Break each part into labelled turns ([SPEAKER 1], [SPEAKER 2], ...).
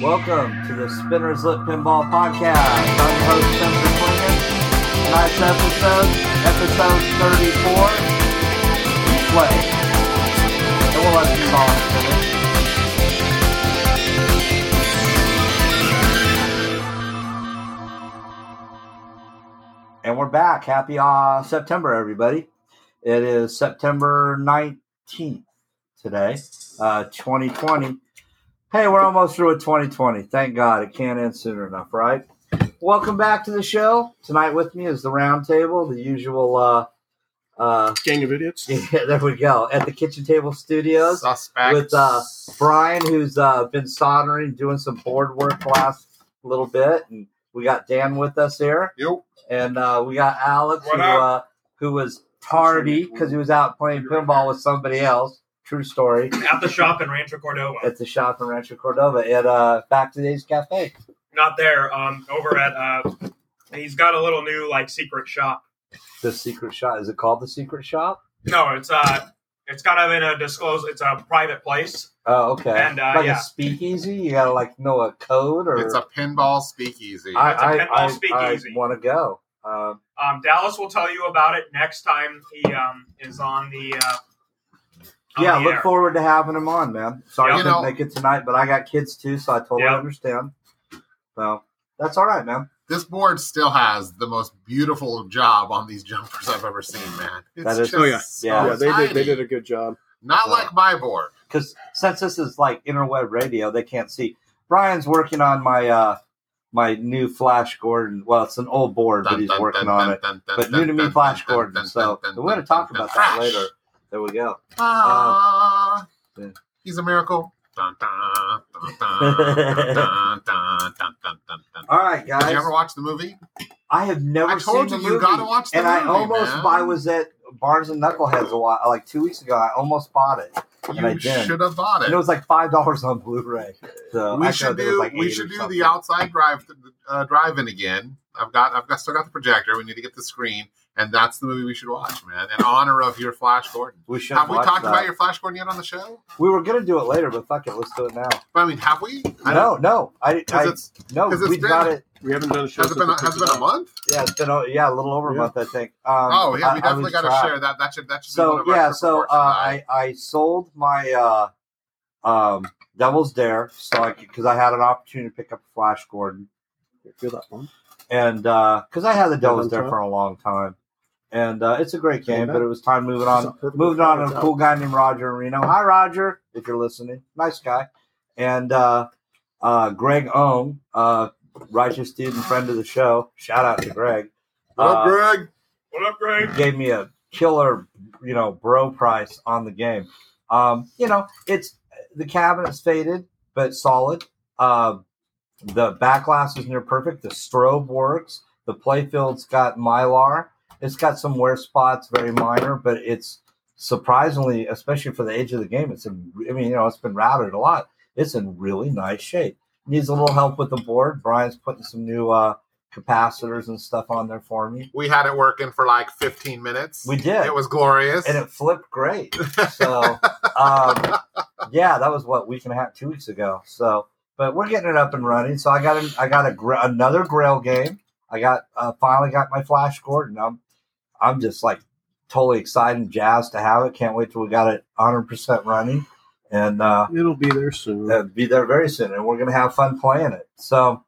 [SPEAKER 1] Welcome to the Spinner's Lip Pinball Podcast. I'm your host, Spencer Klinger. Tonight's episode, episode 34, we play. And we'll let you call it Spinner. And we're back. Happy uh, September, everybody. It is September 19th today, uh, 2020. Hey, we're almost through with 2020. Thank God it can't end soon enough, right? Welcome back to the show. Tonight with me is the roundtable, the usual. Uh, uh,
[SPEAKER 2] Gang of idiots.
[SPEAKER 1] yeah, there we go. At the kitchen table studios
[SPEAKER 3] Suspect.
[SPEAKER 1] with uh, Brian, who's uh, been soldering, doing some board work the last little bit, and we got Dan with us here,
[SPEAKER 3] Yo.
[SPEAKER 1] and uh, we got Alex,
[SPEAKER 3] What
[SPEAKER 1] who
[SPEAKER 3] up?
[SPEAKER 1] uh, who was tardy because he was out playing pinball with somebody else. True story
[SPEAKER 4] at the shop in Rancho Cordova.
[SPEAKER 1] at the shop in Rancho Cordova at uh, Back to Days Cafe.
[SPEAKER 4] Not there. Um, over at uh, he's got a little new like secret shop.
[SPEAKER 1] The secret shop is it called the secret shop?
[SPEAKER 4] No, it's uh, it's kind of in a disclosed. It's a private place.
[SPEAKER 1] Oh, okay.
[SPEAKER 4] And, uh,
[SPEAKER 1] like
[SPEAKER 4] yeah.
[SPEAKER 1] a speakeasy, you gotta like know a code or
[SPEAKER 3] It's a pinball speakeasy.
[SPEAKER 1] I-
[SPEAKER 4] it's a pinball
[SPEAKER 1] I- I-
[SPEAKER 4] speakeasy.
[SPEAKER 1] I want to go. Um,
[SPEAKER 4] Um, Dallas will tell you about it next time he um is on the. Uh, on
[SPEAKER 1] yeah,
[SPEAKER 4] the
[SPEAKER 1] look
[SPEAKER 4] air.
[SPEAKER 1] forward to having him on, man. Sorry
[SPEAKER 4] Yeah.
[SPEAKER 1] I
[SPEAKER 3] You
[SPEAKER 1] didn't
[SPEAKER 3] know-
[SPEAKER 1] make it tonight, but I got kids too, so I totally
[SPEAKER 4] Yeah.
[SPEAKER 1] understand. So that's all right, man.
[SPEAKER 3] this board still has the most beautiful job on these jumpers I've ever seen, man. It's
[SPEAKER 1] That is-
[SPEAKER 3] just
[SPEAKER 2] Oh, yeah.
[SPEAKER 3] so
[SPEAKER 1] Yeah.
[SPEAKER 2] yeah, they did, they
[SPEAKER 3] tiny.
[SPEAKER 2] did a good job.
[SPEAKER 3] Not
[SPEAKER 1] Yeah.
[SPEAKER 3] like my board.
[SPEAKER 1] Because since this is like interweb radio, they can't see. Brian's working on my uh my new Flash Gordon. Well, it's an old board, but
[SPEAKER 3] Dun,
[SPEAKER 1] he's
[SPEAKER 3] dun,
[SPEAKER 1] working
[SPEAKER 3] dun,
[SPEAKER 1] on
[SPEAKER 3] dun,
[SPEAKER 1] it.
[SPEAKER 3] dun, dun,
[SPEAKER 1] But
[SPEAKER 3] dun,
[SPEAKER 1] new to me,
[SPEAKER 3] dun,
[SPEAKER 1] Flash
[SPEAKER 3] dun, dun,
[SPEAKER 1] Gordon.
[SPEAKER 3] dun,
[SPEAKER 1] So
[SPEAKER 3] dun,
[SPEAKER 1] we're gonna
[SPEAKER 3] dun,
[SPEAKER 1] talk
[SPEAKER 3] dun,
[SPEAKER 1] about
[SPEAKER 3] dun.
[SPEAKER 1] that later. There we go.
[SPEAKER 3] Ah,
[SPEAKER 1] Yeah.
[SPEAKER 3] He's a miracle. Dun, dun, dun, dun, dun, dun, dun, dun, dun, dun.
[SPEAKER 1] All right,
[SPEAKER 3] Did
[SPEAKER 1] guys.
[SPEAKER 3] you ever watch the movie?
[SPEAKER 1] I have never
[SPEAKER 3] I told you
[SPEAKER 1] seen the
[SPEAKER 3] you
[SPEAKER 1] movie.
[SPEAKER 3] gotta watch the
[SPEAKER 1] and I
[SPEAKER 3] movie,
[SPEAKER 1] almost
[SPEAKER 3] man.
[SPEAKER 1] I was at Barnes and Knuckleheads a while like two weeks ago. I almost bought it. And I
[SPEAKER 3] You
[SPEAKER 1] didn't.
[SPEAKER 3] should have bought
[SPEAKER 1] And
[SPEAKER 3] it.
[SPEAKER 1] it was like five dollars on Blu-ray. So
[SPEAKER 3] we
[SPEAKER 1] actually, I
[SPEAKER 3] should
[SPEAKER 1] think it
[SPEAKER 3] do
[SPEAKER 1] was like
[SPEAKER 3] we
[SPEAKER 1] eight
[SPEAKER 3] should
[SPEAKER 1] or
[SPEAKER 3] do
[SPEAKER 1] something.
[SPEAKER 3] the outside drive uh, drive-in again. I've got I've got still got the projector. We need to get the screen, and that's the movie we should watch, man. In honor of your Flash Gordon.
[SPEAKER 1] We should
[SPEAKER 3] Have we
[SPEAKER 1] watch
[SPEAKER 3] talked
[SPEAKER 1] that.
[SPEAKER 3] about your Flash Gordon yet on the show?
[SPEAKER 1] We were gonna do it later, but fuck it, let's do it now.
[SPEAKER 3] But I mean, have we? I
[SPEAKER 1] no, no, I, I
[SPEAKER 3] because it's
[SPEAKER 1] no,
[SPEAKER 3] 'cause it's
[SPEAKER 1] we got
[SPEAKER 3] been-
[SPEAKER 1] it.
[SPEAKER 2] We haven't done a show.
[SPEAKER 3] has it been
[SPEAKER 2] since
[SPEAKER 3] has it been a month?
[SPEAKER 1] Yeah, it's been a, yeah a little over a
[SPEAKER 2] Yeah.
[SPEAKER 1] month, I think. Um,
[SPEAKER 3] Oh yeah,
[SPEAKER 1] I-
[SPEAKER 3] we
[SPEAKER 1] I
[SPEAKER 3] definitely
[SPEAKER 1] was
[SPEAKER 3] got to
[SPEAKER 1] trapped.
[SPEAKER 3] share that. That should that should be one
[SPEAKER 1] So
[SPEAKER 3] of our
[SPEAKER 1] yeah,
[SPEAKER 3] trip
[SPEAKER 1] so uh,
[SPEAKER 3] reports tonight.
[SPEAKER 1] I I sold my uh, um, Devil's Dare, so I because I had an opportunity to pick up Flash Gordon.
[SPEAKER 2] Feel that one?
[SPEAKER 1] and because I had the Devils
[SPEAKER 2] Remember
[SPEAKER 1] there for a long time, and uh, it's a great game,
[SPEAKER 2] Remember?
[SPEAKER 1] but it was time moving on. Moving on to a cool guy named Roger in Reno. Hi, Roger, if you're listening, nice guy, and uh, uh, Greg Ohm, uh, righteous dude and friend of the show. Shout out to Greg.
[SPEAKER 3] Hello,
[SPEAKER 1] Uh,
[SPEAKER 3] Greg.
[SPEAKER 4] What up, Greg?
[SPEAKER 1] gave me a killer, you know, bro price on the game. Um, you know, it's the cabinet's faded but solid. Um, the back glass is near perfect. The strobe works. The playfield's got mylar. It's got some wear spots, very minor, but it's surprisingly, especially for the age of the game, it's in. I mean, you know, it's been routed a lot. It's in really nice shape. Needs a little help with the board. Brian's putting some new uh, capacitors and stuff on there for me.
[SPEAKER 3] We had it working for like 15 minutes.
[SPEAKER 1] We did.
[SPEAKER 3] It was glorious.
[SPEAKER 1] and it flipped great. So, um, yeah, that was what week and a half, two weeks ago. So, but we're getting it up and running. So I got an, I got a gr- another Grail game. I got uh, finally got my Flash Gordon. I'm I'm just like totally excited and jazzed to have it. Can't wait till we got it 100 percent running, and uh,
[SPEAKER 2] It'll be there soon.
[SPEAKER 1] uh, be there very soon. And we're gonna have fun playing it. So,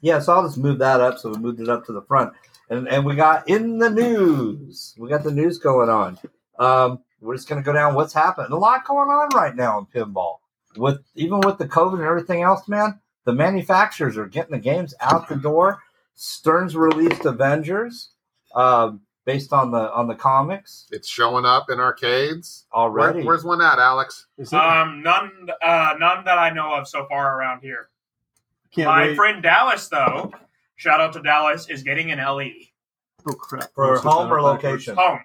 [SPEAKER 1] yeah. So I'll just move that up. So we moved it up to the front, and and we got in the news. We got the news going on. Um, we're just going to go down what's happening. A lot going on right now in pinball. With even with the COVID and everything else, man, the manufacturers are getting the games out the door. Stern's released Avengers, um, based on the on the comics
[SPEAKER 3] it's showing up in arcades. Where-
[SPEAKER 1] already.
[SPEAKER 3] where's one at, Alex?
[SPEAKER 2] Is it?
[SPEAKER 4] Um, none, uh, none that I know of so far around here.
[SPEAKER 2] Can't
[SPEAKER 4] My
[SPEAKER 2] wait.
[SPEAKER 4] friend Dallas, though, shout out to Dallas, is getting an LE
[SPEAKER 2] Oh, crap.
[SPEAKER 1] For
[SPEAKER 2] Almost
[SPEAKER 1] home
[SPEAKER 2] said
[SPEAKER 1] or
[SPEAKER 2] that backwards.
[SPEAKER 1] location?
[SPEAKER 4] home.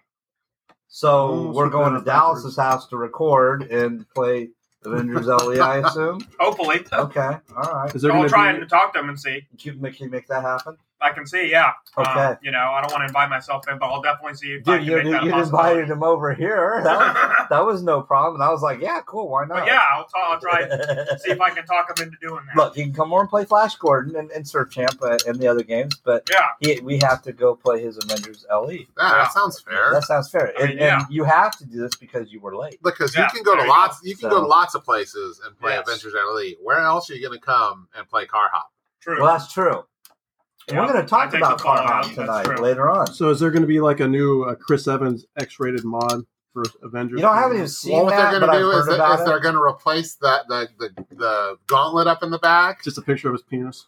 [SPEAKER 1] so
[SPEAKER 4] Oh,
[SPEAKER 2] Almost
[SPEAKER 1] we're
[SPEAKER 2] looked
[SPEAKER 1] going
[SPEAKER 2] at
[SPEAKER 1] to
[SPEAKER 2] it
[SPEAKER 1] Dallas's
[SPEAKER 2] backwards.
[SPEAKER 1] house to record and play Avengers LE. I assume.
[SPEAKER 4] Hopefully,
[SPEAKER 1] Okay, all right.
[SPEAKER 2] Is there
[SPEAKER 4] I'll
[SPEAKER 2] Oh, gonna
[SPEAKER 4] try
[SPEAKER 2] be,
[SPEAKER 4] and talk to him and see.
[SPEAKER 1] Can you make, can you make that happen?
[SPEAKER 4] I can see. Yeah. Um,
[SPEAKER 1] Okay.
[SPEAKER 4] you know, I don't want to invite myself in, but I'll definitely see if I
[SPEAKER 1] Dude,
[SPEAKER 4] can
[SPEAKER 1] you,
[SPEAKER 4] make
[SPEAKER 1] you,
[SPEAKER 4] that a
[SPEAKER 1] you
[SPEAKER 4] possibility.
[SPEAKER 1] invited him over here. That was, that was no problem. And I was like, yeah, cool. Why not?
[SPEAKER 4] But yeah, I'll, ta- I'll try and see if I can talk him into doing that.
[SPEAKER 1] Look, he can come over and play Flash Gordon and, and Surf Champ uh, and the other games, but
[SPEAKER 4] Yeah.
[SPEAKER 1] he, we have to go play his Avengers LE.
[SPEAKER 3] Yeah,
[SPEAKER 4] Yeah.
[SPEAKER 3] that sounds fair.
[SPEAKER 1] That sounds fair.
[SPEAKER 4] I
[SPEAKER 1] and,
[SPEAKER 4] mean, yeah.
[SPEAKER 1] and you have to do this because you were late.
[SPEAKER 3] Because
[SPEAKER 4] Yeah,
[SPEAKER 3] you can go
[SPEAKER 4] there
[SPEAKER 3] to
[SPEAKER 4] you go.
[SPEAKER 3] lots, you can go to
[SPEAKER 1] So-
[SPEAKER 3] lots of places and play
[SPEAKER 4] Yes.
[SPEAKER 3] Adventures at Elite. Where else are you going to come and play Car Hop?
[SPEAKER 4] True.
[SPEAKER 1] Well, that's true. And
[SPEAKER 4] Yeah,
[SPEAKER 1] we're going to
[SPEAKER 4] I
[SPEAKER 1] talk
[SPEAKER 4] take
[SPEAKER 1] about
[SPEAKER 4] the fall
[SPEAKER 1] Car Hop
[SPEAKER 4] out. That's
[SPEAKER 1] tonight,
[SPEAKER 4] true.
[SPEAKER 1] later on.
[SPEAKER 2] So is there going to be like a new uh, Chris Evans X-rated mod for Avengers?
[SPEAKER 1] You know, I haven't even seen
[SPEAKER 3] Well, what
[SPEAKER 1] that,
[SPEAKER 3] they're
[SPEAKER 1] but
[SPEAKER 3] going to
[SPEAKER 1] I've
[SPEAKER 3] do is,
[SPEAKER 1] heard
[SPEAKER 3] they-
[SPEAKER 1] about
[SPEAKER 3] is
[SPEAKER 1] it.
[SPEAKER 3] they're going to replace that the, the the gauntlet up in the back.
[SPEAKER 2] Just a picture of his penis.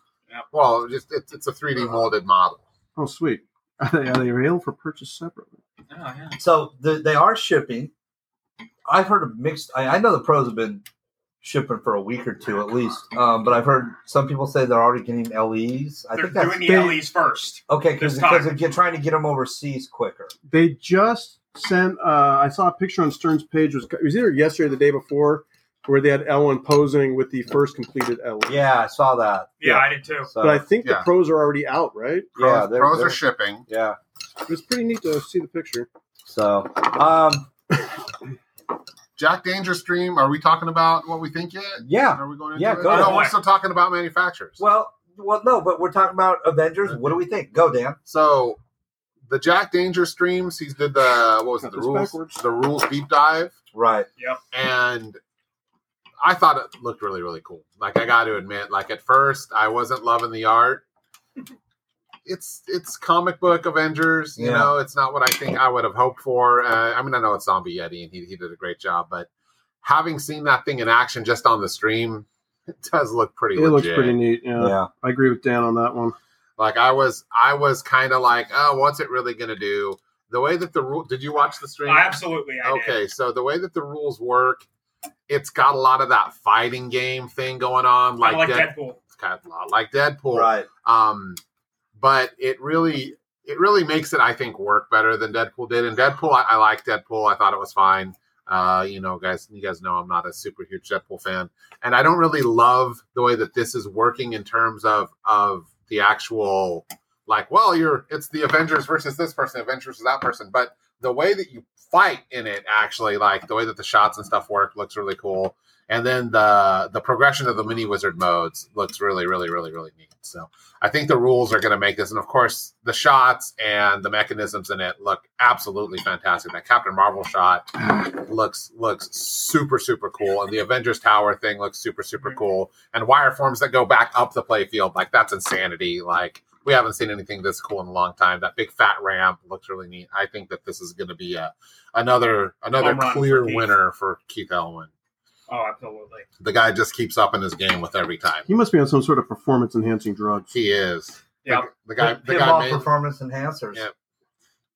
[SPEAKER 3] Well, just it's, it's a
[SPEAKER 4] Uh-huh.
[SPEAKER 3] 3D molded model.
[SPEAKER 2] Oh, sweet. Are they, are they available for purchase separately?
[SPEAKER 4] yeah.
[SPEAKER 1] So the, they are shipping. I've heard of mixed. I, I know the pros have been shipping for a week or two at least, um, but I've heard some people say they're already getting LEs. I
[SPEAKER 4] They're
[SPEAKER 1] think that's
[SPEAKER 4] doing the
[SPEAKER 2] they-
[SPEAKER 4] LEs first.
[SPEAKER 1] okay because
[SPEAKER 4] this time.
[SPEAKER 1] because they're trying to get them overseas quicker.
[SPEAKER 2] They just sent. Uh, I saw a picture on Stern's page. It was, it was either yesterday or the day before, where they had Ellen posing with the first completed Ellen.
[SPEAKER 1] Yeah, I saw that.
[SPEAKER 4] Yeah,
[SPEAKER 2] Yeah.
[SPEAKER 4] I did too.
[SPEAKER 1] So
[SPEAKER 2] But I think the
[SPEAKER 3] Yeah.
[SPEAKER 2] pros are already out, right?
[SPEAKER 3] Pros,
[SPEAKER 1] yeah, they're-
[SPEAKER 3] pros
[SPEAKER 1] they're-
[SPEAKER 3] are shipping.
[SPEAKER 1] yeah.
[SPEAKER 2] It was pretty neat to see the picture.
[SPEAKER 1] So um,
[SPEAKER 3] Jack Danger Stream. Are we talking about what we think yet?
[SPEAKER 1] yeah.
[SPEAKER 3] Are we going into
[SPEAKER 1] Yeah,
[SPEAKER 3] it?
[SPEAKER 1] go
[SPEAKER 3] Oh, no,
[SPEAKER 4] ahead.
[SPEAKER 3] we're still talking about manufacturers.
[SPEAKER 1] Well, well, no, but we're talking about Avengers. What do we think? Go, Dan.
[SPEAKER 3] So the Jack Danger streams, he did the what was it,
[SPEAKER 2] Got
[SPEAKER 3] the
[SPEAKER 2] this
[SPEAKER 3] rules
[SPEAKER 2] backwards.
[SPEAKER 3] the rules deep dive.
[SPEAKER 1] Right.
[SPEAKER 3] And I thought it looked really, really cool. Like I gotta admit, like at first I wasn't loving the art. It's it's comic book Avengers, you
[SPEAKER 1] Yeah.
[SPEAKER 3] know. It's not what I think I would have hoped for. Uh, I mean, I know it's Zombie Yeti, and he he did a great job, but having seen that thing in action just on the stream, it does look pretty.
[SPEAKER 2] It looks
[SPEAKER 3] legit.
[SPEAKER 2] pretty neat. Yeah.
[SPEAKER 1] Yeah.
[SPEAKER 2] I agree with Dan on that one.
[SPEAKER 3] Like I was, I was kind of like, oh, what's it really going to do? The way that the rule. Did you watch the stream?
[SPEAKER 4] I absolutely. I did.
[SPEAKER 3] Okay, so the way that the rules work, it's got a lot of that fighting game thing going on,
[SPEAKER 4] I
[SPEAKER 3] like,
[SPEAKER 4] like
[SPEAKER 3] Dead-
[SPEAKER 4] Deadpool.
[SPEAKER 3] it's kind of a lot like Deadpool.
[SPEAKER 1] Right.
[SPEAKER 3] Um, but it really, it really makes it, I think, work better than Deadpool did. And Deadpool, I, I like Deadpool. I thought it was fine. Uh, you know, guys, you guys know I'm not a super huge Deadpool fan, and I don't really love the way that this is working in terms of of the actual like, well, you're it's the Avengers versus this person, Avengers versus that person, but the way that you fight in it actually, like the way that the shots and stuff work, looks really cool. And then the the progression of the mini wizard modes looks really, really, really, really neat. So I think the rules are going to make this, and of course, the shots and the mechanisms in it look absolutely fantastic. That Captain Marvel shot looks looks super, super cool, and the Avengers Tower thing looks super, super
[SPEAKER 4] Mm-hmm.
[SPEAKER 3] cool. And wire forms that go back up the playfield, like that's insanity. Like we haven't seen anything this cool in a long time. That big fat ramp looks really neat. I think that this is going to be a another another
[SPEAKER 4] Home run for
[SPEAKER 3] clear
[SPEAKER 4] Keith.
[SPEAKER 3] winner for Keith Elwin
[SPEAKER 4] Oh, absolutely.
[SPEAKER 3] the guy just keeps up in his game with every time.
[SPEAKER 2] He must be on some sort of performance enhancing drug.
[SPEAKER 3] He is.
[SPEAKER 4] Yeah.
[SPEAKER 3] The, the guy. The guy
[SPEAKER 1] Pinball
[SPEAKER 3] made.
[SPEAKER 1] performance enhancers.
[SPEAKER 3] Yeah.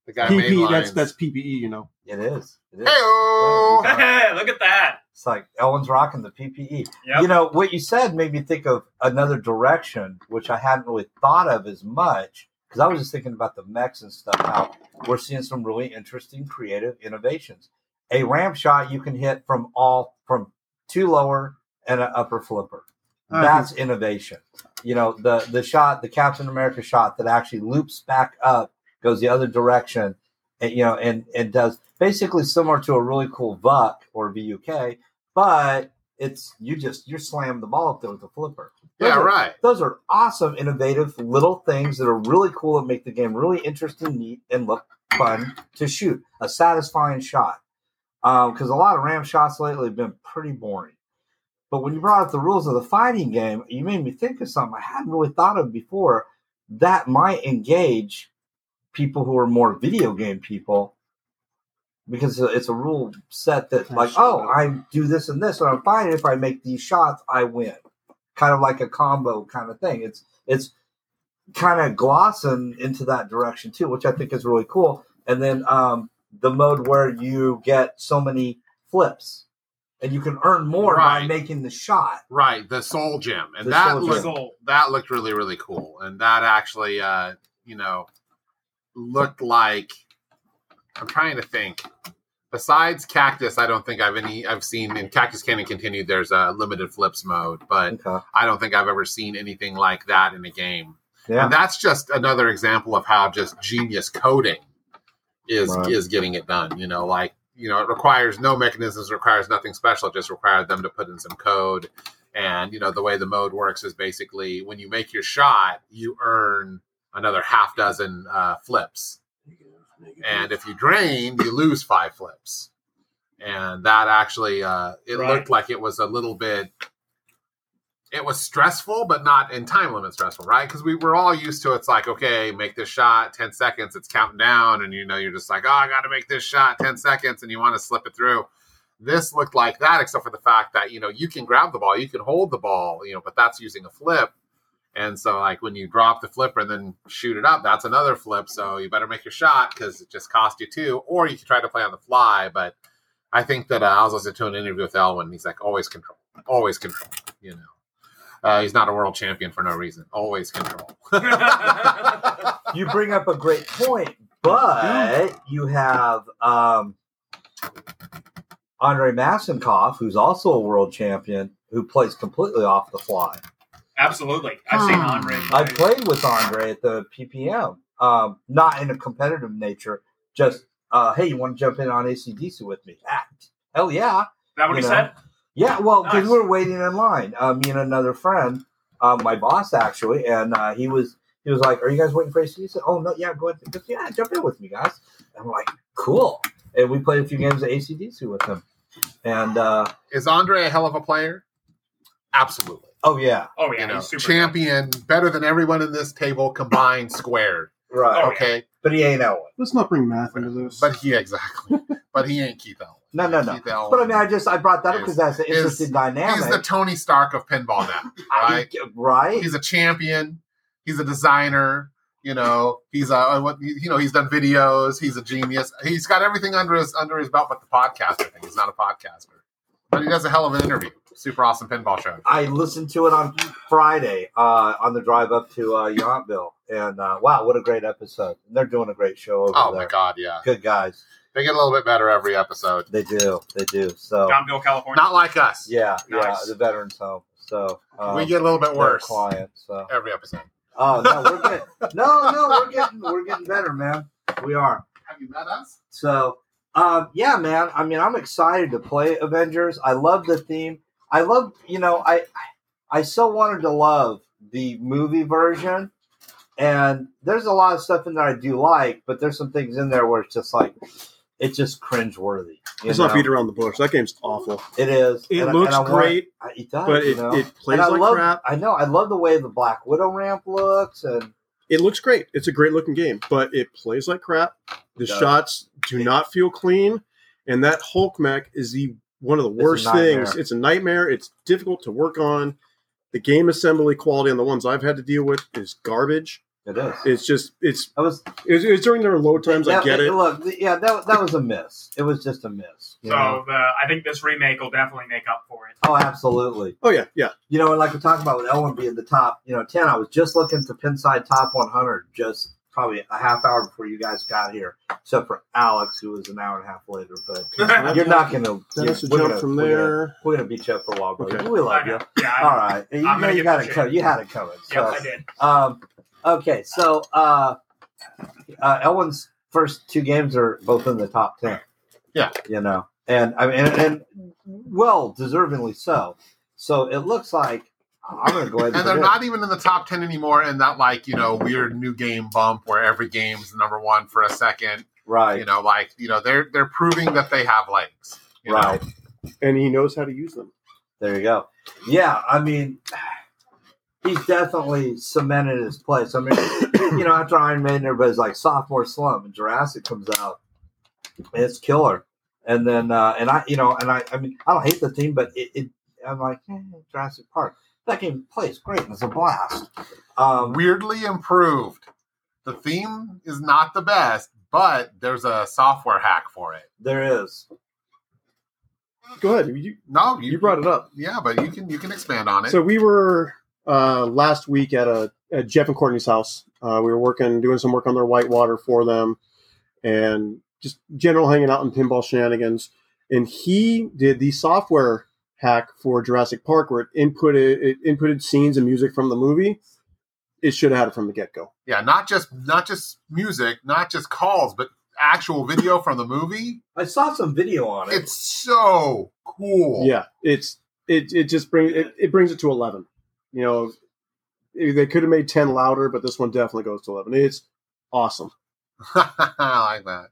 [SPEAKER 3] The guy made
[SPEAKER 2] PP, E, that's
[SPEAKER 3] lines.
[SPEAKER 2] that's PPE, you know.
[SPEAKER 1] It is. It is.
[SPEAKER 3] Hey-o!
[SPEAKER 4] Hey, look at that.
[SPEAKER 1] It's like Ellen's rocking the PPE.
[SPEAKER 4] Yep.
[SPEAKER 1] You know, what you said made me think of another direction, which I hadn't really thought of as much because I was just thinking about the mechs and stuff. How we're seeing some really interesting creative innovations. A ramp shot you can hit from all from two lower and an upper flipper.
[SPEAKER 2] I
[SPEAKER 1] That's innovation. You know, the the shot, the Captain America shot that actually loops back up, goes the other direction, and you know, and and does basically similar to a really cool VUC or VUK, but it's you just you slam the ball up there with a flipper. Those
[SPEAKER 3] Yeah,
[SPEAKER 1] are-
[SPEAKER 3] right.
[SPEAKER 1] Those are awesome, innovative little things that are really cool and make the game really interesting, neat, and look fun to shoot. A satisfying shot. Because a lot of ram shots lately have been pretty boring. But when you brought up the rules of the fighting game, you made me think of something I hadn't really thought of before that might engage people who are more video game people because it's a rule set that, like, oh, I do this and this, and I'm fine. If I make these shots, I win. Kind of like a combo kind of thing. It's it's kind of glossing into that direction too, which I think is really cool. And then um, the mode where you get so many flips, and you can earn more by
[SPEAKER 3] Right.
[SPEAKER 1] making the shot.
[SPEAKER 3] Right. The soul gem, and
[SPEAKER 1] The
[SPEAKER 3] that
[SPEAKER 1] soul
[SPEAKER 3] looked
[SPEAKER 1] gem.
[SPEAKER 4] Soul.
[SPEAKER 3] that looked really really cool, and that actually, uh, you know, looked like. I'm trying to think. Besides cactus, I don't think I've any. I've seen in Cactus Cannon Continued. There's a limited flips mode, but
[SPEAKER 1] Okay.
[SPEAKER 3] I don't think I've ever seen anything like that in a game.
[SPEAKER 1] Yeah.
[SPEAKER 3] And that's just another example of how just genius coding is
[SPEAKER 1] Right.
[SPEAKER 3] is getting it done. You know, like you know, it requires no mechanisms, requires nothing special. It just required them to put in some code. And you know, the way the mode works is basically when you make your shot, you earn another half dozen uh, flips,
[SPEAKER 1] Mm-hmm.
[SPEAKER 3] and if you drain, you lose five flips. And that actually, uh, it
[SPEAKER 4] Right.
[SPEAKER 3] looked like it was a little bit. It was stressful, but not in time limit stressful, right? Because we were all used to it's like, okay, make this shot, ten seconds, it's counting down, and you know you're just like, oh, I got to make this shot, ten seconds, and you want to slip it through. This looked like that, except for the fact that you know you can grab the ball, you can hold the ball, you know, but that's using a flip, and so, like when you drop the flipper and then shoot it up, that's another flip. So you better make your shot because it just cost you two. Or you can try to play on the fly. But I think that uh, I was listening to an interview with Elwin. And he's like, always control, always control. You know, uh, he's not a world champion for no reason. Always control.
[SPEAKER 1] you bring up a great point, but you have um, Andre Masenkoff, who's also a world champion, who plays completely off the fly.
[SPEAKER 4] Absolutely. I've seen
[SPEAKER 5] Hmm.
[SPEAKER 4] Andre.
[SPEAKER 1] I
[SPEAKER 4] play.
[SPEAKER 1] played with Andre at the PPM, um, not in a competitive nature, just, uh, hey, you want to jump in on ACDC with me? Act. Hell yeah.
[SPEAKER 4] Is that what he
[SPEAKER 1] you know.
[SPEAKER 4] said?
[SPEAKER 1] Yeah, well, because
[SPEAKER 4] Nice.
[SPEAKER 1] we were waiting in line. Uh, me and another friend, uh, my boss actually, and uh, he was he was like, "Are you guys waiting for AC?" He said, "Oh no, yeah, go ahead, just, yeah, jump in with me, guys." And I'm like, "Cool." And we played a few games of ACDC with him, and uh,
[SPEAKER 3] Is Andre a hell of a player? Absolutely.
[SPEAKER 1] oh yeah,
[SPEAKER 4] Oh yeah,
[SPEAKER 3] you know,
[SPEAKER 4] he's super
[SPEAKER 3] champion, better than everyone in this table combined squared.
[SPEAKER 1] right.
[SPEAKER 4] Oh, yeah.
[SPEAKER 3] okay,
[SPEAKER 1] But he ain't Elwin.
[SPEAKER 2] Let's not bring math into this.
[SPEAKER 3] but he exactly, but he ain't Keith Elwin.
[SPEAKER 1] No, no, no.
[SPEAKER 3] Keith Elwin.
[SPEAKER 1] But I mean, I just I brought that up because
[SPEAKER 3] Is-
[SPEAKER 1] that's an
[SPEAKER 3] is-
[SPEAKER 1] interesting dynamic,
[SPEAKER 3] He's the Tony Stark of pinball now,
[SPEAKER 1] I-
[SPEAKER 3] right?
[SPEAKER 1] right?
[SPEAKER 3] He's a champion. He's a designer. You know, he's a what- you know he's done videos. He's a genius. He's got everything under his under his belt, but the podcaster thing. He's not a podcaster, but he does a hell of an interview. Super awesome pinball show.
[SPEAKER 1] I listened to it on Friday uh, on the drive up to uh, Yountville, and uh, wow, what a great episode! They're doing a great show over
[SPEAKER 3] Oh
[SPEAKER 1] there.
[SPEAKER 3] my god, yeah,
[SPEAKER 1] Good guys.
[SPEAKER 3] they get a little bit better every episode.
[SPEAKER 1] They do. They do. So
[SPEAKER 4] Downville, California.
[SPEAKER 3] Not like us.
[SPEAKER 1] yeah, yeah,
[SPEAKER 4] Nice.
[SPEAKER 1] the veterans home. So um,
[SPEAKER 3] we get a little bit
[SPEAKER 1] they're
[SPEAKER 3] worse
[SPEAKER 1] Quiet. So
[SPEAKER 3] every episode.
[SPEAKER 1] oh no, we're getting no, no, we're getting we're getting better, man. We are.
[SPEAKER 3] Have you met us?
[SPEAKER 1] So um, yeah, man. I mean, I'm excited to play Avengers. I love the theme. I love you know I I so wanted to love the movie version. And there's a lot of stuff in there I do like, but there's some things in there where it's just like it's just cringeworthy. You
[SPEAKER 2] Let's not
[SPEAKER 1] know?
[SPEAKER 2] beat around the bush. That game's awful.
[SPEAKER 1] It is.
[SPEAKER 2] It
[SPEAKER 1] And I-
[SPEAKER 2] looks
[SPEAKER 1] and I want-
[SPEAKER 2] great,
[SPEAKER 1] I- it does,
[SPEAKER 2] but
[SPEAKER 1] you
[SPEAKER 2] it,
[SPEAKER 1] know?
[SPEAKER 2] it plays
[SPEAKER 1] and I
[SPEAKER 2] like
[SPEAKER 1] love,
[SPEAKER 2] crap.
[SPEAKER 1] I know. I love the way the Black Widow ramp looks, and
[SPEAKER 2] It looks great. It's a great looking game, but it plays like crap. The
[SPEAKER 1] It does.
[SPEAKER 2] shots do not feel clean, and that Hulk mech is the one of the
[SPEAKER 1] a
[SPEAKER 2] worst
[SPEAKER 1] nightmare.
[SPEAKER 2] things. It's a nightmare. It's difficult to work on. The game assembly quality on the ones I've had to deal with is garbage.
[SPEAKER 1] it is.
[SPEAKER 2] It's just it's
[SPEAKER 1] I was.
[SPEAKER 2] it's, it's during their low times. I
[SPEAKER 1] that-
[SPEAKER 2] get it.
[SPEAKER 1] Look, th- yeah, that that was a miss. It was just a miss. you know?
[SPEAKER 4] So the, I think this remake will definitely make up for it.
[SPEAKER 1] Oh, absolutely.
[SPEAKER 2] Oh yeah, yeah.
[SPEAKER 1] You know, and like we talked about with Ellen being the top, you know, ten. I was just looking to Pinside Top 100 just probably a half hour before you guys got here, except for Alex, who was an hour and a half later. But you're not going to.
[SPEAKER 2] Dennis will jump from there.
[SPEAKER 1] We're going to beat you up for a while, brother.
[SPEAKER 2] Okay.
[SPEAKER 1] We love you.
[SPEAKER 4] Yeah, I,
[SPEAKER 1] All right, you,
[SPEAKER 4] gonna
[SPEAKER 1] know you
[SPEAKER 4] get
[SPEAKER 1] got
[SPEAKER 4] the
[SPEAKER 1] it covered. You had it covered. So.
[SPEAKER 4] yep, I did.
[SPEAKER 1] Um, okay, so uh, uh, Elwin's first two games are both in the top ten.
[SPEAKER 3] Yeah.
[SPEAKER 1] you know, and I mean, and, and well, deservingly so. So it looks like I'm going to go ahead. And,
[SPEAKER 3] And they're
[SPEAKER 1] predict.
[SPEAKER 3] not even in the top 10 anymore in that, like, you know, weird new game bump where every game's number one for a second.
[SPEAKER 1] right.
[SPEAKER 3] You know, like, you know, they're they're proving that they have legs. You know?
[SPEAKER 1] right
[SPEAKER 2] and he knows how to use them.
[SPEAKER 1] there, you go. Yeah, I mean, he's definitely cemented his place. I mean, you know, after Iron Maiden, everybody's like sophomore slump, and Jurassic comes out, and it's killer. And then, uh, and I, you know, and I, I mean, I don't hate the theme, but it, it I'm like eh, Jurassic Park. That game plays great, and it's a blast. Um,
[SPEAKER 3] Weirdly improved. The theme is not the best, but there's a software hack for it.
[SPEAKER 1] there is,
[SPEAKER 2] Go ahead. You,
[SPEAKER 3] No, you,
[SPEAKER 2] you brought it up.
[SPEAKER 3] Yeah, but you can you can expand on it.
[SPEAKER 2] So we were uh, last week at a at Jeff and Courtney's house. Uh, we were working, doing some work on their whitewater for them, and just general hanging out in pinball shenanigans. And he did the software hack for Jurassic Park, where it inputted it inputted scenes and music from the movie it should have had it from the get go.
[SPEAKER 3] Yeah, not just not just music, not just calls, but actual video from the movie.
[SPEAKER 1] I saw some video on it.
[SPEAKER 3] It's so cool.
[SPEAKER 2] Yeah, it's it it just brings it, it brings it to eleven. You know, if- they could have made ten louder, but this one definitely goes to eleven. It's awesome.
[SPEAKER 3] I like that.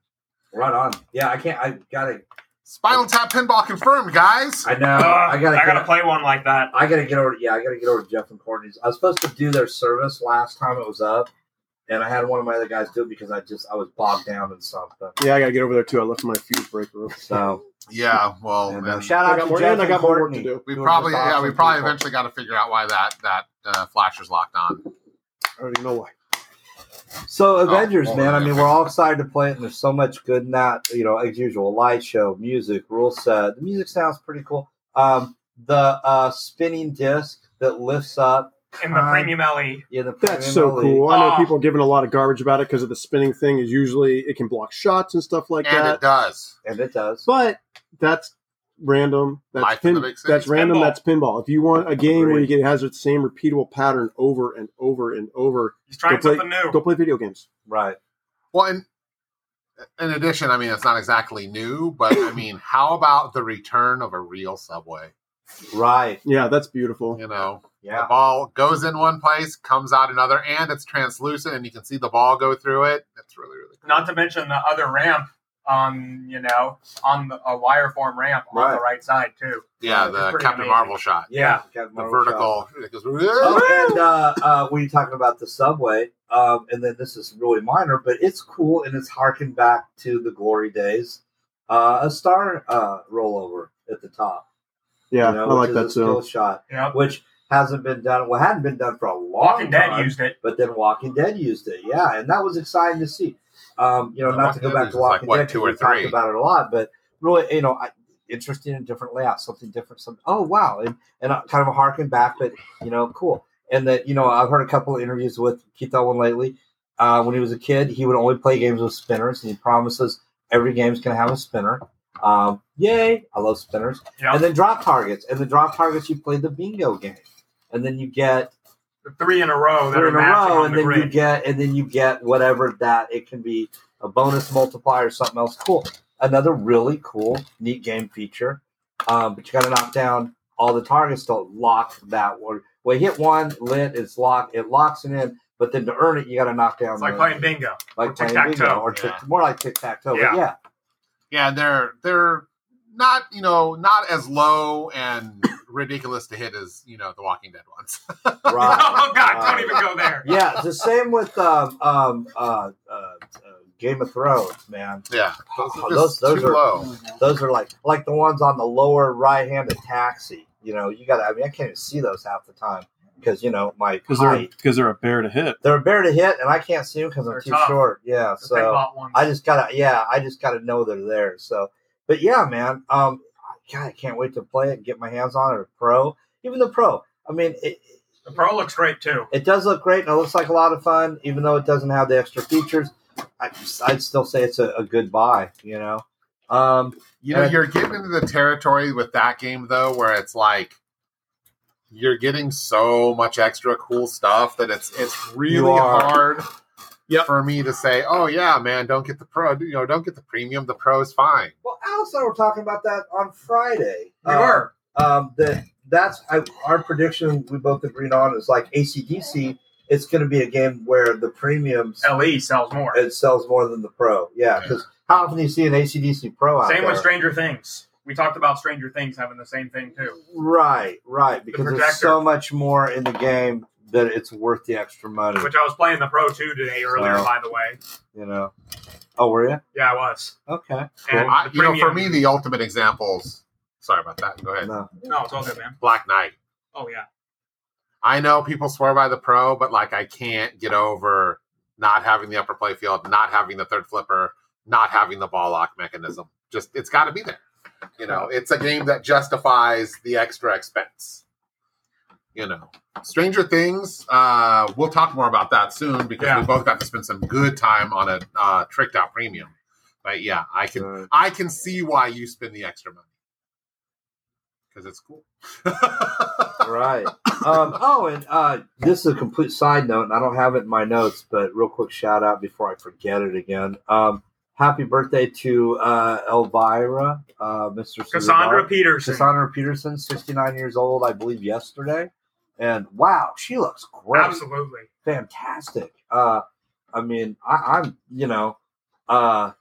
[SPEAKER 1] right on. Yeah, I can't. I gotta.
[SPEAKER 3] Spinal Tap pinball confirmed, guys.
[SPEAKER 1] I know.
[SPEAKER 4] Ugh,
[SPEAKER 1] I gotta. get-
[SPEAKER 4] Uh, play one like that.
[SPEAKER 1] I gotta get over. Yeah, I gotta get over to Jeff and Courtney's. I was supposed to do their service last time it was up, and I had one of my other guys do it because I just I was bogged down in something.
[SPEAKER 2] Yeah, I gotta get over there too. I left my fuse break room.
[SPEAKER 1] So
[SPEAKER 3] Yeah, well,
[SPEAKER 1] and, uh,
[SPEAKER 3] and
[SPEAKER 1] shout
[SPEAKER 2] I
[SPEAKER 1] out
[SPEAKER 2] got
[SPEAKER 1] to
[SPEAKER 2] more-
[SPEAKER 1] Jeff
[SPEAKER 2] and I got more work
[SPEAKER 1] Courtney.
[SPEAKER 2] to do.
[SPEAKER 3] Oh,
[SPEAKER 2] Oh,
[SPEAKER 3] we
[SPEAKER 1] Doing
[SPEAKER 3] probably
[SPEAKER 1] just
[SPEAKER 3] yeah,
[SPEAKER 1] awesome
[SPEAKER 3] we probably
[SPEAKER 1] people.
[SPEAKER 3] eventually got to figure out why that that uh, flasher's locked on.
[SPEAKER 2] I don't even know why.
[SPEAKER 1] So Avengers,
[SPEAKER 3] oh,
[SPEAKER 1] man. I
[SPEAKER 3] yeah.
[SPEAKER 1] mean, we're all excited to play it, and there's so much good in that. You know, as usual, light show, music, rule set. The music sounds pretty cool. Um, the uh, spinning disc that lifts up.
[SPEAKER 4] In the
[SPEAKER 1] Um,
[SPEAKER 4] premium LE.
[SPEAKER 1] Yeah, the
[SPEAKER 2] That's
[SPEAKER 1] Premium
[SPEAKER 2] so
[SPEAKER 1] Elite.
[SPEAKER 2] cool. I know
[SPEAKER 4] Ah.
[SPEAKER 2] people are giving a lot of garbage about it because of the spinning thing. Is usually it can block shots and stuff like
[SPEAKER 3] and
[SPEAKER 2] that.
[SPEAKER 3] it does.
[SPEAKER 1] and it does.
[SPEAKER 2] but that's random. That's
[SPEAKER 3] Life in
[SPEAKER 2] pin,
[SPEAKER 3] the big city.
[SPEAKER 2] that's random.
[SPEAKER 4] Pinball.
[SPEAKER 2] That's pinball. If you want a game where you
[SPEAKER 1] Agreed.
[SPEAKER 2] get has the same repeatable pattern over and over and over,
[SPEAKER 4] He's trying
[SPEAKER 2] Go play-
[SPEAKER 4] something new.
[SPEAKER 2] go play video games.
[SPEAKER 1] Right.
[SPEAKER 3] Well, and in addition, I mean, it's not exactly new, but I mean, how about the return of a real subway?
[SPEAKER 1] Right.
[SPEAKER 2] Yeah, that's beautiful.
[SPEAKER 3] You know, the
[SPEAKER 1] Yeah.
[SPEAKER 3] ball goes in one place, comes out another, and it's translucent, and you can see the ball go through it. That's really really cool.
[SPEAKER 4] Not to mention the other ramp on, you know, on the, a wire form ramp on
[SPEAKER 1] Right.
[SPEAKER 4] the right side, too.
[SPEAKER 3] yeah,
[SPEAKER 4] it's
[SPEAKER 3] the
[SPEAKER 4] pretty
[SPEAKER 3] Captain
[SPEAKER 4] amazing.
[SPEAKER 3] Marvel shot,
[SPEAKER 1] Yeah. Got
[SPEAKER 3] the
[SPEAKER 1] more shot.
[SPEAKER 3] vertical. It goes,
[SPEAKER 1] Oh, and uh, uh, we were talking about the subway, um, and then this is really minor, but it's cool and it's harkened back to the glory days. Uh, a star uh, rollover at the top.
[SPEAKER 2] Yeah,
[SPEAKER 1] you know,
[SPEAKER 2] I like
[SPEAKER 1] which
[SPEAKER 2] that
[SPEAKER 1] is a skill
[SPEAKER 2] too.
[SPEAKER 1] shot,
[SPEAKER 4] Yep.
[SPEAKER 1] which hasn't been done. Well, hadn't been done for a long
[SPEAKER 4] Walking
[SPEAKER 1] time.
[SPEAKER 4] Dead used it.
[SPEAKER 1] but then Walking Dead used it. Yeah, and that was exciting to see. Um, you know,
[SPEAKER 3] And
[SPEAKER 1] not to
[SPEAKER 3] Walking
[SPEAKER 1] go
[SPEAKER 3] Dead
[SPEAKER 1] back
[SPEAKER 3] was
[SPEAKER 1] to
[SPEAKER 3] like,
[SPEAKER 1] Walking
[SPEAKER 3] what,
[SPEAKER 1] Dead, 'cause
[SPEAKER 3] two or
[SPEAKER 1] we talked
[SPEAKER 3] three?
[SPEAKER 1] about it a lot, but really, you know, I, interesting and different layout, something different. Some oh wow, and and I kind of a harken back, but you know, cool. And that you know, I've heard a couple of interviews with Keith Owen lately. Uh, when he was a kid, he would only play games with spinners, and he promises every game's going to have a spinner. Um, yay! I love spinners.
[SPEAKER 4] Yeah.
[SPEAKER 1] And then drop targets, and the drop targets, you play the bingo game, and then you get
[SPEAKER 4] The three in a row Oh, that
[SPEAKER 1] three
[SPEAKER 4] are
[SPEAKER 1] in a
[SPEAKER 4] matching
[SPEAKER 1] row,
[SPEAKER 4] on
[SPEAKER 1] and
[SPEAKER 4] the
[SPEAKER 1] then you
[SPEAKER 4] grid.
[SPEAKER 1] get and then you get whatever that it can be a bonus multiplier or something else cool. Another really cool, neat game feature. Um, but you got to knock down all the targets to lock that one. Well, hit one, lit, it's locked, it locks it in. But then to earn it, you got to knock down.
[SPEAKER 4] it's like
[SPEAKER 1] the-
[SPEAKER 4] playing bingo.
[SPEAKER 1] like
[SPEAKER 4] or
[SPEAKER 1] playing
[SPEAKER 4] tic-tac-toe.
[SPEAKER 1] bingo or tic-
[SPEAKER 3] Yeah.
[SPEAKER 1] more like tic tac toe.
[SPEAKER 4] Yeah.
[SPEAKER 1] But yeah,
[SPEAKER 3] yeah, they're they're not you know not as low and ridiculous to hit as you know the Walking Dead ones.
[SPEAKER 1] right.
[SPEAKER 4] oh, God,
[SPEAKER 1] right.
[SPEAKER 4] don't even go there.
[SPEAKER 1] Yeah, it's the same with um, um, uh, uh, uh, Game of Thrones, man.
[SPEAKER 3] yeah, those are,
[SPEAKER 1] Those-
[SPEAKER 3] just
[SPEAKER 1] those
[SPEAKER 3] too
[SPEAKER 1] are-
[SPEAKER 3] low.
[SPEAKER 1] Those are like like the ones on the lower right hand of taxi. You know, you got. to I mean, I can't even see those half the time because you know my height.
[SPEAKER 2] because they're a bear to hit.
[SPEAKER 1] They're, bare to hit, and I can't see them because I'm
[SPEAKER 4] They're
[SPEAKER 1] too
[SPEAKER 4] tough.
[SPEAKER 1] short. Yeah,
[SPEAKER 4] The big
[SPEAKER 1] so
[SPEAKER 4] lot ones.
[SPEAKER 1] I just gotta. Yeah, I just gotta know they're there. So, but yeah, man. Um, God, I can't wait to play it and get my hands on it. Pro, even the pro. I mean, it,
[SPEAKER 4] the pro looks great, too.
[SPEAKER 1] it does look great, and it looks like a lot of fun, even though it doesn't have the extra features. I, I'd still say it's a, a good buy. You know. Um,
[SPEAKER 3] You know,
[SPEAKER 1] And-
[SPEAKER 3] you're getting into the territory with that game though, where it's like you're getting so much extra cool stuff that it's it's really
[SPEAKER 1] are.
[SPEAKER 3] hard
[SPEAKER 2] Yep.
[SPEAKER 3] for me to say, oh yeah, man, don't get the pro, you know, don't get the premium. The pro is fine.
[SPEAKER 1] Well, Alice and I were talking about that on Friday.
[SPEAKER 4] We
[SPEAKER 1] Uh,
[SPEAKER 4] were.
[SPEAKER 1] Um, that that's I, our prediction. We both agreed on is like ACDC. It's going to be a game where the premiums
[SPEAKER 4] LE E, sells more.
[SPEAKER 1] it sells more than the pro. Yeah, because how often do you see an ACDC pro out
[SPEAKER 4] Same
[SPEAKER 1] there?
[SPEAKER 4] with Stranger Things. We talked about Stranger Things having the same thing, too.
[SPEAKER 1] right, right. Because there's
[SPEAKER 4] projector.
[SPEAKER 1] so much more in the game that it's worth the extra money.
[SPEAKER 4] Which I was playing the pro 2 today earlier,
[SPEAKER 1] So-
[SPEAKER 4] by the way.
[SPEAKER 1] You know. Oh, were you?
[SPEAKER 4] Yeah, I was.
[SPEAKER 1] Okay.
[SPEAKER 4] And
[SPEAKER 3] I,
[SPEAKER 4] the
[SPEAKER 3] you know, for
[SPEAKER 4] premium-
[SPEAKER 3] me, the ultimate examples. Sorry about that. Go ahead.
[SPEAKER 1] No.
[SPEAKER 4] No, it's all good, man.
[SPEAKER 3] Black Knight.
[SPEAKER 4] Oh, yeah.
[SPEAKER 3] I know people swear by the pro, but like I can't get over not having the upper play field, not having the third flipper, not having the ball lock mechanism. Just it's got to be there. You know, it's a game that justifies the extra expense. You know, Stranger Things. Uh, we'll talk more about that soon because
[SPEAKER 4] Yeah.
[SPEAKER 3] we both got to spend some good time on a uh, tricked out premium. But yeah, I can
[SPEAKER 1] Uh,
[SPEAKER 3] I can see why you spend the extra money because it's cool.
[SPEAKER 1] right. Um, oh, and uh, this is a complete side note, and I don't have it in my notes, but real quick shout out before I forget it again. Um, happy birthday to uh, Elvira, uh, Mr.
[SPEAKER 4] Cassandra
[SPEAKER 1] Sudar.
[SPEAKER 4] Peterson.
[SPEAKER 1] Cassandra Peterson, 69 years old, I believe, yesterday. And wow, she looks great.
[SPEAKER 4] Absolutely.
[SPEAKER 1] Fantastic. Uh, I mean, I, I'm, you know, uh,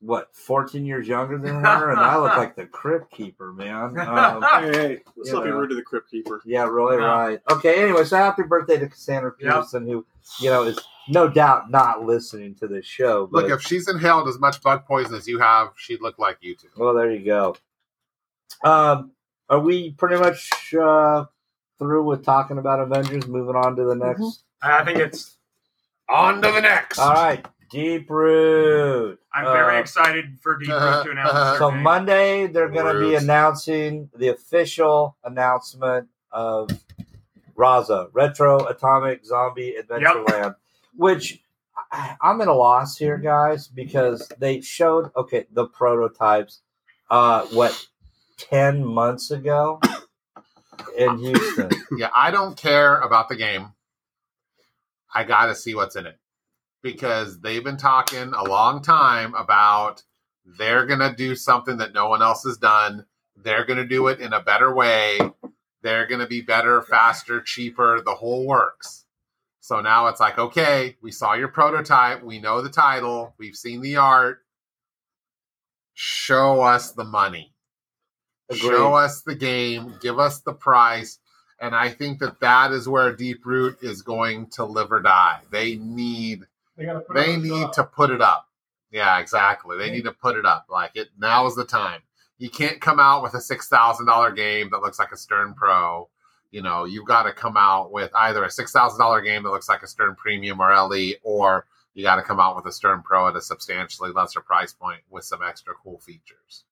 [SPEAKER 1] what, 14 years younger than her? And I look like the crypt keeper, man. Um,
[SPEAKER 4] Ah.
[SPEAKER 2] Hey, hey, let's
[SPEAKER 1] You
[SPEAKER 2] not be
[SPEAKER 1] know.
[SPEAKER 2] rude to the Crypt Keeper.
[SPEAKER 1] yeah, really
[SPEAKER 4] Yeah.
[SPEAKER 1] right. Okay, anyway, so happy birthday to Cassandra
[SPEAKER 4] Yep.
[SPEAKER 1] Peterson, who, you know, is no doubt not listening to this show. But,
[SPEAKER 3] Look, if she's inhaled as much bug poison as you have, she'd look like you too.
[SPEAKER 1] well, there you go. Um, are we pretty much uh, through with talking about Avengers? Moving on to the next.
[SPEAKER 4] I think it's.
[SPEAKER 3] On to the next.
[SPEAKER 1] All right, Deep Root.
[SPEAKER 4] I'm very
[SPEAKER 1] Uh,
[SPEAKER 4] excited for Deep
[SPEAKER 3] uh,
[SPEAKER 4] Root to announce. their
[SPEAKER 1] So
[SPEAKER 4] name.
[SPEAKER 1] Monday they're going to be
[SPEAKER 3] Roots.
[SPEAKER 1] announcing the official announcement of Raza Retro Atomic Zombie Adventureland, which I- I'm at a loss here, guys, because they showed okay the prototypes. Uh, what ten months ago in Houston?
[SPEAKER 3] Yeah, I don't care about the game. I got to see what's in it because they've been talking a long time about they're going to do something that no one else has done. They're going to do it in a better way. They're going to be better, faster, cheaper, the whole works. So now it's like, okay, we saw your prototype. We know the title. We've seen the art. Show us the money show
[SPEAKER 1] Agreed.
[SPEAKER 3] us the game, give us the price. And I think that that is where Deep Root is going to live or die. They need
[SPEAKER 4] They gotta put
[SPEAKER 3] they
[SPEAKER 4] on the
[SPEAKER 3] need
[SPEAKER 4] job.
[SPEAKER 3] to put it up. Yeah, exactly. They need to put it up. Like it now is the time. You can't come out with a six thousand dollar game that looks like a Stern Pro. You know, you've got to come out with either a six thousand dollar game that looks like a Stern Premium or LE, or you got to come out with a Stern Pro at a substantially lesser price point with some extra cool features.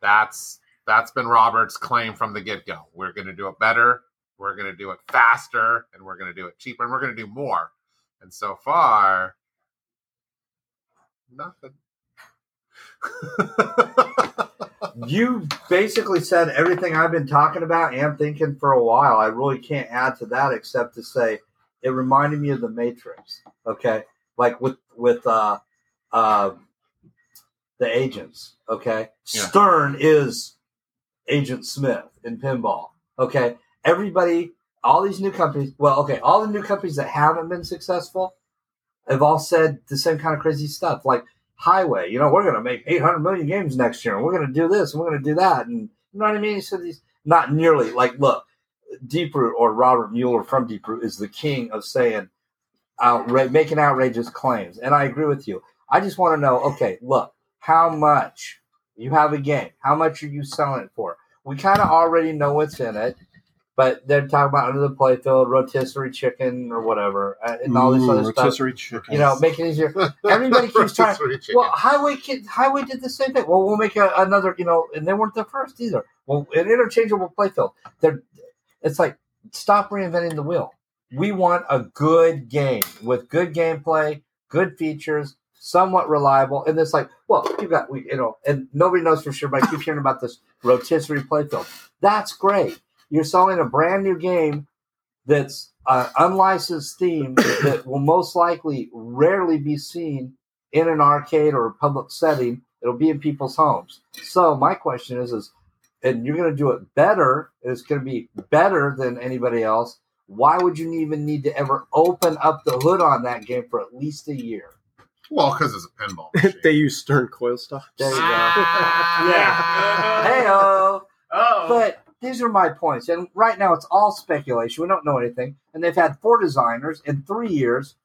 [SPEAKER 3] That's that's been Robert's claim from the get go. We're going to do it better. We're going to do it faster, and we're going to do it cheaper, and we're going to do more. And so far, Nothing.
[SPEAKER 1] You basically said everything I've been talking about and thinking for a while. I really can't add to that except to say it reminded me of the Matrix. Okay, like with with uh, uh, the agents. Okay,
[SPEAKER 3] Yeah.
[SPEAKER 1] Stern is Agent Smith in pinball. Okay, everybody, all these new companies. Well, okay, all the new companies that haven't been successful have all said the same kind of crazy stuff. Like highway. You know, we're going to make 800 million games next year, and we're going to do this, and we're going to do that, and you know what I mean. So these not nearly like look, Deeproot or Robert Mueller from Deeproot is the king of saying outra- making outrageous claims, and I agree with you. I just want to know, okay, look, how much you have a game? How much are you selling it for? We kind of already know what's in it. But they're talking about under the playfield, rotisserie chicken or whatever, uh, and all this
[SPEAKER 2] Ooh,
[SPEAKER 1] other stuff.
[SPEAKER 2] rotisserie chicken.
[SPEAKER 1] You know, make it easier. Everybody keeps trying-
[SPEAKER 3] Rotisserie chicken.
[SPEAKER 1] Well, Highway kid, Highway did the same thing. Well, we'll make a, another, you know, and they weren't the first either. Well, an interchangeable playfield. They're, it's like stop reinventing the wheel. We want a good game with good gameplay, good features, somewhat reliable. And it's like, well, you got, we, you know, and nobody knows for sure, but I keep hearing about this rotisserie playfield. That's great. You're selling a brand new game that's an unlicensed theme that will most likely rarely be seen in an arcade or a public setting. It'll be in people's homes. So my question is, is and you're going to do it better. And it's going to be better than anybody else. Why would you even need to ever open up the hood on that game for at least a year?
[SPEAKER 3] well, because it's a pinball. machine.
[SPEAKER 2] they use Stern coil stuff.
[SPEAKER 1] There you go.
[SPEAKER 3] Ah.
[SPEAKER 1] Hey, oh.
[SPEAKER 4] Oh,
[SPEAKER 1] But these are my points. And right now it's all speculation. We don't know anything. And they've had four designers in three years.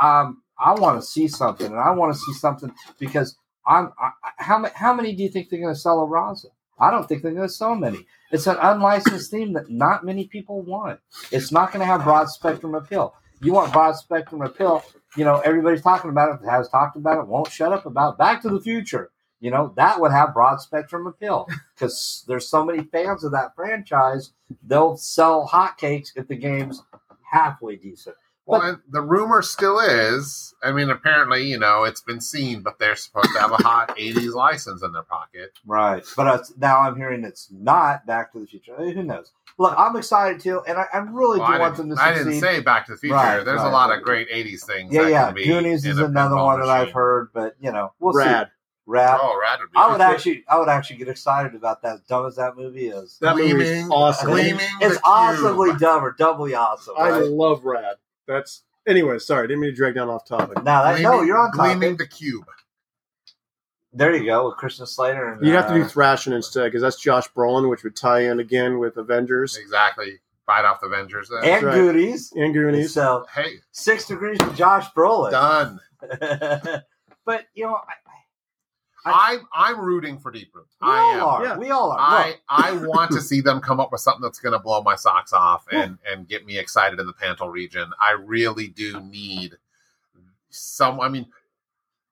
[SPEAKER 1] Um, I want to see something, and I want to see something because I'm. I, I- how many? How many do you think they're going to sell a Raza? I don't think they're going to sell many. It's an unlicensed theme that not many people want. It's not going to have broad spectrum appeal. You want broad spectrum appeal. You know, everybody's talking about it. Has talked about it. Won't shut up about. Back to the Future. You know that would have broad spectrum appeal because there's so many fans of that franchise, they'll sell hotcakes if the game's halfway decent.
[SPEAKER 3] Well, and the rumor still is. I mean, apparently, you know, it's been seen, but they're supposed to have a hot '80s license in their pocket.
[SPEAKER 1] Right. But uh, now I'm hearing it's not Back to the Future. Eh, Who knows? Look, I'm excited too, and I, I really
[SPEAKER 3] Well,
[SPEAKER 1] do
[SPEAKER 3] I,
[SPEAKER 1] want them
[SPEAKER 3] didn't,
[SPEAKER 1] to
[SPEAKER 3] I
[SPEAKER 1] succeed.
[SPEAKER 3] didn't say Back to the Future.
[SPEAKER 1] Right,
[SPEAKER 3] There's
[SPEAKER 1] right.
[SPEAKER 3] a lot of great '80s things.
[SPEAKER 1] yeah,
[SPEAKER 3] that
[SPEAKER 1] yeah.
[SPEAKER 3] Can be
[SPEAKER 1] Goonies
[SPEAKER 3] in
[SPEAKER 1] is
[SPEAKER 3] a
[SPEAKER 1] another
[SPEAKER 3] pinball
[SPEAKER 1] one that I've
[SPEAKER 3] machine.
[SPEAKER 1] heard, but you know, we'll
[SPEAKER 2] Rad.
[SPEAKER 1] see. Rad.
[SPEAKER 3] Oh, rad would be.
[SPEAKER 1] I would actually, I would actually get excited about that. As dumb as that movie is,
[SPEAKER 2] That movie's
[SPEAKER 3] Gleaming.
[SPEAKER 2] awesome.
[SPEAKER 3] Gleaming
[SPEAKER 1] it's
[SPEAKER 3] the
[SPEAKER 1] awesomely
[SPEAKER 3] Cube.
[SPEAKER 1] dumb or doubly awesome.
[SPEAKER 2] I
[SPEAKER 1] Right?
[SPEAKER 2] love Rad. That's anyway. Sorry, didn't mean to drag down off topic.
[SPEAKER 1] Now that no, you're on topic.
[SPEAKER 3] Gleaming the cube.
[SPEAKER 1] There you go with Christian Slater. And,
[SPEAKER 2] You'd have to do
[SPEAKER 1] uh,
[SPEAKER 2] Thrashing instead because that's Josh Brolin, which would tie in again with Avengers
[SPEAKER 3] Exactly. Fight off the Avengers. There.
[SPEAKER 1] and
[SPEAKER 2] right.
[SPEAKER 1] Goonies.
[SPEAKER 2] and Goonies.
[SPEAKER 1] So
[SPEAKER 3] hey,
[SPEAKER 1] six degrees from Josh Brolin.
[SPEAKER 3] done.
[SPEAKER 1] but you know, I,
[SPEAKER 3] I'm I'm rooting for Deep Root.
[SPEAKER 1] we
[SPEAKER 3] I
[SPEAKER 1] all
[SPEAKER 3] am.
[SPEAKER 1] are.
[SPEAKER 2] Yeah.
[SPEAKER 1] We all are.
[SPEAKER 3] I
[SPEAKER 1] Look,
[SPEAKER 3] I want to see them come up with something that's going to blow my socks off and and get me excited in the Pantle region. I really do need some. I mean,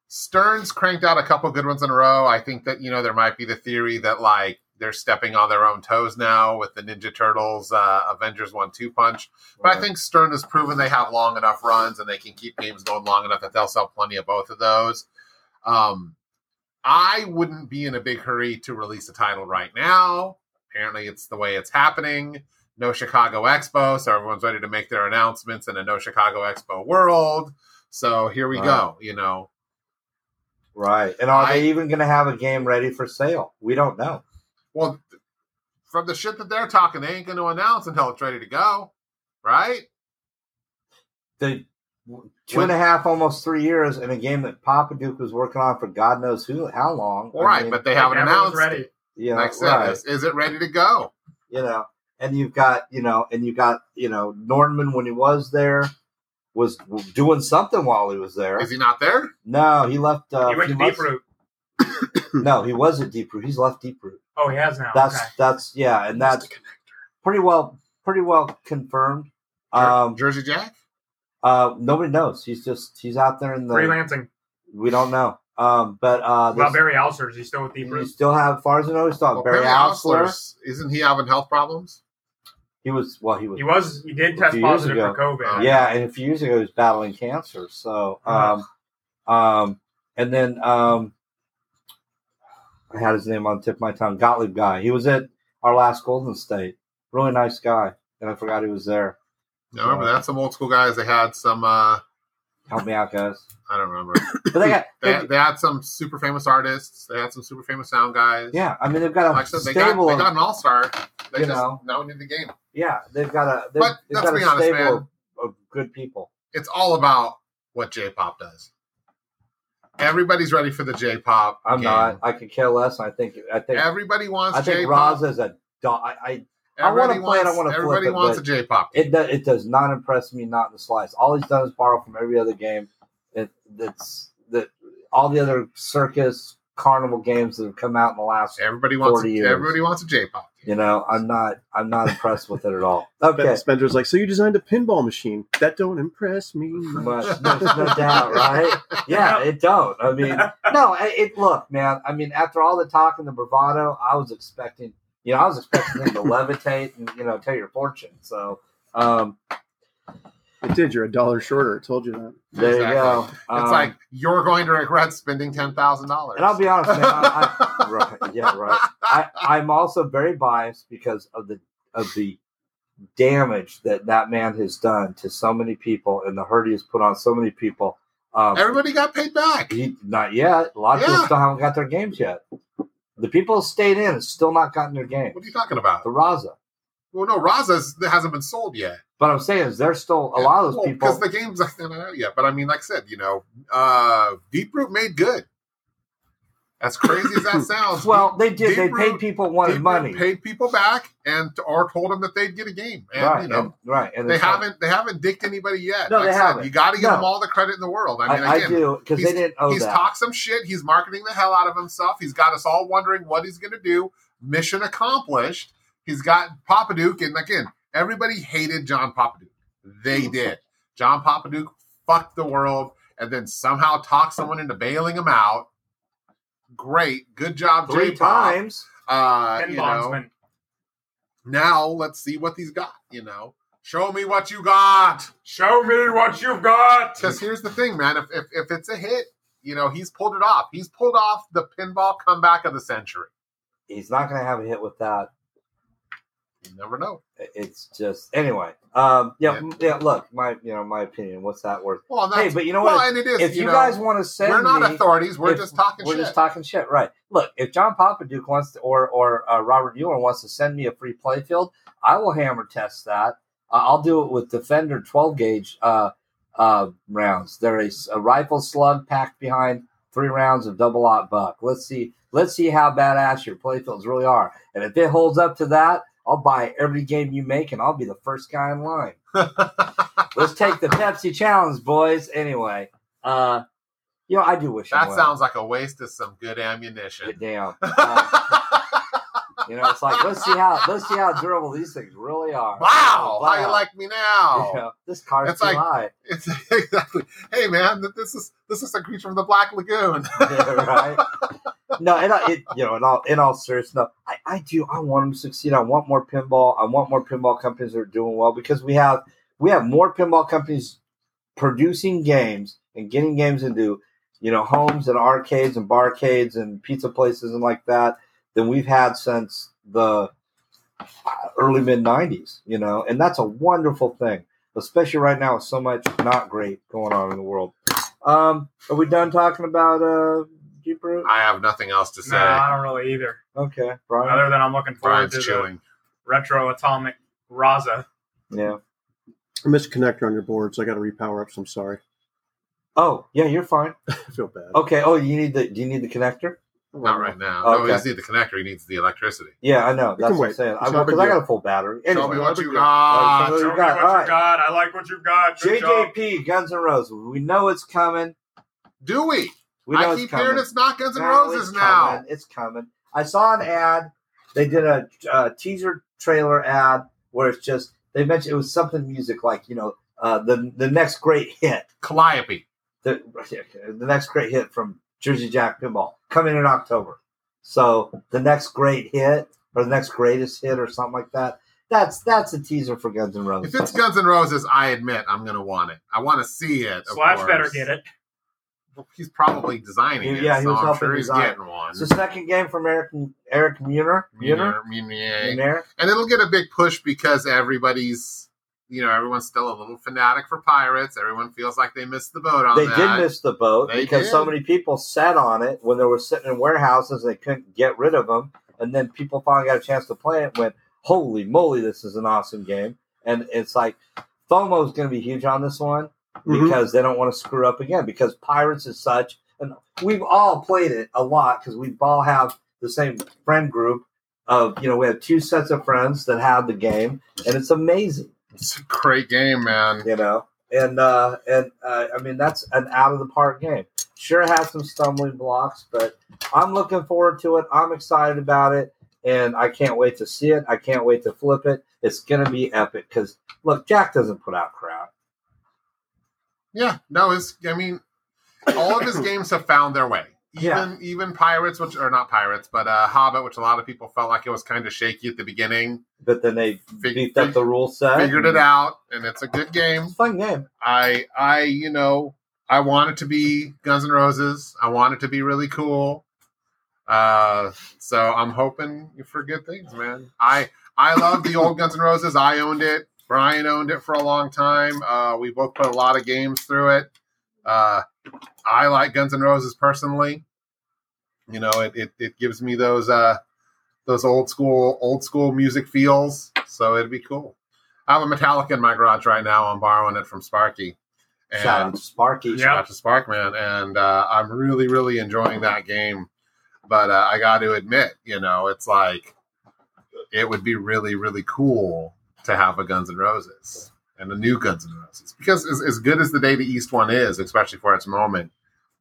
[SPEAKER 3] Stearns cranked out a couple good ones in a row. I think that you know there might be the theory that like they're stepping on their own toes now with the Ninja Turtles uh, Avengers one two punch. But I think Stern has proven they have long enough runs and they can keep games going long enough that they'll sell plenty of both of those. Um, I wouldn't be in a big hurry to release a title right now. Apparently, it's the way it's happening. No Chicago Expo, so everyone's ready to make their announcements in a no Chicago Expo world. So here we go. You know,
[SPEAKER 1] right. And are
[SPEAKER 3] I-
[SPEAKER 1] they even going to have a game ready for sale? We don't know.
[SPEAKER 3] well, from the shit that they're talking, they ain't going to announce until it's ready to go, right?
[SPEAKER 1] The two and a half, almost three years, in a game that Papa Duke was working on for God knows who, how long. I
[SPEAKER 3] right,
[SPEAKER 1] mean,
[SPEAKER 3] but they haven't
[SPEAKER 4] Like, everyone's
[SPEAKER 3] announced.
[SPEAKER 4] ready.
[SPEAKER 3] It.
[SPEAKER 1] you know,
[SPEAKER 3] Like I said,
[SPEAKER 1] right.
[SPEAKER 3] is, is it ready to go?
[SPEAKER 1] you know, and you've got, you know, and you got, you know, Nordman when he was there was doing something while he was there.
[SPEAKER 3] Is he not there?
[SPEAKER 1] no, he left. Uh,
[SPEAKER 4] You
[SPEAKER 1] a few
[SPEAKER 4] went to Deep
[SPEAKER 1] months-
[SPEAKER 4] Root.
[SPEAKER 1] No, he was at Deep Root. He's left Deep Root.
[SPEAKER 4] Oh, he has now.
[SPEAKER 1] That's
[SPEAKER 4] okay.
[SPEAKER 1] that's yeah, and that's pretty well pretty well confirmed. Um,
[SPEAKER 3] Jersey Jack?
[SPEAKER 1] uh, nobody knows. He's just he's out there in the
[SPEAKER 4] freelancing.
[SPEAKER 1] we don't know. Um, but uh,
[SPEAKER 4] What about
[SPEAKER 1] there's-
[SPEAKER 4] Barry Alsers? He's still with Deep
[SPEAKER 1] you
[SPEAKER 4] Root.
[SPEAKER 1] still have as far as I know, we still have
[SPEAKER 3] Well,
[SPEAKER 1] Barry
[SPEAKER 3] Barry
[SPEAKER 1] Osler.
[SPEAKER 3] Osler's- Isn't he having health problems?
[SPEAKER 1] He was well, he was
[SPEAKER 4] He was. He did
[SPEAKER 1] A
[SPEAKER 4] test
[SPEAKER 1] few years
[SPEAKER 4] positive for
[SPEAKER 1] ago.
[SPEAKER 4] COVID.
[SPEAKER 1] Yeah, and a few years ago he was battling cancer. So, um, um, and then um, I had his name on the tip of my tongue. Gottlieb guy. He was at our last Golden State. Really nice guy, and I forgot he was there.
[SPEAKER 3] I remember
[SPEAKER 1] Uh,
[SPEAKER 3] that's some old school guys. They had some. uh
[SPEAKER 1] Help me out, guys.
[SPEAKER 3] I don't remember.
[SPEAKER 1] But they got,
[SPEAKER 3] They,
[SPEAKER 1] they-
[SPEAKER 3] they had some super famous artists. They had some super famous sound guys.
[SPEAKER 1] yeah. I mean, they've got a
[SPEAKER 3] like I said, they got
[SPEAKER 1] stable.
[SPEAKER 3] they
[SPEAKER 1] of-
[SPEAKER 3] got an all star. They
[SPEAKER 1] You
[SPEAKER 3] just
[SPEAKER 1] know.
[SPEAKER 3] now we need the game.
[SPEAKER 1] yeah, they've got a they've,
[SPEAKER 3] But
[SPEAKER 1] they've
[SPEAKER 3] let's
[SPEAKER 1] got a
[SPEAKER 3] be honest,
[SPEAKER 1] stable
[SPEAKER 3] man.
[SPEAKER 1] of, of good people.
[SPEAKER 3] It's all about what J-pop does. Everybody's ready for the J-pop.
[SPEAKER 1] I'm
[SPEAKER 3] game.
[SPEAKER 1] not. I could care less. I think. I think.
[SPEAKER 3] Everybody wants
[SPEAKER 1] I think
[SPEAKER 3] J-pop.
[SPEAKER 1] Roz is a. do- I, I I wanna
[SPEAKER 3] Everybody
[SPEAKER 1] play it, I
[SPEAKER 3] wants.
[SPEAKER 1] wanna flip
[SPEAKER 3] Everybody
[SPEAKER 1] it,
[SPEAKER 3] wants a
[SPEAKER 1] but
[SPEAKER 3] J-pop.
[SPEAKER 1] It does, it does not impress me, not in the slice. All he's done is borrow from every other game. It, that's that all the other circus carnival games that have come out in the last.
[SPEAKER 3] Everybody wants.
[SPEAKER 1] 40
[SPEAKER 3] A,
[SPEAKER 1] years.
[SPEAKER 3] everybody wants a J-pop.
[SPEAKER 1] You know, I'm not I'm not impressed with it at all.
[SPEAKER 2] Ben
[SPEAKER 1] Okay,
[SPEAKER 2] Spencer's like, so you designed a pinball machine? That don't impress me. much."
[SPEAKER 1] but there's no doubt, right? Yeah, it don't. I mean, no, I- it look, man. I mean, after all the talk and the bravado, I was expecting, you know, I was expecting him to levitate and you know tell your fortune. So. Um,
[SPEAKER 2] It did. You're a dollar shorter. I told you that.
[SPEAKER 1] there you go.
[SPEAKER 3] Exactly.
[SPEAKER 1] Um,
[SPEAKER 3] it's like you're going to regret spending ten thousand dollars.
[SPEAKER 1] And I'll be honest, man. I, I, right, yeah, right. I, I'm also very biased because of the of the damage that that man has done to so many people, and the hurt he has put on so many people. Um,
[SPEAKER 3] Everybody got paid back.
[SPEAKER 1] he, not yet. A lot of people
[SPEAKER 3] Yeah.
[SPEAKER 1] still haven't got their games yet. The people who stayed in have still not gotten their games.
[SPEAKER 3] What are you talking about?
[SPEAKER 1] The Raza.
[SPEAKER 3] Well, no, Raza's that hasn't been sold yet.
[SPEAKER 1] But I'm saying is there's still a lot of those people.
[SPEAKER 3] because the game's not out yet. But I mean, like I said, you know, uh, Deep Root made good. As crazy as that sounds,
[SPEAKER 1] well, they did.
[SPEAKER 3] Deep
[SPEAKER 1] They
[SPEAKER 3] Root-
[SPEAKER 1] paid people
[SPEAKER 3] Deep
[SPEAKER 1] wanted
[SPEAKER 3] Root
[SPEAKER 1] money,
[SPEAKER 3] paid people back, and or told them that they'd get a game. And
[SPEAKER 1] right?
[SPEAKER 3] you know,
[SPEAKER 1] and- right. And
[SPEAKER 3] they
[SPEAKER 1] it's like-
[SPEAKER 3] haven't they haven't dicked anybody yet.
[SPEAKER 1] No,
[SPEAKER 3] Like
[SPEAKER 1] they
[SPEAKER 3] I said,
[SPEAKER 1] haven't.
[SPEAKER 3] You got to give
[SPEAKER 1] No.
[SPEAKER 3] them all the credit in the world. I
[SPEAKER 1] I,
[SPEAKER 3] mean,
[SPEAKER 1] I
[SPEAKER 3] again,
[SPEAKER 1] do because they
[SPEAKER 3] he's-
[SPEAKER 1] didn't owe
[SPEAKER 3] he's
[SPEAKER 1] Oh, that.
[SPEAKER 3] talked some shit. He's marketing the hell out of himself. He's got us all wondering what he's going to do. Mission accomplished. He's got Papaduke, and again, everybody hated John Papaduke. They did. John Papaduke fucked the world, and then somehow talked someone into bailing him out. Great, good job,
[SPEAKER 1] Three
[SPEAKER 3] J-pop.
[SPEAKER 1] times.
[SPEAKER 3] Uh,
[SPEAKER 4] Ken
[SPEAKER 3] you know,
[SPEAKER 4] Bondsman.
[SPEAKER 3] now let's see what he's got. You know, Show me what you got.
[SPEAKER 4] Show me what you've got.
[SPEAKER 3] Because here's the thing, man. If, if if it's a hit, you know he's pulled it off. He's pulled off the pinball comeback of the century.
[SPEAKER 1] He's not going to have a hit with that.
[SPEAKER 3] You never know.
[SPEAKER 1] It's just anyway. Um, yeah,
[SPEAKER 3] Yeah.
[SPEAKER 1] m- yeah. Look, my you know my opinion. What's that worth?
[SPEAKER 3] Well, and
[SPEAKER 1] Hey,
[SPEAKER 3] that's,
[SPEAKER 1] but you know
[SPEAKER 3] well,
[SPEAKER 1] what?
[SPEAKER 3] and it is.
[SPEAKER 1] if you,
[SPEAKER 3] you, know,
[SPEAKER 1] guys want to send
[SPEAKER 3] we're not
[SPEAKER 1] me,
[SPEAKER 3] authorities. We're
[SPEAKER 1] if-
[SPEAKER 3] just talking
[SPEAKER 1] we're
[SPEAKER 3] shit.
[SPEAKER 1] just talking shit, right? Look, if John Papaduke wants to, or or uh, Robert Mueller wants to send me a free playfield, I will hammer test that. Uh, I'll do it with Defender 12 gauge uh, uh, rounds. They're a, s- a rifle slug packed behind three rounds of double lot buck. Let's see, let's see how badass your playfields really are. And if it holds up to that, I'll buy every game you make, and I'll be the first guy in line. Let's take the Pepsi challenge, boys. Anyway, uh, you know I do wish
[SPEAKER 3] that
[SPEAKER 1] him well.
[SPEAKER 3] sounds like a waste of some good ammunition.
[SPEAKER 1] Get down. Uh, you know, it's like let's see how let's see how durable these things really are.
[SPEAKER 3] wow, how you
[SPEAKER 1] Oh, Wow.
[SPEAKER 3] like me now?
[SPEAKER 1] You know, this car's
[SPEAKER 3] It's
[SPEAKER 1] too
[SPEAKER 3] like-
[SPEAKER 1] high,
[SPEAKER 3] It's exactly. Hey, man, th- this is this is a creature from the Black Lagoon.
[SPEAKER 1] right? No, and I, it, you know, in all in all seriousness, I, I do. I want them to succeed. I want more pinball. I want more pinball companies that are doing well because we have we have more pinball companies producing games and getting games into you know homes and arcades and barcades and pizza places and like that than we've had since the uh, early mid '90s. You know, and that's a wonderful thing, especially right now with so much not great going on in the world. Um, are we done talking about uh, Deep Root?
[SPEAKER 3] I have nothing else to say.
[SPEAKER 4] No, I don't really either.
[SPEAKER 1] Okay, Brian.
[SPEAKER 4] Other than I'm looking forward
[SPEAKER 3] Brian's
[SPEAKER 4] to the
[SPEAKER 3] chewing.
[SPEAKER 4] retro atomic Raza.
[SPEAKER 1] Yeah.
[SPEAKER 2] I missed a connector on your board, so I got to repower up. So I'm sorry.
[SPEAKER 1] Oh, yeah, you're fine.
[SPEAKER 2] I feel bad.
[SPEAKER 1] Okay. Oh, you need the. Do you need the connector?
[SPEAKER 3] Not right now. No, he
[SPEAKER 1] Okay.
[SPEAKER 3] doesn't need the connector. He needs the electricity.
[SPEAKER 1] Yeah, I know.
[SPEAKER 2] can
[SPEAKER 1] That's what I'm
[SPEAKER 2] wait.
[SPEAKER 1] saying. I
[SPEAKER 2] It's not a
[SPEAKER 1] because
[SPEAKER 2] big
[SPEAKER 1] I got
[SPEAKER 2] deal.
[SPEAKER 1] a full battery.
[SPEAKER 3] Show me
[SPEAKER 1] Anyway,
[SPEAKER 3] what you
[SPEAKER 1] Alright, so
[SPEAKER 3] got.
[SPEAKER 1] what
[SPEAKER 4] Show
[SPEAKER 1] you
[SPEAKER 4] me
[SPEAKER 1] got?
[SPEAKER 4] what
[SPEAKER 1] All
[SPEAKER 4] you
[SPEAKER 1] right.
[SPEAKER 4] got. I like what you've got. Good job.
[SPEAKER 1] JJP Guns N' Roses. We know it's coming.
[SPEAKER 3] Do we?
[SPEAKER 1] We know
[SPEAKER 3] I
[SPEAKER 1] it's
[SPEAKER 3] keep
[SPEAKER 1] coming.
[SPEAKER 3] hearing it's not Guns N'
[SPEAKER 1] No,
[SPEAKER 3] Roses
[SPEAKER 1] it's
[SPEAKER 3] now.
[SPEAKER 1] Coming. It's coming. I saw an ad. They did a, uh teaser trailer ad where it's just they mentioned it was something music like you know uh, the the next great hit.
[SPEAKER 3] Calliope.
[SPEAKER 1] the, the next great hit from Jersey Jack Pinball coming in October. So the next great hit or the next greatest hit or something like that. That's that's a teaser for Guns N' Roses.
[SPEAKER 3] If it's Guns N' Roses, I admit I'm going to want it. I want to see it. of
[SPEAKER 4] Slash
[SPEAKER 3] course.
[SPEAKER 4] better get it.
[SPEAKER 3] Well, He's probably designing it.
[SPEAKER 1] Yeah, he was
[SPEAKER 3] so I'm
[SPEAKER 1] helping
[SPEAKER 3] sure he's
[SPEAKER 1] design.
[SPEAKER 3] getting one.
[SPEAKER 1] it's the second game from Eric Eric Muner. Muner.
[SPEAKER 3] Meow, meow, meow.
[SPEAKER 1] Muner.
[SPEAKER 3] and it'll get a big push because everybody's you know everyone's still a little fanatic for pirates everyone feels like they missed the boat on
[SPEAKER 1] They
[SPEAKER 3] that
[SPEAKER 1] did miss the boat
[SPEAKER 3] They
[SPEAKER 1] because so
[SPEAKER 3] did.
[SPEAKER 1] many people sat on it when they were sitting in warehouses. They couldn't get rid of them, and then people finally got a chance to play it. and Went, holy moly, this is an awesome game! And it's like FOMO is going to be huge on this one.
[SPEAKER 3] Mm-hmm.
[SPEAKER 2] Mhm.
[SPEAKER 1] because they don't want to screw up again. Because Pirates is such, and we've all played it a lot because we all have the same friend group of you know we have two sets of friends that have the game, and it's amazing,
[SPEAKER 3] it's a great game man
[SPEAKER 1] you know. And uh, and uh, I mean that's an out of the park game. Sure has some stumbling blocks, but I'm looking forward to it. I'm excited about it, and I can't wait to see it. I can't wait to flip it. It's gonna be epic because look, Jack doesn't put out crap.
[SPEAKER 3] yeah no it's i mean all of his games have found their way even
[SPEAKER 1] Yeah.
[SPEAKER 3] even pirates which are not pirates but uh hobbit which a lot of people felt like it was kind of shaky at the beginning
[SPEAKER 1] But then they
[SPEAKER 3] Fig-
[SPEAKER 1] beefed up the rule set,
[SPEAKER 3] figured it out and it's a good game
[SPEAKER 1] It's a fun game.
[SPEAKER 3] I I you know I want it to be Guns N' Roses. I want it to be really cool. Uh, so I'm hoping for good things, man. I I love the old Guns N' Roses. I owned it. Brian owned it for a long time. Uh, we both put a lot of games through it. Uh, I like Guns N' Roses personally. You know, it it, it gives me those uh those old school old school music feels. So it'd be cool. I have a Metallica in my garage right now. I'm borrowing it from Sparky. And
[SPEAKER 1] Shout out to Sparky.
[SPEAKER 4] Yeah.
[SPEAKER 3] shout out to Sparkman, and uh, I'm really, really enjoying that game. But uh, I got to admit, you know, it's like it would be really, really cool to have a Guns N' Roses and a new Guns N' Roses because as, as good as the Day to East one is, especially for its moment,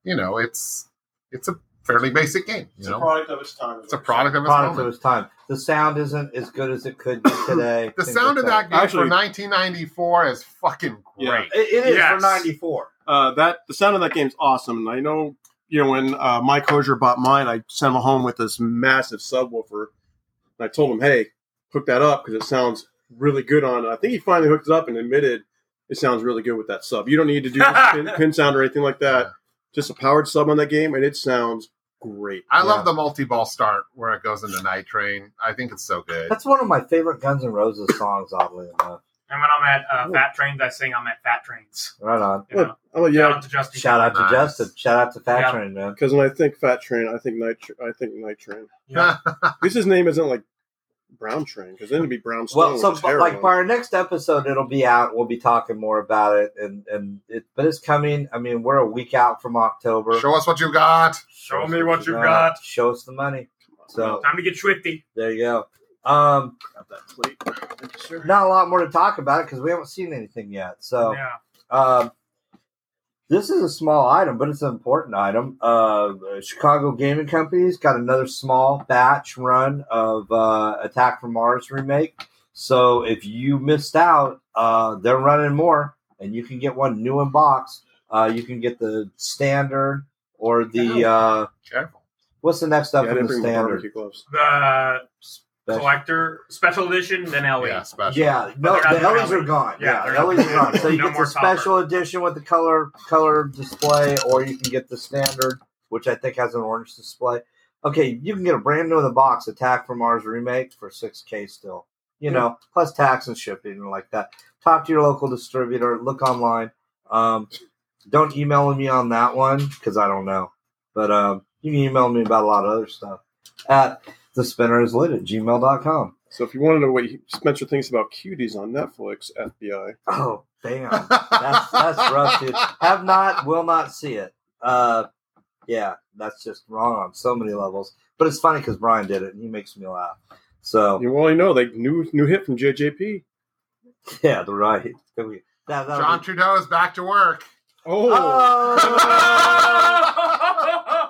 [SPEAKER 3] you know, it's it's a fairly basic game. You
[SPEAKER 2] It's a
[SPEAKER 3] know,
[SPEAKER 2] product of its time.
[SPEAKER 3] it's a product of its
[SPEAKER 1] Product of
[SPEAKER 3] moment.
[SPEAKER 1] its time. The sound isn't as good as it could be today.
[SPEAKER 3] The
[SPEAKER 1] things
[SPEAKER 3] sound
[SPEAKER 1] like
[SPEAKER 3] of that game
[SPEAKER 2] Actually-
[SPEAKER 3] for 1994 is fucking great.
[SPEAKER 1] It,
[SPEAKER 2] Yeah.
[SPEAKER 1] it is for
[SPEAKER 4] Yes.
[SPEAKER 1] '94.
[SPEAKER 2] Uh, that the sound of that game's awesome. And I know you know when uh, Mike Hosier bought mine, I sent him home with this massive subwoofer, and I told him, "Hey, hook that up because it sounds really good on it. I think he finally hooked it up and admitted it sounds really good with that sub. You don't need to do pin, pin sound or anything like that.
[SPEAKER 3] Yeah.
[SPEAKER 2] Just a powered sub on that game, and it sounds great.
[SPEAKER 3] I
[SPEAKER 1] Yeah.
[SPEAKER 3] love the multi-ball start where it goes into Night Train. I think it's so good.
[SPEAKER 1] That's one of my favorite Guns N' Roses songs, oddly enough.
[SPEAKER 4] And when I'm at uh, Fat Trains, I sing I'm at Fat Trains.
[SPEAKER 1] Right on.
[SPEAKER 4] You know?
[SPEAKER 2] Oh
[SPEAKER 4] Shout
[SPEAKER 2] yeah,
[SPEAKER 4] out to Justin.
[SPEAKER 1] Shout out to
[SPEAKER 3] Nice.
[SPEAKER 1] Justin. Shout out to Fat
[SPEAKER 4] Yeah.
[SPEAKER 1] Train, man.
[SPEAKER 2] because when I think Fat Train, I think Night. Tra- I think Night Train.
[SPEAKER 4] Yeah.
[SPEAKER 2] At least his name isn't like Brown Train, because then it'd be Brown Stone.
[SPEAKER 1] Well, so
[SPEAKER 2] which is
[SPEAKER 1] but, like
[SPEAKER 2] heroin.
[SPEAKER 1] by our next episode, it'll be out. We'll be talking more about it, and and it, but it's coming. I mean, we're a week out from October.
[SPEAKER 3] Show us what you got.
[SPEAKER 4] Show
[SPEAKER 1] us
[SPEAKER 4] me what you got.
[SPEAKER 1] Show us the money. So
[SPEAKER 4] Time to get swifty.
[SPEAKER 1] there you go. Um,
[SPEAKER 2] Got that plate. Thank you, sir.
[SPEAKER 1] not a lot more to talk about it because we haven't seen anything yet. So
[SPEAKER 4] Yeah.
[SPEAKER 1] um, this is a small item, but it's an important item. Uh, Chicago Gaming Company's got another small batch run of uh, Attack from Mars remake. So if you missed out, uh, they're running more, and you can get one new in box. Uh, you can get the standard or the uh,
[SPEAKER 3] Careful.
[SPEAKER 1] what's the next
[SPEAKER 2] Yeah,
[SPEAKER 1] up
[SPEAKER 2] I
[SPEAKER 1] in
[SPEAKER 2] didn't
[SPEAKER 1] the
[SPEAKER 2] bring my
[SPEAKER 1] standard?
[SPEAKER 2] barbecue gloves.
[SPEAKER 4] The
[SPEAKER 1] Special-
[SPEAKER 4] collector special edition, then LE.
[SPEAKER 3] Yeah, special.
[SPEAKER 1] Yeah, no,
[SPEAKER 4] they're not
[SPEAKER 1] the
[SPEAKER 4] doing
[SPEAKER 1] Ellie's are
[SPEAKER 4] LEs.
[SPEAKER 1] gone.
[SPEAKER 4] Yeah,
[SPEAKER 1] Yeah,
[SPEAKER 4] they're
[SPEAKER 1] the Ellie's are
[SPEAKER 4] not-
[SPEAKER 1] gone. So you
[SPEAKER 4] no
[SPEAKER 1] get
[SPEAKER 4] more
[SPEAKER 1] the special
[SPEAKER 4] copper.
[SPEAKER 1] edition with the color color display, or you can get the standard, which I think has an orange display. Okay, you can get a brand new in the box Attack from Mars remake for six K still.
[SPEAKER 4] Hmm.
[SPEAKER 1] You know, plus tax and shipping and like that. Talk to your local distributor. Look online. Um, don't email me on that one because I don't know. But um, you can email me about a lot of other stuff at the spinner is lit at gmail.com.
[SPEAKER 2] So if you want to know what Spencer thinks about cuties on Netflix, FBI,
[SPEAKER 1] Oh, damn. That's that's rough, dude. Have not, will not see it. Uh, yeah, that's just wrong on so many levels. But it's funny because Brian did it, and he makes me laugh. So
[SPEAKER 2] you already know they new new hit from JJP.
[SPEAKER 1] yeah, the right. That, we- that, that'll
[SPEAKER 3] John
[SPEAKER 1] be-
[SPEAKER 3] Trudeau is back to work.
[SPEAKER 1] Ah!
[SPEAKER 2] Oh,
[SPEAKER 1] oh,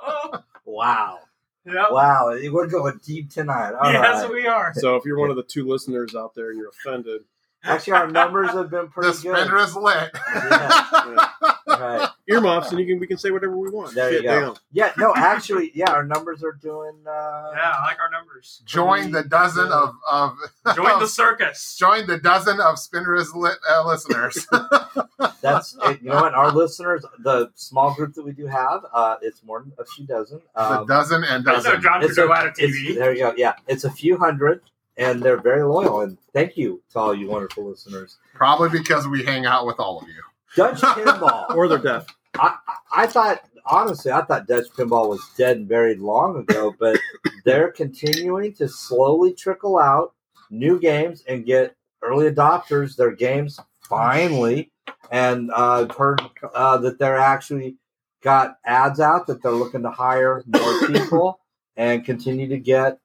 [SPEAKER 1] wow,
[SPEAKER 4] Yep.
[SPEAKER 1] wow! We're going deep tonight. All right.
[SPEAKER 4] yes, we are.
[SPEAKER 2] so if you're one of the two listeners out there and you're offended,
[SPEAKER 1] Actually, our numbers have been pretty
[SPEAKER 3] the spinner
[SPEAKER 1] good.
[SPEAKER 3] is lit.
[SPEAKER 1] Yeah. All right.
[SPEAKER 2] earmuffs, and you can we can say whatever we want.
[SPEAKER 1] There
[SPEAKER 2] Shit,
[SPEAKER 1] you go.
[SPEAKER 2] damn.
[SPEAKER 1] Yeah, no, actually, yeah, our numbers are doing. Uh,
[SPEAKER 4] Yeah, I like our numbers.
[SPEAKER 3] Join the dozen of, of
[SPEAKER 4] Join the circus.
[SPEAKER 3] join the dozen of spinner is lit uh, listeners.
[SPEAKER 1] That's it. You know what? Our listeners, the small group that we do have, uh, it's more than a few dozen.
[SPEAKER 3] the
[SPEAKER 1] Um,
[SPEAKER 3] dozen and
[SPEAKER 4] I know
[SPEAKER 3] dozen.
[SPEAKER 4] John
[SPEAKER 1] it's
[SPEAKER 4] Trudeau
[SPEAKER 1] a-
[SPEAKER 4] out of
[SPEAKER 1] it's-
[SPEAKER 4] TV.
[SPEAKER 1] there you go. Yeah, it's a few hundred, and they're very loyal. And thank you to all you wonderful listeners.
[SPEAKER 3] Probably because we hang out with all of you.
[SPEAKER 1] Dutch Pinball.
[SPEAKER 2] Or they're deaf.
[SPEAKER 1] I, I thought, honestly, I thought Dutch Pinball was dead and buried long ago, but they're continuing to slowly trickle out new games and get early adopters their games finally. And uh, I've heard uh, that they're actually got ads out that they're looking to hire more people and continue to get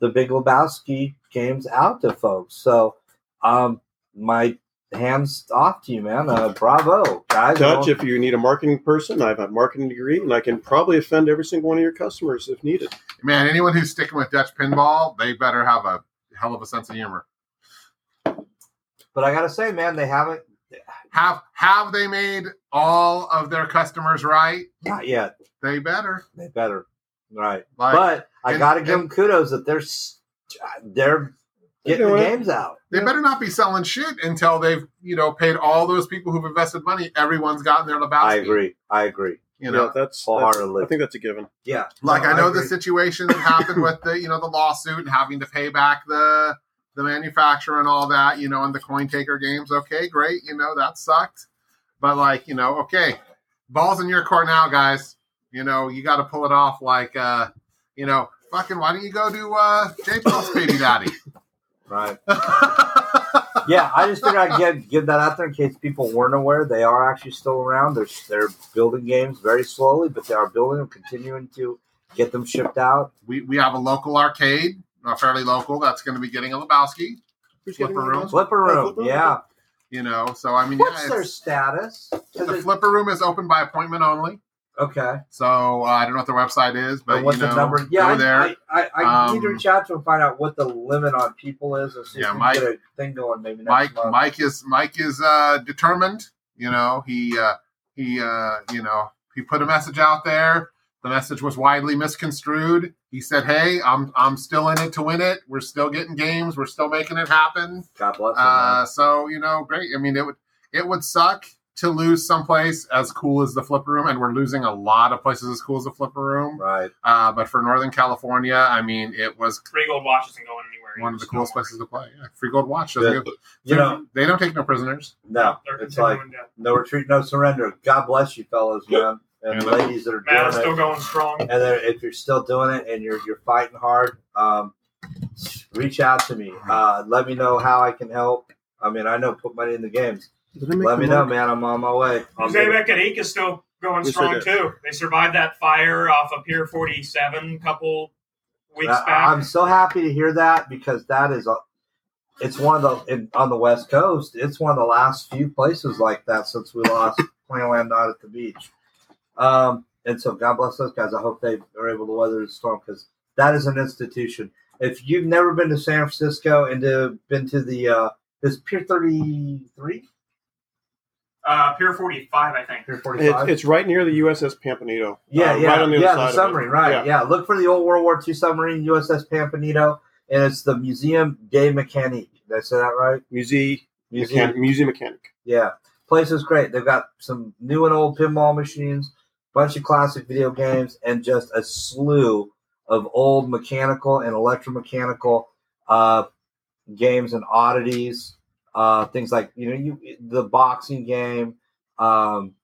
[SPEAKER 1] the Big Lebowski games out to folks. So, um, my hands off to you, man. Uh, bravo, guys.
[SPEAKER 2] Dutch, if you need a marketing person, I have a marketing degree, and I can probably offend every single one of your customers if needed.
[SPEAKER 3] Man, anyone who's sticking with Dutch pinball, they better have a hell of a sense of humor.
[SPEAKER 1] But I gotta say, man, they haven't
[SPEAKER 3] Have have they made all of their customers right?
[SPEAKER 1] not yet.
[SPEAKER 3] They better.
[SPEAKER 1] They better, right?
[SPEAKER 3] Like
[SPEAKER 1] but I
[SPEAKER 3] and-
[SPEAKER 1] gotta give
[SPEAKER 3] and-
[SPEAKER 1] them kudos that they're s- they're getting the
[SPEAKER 2] doing it.
[SPEAKER 1] games out.
[SPEAKER 3] they better not be selling shit until they've, you know, paid all those people who've invested money. Everyone's gotten their Lebowski.
[SPEAKER 1] I agree. I agree.
[SPEAKER 3] You know,
[SPEAKER 2] Yeah, that's, that's
[SPEAKER 1] Wholeheartedly.
[SPEAKER 2] I think that's a given.
[SPEAKER 1] Yeah,
[SPEAKER 3] like
[SPEAKER 1] No,
[SPEAKER 3] I know the
[SPEAKER 1] agree.
[SPEAKER 3] situation that happened with the, you know, the lawsuit and having to pay back the the manufacturer and all that, you know, and the coin taker games. Okay, great. You know, that sucked. But like, you know, okay, balls in your court now, guys. You know, you got to pull it off. Like, uh, you know, fucking, why don't you go to uh, J. Paul's baby daddy?
[SPEAKER 1] Right. Yeah, I just figured I'd give, give that out there in case people weren't aware. They are actually still around. They're, they're building games very slowly, but they are building them, continuing to get them shipped out.
[SPEAKER 3] we we have a local arcade, uh, fairly local, that's going to be getting a Lebowski. Flipper room.
[SPEAKER 1] Flipper Room, yeah.
[SPEAKER 3] You know, so I mean,
[SPEAKER 1] What's
[SPEAKER 3] yeah,
[SPEAKER 1] their
[SPEAKER 3] it's,
[SPEAKER 1] status? 'Cause
[SPEAKER 3] the
[SPEAKER 1] it-
[SPEAKER 3] flipper room is open by appointment only.
[SPEAKER 1] okay.
[SPEAKER 3] So uh, I don't know what their website is, but
[SPEAKER 1] and what's
[SPEAKER 3] you know,
[SPEAKER 1] the number? Yeah,
[SPEAKER 3] go
[SPEAKER 1] I,
[SPEAKER 3] there.
[SPEAKER 1] I, I, I need to
[SPEAKER 3] Um,
[SPEAKER 1] reach out to and find out what the limit on people is and see
[SPEAKER 3] Yeah,
[SPEAKER 1] if we
[SPEAKER 3] Mike-
[SPEAKER 1] can get a thing going maybe next
[SPEAKER 3] Mike
[SPEAKER 1] month.
[SPEAKER 3] Mike is Mike is uh, determined. You know, he uh, he uh, you know he put a message out there. The message was widely misconstrued. He said, "Hey, I'm I'm still in it to win it. We're still getting games. We're still making it happen."
[SPEAKER 1] God bless him. man.
[SPEAKER 3] Uh, so you know, great. I mean, it would it would suck to lose someplace as cool as the Flipper Room, and we're losing a lot of places as cool as the Flipper Room.
[SPEAKER 1] right.
[SPEAKER 3] Uh, but for Northern California, I mean, it was
[SPEAKER 4] Three gold watch isn't going anywhere.
[SPEAKER 3] one of the
[SPEAKER 4] It's
[SPEAKER 3] coolest
[SPEAKER 4] nowhere.
[SPEAKER 3] places to play. Yeah, free gold watch.
[SPEAKER 1] Yeah.
[SPEAKER 3] doesn't give-
[SPEAKER 1] You know,
[SPEAKER 3] they don't take no prisoners.
[SPEAKER 1] no.
[SPEAKER 4] They're
[SPEAKER 1] It's like
[SPEAKER 4] continuing to-
[SPEAKER 1] no retreat, no surrender. God bless you, fellas, man, and
[SPEAKER 3] Yeah.
[SPEAKER 1] ladies that are
[SPEAKER 4] Matt is
[SPEAKER 1] doing it.
[SPEAKER 4] still going strong.
[SPEAKER 1] and then if you're still doing it and you're you're fighting hard, um, reach out to me. Uh, let me know how I can help. I mean, I know put money in the games.
[SPEAKER 2] Did I make
[SPEAKER 1] Let
[SPEAKER 2] the
[SPEAKER 1] me know,
[SPEAKER 2] mark?
[SPEAKER 1] man. I'm on my way. I'll
[SPEAKER 4] Jose
[SPEAKER 1] do it.
[SPEAKER 4] Mekanik is still going
[SPEAKER 2] Yes, they
[SPEAKER 4] strong
[SPEAKER 2] did.
[SPEAKER 4] too. They survived that fire off of Pier 47 a couple weeks
[SPEAKER 1] I-
[SPEAKER 4] back.
[SPEAKER 1] I'm so happy to hear that because that is a. It's one of the in, on the West Coast. It's one of the last few places like that since we lost Plainland out at the beach. Um, and so God bless those guys. I hope they are able to weather the storm because that is an institution. If you've never been to San Francisco and to, been to the uh, is Pier Thirty Three,
[SPEAKER 4] Uh, Pier 45, I think.
[SPEAKER 1] Pier Forty
[SPEAKER 2] It's,
[SPEAKER 1] Five.
[SPEAKER 2] it's right near the USS Pampanito.
[SPEAKER 1] Yeah,
[SPEAKER 2] uh,
[SPEAKER 1] yeah,
[SPEAKER 2] right on the
[SPEAKER 1] yeah.
[SPEAKER 2] other
[SPEAKER 1] the
[SPEAKER 2] side of it.
[SPEAKER 1] submarine, right? Yeah.
[SPEAKER 2] Yeah.
[SPEAKER 1] look for the old World War II submarine USS Pampanito, and it's the Museum des Mécaniques. Did I say that right?
[SPEAKER 2] Musee
[SPEAKER 1] Museum,
[SPEAKER 2] mechanic, musee mechanic.
[SPEAKER 1] yeah. Place is great. They've got some new and old pinball machines, bunch of classic video games, and just a slew of old mechanical and electromechanical uh, games and oddities. Uh, things like you know you the boxing game. Um,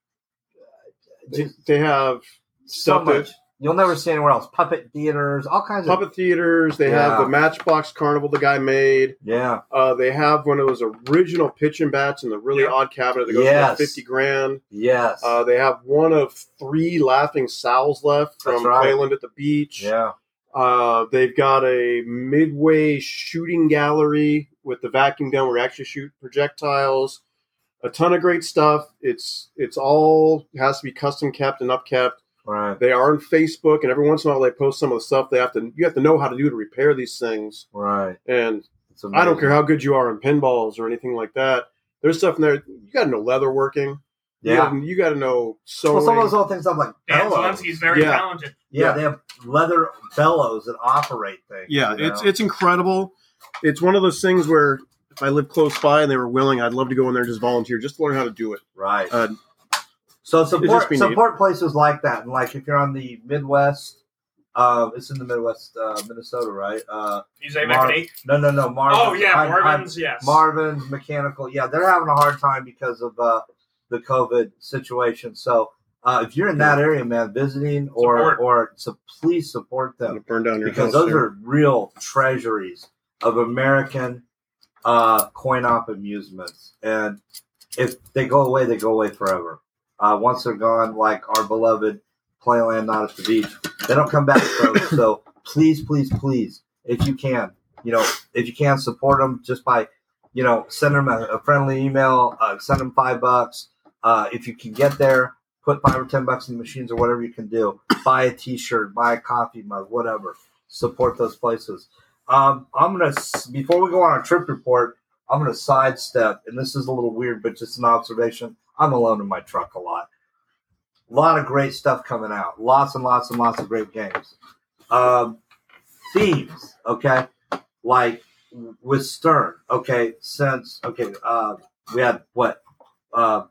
[SPEAKER 2] They, they have
[SPEAKER 1] so
[SPEAKER 2] Stuff that-
[SPEAKER 1] much you'll never see anywhere else. Puppet theaters, all kinds of
[SPEAKER 2] puppet theaters. They
[SPEAKER 1] Yeah.
[SPEAKER 2] have the Matchbox Carnival the guy made.
[SPEAKER 1] yeah.
[SPEAKER 2] Uh, they have one of those original pitching bats in the really
[SPEAKER 4] Yeah.
[SPEAKER 2] odd cabinet that goes for
[SPEAKER 1] Yes.
[SPEAKER 2] like fifty grand.
[SPEAKER 1] Yes.
[SPEAKER 2] Uh, they have one of three laughing sows left
[SPEAKER 1] That's
[SPEAKER 2] from
[SPEAKER 1] right.
[SPEAKER 2] Wayland at the beach.
[SPEAKER 1] yeah.
[SPEAKER 2] Uh, they've got a midway shooting gallery with the vacuum gun where you actually shoot projectiles. A ton of great stuff. It's it's all has to be custom kept and upkept.
[SPEAKER 1] Right.
[SPEAKER 2] They are on Facebook, and every once in a while they post some of the stuff. They have to you have to know how to do to repair these things.
[SPEAKER 1] Right.
[SPEAKER 2] And
[SPEAKER 1] It's
[SPEAKER 2] I don't
[SPEAKER 1] amazing.
[SPEAKER 2] care how good you are in pinballs or anything like that. There's stuff in there. You got to know leather working. You
[SPEAKER 1] Yeah.
[SPEAKER 2] gotta, you gotta know
[SPEAKER 1] Well,
[SPEAKER 2] sewing.
[SPEAKER 1] some of those old things I'm like
[SPEAKER 4] Dan
[SPEAKER 1] bellows.
[SPEAKER 4] Zelensky's very
[SPEAKER 2] Yeah.
[SPEAKER 4] talented.
[SPEAKER 1] Yeah,
[SPEAKER 2] Yeah.
[SPEAKER 1] they have leather bellows that operate things.
[SPEAKER 2] yeah,
[SPEAKER 1] you know?
[SPEAKER 2] it's it's incredible. It's one of those things where if I lived close by and they were willing, I'd love to go in there and just volunteer, just to learn how to do it.
[SPEAKER 1] right.
[SPEAKER 2] Uh,
[SPEAKER 1] so
[SPEAKER 2] just
[SPEAKER 1] support
[SPEAKER 2] be neat.
[SPEAKER 1] support places like that, and like if you're on the Midwest, um, it's in the Midwest, uh, Minnesota, right? Uh,
[SPEAKER 4] Jose
[SPEAKER 1] Mar-
[SPEAKER 4] Mekanik.
[SPEAKER 1] no, no, no, Marvin.
[SPEAKER 4] Oh, yeah,
[SPEAKER 1] I'm- I'm-
[SPEAKER 4] Marvin's, yes.
[SPEAKER 1] Marvin's mechanical. Yeah, they're having a hard time because of uh, the COVID situation. So uh, if you're in that area, man, visiting or
[SPEAKER 4] Support.
[SPEAKER 1] or so please support them.
[SPEAKER 2] I'm gonna burn down your
[SPEAKER 1] because
[SPEAKER 2] house
[SPEAKER 1] those
[SPEAKER 2] there.
[SPEAKER 1] are real treasuries of American uh, coin op amusements. And if they go away, they go away forever. Uh, once they're gone, like our beloved Playland Not at the Beach, they don't come back. folks. so please, please, please, if you can, you know, if you can support them just by, you know, send them a, a friendly email, uh, send them five bucks. Uh, if you can get there, put five or ten bucks in the machines or whatever you can do. Buy a T-shirt, buy a coffee mug, whatever. Support those places. Um, I'm gonna s- before we go on our trip report, I'm gonna sidestep, and this is a little weird, but just an observation. I'm alone in my truck a lot. A lot of great stuff coming out. Lots and lots and lots of great games. Um, themes, okay, like w- with Stern, okay. Since okay, uh, we had what uh,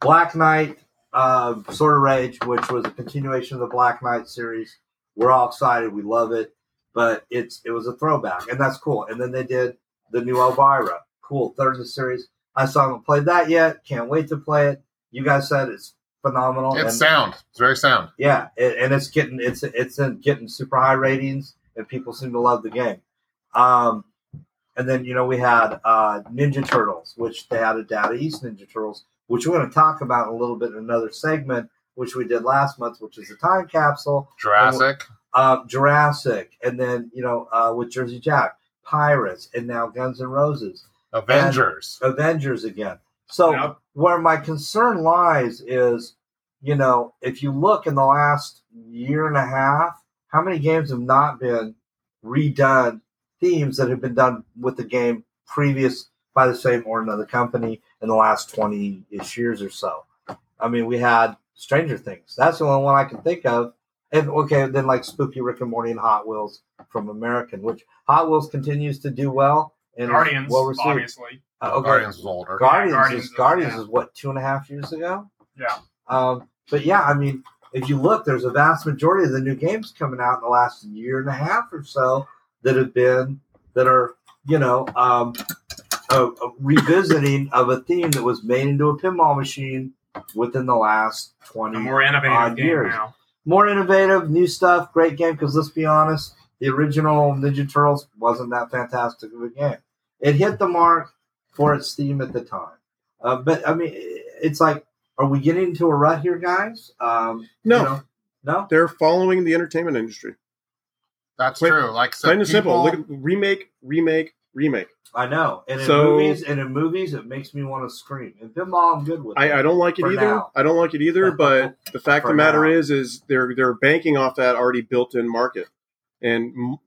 [SPEAKER 1] Black Knight, uh, Sword of Rage, which was a continuation of the Black Knight series. We're all excited. We love it, but it's it was a throwback, and that's cool. And then they did the new Elvira, cool, third in the series. I still haven't played that yet. Can't wait to play it. You guys said it's phenomenal.
[SPEAKER 3] It's
[SPEAKER 1] Oh, and-
[SPEAKER 3] sound. It's very sound.
[SPEAKER 1] yeah, and, and it's getting it's it's in getting super high ratings, and people seem to love the game. Um, and then you know we had uh, Ninja Turtles, which they added Data East Ninja Turtles, which we're going to talk about in a little bit in another segment, which we did last month, which is the time capsule,
[SPEAKER 3] Jurassic.
[SPEAKER 1] uh, Jurassic, and then you know uh, with Jersey Jack, Pirates, and now Guns N' Roses.
[SPEAKER 3] Avengers.
[SPEAKER 1] Avengers again. So
[SPEAKER 4] Yep.
[SPEAKER 1] where my concern lies is, you know, if you look in the last year and a half, how many games have not been redone themes that have been done with the game previous by the same or another company in the last twenty ish years or so. I mean, we had Stranger Things. That's the only one I can think of And okay, then like spooky Rick and Morty and Hot Wheels from American, which Hot Wheels continues to do well and is
[SPEAKER 4] Guardians,
[SPEAKER 1] well received.
[SPEAKER 4] obviously.
[SPEAKER 1] Uh, okay, Guardians,
[SPEAKER 3] Guardians was older.
[SPEAKER 1] Guardians,
[SPEAKER 4] Guardians
[SPEAKER 1] is
[SPEAKER 4] is-
[SPEAKER 1] Guardians
[SPEAKER 4] yeah.
[SPEAKER 1] is what two and a half years ago.
[SPEAKER 4] Yeah.
[SPEAKER 1] Um, but yeah, I mean, if you look, there's a vast majority of the new games coming out in the last year and a half or so that have been that are you know um, a, a revisiting of a theme that was made into a pinball machine within the last
[SPEAKER 4] A
[SPEAKER 1] twenty
[SPEAKER 4] more innovative
[SPEAKER 1] odd
[SPEAKER 4] game
[SPEAKER 1] years.
[SPEAKER 4] now.
[SPEAKER 1] more innovative, new stuff, great game. Because let's be honest, the original Ninja Turtles wasn't that fantastic of a game. It hit the mark for its theme at the time, uh, but I mean, it's like, are we getting into a rut here, guys? Um,
[SPEAKER 2] No,
[SPEAKER 1] you know, no.
[SPEAKER 2] they're following the entertainment industry.
[SPEAKER 3] That's
[SPEAKER 2] Plain-
[SPEAKER 3] true. Like so
[SPEAKER 2] Plain and simple.
[SPEAKER 3] people-
[SPEAKER 2] Look at remake, remake, remake.
[SPEAKER 1] I know, and in
[SPEAKER 2] So-
[SPEAKER 1] movies, and in movies, it makes me want to scream. And pinball, I'm good with.
[SPEAKER 2] I, I don't like it
[SPEAKER 1] For
[SPEAKER 2] either.
[SPEAKER 1] now.
[SPEAKER 2] I don't like it either. But the fact
[SPEAKER 1] For
[SPEAKER 2] of the matter
[SPEAKER 1] now.
[SPEAKER 2] is, is they're they're banking off that already built-in market, and m-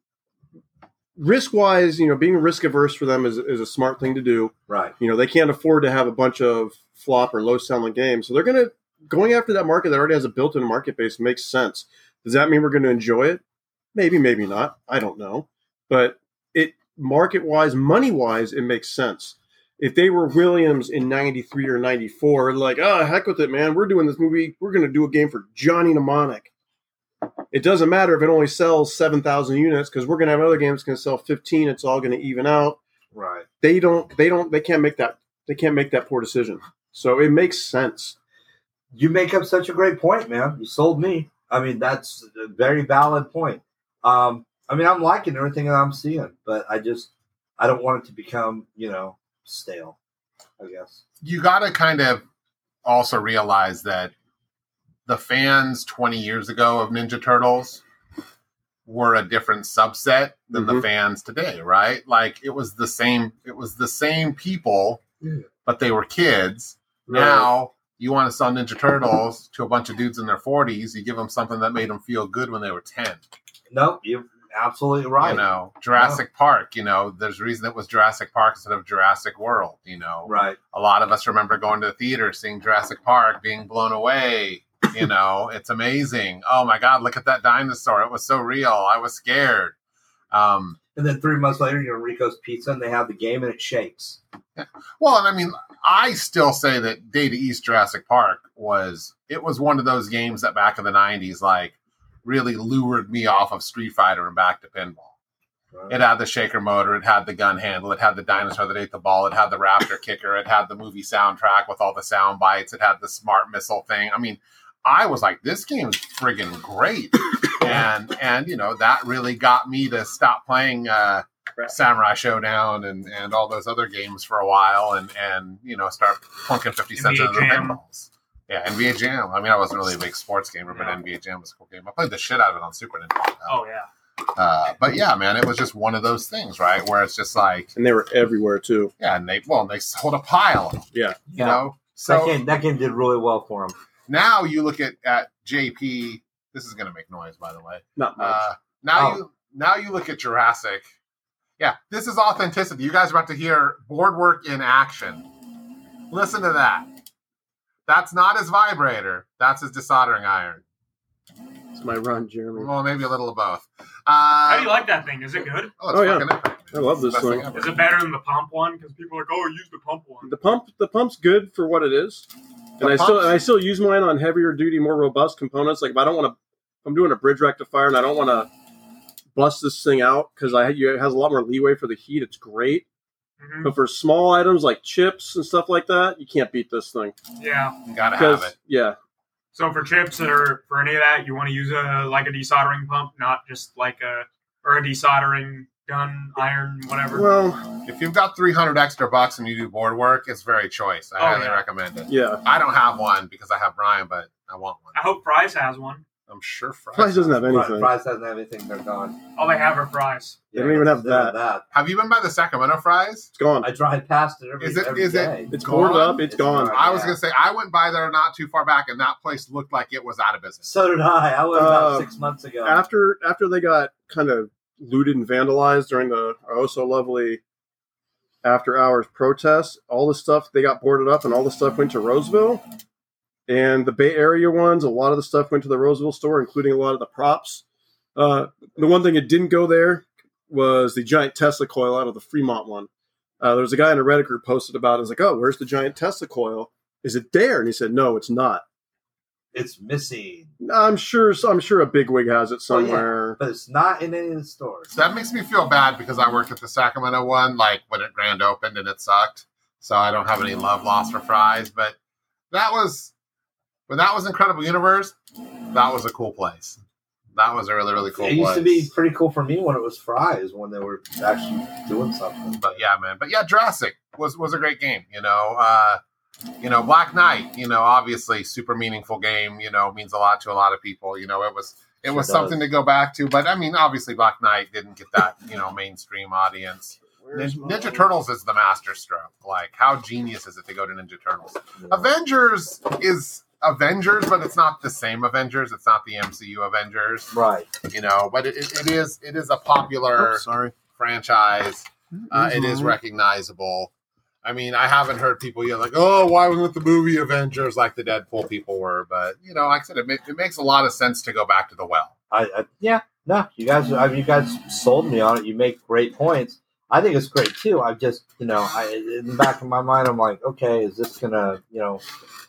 [SPEAKER 2] risk-wise, you know, being risk averse for them is is a smart thing to do.
[SPEAKER 1] right.
[SPEAKER 2] You know, they can't afford to have a bunch of flop or low-selling games, so they're gonna going after that market that already has a built-in market base makes sense. Does that mean we're going to enjoy it? Maybe, maybe not. I don't know, but it market-wise, money-wise, it makes sense if they were Williams in '93 or '94, like, oh heck with it, man, we're doing this movie, we're gonna do a game for Johnny Mnemonic. It doesn't matter if it only sells seven thousand units because we're gonna have other games gonna sell fifteen. It's all gonna even out.
[SPEAKER 1] Right.
[SPEAKER 2] They don't, they don't, they can't make that, they can't make that poor decision. So it makes sense.
[SPEAKER 1] you make up such a great point, man. You sold me. I mean, that's a very valid point. Um, I mean, I'm liking everything that I'm seeing, but I just I don't want it to become, you know, stale. I guess.
[SPEAKER 3] you got to kind of also realize that the fans 20 years ago of Ninja Turtles were a different subset than the
[SPEAKER 1] Mm-hmm.
[SPEAKER 2] Mhm.
[SPEAKER 3] fans today, right? Like it was the same it was the same people,
[SPEAKER 1] Yeah.
[SPEAKER 3] but they were kids. Now you want to sell Ninja Turtles to a bunch of dudes in their 40s, you give them something that made them feel good when they were 10.
[SPEAKER 1] No, you're absolutely right.
[SPEAKER 3] You know, Jurassic Park, you know, there's a reason it was Jurassic Park instead of Jurassic World, you know
[SPEAKER 1] Right.
[SPEAKER 3] a lot of us remember going to the theater, seeing Jurassic Park, being blown away. You know, it's amazing. Oh my God, look at that dinosaur. It was so real. I was scared. Um,
[SPEAKER 1] And then three months later, you're in Rico's Pizza, and they have the game, and it shakes.
[SPEAKER 3] well, and I mean, I still say that Data East Jurassic Park was, it was one of those games that back in the 90s, like, really lured me off of Street Fighter and back to pinball.
[SPEAKER 1] Right.
[SPEAKER 3] It had the shaker motor, it had the gun handle, it had the dinosaur that ate the ball, it had the raptor kicker, it had the movie soundtrack with all the sound bites, it had the smart missile thing. I mean, I was like, this game's friggin' great. and and you know, that really got me to stop playing uh
[SPEAKER 2] Right.
[SPEAKER 3] Samurai Showdown and, and all those other games for a while and and you know start plunking fifty cents
[SPEAKER 4] NBA
[SPEAKER 3] into the
[SPEAKER 4] Jam.
[SPEAKER 3] pinballs. Yeah, NBA Jam. I mean, I wasn't really a big sports gamer, but
[SPEAKER 4] No.
[SPEAKER 3] NBA Jam was a cool game. I played the shit out of it on Super Nintendo.
[SPEAKER 4] Oh yeah.
[SPEAKER 3] Uh, but yeah, man, it was just one of those things, right? Where it's just like,
[SPEAKER 2] And they were everywhere too.
[SPEAKER 3] yeah, and they well, and they sold a pile, of them, you
[SPEAKER 1] Yeah.
[SPEAKER 3] know.
[SPEAKER 1] that
[SPEAKER 3] So
[SPEAKER 1] game that game did really well for him.
[SPEAKER 3] now you look at at JP. This is gonna make noise, by the way.
[SPEAKER 2] Not much.
[SPEAKER 3] Uh, now
[SPEAKER 1] Oh.
[SPEAKER 3] you now you look at Jurassic. Yeah, this is authenticity. You guys are about to hear board work in action. Listen to that. That's not his vibrator. That's his desoldering iron.
[SPEAKER 2] it's my run, Jeremy.
[SPEAKER 3] Well, maybe a little of both. Uh,
[SPEAKER 4] How do you like that thing? Is it good?
[SPEAKER 3] oh, it's
[SPEAKER 2] Oh, yeah.
[SPEAKER 3] fucking epic.
[SPEAKER 2] I love this
[SPEAKER 3] Best thing
[SPEAKER 2] thing.
[SPEAKER 3] ever.
[SPEAKER 4] Is it better than the pump one? Because people are like, oh, use the pump one.
[SPEAKER 2] The pump, the pump's good for what it is, and
[SPEAKER 3] The
[SPEAKER 2] I still,
[SPEAKER 3] pump's-
[SPEAKER 2] and I still use mine on heavier duty, more robust components. Like if I don't want to, if I'm doing a bridge rectifier and I don't want to bust this thing out because I you, it has a lot more leeway for the heat. It's great,
[SPEAKER 4] Mhm.
[SPEAKER 2] but for small items like chips and stuff like that, you can't beat this thing.
[SPEAKER 4] Yeah.
[SPEAKER 3] You gotta have it.
[SPEAKER 2] Because yeah,
[SPEAKER 4] So for chips or for any of that, you want to use a like a desoldering pump, not just like a or a desoldering gun, iron, whatever.
[SPEAKER 2] well,
[SPEAKER 3] If you've got 300 extra bucks and you do board work, it's very choice. I
[SPEAKER 4] Oh,
[SPEAKER 3] highly
[SPEAKER 4] yeah.
[SPEAKER 3] recommend it.
[SPEAKER 2] yeah,
[SPEAKER 3] I don't have one because I have Brian, but I want one.
[SPEAKER 4] I hope Prize has one.
[SPEAKER 3] I'm sure Fry's
[SPEAKER 2] Price doesn't have
[SPEAKER 1] Price,
[SPEAKER 2] anything.
[SPEAKER 1] Price doesn't have anything. They're gone.
[SPEAKER 4] All they have are fries.
[SPEAKER 2] They don't even have
[SPEAKER 1] they don't
[SPEAKER 2] that.
[SPEAKER 3] Have you been by the Sacramento Fries?
[SPEAKER 2] It's gone.
[SPEAKER 1] I drive past it every,
[SPEAKER 3] Is it-
[SPEAKER 1] every
[SPEAKER 3] is it-
[SPEAKER 1] day.
[SPEAKER 2] It's
[SPEAKER 3] gone?
[SPEAKER 2] boarded up.
[SPEAKER 1] It's
[SPEAKER 2] it's gone.
[SPEAKER 1] gone.
[SPEAKER 3] I was
[SPEAKER 1] Yeah.
[SPEAKER 3] gonna say I went by there not too far back, and that place looked like it was out of business.
[SPEAKER 1] So did I. I was about
[SPEAKER 2] Uh,
[SPEAKER 1] six months ago.
[SPEAKER 2] after after they got kind of looted and vandalized during the oh so lovely after hours protests, all the stuff they got boarded up and all the stuff went to Roseville. And the Bay Area ones, a lot of the stuff went to the Roseville store, including a lot of the props. Uh, the one thing that didn't go there was the giant Tesla coil out of the Fremont one. Uh, there was a guy in a Reddit group posted about it. It's like, oh, where's the giant Tesla coil? Is it there? And he said, no, it's not.
[SPEAKER 1] It's missing,
[SPEAKER 2] I'm sure. I'm sure a bigwig has it somewhere.
[SPEAKER 1] but it's not in any of the stores.
[SPEAKER 3] That makes me feel bad because I worked at the Sacramento one, like when it grand opened and it sucked. So I don't have any love lost for fries. But that was when that was Incredible Universe. That was a cool place. That was a really really cool.
[SPEAKER 1] it used
[SPEAKER 3] place.
[SPEAKER 1] to be pretty cool for me when it was fries when they were actually doing something.
[SPEAKER 3] but yeah, man. But yeah, Jurassic was was a great game. You know, uh, you know, Black Knight. You know, obviously, super meaningful game. You know, means a lot to a lot of people. You know, it was it
[SPEAKER 1] Sure
[SPEAKER 3] was
[SPEAKER 1] does.
[SPEAKER 3] something to go back to. But I mean, obviously, Black Knight didn't get that you know mainstream audience. Nin-
[SPEAKER 2] Where's my-
[SPEAKER 3] Ninja Turtles is the masterstroke. Like, how genius is it to go to Ninja Turtles? Avengers is Avengers, but it's not the same Avengers. It's not the MCU Avengers.
[SPEAKER 1] Right.
[SPEAKER 3] You know, but it, it, it is it is a popular
[SPEAKER 2] Oh, sorry.
[SPEAKER 3] franchise. Uh, it is recognizable. I mean, I haven't heard people yet like, "Oh, why wasn't the movie Avengers like the Deadpool people were?" But you know, like I said, it, ma- it makes a lot of sense to go back to the well.
[SPEAKER 1] I, I yeah, no, you guys, I mean, you guys sold me on it. You make great points. I think it's great too. I just, you know, I in the back of my mind, I'm like, okay, is this gonna, you know,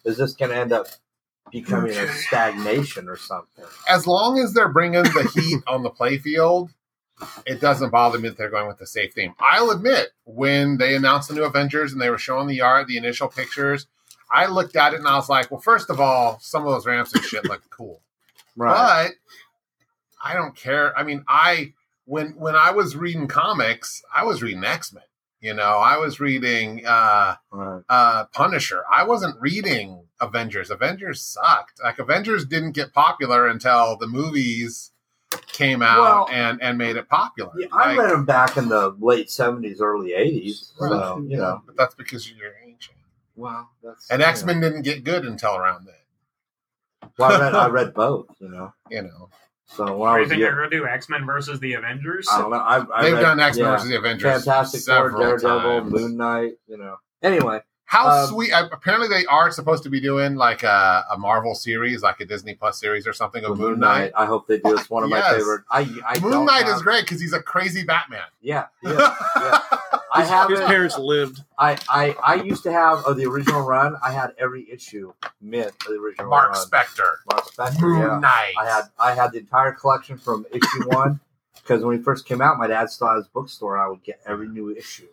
[SPEAKER 1] is this gonna end up becoming a stagnation or something?
[SPEAKER 3] As long as they're bringing the heat on the playfield, it doesn't bother me that they're going with the safe theme. I'll admit, when they announced the new Avengers and they were showing the yard, the initial pictures, I looked at it and I was like, "Well, first of all, some of those ramps and shit look cool." But I don't care. I mean, I when when I was reading comics, I was reading X Men. You know, I was reading uh,
[SPEAKER 1] Right.
[SPEAKER 3] uh, Punisher. I wasn't reading Avengers. Avengers sucked. Like Avengers didn't get popular until the movies came
[SPEAKER 1] Well-
[SPEAKER 3] out and and made it popular.
[SPEAKER 1] Yeah, I
[SPEAKER 3] Like,
[SPEAKER 1] read them back in the late '70s, early '80s. So you know,
[SPEAKER 3] but that's because you're ancient.
[SPEAKER 1] wow, that's
[SPEAKER 3] And
[SPEAKER 1] you know.
[SPEAKER 3] X Men didn't get good until around then.
[SPEAKER 1] Well, I read, I read both, you know.
[SPEAKER 3] You know,
[SPEAKER 1] So when I
[SPEAKER 4] What do you
[SPEAKER 1] was
[SPEAKER 4] think
[SPEAKER 1] young,
[SPEAKER 4] they're gonna do? X Men versus the Avengers?
[SPEAKER 1] I don't know. I, I
[SPEAKER 3] they've
[SPEAKER 1] read,
[SPEAKER 3] done X Men
[SPEAKER 1] yeah,
[SPEAKER 3] versus the Avengers.
[SPEAKER 1] Fantastic Four,
[SPEAKER 3] several
[SPEAKER 1] Daredevil,
[SPEAKER 3] times.
[SPEAKER 1] Moon Knight. You know. Anyway,
[SPEAKER 3] How
[SPEAKER 1] Um,
[SPEAKER 3] sweet! uh, Apparently, they are supposed to be doing like a, a Marvel series, like a Disney Plus series or something of
[SPEAKER 1] with
[SPEAKER 3] Moon Knight.
[SPEAKER 1] I hope they do. It's one of
[SPEAKER 3] Yes.
[SPEAKER 1] my favorite. I, I
[SPEAKER 3] Moon
[SPEAKER 1] don't
[SPEAKER 3] Knight
[SPEAKER 1] have-
[SPEAKER 3] is great because he's a crazy Batman.
[SPEAKER 1] Yeah, yeah. I
[SPEAKER 2] His,
[SPEAKER 1] have
[SPEAKER 2] his
[SPEAKER 1] it.
[SPEAKER 2] parents lived.
[SPEAKER 1] I, I I used to have of the original run. I had every issue mint of the original
[SPEAKER 3] Mark
[SPEAKER 1] run.
[SPEAKER 3] Spector,
[SPEAKER 1] Mark Spector.
[SPEAKER 3] Moon
[SPEAKER 1] Yeah.
[SPEAKER 3] Knight.
[SPEAKER 1] I had I had the entire collection from issue one because when he first came out, my dad still had his bookstore. I would get every new issue,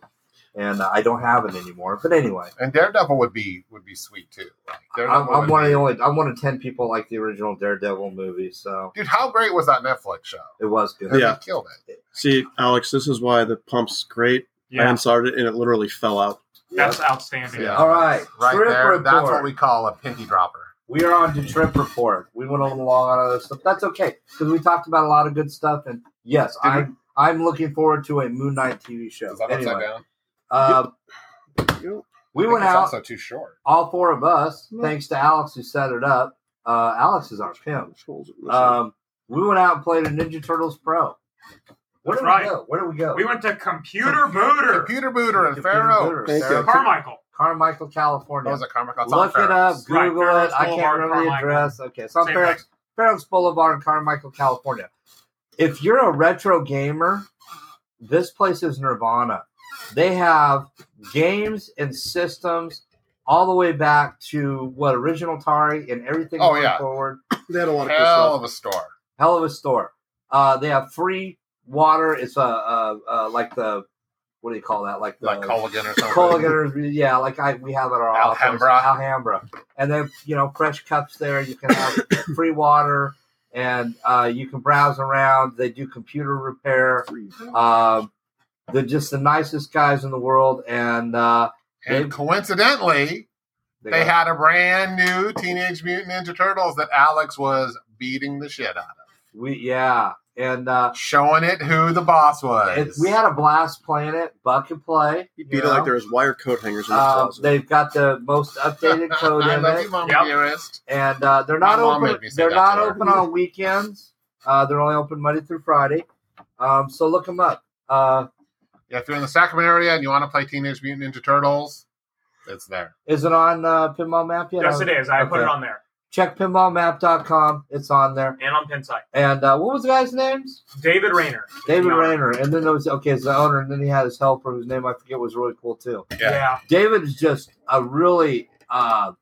[SPEAKER 1] and uh, I don't have it anymore. But anyway,
[SPEAKER 3] and Daredevil would be would be sweet too. Like,
[SPEAKER 1] I'm,
[SPEAKER 3] Daredevil
[SPEAKER 1] I'm
[SPEAKER 3] would
[SPEAKER 1] one of
[SPEAKER 3] be-
[SPEAKER 1] the only I'm one of ten people like the original Daredevil movie, so
[SPEAKER 3] dude. How great was that Netflix show?
[SPEAKER 1] it was good.
[SPEAKER 2] Yeah.
[SPEAKER 3] They killed it.
[SPEAKER 2] See, Alex, this is why the pump's great. I
[SPEAKER 4] yeah,
[SPEAKER 2] unsoldered it, and it literally fell out.
[SPEAKER 4] that's outstanding.
[SPEAKER 3] Yeah.
[SPEAKER 1] All right,
[SPEAKER 3] Right
[SPEAKER 1] Trip
[SPEAKER 3] there, that's
[SPEAKER 1] report.
[SPEAKER 3] what we call a pinky dropper.
[SPEAKER 1] we are on to trip report. We went over the long on other stuff. That's okay because we talked about a lot of good stuff. And yes,
[SPEAKER 3] Did we-
[SPEAKER 1] I'm I'm looking forward to a Moon Knight TV show.
[SPEAKER 3] Is that upside
[SPEAKER 1] Anyway,
[SPEAKER 3] down?
[SPEAKER 1] uh, we
[SPEAKER 3] I think
[SPEAKER 1] went
[SPEAKER 3] it's
[SPEAKER 1] out,
[SPEAKER 3] also too short.
[SPEAKER 1] all four of us,
[SPEAKER 2] Yeah.
[SPEAKER 1] thanks to Alex who set it up. Uh, Alex is our pimp.
[SPEAKER 2] Uh,
[SPEAKER 1] Um, we went out and played a Ninja Turtles Pro. Where
[SPEAKER 4] That's
[SPEAKER 1] did
[SPEAKER 4] right.
[SPEAKER 1] we go? Where did we go?
[SPEAKER 4] We went to Computer Booter,
[SPEAKER 3] Computer Booter and
[SPEAKER 1] Computer
[SPEAKER 3] Pharaoh.
[SPEAKER 1] Booter,
[SPEAKER 2] Thank
[SPEAKER 1] Sarah-
[SPEAKER 2] you.
[SPEAKER 4] Carmichael.
[SPEAKER 1] Carmichael,
[SPEAKER 3] That
[SPEAKER 1] California.
[SPEAKER 3] was a comic. that's on
[SPEAKER 1] Look it
[SPEAKER 3] Ferris.
[SPEAKER 1] up, Google
[SPEAKER 4] Right,
[SPEAKER 1] it. I can't
[SPEAKER 4] Boulevard,
[SPEAKER 1] remember the
[SPEAKER 4] Carmichael.
[SPEAKER 1] address. Okay, it's on
[SPEAKER 4] Same
[SPEAKER 1] Ferris, Ferris Boulevard in Carmichael, California. If you're a retro gamer, this place is Nirvana. They have games and systems all the way back to what original Atari and everything
[SPEAKER 3] Oh,
[SPEAKER 1] going
[SPEAKER 3] yeah.
[SPEAKER 1] forward.
[SPEAKER 2] they had a lot of cool
[SPEAKER 3] Hell
[SPEAKER 2] stuff.
[SPEAKER 3] of a store.
[SPEAKER 1] Hell of a store. Uh, they have free water. It's a, uh uh like the what do you call that? Like the
[SPEAKER 3] Like Culligan or something.
[SPEAKER 1] Culligan, yeah, like I we have at our
[SPEAKER 3] Alhambra.
[SPEAKER 1] office, Alhambra, and then you know fresh cups there. You can have free water, and uh, you can browse around. They do computer repair. Um, they're just the nicest guys in the world, and uh,
[SPEAKER 3] And coincidentally, they
[SPEAKER 1] got-
[SPEAKER 3] had a brand new Teenage Mutant Ninja Turtles that Alex was beating the shit out of,
[SPEAKER 1] we yeah, and uh,
[SPEAKER 3] showing it who the boss was.
[SPEAKER 1] it, we had a blast playing it. Buck and play.
[SPEAKER 2] He
[SPEAKER 1] you
[SPEAKER 2] beat it like
[SPEAKER 1] know?
[SPEAKER 2] there was wire coat hangers in the
[SPEAKER 1] Uh,
[SPEAKER 2] closet.
[SPEAKER 1] they've got the most updated code
[SPEAKER 3] I
[SPEAKER 1] in
[SPEAKER 3] love
[SPEAKER 1] it.
[SPEAKER 3] you, Mama
[SPEAKER 4] Yep.
[SPEAKER 3] Dearest.
[SPEAKER 1] and uh, they're
[SPEAKER 3] My
[SPEAKER 1] not
[SPEAKER 3] mom made
[SPEAKER 1] open.
[SPEAKER 3] me say
[SPEAKER 1] They're
[SPEAKER 3] that
[SPEAKER 1] not
[SPEAKER 3] to her.
[SPEAKER 1] open on weekends. Uh, they're only open Monday through Friday. Um, so look them up. Uh,
[SPEAKER 3] Yeah, if you're in the Sacramento area and you want to play Teenage Mutant Ninja Turtles, It's there.
[SPEAKER 1] Is it on uh, Pinball Map yet?
[SPEAKER 4] yes, it is. I put
[SPEAKER 1] Okay.
[SPEAKER 4] it on there
[SPEAKER 1] Check pinballmap.com. It's on there.
[SPEAKER 4] and on Pinsite.
[SPEAKER 1] And uh, what was the guy's names?
[SPEAKER 4] David Rayner.
[SPEAKER 1] David
[SPEAKER 4] Yeah.
[SPEAKER 1] Rayner. And then there was, okay, it's the owner. And then he had his helper, whose name I forget was really cool too.
[SPEAKER 4] Yeah.
[SPEAKER 3] Yeah.
[SPEAKER 1] David is just a really, uh,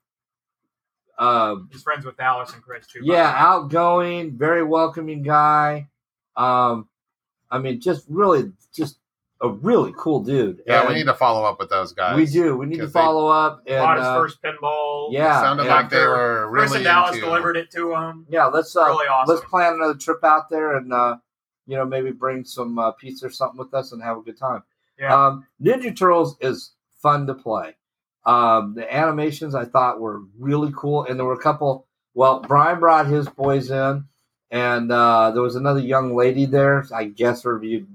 [SPEAKER 1] uh,
[SPEAKER 4] he's friends with Alice and Chris too. by
[SPEAKER 1] yeah,
[SPEAKER 4] the way.
[SPEAKER 1] outgoing, very welcoming guy. Um, I mean, just really, just a really cool dude.
[SPEAKER 3] Yeah, we
[SPEAKER 1] And
[SPEAKER 3] need to follow up with those guys.
[SPEAKER 1] we do. We need to
[SPEAKER 3] 'cause they-
[SPEAKER 1] follow up. And,
[SPEAKER 4] Bought his
[SPEAKER 1] uh,
[SPEAKER 4] first pinball.
[SPEAKER 1] yeah,
[SPEAKER 3] sounded
[SPEAKER 1] and-
[SPEAKER 3] like they were really
[SPEAKER 4] Chris and Dallas
[SPEAKER 3] into-
[SPEAKER 4] delivered it to him.
[SPEAKER 1] yeah. Let's uh,
[SPEAKER 4] really awesome.
[SPEAKER 1] let's plan another trip out there and uh, you know maybe bring some uh, pizza or something with us and have a good time.
[SPEAKER 4] Yeah.
[SPEAKER 1] Um, Ninja Turtles is fun to play. Um, the animations I thought were really cool, and there were a couple. Well, Brian brought his boys in, and uh, there was another young lady there. I guess reviewed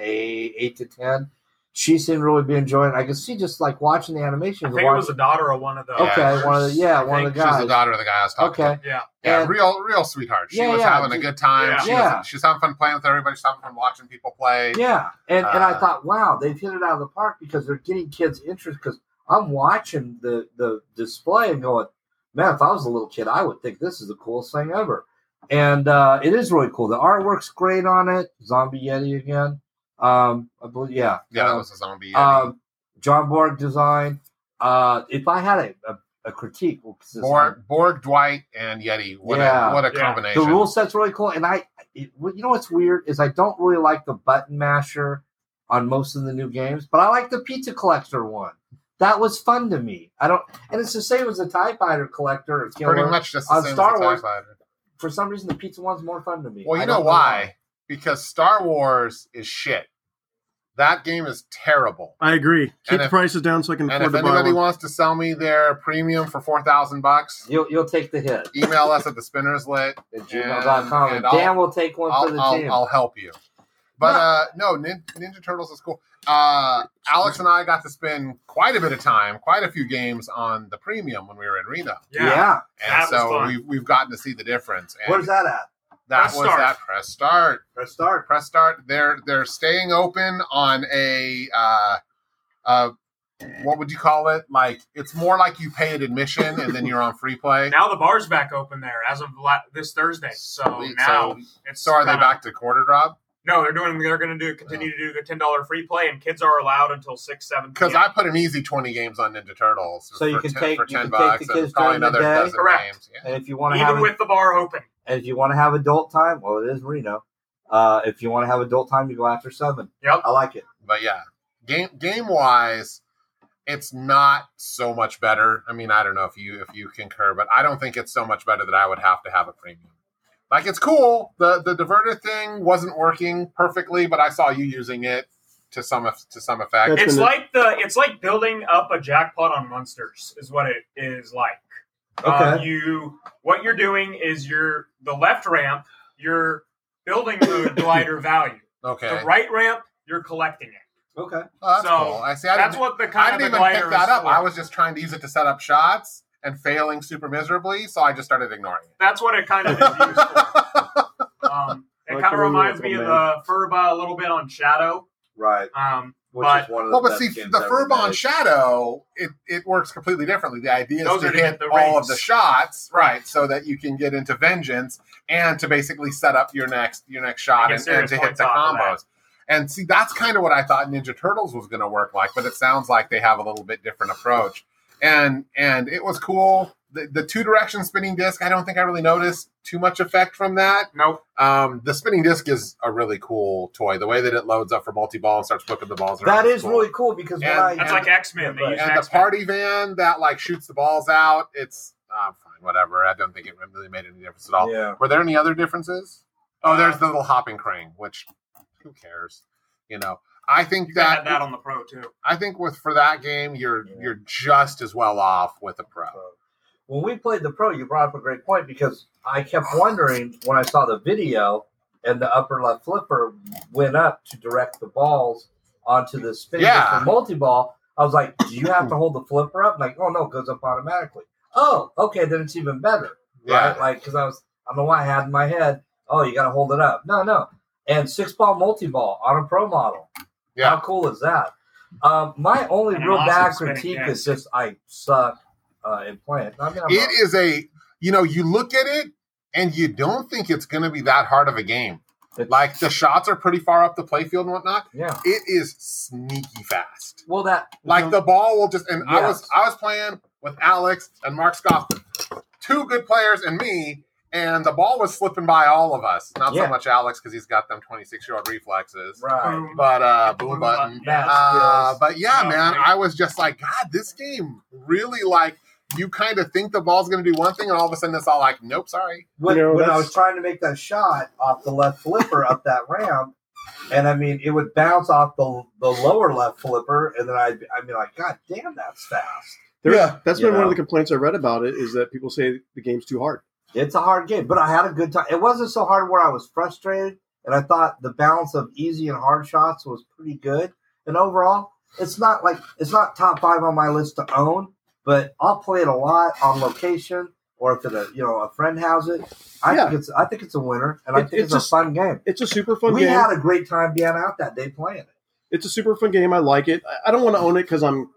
[SPEAKER 1] eight, eight to ten. She seemed to really be enjoying. It. I could see just like watching the
[SPEAKER 4] I
[SPEAKER 1] animations.
[SPEAKER 4] think it
[SPEAKER 1] watch-
[SPEAKER 4] was the daughter of one of the.
[SPEAKER 1] okay,
[SPEAKER 3] Yeah.
[SPEAKER 1] one of the yeah, one of the
[SPEAKER 3] She's the
[SPEAKER 1] guys.
[SPEAKER 3] daughter of the guy I was talking
[SPEAKER 1] Okay,
[SPEAKER 3] to.
[SPEAKER 4] Yeah.
[SPEAKER 3] Yeah,
[SPEAKER 1] And-
[SPEAKER 3] real, real sweetheart. She
[SPEAKER 1] Yeah,
[SPEAKER 3] was
[SPEAKER 1] yeah,
[SPEAKER 3] having a
[SPEAKER 1] just-
[SPEAKER 3] good time.
[SPEAKER 4] Yeah.
[SPEAKER 3] She
[SPEAKER 1] Yeah.
[SPEAKER 3] was, she's having fun playing with everybody. She's having fun watching people play.
[SPEAKER 1] Yeah, and and I
[SPEAKER 3] Uh,
[SPEAKER 1] thought, wow, they've hit it out of the park because they're getting kids' interest. Because I'm watching the the display and going, man, if I was a little kid, I would think this is the coolest thing ever. And uh, it is really cool. The artwork's great on it. Zombie Yeti again. Um, I believe, yeah,
[SPEAKER 3] Yeah, that
[SPEAKER 1] Um,
[SPEAKER 3] was a zombie.
[SPEAKER 1] um, John Borg design. Uh, if I had a, a, a critique, well, 'cause it's-
[SPEAKER 3] Borg, Borg, Dwight, and Yeti. What
[SPEAKER 1] Yeah.
[SPEAKER 3] a what a
[SPEAKER 4] Yeah.
[SPEAKER 3] combination.
[SPEAKER 1] the rule set's really cool, and I, it, well, you know, what's weird is I don't really like the button masher on most of the new games, but I like the pizza collector one. That was fun to me. I don't, and it's the same as the Tie Fighter collector. Or
[SPEAKER 3] Pretty
[SPEAKER 1] killer.
[SPEAKER 3] much just the
[SPEAKER 1] on
[SPEAKER 3] same
[SPEAKER 1] Star
[SPEAKER 3] as the TIE
[SPEAKER 1] Wars-
[SPEAKER 3] Fighter.
[SPEAKER 1] For some reason, the pizza one's more fun to me.
[SPEAKER 3] Well,
[SPEAKER 1] I
[SPEAKER 3] you
[SPEAKER 1] don't
[SPEAKER 3] know why? Because Star Wars is shit. That game is terrible.
[SPEAKER 2] I agree. Keep
[SPEAKER 3] And
[SPEAKER 2] the
[SPEAKER 3] if-
[SPEAKER 2] prices down so I can
[SPEAKER 3] And
[SPEAKER 2] afford
[SPEAKER 3] if
[SPEAKER 2] to buy
[SPEAKER 3] anybody
[SPEAKER 2] one.
[SPEAKER 3] wants to sell me their premium for four thousand bucks,
[SPEAKER 1] You'll you'll take the hit
[SPEAKER 3] email us at the spinners lit.
[SPEAKER 1] at gmail.com, and
[SPEAKER 3] and I'll-
[SPEAKER 1] Dan will take one for
[SPEAKER 3] I'll,
[SPEAKER 1] the team.
[SPEAKER 3] I'll, I'll help you. But uh, no, Nin- Ninja Turtles is cool. Uh, Alex and I got to spend quite a bit of time, quite a few games on the premium when we were in Reno,
[SPEAKER 1] yeah.
[SPEAKER 4] Yeah.
[SPEAKER 3] and
[SPEAKER 4] That was
[SPEAKER 3] so
[SPEAKER 4] fun.
[SPEAKER 3] we've we've gotten to see the difference. And
[SPEAKER 1] where's that at?
[SPEAKER 3] that
[SPEAKER 4] Press
[SPEAKER 3] was
[SPEAKER 4] start.
[SPEAKER 3] that press start.
[SPEAKER 1] Let's start.
[SPEAKER 3] Press start. They're they're staying open on a uh, uh, what would you call it? Like it's more like you paid admission and then you're on free play.
[SPEAKER 4] Now the bar's back open there as of la- this Thursday. So
[SPEAKER 3] Sweet.
[SPEAKER 4] now
[SPEAKER 3] so,
[SPEAKER 4] it's
[SPEAKER 3] so are they
[SPEAKER 4] kinda-
[SPEAKER 3] back to quarter drop?
[SPEAKER 4] No, they're doing. They're going to do continue to do the ten dollar free play, and kids are allowed until six seven.
[SPEAKER 3] Because
[SPEAKER 4] p.m.
[SPEAKER 3] I put an easy twenty games on Ninja Turtles.
[SPEAKER 1] So you
[SPEAKER 3] for
[SPEAKER 1] can
[SPEAKER 3] 10
[SPEAKER 1] take-
[SPEAKER 3] for
[SPEAKER 1] you can take
[SPEAKER 3] ten bucks
[SPEAKER 1] the
[SPEAKER 3] and
[SPEAKER 1] kids
[SPEAKER 3] probably
[SPEAKER 1] during the
[SPEAKER 3] another
[SPEAKER 1] day?
[SPEAKER 3] dozen
[SPEAKER 4] Correct.
[SPEAKER 3] games. Yeah.
[SPEAKER 1] And if you want to have
[SPEAKER 4] even
[SPEAKER 1] it,
[SPEAKER 4] with the bar open.
[SPEAKER 1] if you want to have adult time, well, it is Reno. Uh, if you want to have adult time, you go after seven.
[SPEAKER 4] Yep.
[SPEAKER 1] I like it.
[SPEAKER 3] But yeah, game game wise, it's not so much better. I mean, I don't know if you if you concur, but I don't think it's so much better that I would have to have a premium. Like it's cool. the The diverter thing wasn't working perfectly, but I saw you using it to some eff- to some effect.
[SPEAKER 2] That's
[SPEAKER 4] It's
[SPEAKER 2] been-
[SPEAKER 4] like the it's like building up a jackpot on monsters is what it is like. Uh,
[SPEAKER 1] Okay.
[SPEAKER 4] you what you're doing is you're the left ramp. You're building the glider value.
[SPEAKER 3] okay,
[SPEAKER 4] The right ramp, you're collecting it.
[SPEAKER 1] Okay.
[SPEAKER 3] Well, that's
[SPEAKER 4] so
[SPEAKER 3] cool. I see. I
[SPEAKER 4] That's
[SPEAKER 3] didn't,
[SPEAKER 4] what the
[SPEAKER 3] I
[SPEAKER 4] kind
[SPEAKER 3] didn't
[SPEAKER 4] of the
[SPEAKER 3] even
[SPEAKER 4] glider
[SPEAKER 3] pick that
[SPEAKER 4] is
[SPEAKER 3] up.
[SPEAKER 4] for.
[SPEAKER 3] I was just trying to use it to set up shots and failing super miserably, so I just started ignoring it.
[SPEAKER 4] That's what it kind of is used for. Um, it
[SPEAKER 2] Like
[SPEAKER 4] kind
[SPEAKER 2] the
[SPEAKER 4] of
[SPEAKER 2] little
[SPEAKER 4] reminds me of the
[SPEAKER 2] man.
[SPEAKER 4] Furba a little bit on Shadow.
[SPEAKER 1] Right.
[SPEAKER 4] Um,
[SPEAKER 1] Which
[SPEAKER 4] But-
[SPEAKER 1] is one of the
[SPEAKER 3] Well, but
[SPEAKER 1] best
[SPEAKER 3] see,
[SPEAKER 1] games
[SPEAKER 3] the
[SPEAKER 1] ever
[SPEAKER 3] Furbon
[SPEAKER 1] made.
[SPEAKER 3] Shadow, it, it works completely differently. The idea
[SPEAKER 4] Those
[SPEAKER 3] is
[SPEAKER 4] are
[SPEAKER 3] to
[SPEAKER 4] to get
[SPEAKER 3] hit
[SPEAKER 4] the
[SPEAKER 3] all of
[SPEAKER 4] rings.
[SPEAKER 3] the shots, right, so that you can get into vengeance and to basically set up your next your next shot
[SPEAKER 4] get
[SPEAKER 3] and, and
[SPEAKER 4] serious
[SPEAKER 3] to hit
[SPEAKER 4] points
[SPEAKER 3] the
[SPEAKER 4] off of that.
[SPEAKER 3] combos. And see, that's kind of what I thought Ninja Turtles was going to work like, but it sounds like they have a little bit different approach. And and it was cool. The, the two direction spinning disc, I don't think I really noticed too much effect from that.
[SPEAKER 4] no,
[SPEAKER 3] Um, the spinning disc is a really cool toy. The way that it loads up for multi ball and starts flipping the balls around.
[SPEAKER 1] That is
[SPEAKER 3] cool.
[SPEAKER 1] really cool because when
[SPEAKER 3] And-
[SPEAKER 1] I
[SPEAKER 4] that's like X Men. They
[SPEAKER 1] Yeah,
[SPEAKER 4] use
[SPEAKER 3] And the
[SPEAKER 4] X Men.
[SPEAKER 3] party van that like shoots the balls out. It's uh, fine, whatever. I don't think it really made any difference at all.
[SPEAKER 1] yeah.
[SPEAKER 3] Were there any other differences? Oh,
[SPEAKER 4] Uh,
[SPEAKER 3] there's the little hopping crane, which who cares? You know, I think
[SPEAKER 4] You can
[SPEAKER 3] that,
[SPEAKER 4] have that on the Pro too.
[SPEAKER 3] I think with for that game, you're
[SPEAKER 1] Yeah.
[SPEAKER 3] you're just as well off with a pro.
[SPEAKER 1] When we played the pro, you brought up a great point because I kept wondering when I saw the video and the upper left flipper went up to direct the balls onto the spin
[SPEAKER 3] Yeah.
[SPEAKER 1] multi ball. I was like, do you have to hold the flipper up? like, oh no, it goes up automatically. Oh, okay, then it's even better.
[SPEAKER 3] Yeah.
[SPEAKER 1] right? Like, because I was, I don't know why I had in my head, oh, you got to hold it up. No, no. And six ball multi ball on a pro model.
[SPEAKER 3] Yeah.
[SPEAKER 1] How cool is that? Um, my only
[SPEAKER 4] And an
[SPEAKER 1] real
[SPEAKER 4] awesome
[SPEAKER 1] bad
[SPEAKER 4] spinning
[SPEAKER 1] critique
[SPEAKER 4] kick.
[SPEAKER 1] is just I suck uh, in playing. it. I mean, I'm
[SPEAKER 3] It
[SPEAKER 1] not-
[SPEAKER 3] is a you know you look at it and you don't think it's going to be that hard of a game.
[SPEAKER 1] it's-
[SPEAKER 3] Like the shots are pretty far up the playfield and whatnot.
[SPEAKER 1] yeah.
[SPEAKER 3] It is sneaky fast.
[SPEAKER 1] Well, that
[SPEAKER 3] Like the ball will just and I was
[SPEAKER 1] Yes.
[SPEAKER 3] I was playing with Alex and Mark Scoffman, two good players and me, and the ball was slipping by all of us. Not
[SPEAKER 1] Yeah.
[SPEAKER 3] so much Alex because he's got them twenty six year old reflexes,
[SPEAKER 4] Um,
[SPEAKER 1] right.
[SPEAKER 3] but uh, boom
[SPEAKER 4] Boom
[SPEAKER 3] button.
[SPEAKER 4] button.
[SPEAKER 1] That
[SPEAKER 3] Uh,
[SPEAKER 1] skills.
[SPEAKER 3] but yeah,
[SPEAKER 4] Oh,
[SPEAKER 3] man,
[SPEAKER 4] right.
[SPEAKER 3] I was just like, God, this game really like you kind of think the ball's going to do one thing, and all of a sudden it's all like, nope, sorry.
[SPEAKER 1] when,
[SPEAKER 2] You know,
[SPEAKER 1] when I
[SPEAKER 2] that's-
[SPEAKER 1] was trying to make that shot off the left flipper up that ramp, and I mean, it would bounce off the the lower left flipper, and then I'd, I'd be like, God damn, that's fast.
[SPEAKER 2] There,
[SPEAKER 3] Yeah.
[SPEAKER 2] that's
[SPEAKER 1] You
[SPEAKER 2] been one
[SPEAKER 1] know.
[SPEAKER 2] of the complaints I read about it is that people say the game's too hard.
[SPEAKER 1] It's a hard game, but I had a good time. It wasn't so hard where I was frustrated, and I thought the balance of easy and hard shots was pretty good. And overall, it's not like it's not top five on my list to own, but I'll play it a lot on location or if it, a, you know a friend has it. I
[SPEAKER 2] Yeah.
[SPEAKER 1] think it's I think it's a winner, and I
[SPEAKER 2] It-
[SPEAKER 1] think
[SPEAKER 2] it's
[SPEAKER 1] it's,
[SPEAKER 2] just-
[SPEAKER 1] a fun game.
[SPEAKER 2] It's a super fun
[SPEAKER 1] we
[SPEAKER 2] game.
[SPEAKER 1] had a great time being out that day playing it.
[SPEAKER 2] it's a super fun game. I like it. I- I don't want to own it because I'm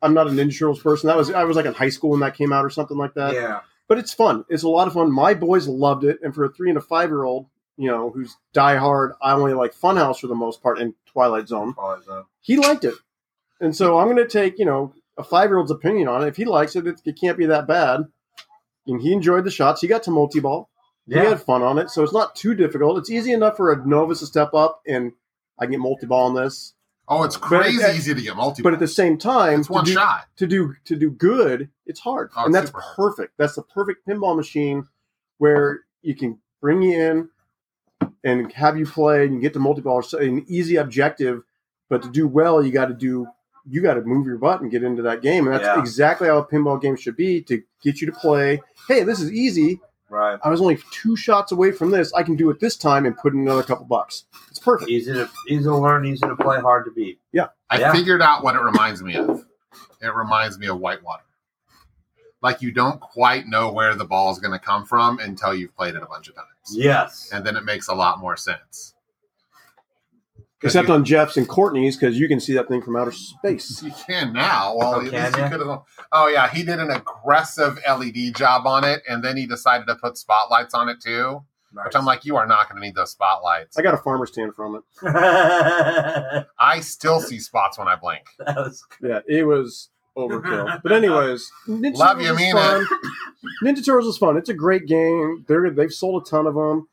[SPEAKER 2] I'm not a Ninja Turtles person. That was I was like in high school when that came out or something like that.
[SPEAKER 1] yeah,
[SPEAKER 2] But it's fun. It's a lot of fun. My boys loved it, and for a three and a five year old, you know, who's diehard, I only like Funhouse for the most part and Twilight Zone.
[SPEAKER 1] Twilight Zone.
[SPEAKER 2] He liked it, and so I'm going to take you know a five year old's opinion on it. If he likes it, it, it can't be that bad. And he enjoyed the shots. He got to multi ball. We
[SPEAKER 1] Yeah,
[SPEAKER 2] had fun on it, so it's not too difficult. It's easy enough for a novice to step up, and I can get multi-ball on this.
[SPEAKER 3] Oh, it's
[SPEAKER 2] But
[SPEAKER 3] crazy
[SPEAKER 2] at-
[SPEAKER 3] easy to get multi.
[SPEAKER 2] But at the same time,
[SPEAKER 3] it's one
[SPEAKER 2] to, do,
[SPEAKER 3] shot.
[SPEAKER 2] to do to do good, it's hard,
[SPEAKER 3] Oh,
[SPEAKER 2] and
[SPEAKER 3] it's
[SPEAKER 2] that's
[SPEAKER 3] super hard.
[SPEAKER 2] perfect. That's the perfect pinball machine where you can bring you in and have you play, and you get to multi-ball. So an easy objective, but to do well, you got to do you got to move your butt and get into that game, and that's
[SPEAKER 1] Yeah.
[SPEAKER 2] exactly how a pinball game should be to get you to play. Hey, this is easy.
[SPEAKER 1] right.
[SPEAKER 2] I was only two shots away from this. I can do it this time and put in another couple bucks. It's perfect.
[SPEAKER 1] Easy to easy to learn, easy to play, hard to beat.
[SPEAKER 3] I
[SPEAKER 1] Yeah.
[SPEAKER 3] figured out what it reminds me of. It reminds me of Whitewater. Like you don't quite know where the ball is going to come from until you've played it a bunch of times,
[SPEAKER 1] Yes,
[SPEAKER 3] and then it makes a lot more sense. 'Cause
[SPEAKER 2] Except
[SPEAKER 3] you-
[SPEAKER 2] on Jeff's and Courtney's because you can see that thing from outer space.
[SPEAKER 3] You can now. Well,
[SPEAKER 1] Oh,
[SPEAKER 3] at
[SPEAKER 1] can
[SPEAKER 3] least you
[SPEAKER 1] ya?
[SPEAKER 3] could have. Oh yeah, he did an aggressive LED job on it, and then he decided to put spotlights on it too. Which I'm like, you are not going to need those spotlights.
[SPEAKER 2] I got a farmer's tan from it.
[SPEAKER 1] that
[SPEAKER 3] I still see spots when I blink.
[SPEAKER 1] was
[SPEAKER 2] Yeah, it was overkill. But anyways, Ninja
[SPEAKER 3] Love
[SPEAKER 2] Turtles
[SPEAKER 3] you,
[SPEAKER 2] is
[SPEAKER 3] mean
[SPEAKER 2] fun. Ninja Turtles is fun. It's a great game. They're, they've sold a ton of them.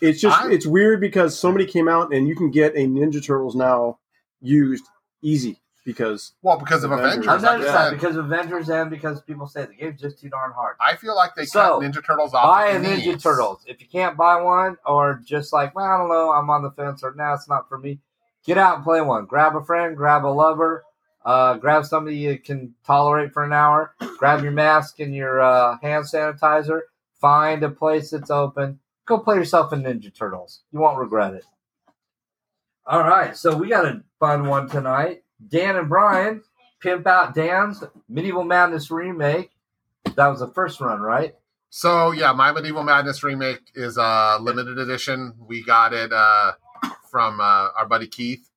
[SPEAKER 2] It's just
[SPEAKER 3] I-
[SPEAKER 2] it's weird because so many came out and you can get a Ninja Turtles now used easy because
[SPEAKER 3] Well, because of
[SPEAKER 2] Avengers.
[SPEAKER 3] Avengers.
[SPEAKER 1] I've
[SPEAKER 3] Like I,
[SPEAKER 1] noticed that
[SPEAKER 3] said,
[SPEAKER 1] because Avengers and because people say the game's just too darn hard.
[SPEAKER 3] I feel like they
[SPEAKER 1] So,
[SPEAKER 3] cut Ninja Turtles off.
[SPEAKER 1] Buy a
[SPEAKER 3] at the
[SPEAKER 1] Ninja
[SPEAKER 3] knees.
[SPEAKER 1] Turtles. If you can't buy one, or just like, well, I don't know, I'm on the fence, or now it's not for me. Get out and play one. Grab a friend, grab a lover, uh, grab somebody you can tolerate for an hour. Grab your mask and your uh, hand sanitizer. Find a place that's open. Go play yourself in Ninja Turtles. You won't regret it. All right, so we got a fun one tonight. Dan and Brian pimp out Dan's Medieval Madness remake. That was the first run, right?
[SPEAKER 3] So yeah, my Medieval Madness remake is a uh, limited edition. We got it uh, from uh, our buddy Keith.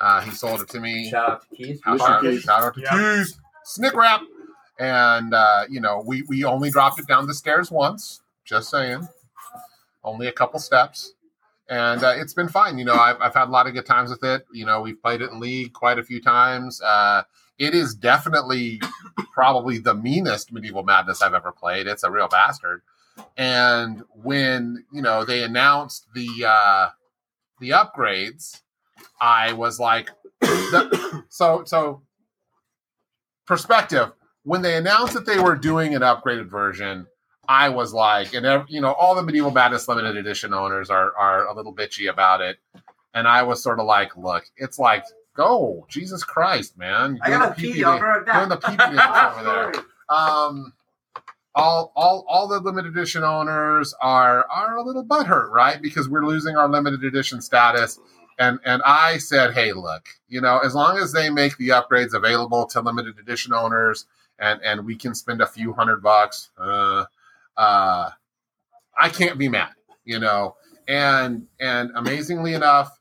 [SPEAKER 3] Uh, he sold it to me.
[SPEAKER 1] Shout out to Keith.
[SPEAKER 3] Shout
[SPEAKER 2] Mr.
[SPEAKER 3] out,
[SPEAKER 2] Keith.
[SPEAKER 3] shout out to
[SPEAKER 4] Yeah.
[SPEAKER 3] Keith. Snick wrap. And uh, you know, we we only dropped it down the stairs once. Just saying, only a couple steps, and uh, it's been fine. You know, I've I've had a lot of good times with it. You know, we've played it in league quite a few times. Uh, it is definitely probably the meanest medieval madness I've ever played. It's a real bastard. And when you know they announced the uh, the upgrades, I was like, the- so so perspective. When they announced that they were doing an upgraded version, I was like, and ev- you know, all the medieval madness limited edition owners are are a little bitchy about it, and I was sort of like, look, it's like, go, Jesus Christ, man!
[SPEAKER 1] I
[SPEAKER 3] Doing
[SPEAKER 1] gotta
[SPEAKER 3] the
[SPEAKER 1] pee.
[SPEAKER 3] PPD
[SPEAKER 1] I'll be right
[SPEAKER 3] doing
[SPEAKER 1] back.
[SPEAKER 3] the peeping over there.
[SPEAKER 1] Sorry.
[SPEAKER 3] Um, all, all, all the limited edition owners are are a little butthurt, right? Because we're losing our limited edition status. And and I said, hey, look, you know, as long as they make the upgrades available to limited edition owners, and and we can spend a few hundred bucks, uh, uh, I can't be mad, you know. And and amazingly enough,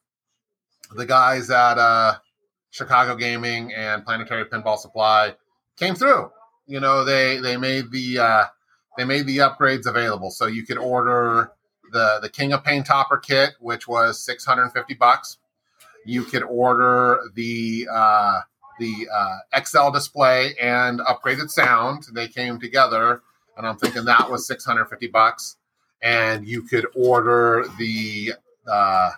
[SPEAKER 3] the guys at uh, Chicago Gaming and Planetary Pinball Supply came through. You know, they they made the uh, they made the upgrades available, so you could order the the King of Pain topper kit, which was six hundred and fifty bucks. You could order the uh, the uh, XL display and upgraded sound. They came together, and I'm thinking that was six hundred fifty bucks. And you could order the uh,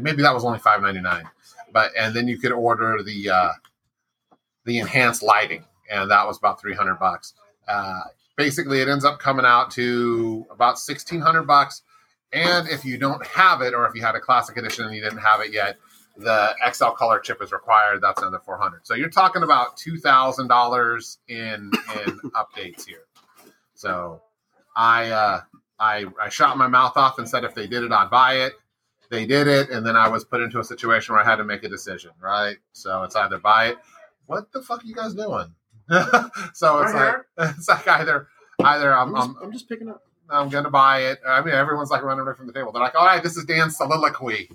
[SPEAKER 3] maybe that was only five ninety nine, but and then you could order the uh, the enhanced lighting, and that was about three hundred bucks. Uh, basically, it ends up coming out to about sixteen hundred bucks. And if you don't have it, or if you had a classic edition and you didn't have it yet, the XL color chip is required. That's another four hundred. So you're talking about two thousand dollars in in updates here. So I uh, I I shot my mouth off and said if they did it, I'd buy it. They did it, and then I was put into a situation where I had to make a decision. Right, so it's either buy it. What the fuck are you guys doing? so it's like it's like either either I'm,
[SPEAKER 2] I'm just,
[SPEAKER 3] I'm
[SPEAKER 2] I'm just picking up.
[SPEAKER 3] I'm gonna buy it. I mean, everyone's like running away from the table. They're like, all right, this is Dan's soliloquy.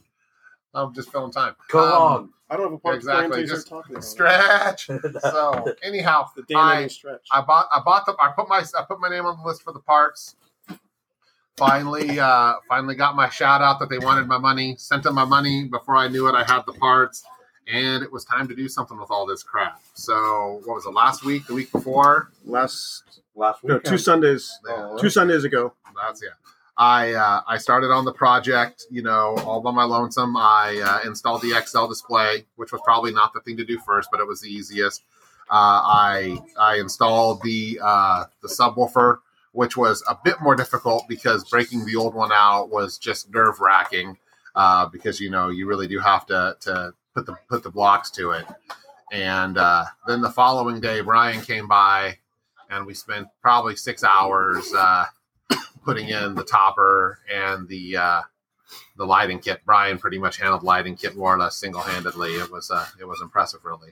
[SPEAKER 3] I'm just filling time.
[SPEAKER 1] Go
[SPEAKER 3] Um,
[SPEAKER 1] on.
[SPEAKER 2] I don't have a part
[SPEAKER 3] Exactly,
[SPEAKER 2] exactly.
[SPEAKER 3] just
[SPEAKER 2] talking about.
[SPEAKER 3] Stretch. So anyhow,
[SPEAKER 2] The damn
[SPEAKER 3] I,
[SPEAKER 2] stretch.
[SPEAKER 3] I bought I bought the I put my I put my name on the list for the parts. Finally, uh, finally got my shout out that they wanted my money. Sent them my money before I knew it. I had the parts, and it was time to do something with all this crap. So what was it? Last week, the week before.
[SPEAKER 2] last
[SPEAKER 1] Last
[SPEAKER 2] no,
[SPEAKER 1] week.
[SPEAKER 2] two Sundays,
[SPEAKER 3] Oh,
[SPEAKER 2] two Sundays ago.
[SPEAKER 3] that's yeah. I uh, I started on the project, you know, all by my lonesome. I uh, installed the XL display, which was probably not the thing to do first, but it was the easiest. Uh, I I installed the uh, the subwoofer, which was a bit more difficult because breaking the old one out was just nerve wracking. Uh, because you know you really do have to to put the put the blocks to it. And uh, then the following day, Brian came by, and we spent probably six hours. Uh, putting in the topper and the uh, the lighting kit. Brian pretty much handled the lighting kit more or less single handedly. It was uh, it was impressive, really.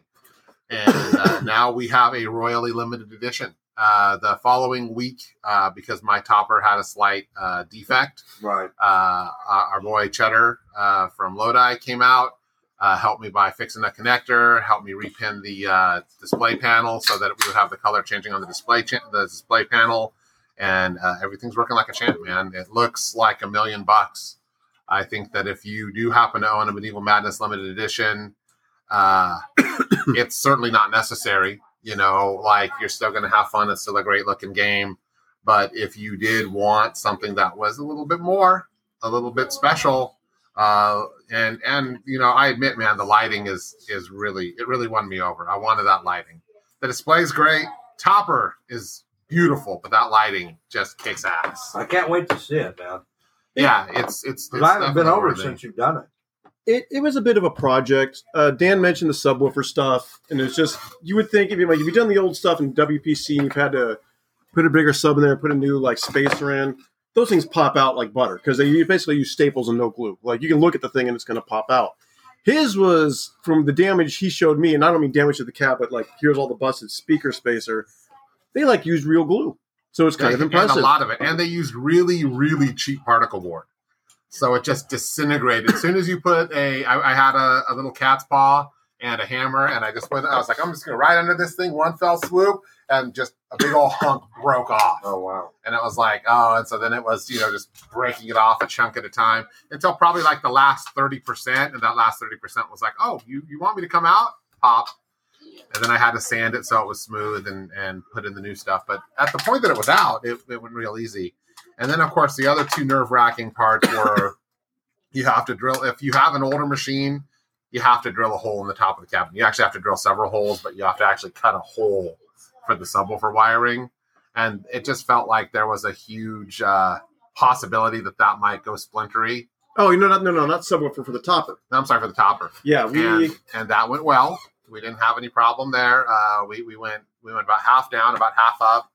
[SPEAKER 3] And uh, now we have a royally limited edition. Uh, the following week, uh, because my topper had a slight uh, defect,
[SPEAKER 1] Right.
[SPEAKER 3] uh, our boy Cheddar uh, from Lodi came out, uh, helped me by fixing the connector, helped me repin the uh, display panel so that we would have the color changing on the display cha- the display panel, and uh, everything's working like a champ, man. It looks like a million bucks. I think that if you do happen to own a Medieval Madness limited edition, uh, it's certainly not necessary. You know, like you're still going to have fun. It's still a great looking game. But if you did want something that was a little bit more, a little bit special. Uh, and and you know, I admit, man, the lighting is is really it really won me over. I wanted that lighting. The display's great. Topper is beautiful, but that lighting just kicks ass.
[SPEAKER 1] I can't wait to see it, man.
[SPEAKER 3] Yeah, it's it's. it's
[SPEAKER 1] 'Cause I haven't been
[SPEAKER 3] definitely
[SPEAKER 1] over it
[SPEAKER 3] worthy.
[SPEAKER 1] since you've done it.
[SPEAKER 2] It, it was a bit of a project. Uh, Dan mentioned the subwoofer stuff, and it's just you would think if you like if you've done the old stuff in WPC and you've had to put a bigger sub in there, put a new like spacer in, those things pop out like butter because they you basically use staples and no glue. Like you can look at the thing and it's going to pop out. His was from the damage he showed me, and I don't mean damage to the cab, but like here's all the busted speaker spacer. They like used real glue, so it's kind of
[SPEAKER 3] They- and
[SPEAKER 2] impressive.
[SPEAKER 3] A lot of it, and they used really, really cheap particle board, so it just disintegrated as soon as you put a. I, I had a, a little cat's paw and a hammer, and I just went. I was like, I'm just gonna ride under this thing, one fell swoop, and just a big old hunk broke off
[SPEAKER 1] Oh wow.
[SPEAKER 3] and it was like oh and so then it was you know just breaking it off a chunk at a time until probably like the last 30% and that last 30% was like oh you, you want me to come out pop and then i had to sand it so it was smooth and and put in the new stuff but at the point that it was out it, it went real easy and then of course the other two nerve-wracking parts were you have to drill if you have an older machine you have to drill a hole in the top of the cabin you actually have to drill several holes but you have to actually cut a hole for the subwoofer wiring and it just felt like there was a huge uh, possibility that that might go splintery.
[SPEAKER 2] oh, you know, not, no, no, not subwoofer for the topper.
[SPEAKER 3] No, I'm sorry for the topper,
[SPEAKER 2] Yeah, we
[SPEAKER 3] and, and that went well. We didn't have any problem there. Uh, we we went we went about half down, about half up,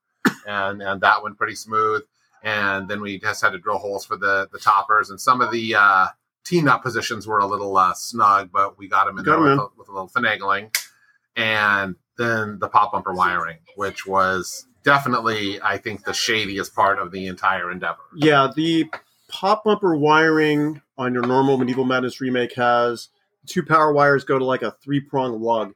[SPEAKER 3] and and that went pretty smooth. And then we just had to drill holes for the the toppers, and some of the uh, tee nut positions were a little uh, snug, but we got them in
[SPEAKER 2] Got 'em
[SPEAKER 3] there with
[SPEAKER 2] in.
[SPEAKER 3] a, with a little finagling. and then the pop bumper wiring, which was definitely, I think, the shadiest part of the entire endeavor.
[SPEAKER 2] Yeah, the pop bumper wiring on your normal Medieval Madness remake has two power wires go to like a three prong lug,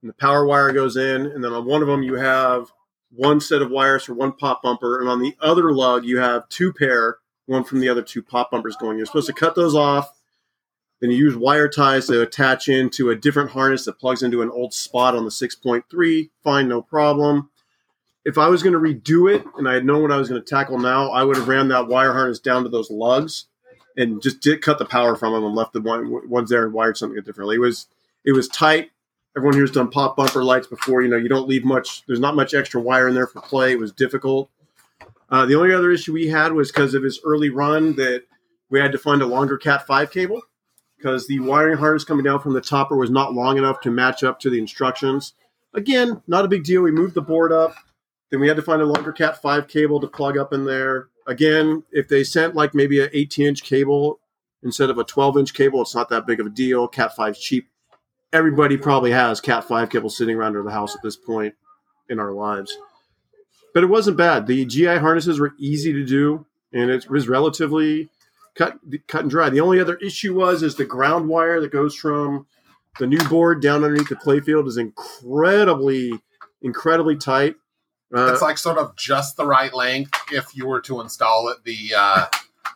[SPEAKER 2] and the power wire goes in, and then on one of them you have one set of wires for one pop bumper, and on the other lug you have two pair, one from the other two pop bumpers going. You're supposed to cut those off. Then you use wire ties to attach into a different harness that plugs into an old spot on the 6.3. Fine, no problem. If I was going to redo it and I had known what I was going to tackle now, I would have ran that wire harness down to those lugs and just did cut the power from them and left the one ones there and wired something differently. It was it was tight. Everyone here's done pop bumper lights before. You know, you don't leave much. There's not much extra wire in there for play. It was difficult. Uh, the only other issue we had was because of his early run that we had to find a longer Cat five cable because the wiring harness coming down from the topper was not long enough to match up to the instructions. Again, not a big deal. We moved the board up. Then we had to find a longer Cat five cable to plug up in there again, if they sent like maybe an 18 inch cable instead of a 12 inch cable, it's not that big of a deal. Cat 5's cheap. Everybody probably has Cat 5 cable sitting around their house at this point in our lives. But it wasn't bad. The GI harnesses were easy to do, and it was relatively cut cut and dry. The only other issue was is the ground wire that goes from the new board down underneath the playfield is incredibly, incredibly tight. Uh,
[SPEAKER 3] it's like sort of just the right length if you were to install it the uh,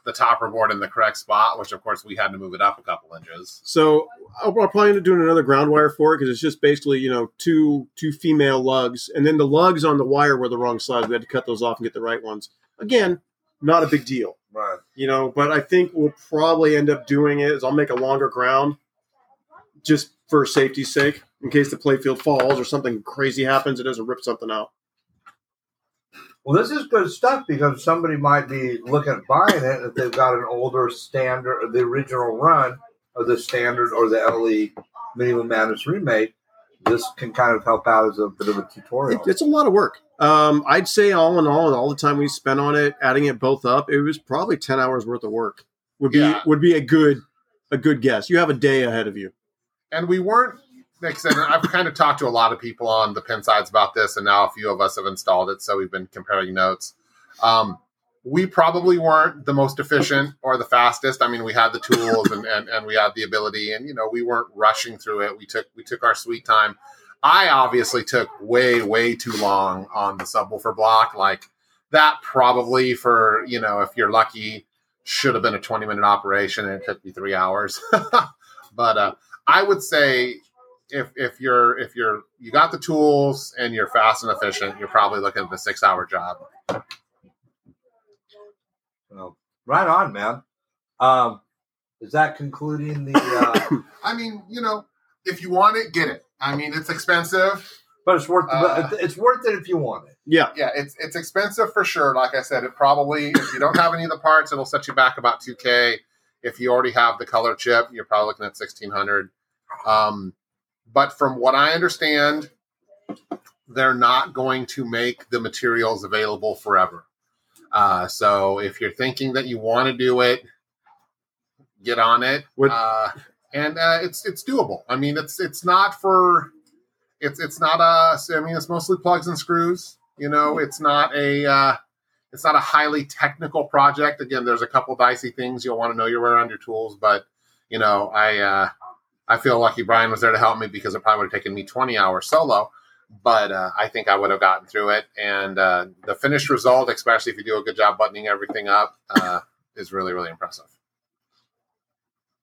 [SPEAKER 3] the topper board in the correct spot, which of course we had to move it up a couple inches.
[SPEAKER 2] So I'll, I'll probably end up doing another ground wire for it because it's just basically you know two two female lugs, and then the lugs on the wire were the wrong size. We had to cut those off and get the right ones. Again, not a big deal,
[SPEAKER 1] Right.
[SPEAKER 2] you know. But I think we'll probably end up doing it is I'll make a longer ground just for safety's sake in case the playfield falls or something crazy happens. It doesn't rip something out.
[SPEAKER 1] Well, this is good stuff because somebody might be looking at buying it if they've got an older standard, or the original run of the standard or the LE Minimum Madness remake. This can kind of help out as a bit of a
[SPEAKER 2] It,
[SPEAKER 1] tutorial.
[SPEAKER 2] it's a lot of work. Um, I'd say all in all, and all the time we spent on it, adding it both up, it was probably ten hours worth of work. Would be
[SPEAKER 3] Yeah.
[SPEAKER 2] would be a good a good guess. You have a day ahead of you.
[SPEAKER 3] And we weren't like I said, I've kind of talked to a lot of people on the pin sides about this, and now a few of us have installed it, so we've been comparing notes. Um, we probably weren't the most efficient or the fastest. I mean, we had the tools and, and and we had the ability, and you know, we weren't rushing through it. We took we took our sweet time. I obviously took way way too long on the subwoofer block. Like that probably for you know, if you're lucky, should have been a 20 minute operation, and it took me three hours. but uh, I would say if if you're if you're you got the tools and you're fast and efficient, you're probably looking at a six hour job.
[SPEAKER 1] So, right on, man. Um, is that concluding the? Uh,
[SPEAKER 3] I mean, you know, if you want it, get it. I mean, it's expensive.
[SPEAKER 1] but it's worth.
[SPEAKER 3] Uh,
[SPEAKER 1] but it's worth it if you want it.
[SPEAKER 2] Yeah,
[SPEAKER 3] Yeah, it's it's expensive for sure. Like I said, it probably if you don't have any of the parts, it'll set you back about two k. If you already have the color chip, you're probably looking at sixteen hundred. Um, but from what I understand, they're not going to make the materials available forever. Uh, so if you're thinking that you want to do it, get on it.
[SPEAKER 2] What-
[SPEAKER 3] Uh, and uh, it's it's doable. I mean, it's it's not for it's it's not a. I mean, it's mostly plugs and screws. You know, it's not a. Uh, it's not a highly technical project. Again, there's a couple dicey things you'll want to know your way around your tools, but you know, I uh, I feel lucky Brian was there to help me because it probably would have taken me 20 hours solo, but uh, I think I would have gotten through it. And uh, the finished result, especially if you do a good job buttoning everything up, uh, is really really impressive.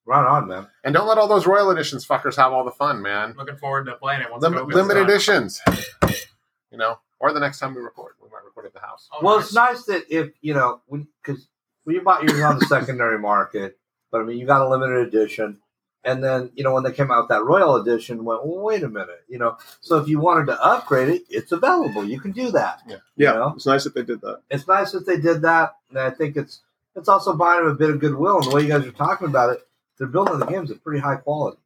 [SPEAKER 1] Right on, man.
[SPEAKER 3] And don't let all those Royal Editions fuckers have all the fun, man.
[SPEAKER 4] Looking forward to playing it once
[SPEAKER 3] Lim-
[SPEAKER 4] it opens
[SPEAKER 3] limited
[SPEAKER 4] up.
[SPEAKER 3] editions, you know, or the next time we record, we might record at the house.
[SPEAKER 4] Oh,
[SPEAKER 1] Well,
[SPEAKER 4] nice.
[SPEAKER 1] it's nice that if you know because when you bought yours on the secondary market, but I mean you got a limited edition, and then you know when they came out with that Royal Edition, went well, wait a minute, you know. So if you wanted to upgrade it, it's available. You can do that.
[SPEAKER 2] yeah.
[SPEAKER 1] Yeah.
[SPEAKER 2] It's nice that they did that.
[SPEAKER 1] It's nice that they did that, and I think it's it's also buying them a bit of goodwill. And the way you guys are talking about it, they're building the games at pretty high quality.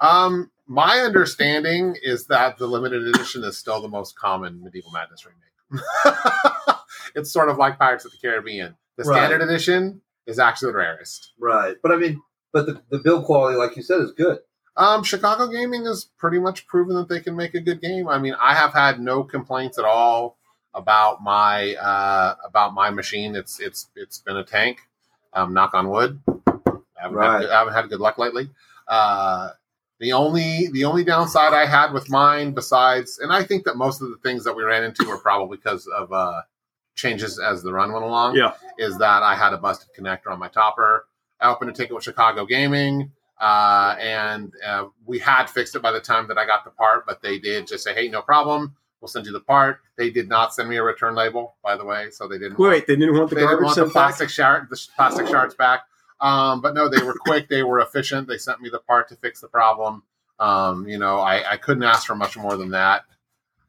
[SPEAKER 3] Um, my understanding is that the limited edition is still the most common medieval madness remake. it's sort of like Pirates of the Caribbean. The
[SPEAKER 1] Right.
[SPEAKER 3] standard edition is actually the rarest.
[SPEAKER 1] Right, but I mean, but the, the build quality, like you said, is good.
[SPEAKER 3] Um, Chicago Gaming has pretty much proven that they can make a good game. I mean, I have had no complaints at all about my uh, about my machine. It's it's it's been a tank. Um, knock on wood. I haven't,
[SPEAKER 1] Right.
[SPEAKER 3] had, I haven't had good luck lately. Uh, the only the only downside I had with mine, besides, and I think that most of the things that we ran into were probably because of uh, changes as the run went along.
[SPEAKER 2] Yeah.
[SPEAKER 3] is that I had a busted connector on my topper. I opened a ticket with Chicago Gaming, uh, and uh, we had fixed it by the time that I got the part, but they did just say, "Hey, no problem. We'll send you the part." They did not send me a return label, by the way, so they didn't.
[SPEAKER 2] Wait, wait, they didn't want the
[SPEAKER 3] they didn't
[SPEAKER 2] garbage
[SPEAKER 3] want the
[SPEAKER 2] sent back.
[SPEAKER 3] plastic shard, the sh- plastic shards back. Um, but no, they were quick. They were efficient. They sent me the part to fix the problem. Um, you know, I, I couldn't ask for much more than that.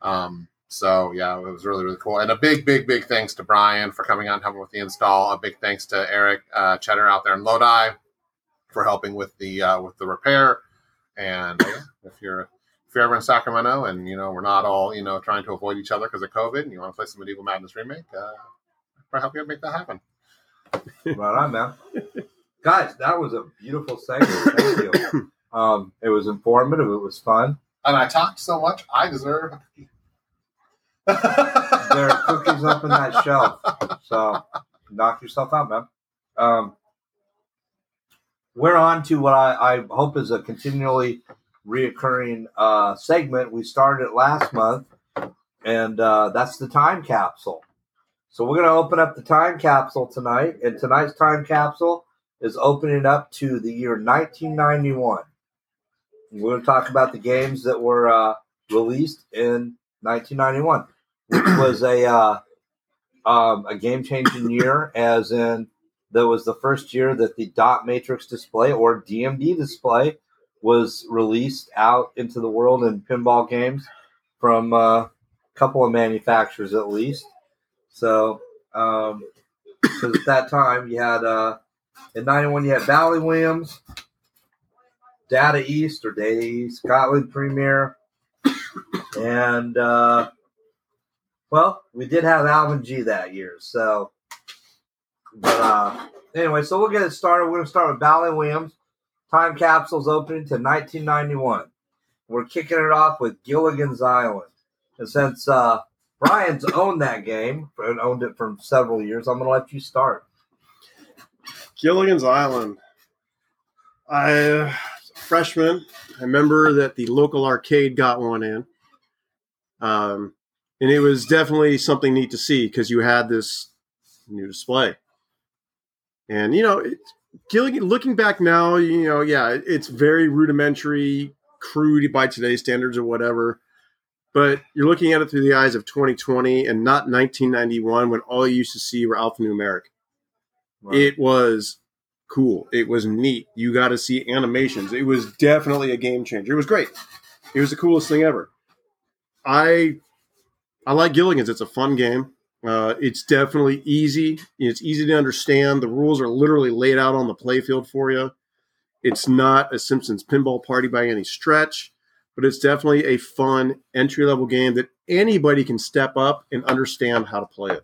[SPEAKER 3] Um, so yeah, it was really really cool. And a big big big thanks to Brian for coming out and helping with the install. A big thanks to Eric uh, Cheddar out there in Lodi for helping with the uh, with the repair. And yeah, if you're if you're ever in Sacramento and you know we're not all you know trying to avoid each other because of COVID, and you want to play some Medieval Madness remake, uh, I help you make that happen.
[SPEAKER 1] Right on, man. Guys, that was a beautiful segment. Thank you. Um, it was informative. It was fun.
[SPEAKER 3] And I talked so much, I deserve.
[SPEAKER 1] There are cookies up in that shelf, so knock yourself out, man. Um, we're on to what I, I hope is a continually reoccurring uh, segment. We started it last month, and uh, that's the time capsule. So we're going to open up the time capsule tonight, and tonight's time capsule is opening up to the year 1991. We're going to talk about the games that were uh, released in 1991, which was a uh, um, a game changing year, as in that was the first year that the dot matrix display or DMD display was released out into the world in pinball games from uh, a couple of manufacturers at least. So, um, 'cause at that time you had uh, in '91 you had Valley Williams, Data East or Data East, Scotland Premier, and uh, well, we did have Alvin G that year. So, but uh, anyway, so we'll get it started. We're gonna start with Valley Williams. Time capsules opening to 1991. We're kicking it off with Gilligan's Island, and since uh, Brian's owned that game and owned it for several years, I'm gonna let you start.
[SPEAKER 2] Gilligan's Island. I uh, freshman. I remember that the local arcade got one in, um, and it was definitely something neat to see because you had this new display, and you know, it, Gilligan. Looking back now, you know, yeah, it- it's very rudimentary, crude by today's standards or whatever. But you're looking at it through the eyes of 2020 and not 1991 when all you used to see were alphanumeric it was cool it was neat you got to see animations it was definitely a game changer it was great it was the coolest thing ever i i like gilligan's it's a fun game uh, it's definitely easy it's easy to understand the rules are literally laid out on the playfield for you it's not a simpsons pinball party by any stretch but it's definitely a fun entry level game that anybody can step up and understand how to play it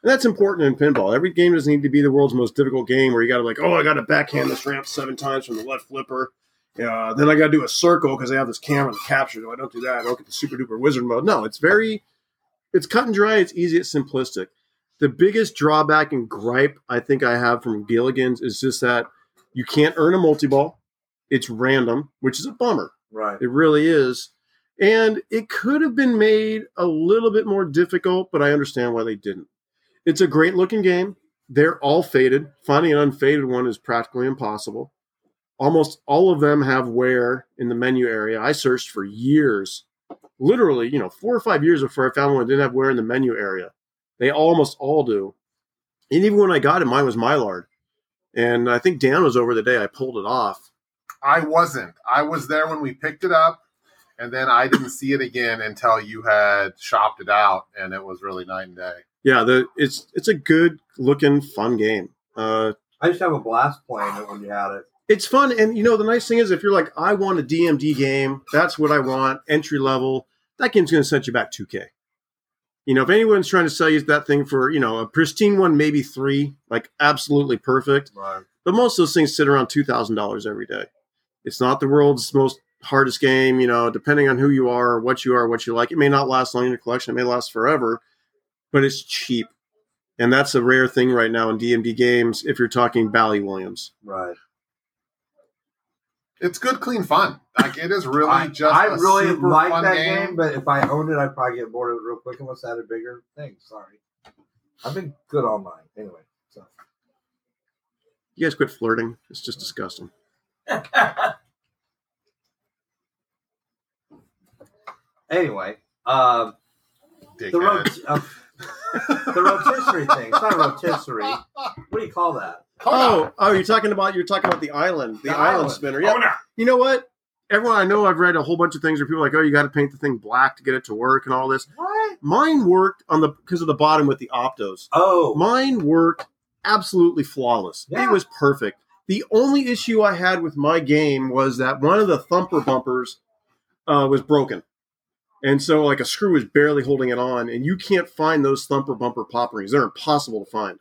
[SPEAKER 2] and that's important in pinball. Every game doesn't need to be the world's most difficult game where you got to like, oh, I got to backhand this ramp seven times from the left flipper. Yeah, then I got to do a circle because I have this camera to capture. No, I don't do that. I don't get the super duper wizard mode. No, it's very, it's cut and dry. It's easy. It's simplistic. The biggest drawback and gripe I think I have from Gilligan's is just that you can't earn a multi ball. It's random, which is a bummer.
[SPEAKER 1] Right.
[SPEAKER 2] It really is. And it could have been made a little bit more difficult, but I understand why they didn't. It's a great looking game. They're all faded. Finding an unfaded one is practically impossible. Almost all of them have wear in the menu area. I searched for years, literally, you know, four or five years before I found one that didn't have wear in the menu area. They almost all do. And even when I got it, mine was Mylard. And I think Dan was over the day I pulled it off.
[SPEAKER 3] I wasn't. I was there when we picked it up, and then I didn't see it again until you had shopped it out, and it was really night and day.
[SPEAKER 2] yeah, the it's it's a good looking fun game. Uh,
[SPEAKER 1] I used to have a blast playing it when you had it.
[SPEAKER 2] it's fun, and you know the nice thing is if you're like, I want a DMD game, that's what I want, entry level. That game's going to set you back 2K. You know, if anyone's trying to sell you that thing for you know a pristine one, maybe three, like absolutely perfect,
[SPEAKER 1] Right.
[SPEAKER 2] but most of those things sit around two thousand dollars every day. It's not the world's most hardest game, you know. Depending on who you are, what you are, what you like, it may not last long in your collection. It may last forever, but it's cheap, and that's a rare thing right now in DMD games. If you're talking Bally Williams,
[SPEAKER 1] Right.
[SPEAKER 3] It's good, clean fun. Like it is really
[SPEAKER 1] I,
[SPEAKER 3] just.
[SPEAKER 1] I
[SPEAKER 3] a
[SPEAKER 1] really
[SPEAKER 3] super
[SPEAKER 1] like
[SPEAKER 3] fun
[SPEAKER 1] that game. but if I owned it, I'd probably get bored of it real quick unless I had a bigger thing. Sorry, I've been good all mine anyway. So
[SPEAKER 2] You guys quit flirting. It's just disgusting.
[SPEAKER 1] anyway, um, the
[SPEAKER 3] Dickhead.
[SPEAKER 1] rot- uh, the rotisserie thing. It's not a rotisserie. What do you call that?
[SPEAKER 2] Oh, oh, you're talking about you're talking about the island,
[SPEAKER 1] The
[SPEAKER 2] the, island,
[SPEAKER 1] island.
[SPEAKER 2] spinner. Yeah,
[SPEAKER 4] Oh, no.
[SPEAKER 2] you know what? Everyone I know, I've read a whole bunch of things where people are like, oh, you got to paint the thing black to get it to work and all this.
[SPEAKER 1] What?
[SPEAKER 2] Mine worked on the because of the bottom with the optos.
[SPEAKER 1] Oh,
[SPEAKER 2] Mine worked absolutely flawless.
[SPEAKER 1] Yeah.
[SPEAKER 2] It was perfect. The only issue I had with my game was that one of the thumper bumpers uh, was broken. And so, like, a screw is barely holding it on, and you can't find those thumper bumper pop rings. They're impossible to find.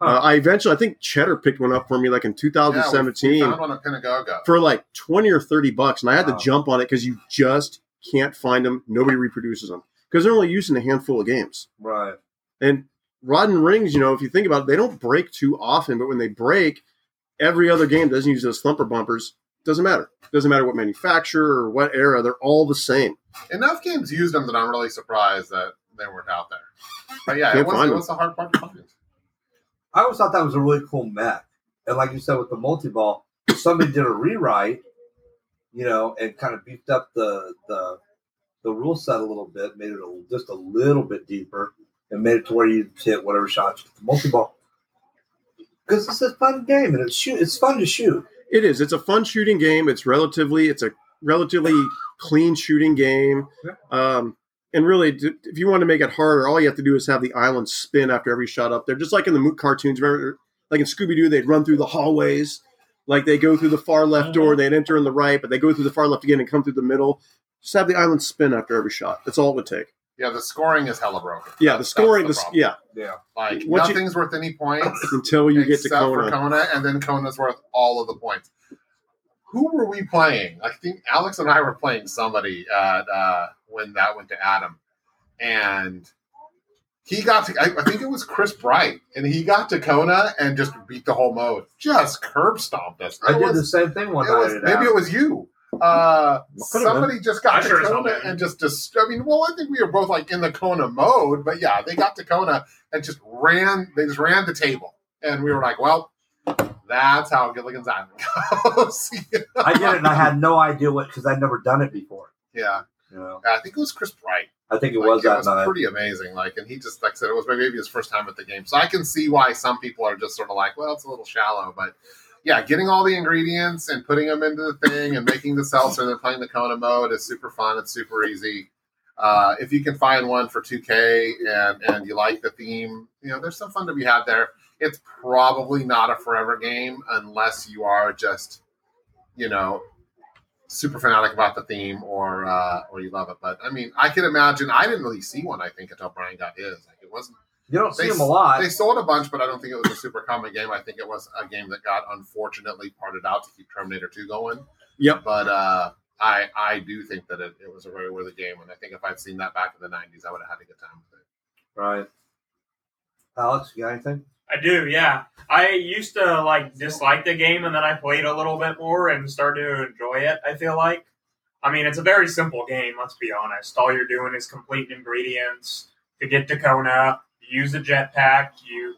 [SPEAKER 2] Uh,
[SPEAKER 1] Huh.
[SPEAKER 2] I eventually, I think Cheddar picked one up for me, like, in
[SPEAKER 3] Yeah, we- we
[SPEAKER 2] 2017
[SPEAKER 3] found one at Pinagogo.
[SPEAKER 2] for like 20 or 30 bucks and i had
[SPEAKER 1] Wow.
[SPEAKER 2] to jump on it because you just can't find them nobody reproduces them because they're only used in a handful of games
[SPEAKER 1] right.
[SPEAKER 2] and rod and rings you know if you think about it they don't break too often but when they break every other game that doesn't use those thumper bumpers doesn't matter doesn't matter what manufacturer or what era they're all the same
[SPEAKER 3] Enough games used them that I'm really surprised that they weren't out there. But yeah,
[SPEAKER 2] Can't
[SPEAKER 3] it was,
[SPEAKER 2] find
[SPEAKER 3] it
[SPEAKER 2] them.
[SPEAKER 3] was the hard part to find.
[SPEAKER 1] I always thought that was a really cool mech. And like you said with the multi ball, somebody did a rewrite, you know, and kind of beefed up the the the rule set a little bit, made it a, just a little bit deeper, and made it to where you hit whatever shots with the multi ball. Because it's a fun game and it's shoot, it's fun to shoot.
[SPEAKER 2] it is it's a fun shooting game it's relatively it's a relatively clean shooting game
[SPEAKER 1] Yeah.
[SPEAKER 2] um, and really d- if you want to make it harder all you have to do is have the island spin after every shot up there just like in the moot cartoons remember like in scooby-doo they'd run through the hallways like they go through the far left door they'd enter in the right but they go through the far left again and come through the middle just have the island spin after every shot that's all it would take
[SPEAKER 3] Yeah, the scoring is hella broken.
[SPEAKER 2] yeah the scoring
[SPEAKER 3] That's
[SPEAKER 2] the,
[SPEAKER 3] problem.
[SPEAKER 2] yeah
[SPEAKER 1] Yeah.
[SPEAKER 3] Like
[SPEAKER 2] What you-
[SPEAKER 3] nothing's worth any points
[SPEAKER 2] until you get to
[SPEAKER 3] except
[SPEAKER 2] Kona.
[SPEAKER 3] for Kona, and then Kona's worth all of the points. Who were we playing? I think Alex and I were playing somebody at, uh, when that went to Adam, and he got to. I, I think it was Chris Bright, and he got to Kona and just beat the whole mode. Just curb stomped us.
[SPEAKER 1] I
[SPEAKER 3] It
[SPEAKER 1] did
[SPEAKER 3] was-
[SPEAKER 1] the same thing one
[SPEAKER 3] it
[SPEAKER 1] night.
[SPEAKER 3] was,
[SPEAKER 1] at
[SPEAKER 3] maybe
[SPEAKER 1] Apple.
[SPEAKER 3] it was you. Uh,
[SPEAKER 2] Could've been.
[SPEAKER 3] somebody just got
[SPEAKER 4] I
[SPEAKER 3] to
[SPEAKER 4] sure as hell
[SPEAKER 3] Kona
[SPEAKER 4] did.
[SPEAKER 3] and just dis- I mean, well, I think we were both like in the Kona mode, but yeah, they got to Kona and just ran. They just ran the table, and we were like, well, that's how Gilligan's Island goes.
[SPEAKER 1] I did it and I had no idea what because I'd never done it before.
[SPEAKER 3] yeah,
[SPEAKER 1] You know,
[SPEAKER 3] I think it was Chris Bright.
[SPEAKER 1] I think it
[SPEAKER 3] Like,
[SPEAKER 1] was
[SPEAKER 3] it
[SPEAKER 1] that
[SPEAKER 3] was
[SPEAKER 1] night.
[SPEAKER 3] pretty amazing. Like, and he just like I said it was maybe his first time at the game, so I can see why some people are just sort of like, well, it's a little shallow, but yeah, getting all the ingredients and putting them into the thing and making the seltzer, then playing the Kona mode is super fun. It's super easy. Uh, if you can find one for 2K and and you like the theme, you know, there's some fun to be had there. It's probably not a forever game unless you are just, you know, super fanatic about the theme or uh, or you love it. But I mean, I can imagine. I didn't really see one. I think until Brian got his. Like it wasn't.
[SPEAKER 1] you don't see
[SPEAKER 3] They-
[SPEAKER 1] them a lot.
[SPEAKER 3] They sold a bunch, but I don't think it was a super common game. I think it was a game that got unfortunately parted out to keep Terminator Two going.
[SPEAKER 2] Yep.
[SPEAKER 3] But uh, I I do think that it, it was a very worthy game, and I think if I'd seen that back in the '90s, I would have had a good time with it.
[SPEAKER 1] Right. Alex, you got anything?
[SPEAKER 4] I do, yeah. I used to like dislike the game, and then I played a little bit more and started to enjoy it. I feel like, I mean, it's a very simple game. Let's be honest. All you're doing is completing ingredients to get to Kona. You use the jetpack. You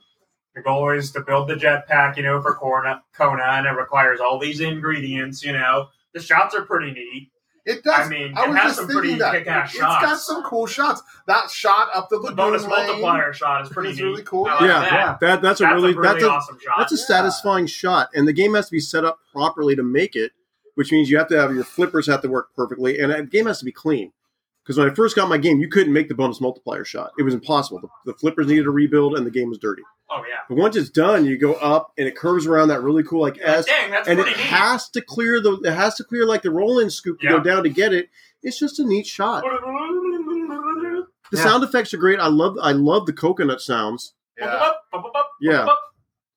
[SPEAKER 4] the goal is to build the jetpack, you know, for Kona, Kona, and it requires all these ingredients. You know, the shots are pretty neat.
[SPEAKER 3] It does.
[SPEAKER 4] I mean,
[SPEAKER 3] I
[SPEAKER 4] it
[SPEAKER 3] was
[SPEAKER 4] has
[SPEAKER 3] just
[SPEAKER 4] some
[SPEAKER 3] thinking
[SPEAKER 4] pretty
[SPEAKER 3] that.
[SPEAKER 4] kick-ass
[SPEAKER 3] It's got
[SPEAKER 4] shots.
[SPEAKER 3] some cool shots. That shot up the,
[SPEAKER 4] The
[SPEAKER 3] lagoon
[SPEAKER 4] bonus
[SPEAKER 3] lane.
[SPEAKER 4] multiplier shot is pretty
[SPEAKER 3] It's
[SPEAKER 4] neat.
[SPEAKER 3] really cool.
[SPEAKER 4] I like
[SPEAKER 2] Yeah,
[SPEAKER 4] that.
[SPEAKER 1] yeah.
[SPEAKER 2] That that's a
[SPEAKER 4] That's
[SPEAKER 2] really, that's a
[SPEAKER 4] awesome shot.
[SPEAKER 2] That's a
[SPEAKER 3] Yeah.
[SPEAKER 2] satisfying shot, and the game has to be set up properly to make it, which means you have to have your flippers have to work perfectly, and the game has to be clean. Because when I first got my game, you couldn't make the bonus multiplier shot; it was impossible. The, the flippers needed a rebuild, and the game was dirty.
[SPEAKER 4] oh yeah.
[SPEAKER 2] But once it's done, you go up, and it curves around that really cool like S,
[SPEAKER 4] Dang, that's
[SPEAKER 2] and it
[SPEAKER 4] pretty neat.
[SPEAKER 2] has to clear the it has to clear like the roll in scoop to go
[SPEAKER 4] Yeah.
[SPEAKER 2] down to get it. It's just a neat shot.
[SPEAKER 4] Yeah.
[SPEAKER 2] The
[SPEAKER 1] Yeah.
[SPEAKER 2] sound effects are great. I love I love the coconut sounds,
[SPEAKER 3] Yeah.
[SPEAKER 2] Yeah.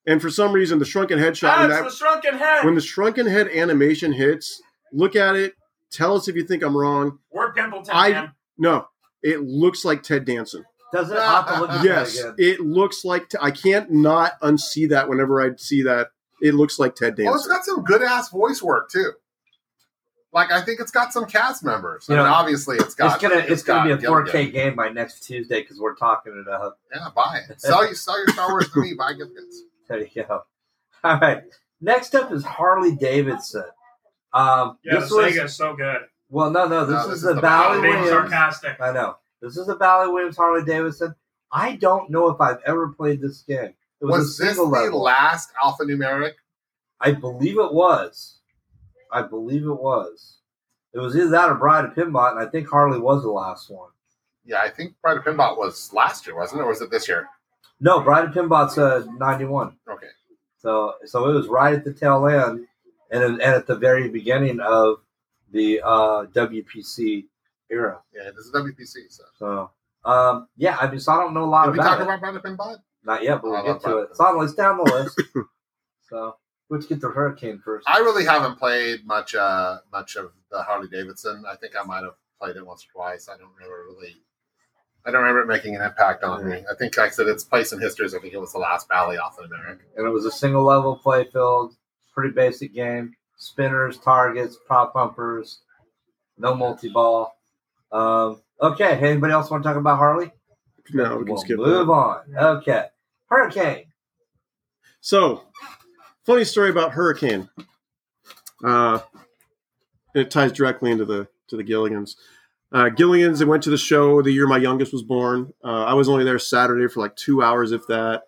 [SPEAKER 2] and for some reason, the shrunken head shot. when
[SPEAKER 4] That's
[SPEAKER 2] that-
[SPEAKER 4] the shrunken head.
[SPEAKER 2] when the shrunken head animation hits, look at it. Tell us if you think I'm wrong.
[SPEAKER 4] We're Pimpleton,
[SPEAKER 2] I-
[SPEAKER 4] man.
[SPEAKER 2] No, it looks like Ted Danson.
[SPEAKER 1] Does it I'll have to look at
[SPEAKER 2] Yes,
[SPEAKER 1] that again?
[SPEAKER 2] it looks like I I can't not unsee that. Whenever I see that, it looks like Ted
[SPEAKER 3] Well, it's
[SPEAKER 2] Danson.
[SPEAKER 3] got some good ass voice work too. like I think it's got some cast members.
[SPEAKER 1] You
[SPEAKER 3] I mean,
[SPEAKER 1] know,
[SPEAKER 3] obviously it's got
[SPEAKER 1] it's gonna it's, gonna be a
[SPEAKER 3] got Gilligan.
[SPEAKER 1] 4K game by next Tuesday because we're talking it up.
[SPEAKER 3] Yeah, buy it. Sell you sell your Star Wars to me. Buy Gilligan's.
[SPEAKER 1] There you go. All right. Next up is Harley Davidson. Um,
[SPEAKER 4] Yeah,
[SPEAKER 1] this
[SPEAKER 4] the
[SPEAKER 1] was
[SPEAKER 4] Sega is so good.
[SPEAKER 1] well, no, no. This
[SPEAKER 3] No,
[SPEAKER 1] is
[SPEAKER 3] this
[SPEAKER 1] the
[SPEAKER 3] is the
[SPEAKER 1] Valley
[SPEAKER 3] Harley
[SPEAKER 4] being
[SPEAKER 1] Williams.
[SPEAKER 3] Davidson.
[SPEAKER 4] sarcastic.
[SPEAKER 1] I know this is the Valley Williams Harley Davidson. I don't know if I've ever played this game. It was,
[SPEAKER 3] Was,
[SPEAKER 1] a
[SPEAKER 3] this the
[SPEAKER 1] single level.
[SPEAKER 3] last alphanumeric?
[SPEAKER 1] I believe it was. I believe it was. It was either that or Bride of Pinbot, and I think Harley was the last one.
[SPEAKER 3] Yeah, I think Pride of Pinbot was last year, wasn't it? Or was it this year?
[SPEAKER 1] No, Bride of Pinbot's uh, 91.
[SPEAKER 3] Okay.
[SPEAKER 1] So so it was right at the tail end and and at the very beginning of the uh, WPC era.
[SPEAKER 3] Yeah, this is WPC. So
[SPEAKER 1] So um, yeah, I mean, so I don't know a lot
[SPEAKER 3] did we
[SPEAKER 1] about
[SPEAKER 3] talk
[SPEAKER 1] it.
[SPEAKER 3] about Pride of Pinbot?
[SPEAKER 1] Not yet, but we'll
[SPEAKER 3] Oh,
[SPEAKER 1] get to
[SPEAKER 3] okay.
[SPEAKER 1] it. It's on the list down the list. so let's get the hurricane first.
[SPEAKER 3] I really haven't played much uh much of the Harley Davidson. I think I might have played it once or twice. I don't remember really I don't remember it making an impact on me. I think like I said its place in history is I think it was the last Valley off in America.
[SPEAKER 1] and it was a single level play field, pretty basic game. Spinners, targets, prop pumpers, no multi ball. Um, okay, anybody else want to talk about Harley?
[SPEAKER 2] No, we can
[SPEAKER 1] We'll
[SPEAKER 2] skip
[SPEAKER 1] move
[SPEAKER 2] that.
[SPEAKER 1] on. Okay, Hurricane.
[SPEAKER 2] So, funny story about Hurricane. Uh, it ties directly into the to the Gilligans. Uh, Gilligans. I went to the show the year my youngest was born. Uh, I was only there Saturday for like two hours, if that.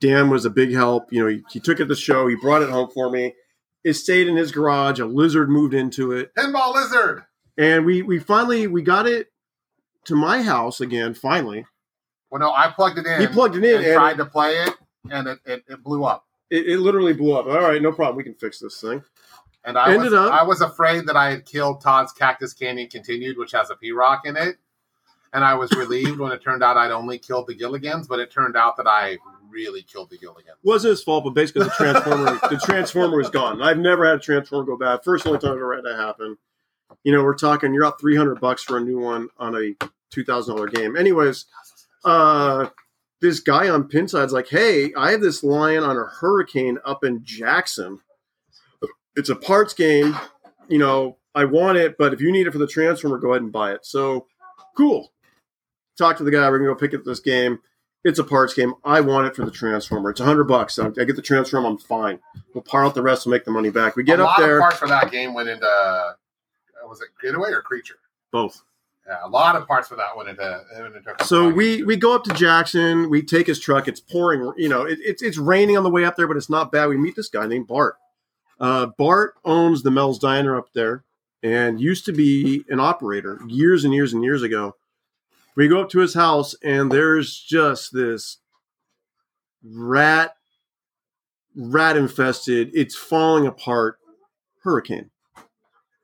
[SPEAKER 2] Dan was a big help. You know, he, he took it to the show. He brought it home for me. It stayed in his garage. A lizard moved into it
[SPEAKER 3] Pinball Lizard.
[SPEAKER 2] and we we finally we got it to my house again finally
[SPEAKER 3] Well no, I plugged it in.
[SPEAKER 2] he plugged it in
[SPEAKER 3] and
[SPEAKER 2] and,
[SPEAKER 3] tried to play it and it, it, it blew up.
[SPEAKER 2] it, it literally blew up all right no problem we can fix this thing
[SPEAKER 3] And I
[SPEAKER 2] Ended
[SPEAKER 3] was,
[SPEAKER 2] up-
[SPEAKER 3] I was afraid that I had killed Todd's Cactus Canyon Continued, which has a P Rock in it. And I was relieved when it turned out I'd only killed the Gilligans, but it turned out that I really killed the Gilligans.
[SPEAKER 2] wasn't his fault but basically the transformer the transformer was gone i've never had a transformer go bad first and only time i've ever had that happen you know we're talking you're up 300 bucks for a new one on a $2000 game anyways uh this guy on pinside's like hey i have this lion on a hurricane up in jackson it's a parts game you know i want it but if you need it for the transformer go ahead and buy it so cool talk to the guy we're gonna go pick up this game it's a parts game i want it for the transformer it's 100 bucks i I get the transformer i'm fine we'll part out the rest and make the money back we get
[SPEAKER 3] a
[SPEAKER 2] up
[SPEAKER 3] lot
[SPEAKER 2] there
[SPEAKER 3] of parts for that game went into uh, was it Getaway or Creature?
[SPEAKER 2] both
[SPEAKER 3] Yeah, a lot of parts for that went into. Went into
[SPEAKER 2] So we we go up to Jackson. We take his truck. It's pouring. You know, it, it's it's raining on the way up there, but it's not bad. We meet this guy named Bart. Uh, Bart owns the Mel's Diner up there, and used to be an operator years and years and years ago. We go up to his house, and there's just this rat rat infested. It's falling apart. Hurricane.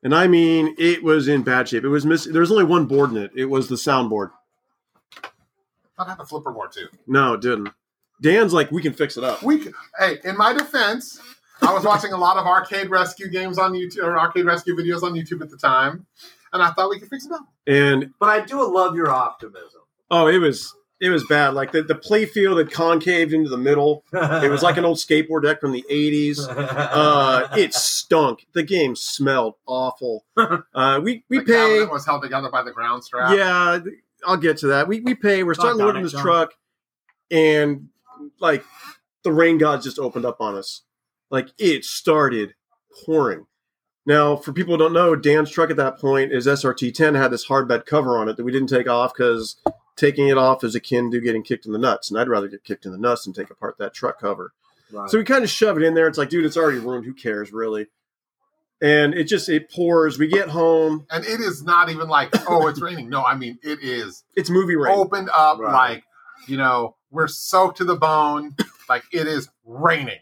[SPEAKER 2] And I mean, it was in bad shape. It was miss. There was only one board in it. It was the soundboard.
[SPEAKER 3] I have a flipper board too.
[SPEAKER 2] No, it didn't. Dan's like, we can fix it up.
[SPEAKER 3] We c- hey, in my defense, I was watching a lot of arcade rescue games on YouTube or arcade rescue videos on YouTube at the time, and I thought we could fix it up.
[SPEAKER 2] And
[SPEAKER 1] But I do love your optimism.
[SPEAKER 2] oh, it was it was bad. Like the, the play field had concaved into the middle. It was like an old skateboard deck from the eighties. Uh, it stunk. The game smelled awful. Uh, we we
[SPEAKER 3] the
[SPEAKER 2] pay.
[SPEAKER 3] cabinet was held together by the ground strap.
[SPEAKER 2] Yeah, th- I'll get to that. We we pay. We're starting
[SPEAKER 4] Knock on
[SPEAKER 2] loading
[SPEAKER 4] it,
[SPEAKER 2] this
[SPEAKER 4] John.
[SPEAKER 2] truck, and like the rain gods just opened up on us. Like it started pouring. Now, for people who don't know, Dan's truck at that point is SRT ten had this hard bed cover on it that we didn't take off because taking it off is akin to getting kicked in the nuts, and I'd rather get kicked in the nuts than take apart that truck cover.
[SPEAKER 1] Right.
[SPEAKER 2] So we kind of shove it in there. It's like, dude, it's already ruined. Who cares, really? And it just it pours. We get home.
[SPEAKER 3] And it is not even like, oh, it's raining. No, I mean it is
[SPEAKER 2] It's movie rain.
[SPEAKER 3] opened up
[SPEAKER 1] Right.
[SPEAKER 3] like, you know, we're soaked to the bone. Like it is raining.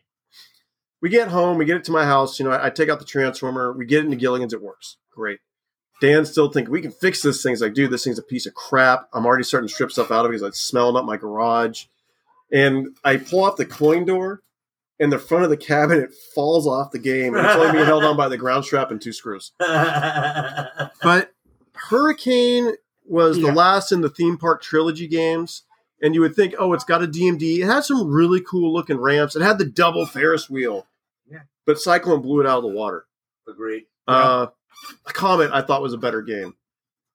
[SPEAKER 2] we get home, we get it to my house. You know, I, I take out the transformer, we get it into Gilligan's, it works. Great. Dan's still thinking we can fix this thing. He's like, dude, this thing's a piece of crap. I'm already starting to strip stuff out of it. He's like smelling up my garage. And I pull off the coin door, and the front of the cabinet falls off the game. And it's only being held on by the ground strap and two screws. But Hurricane was the
[SPEAKER 4] Yeah.
[SPEAKER 2] last in the theme park trilogy games, and you would think, oh, it's got a DMD. It had some really cool looking ramps. It had the double Ferris wheel.
[SPEAKER 1] Yeah.
[SPEAKER 2] But Cyclone blew it out of the water.
[SPEAKER 1] Agreed.
[SPEAKER 2] Uh, Comet, I thought was a better game.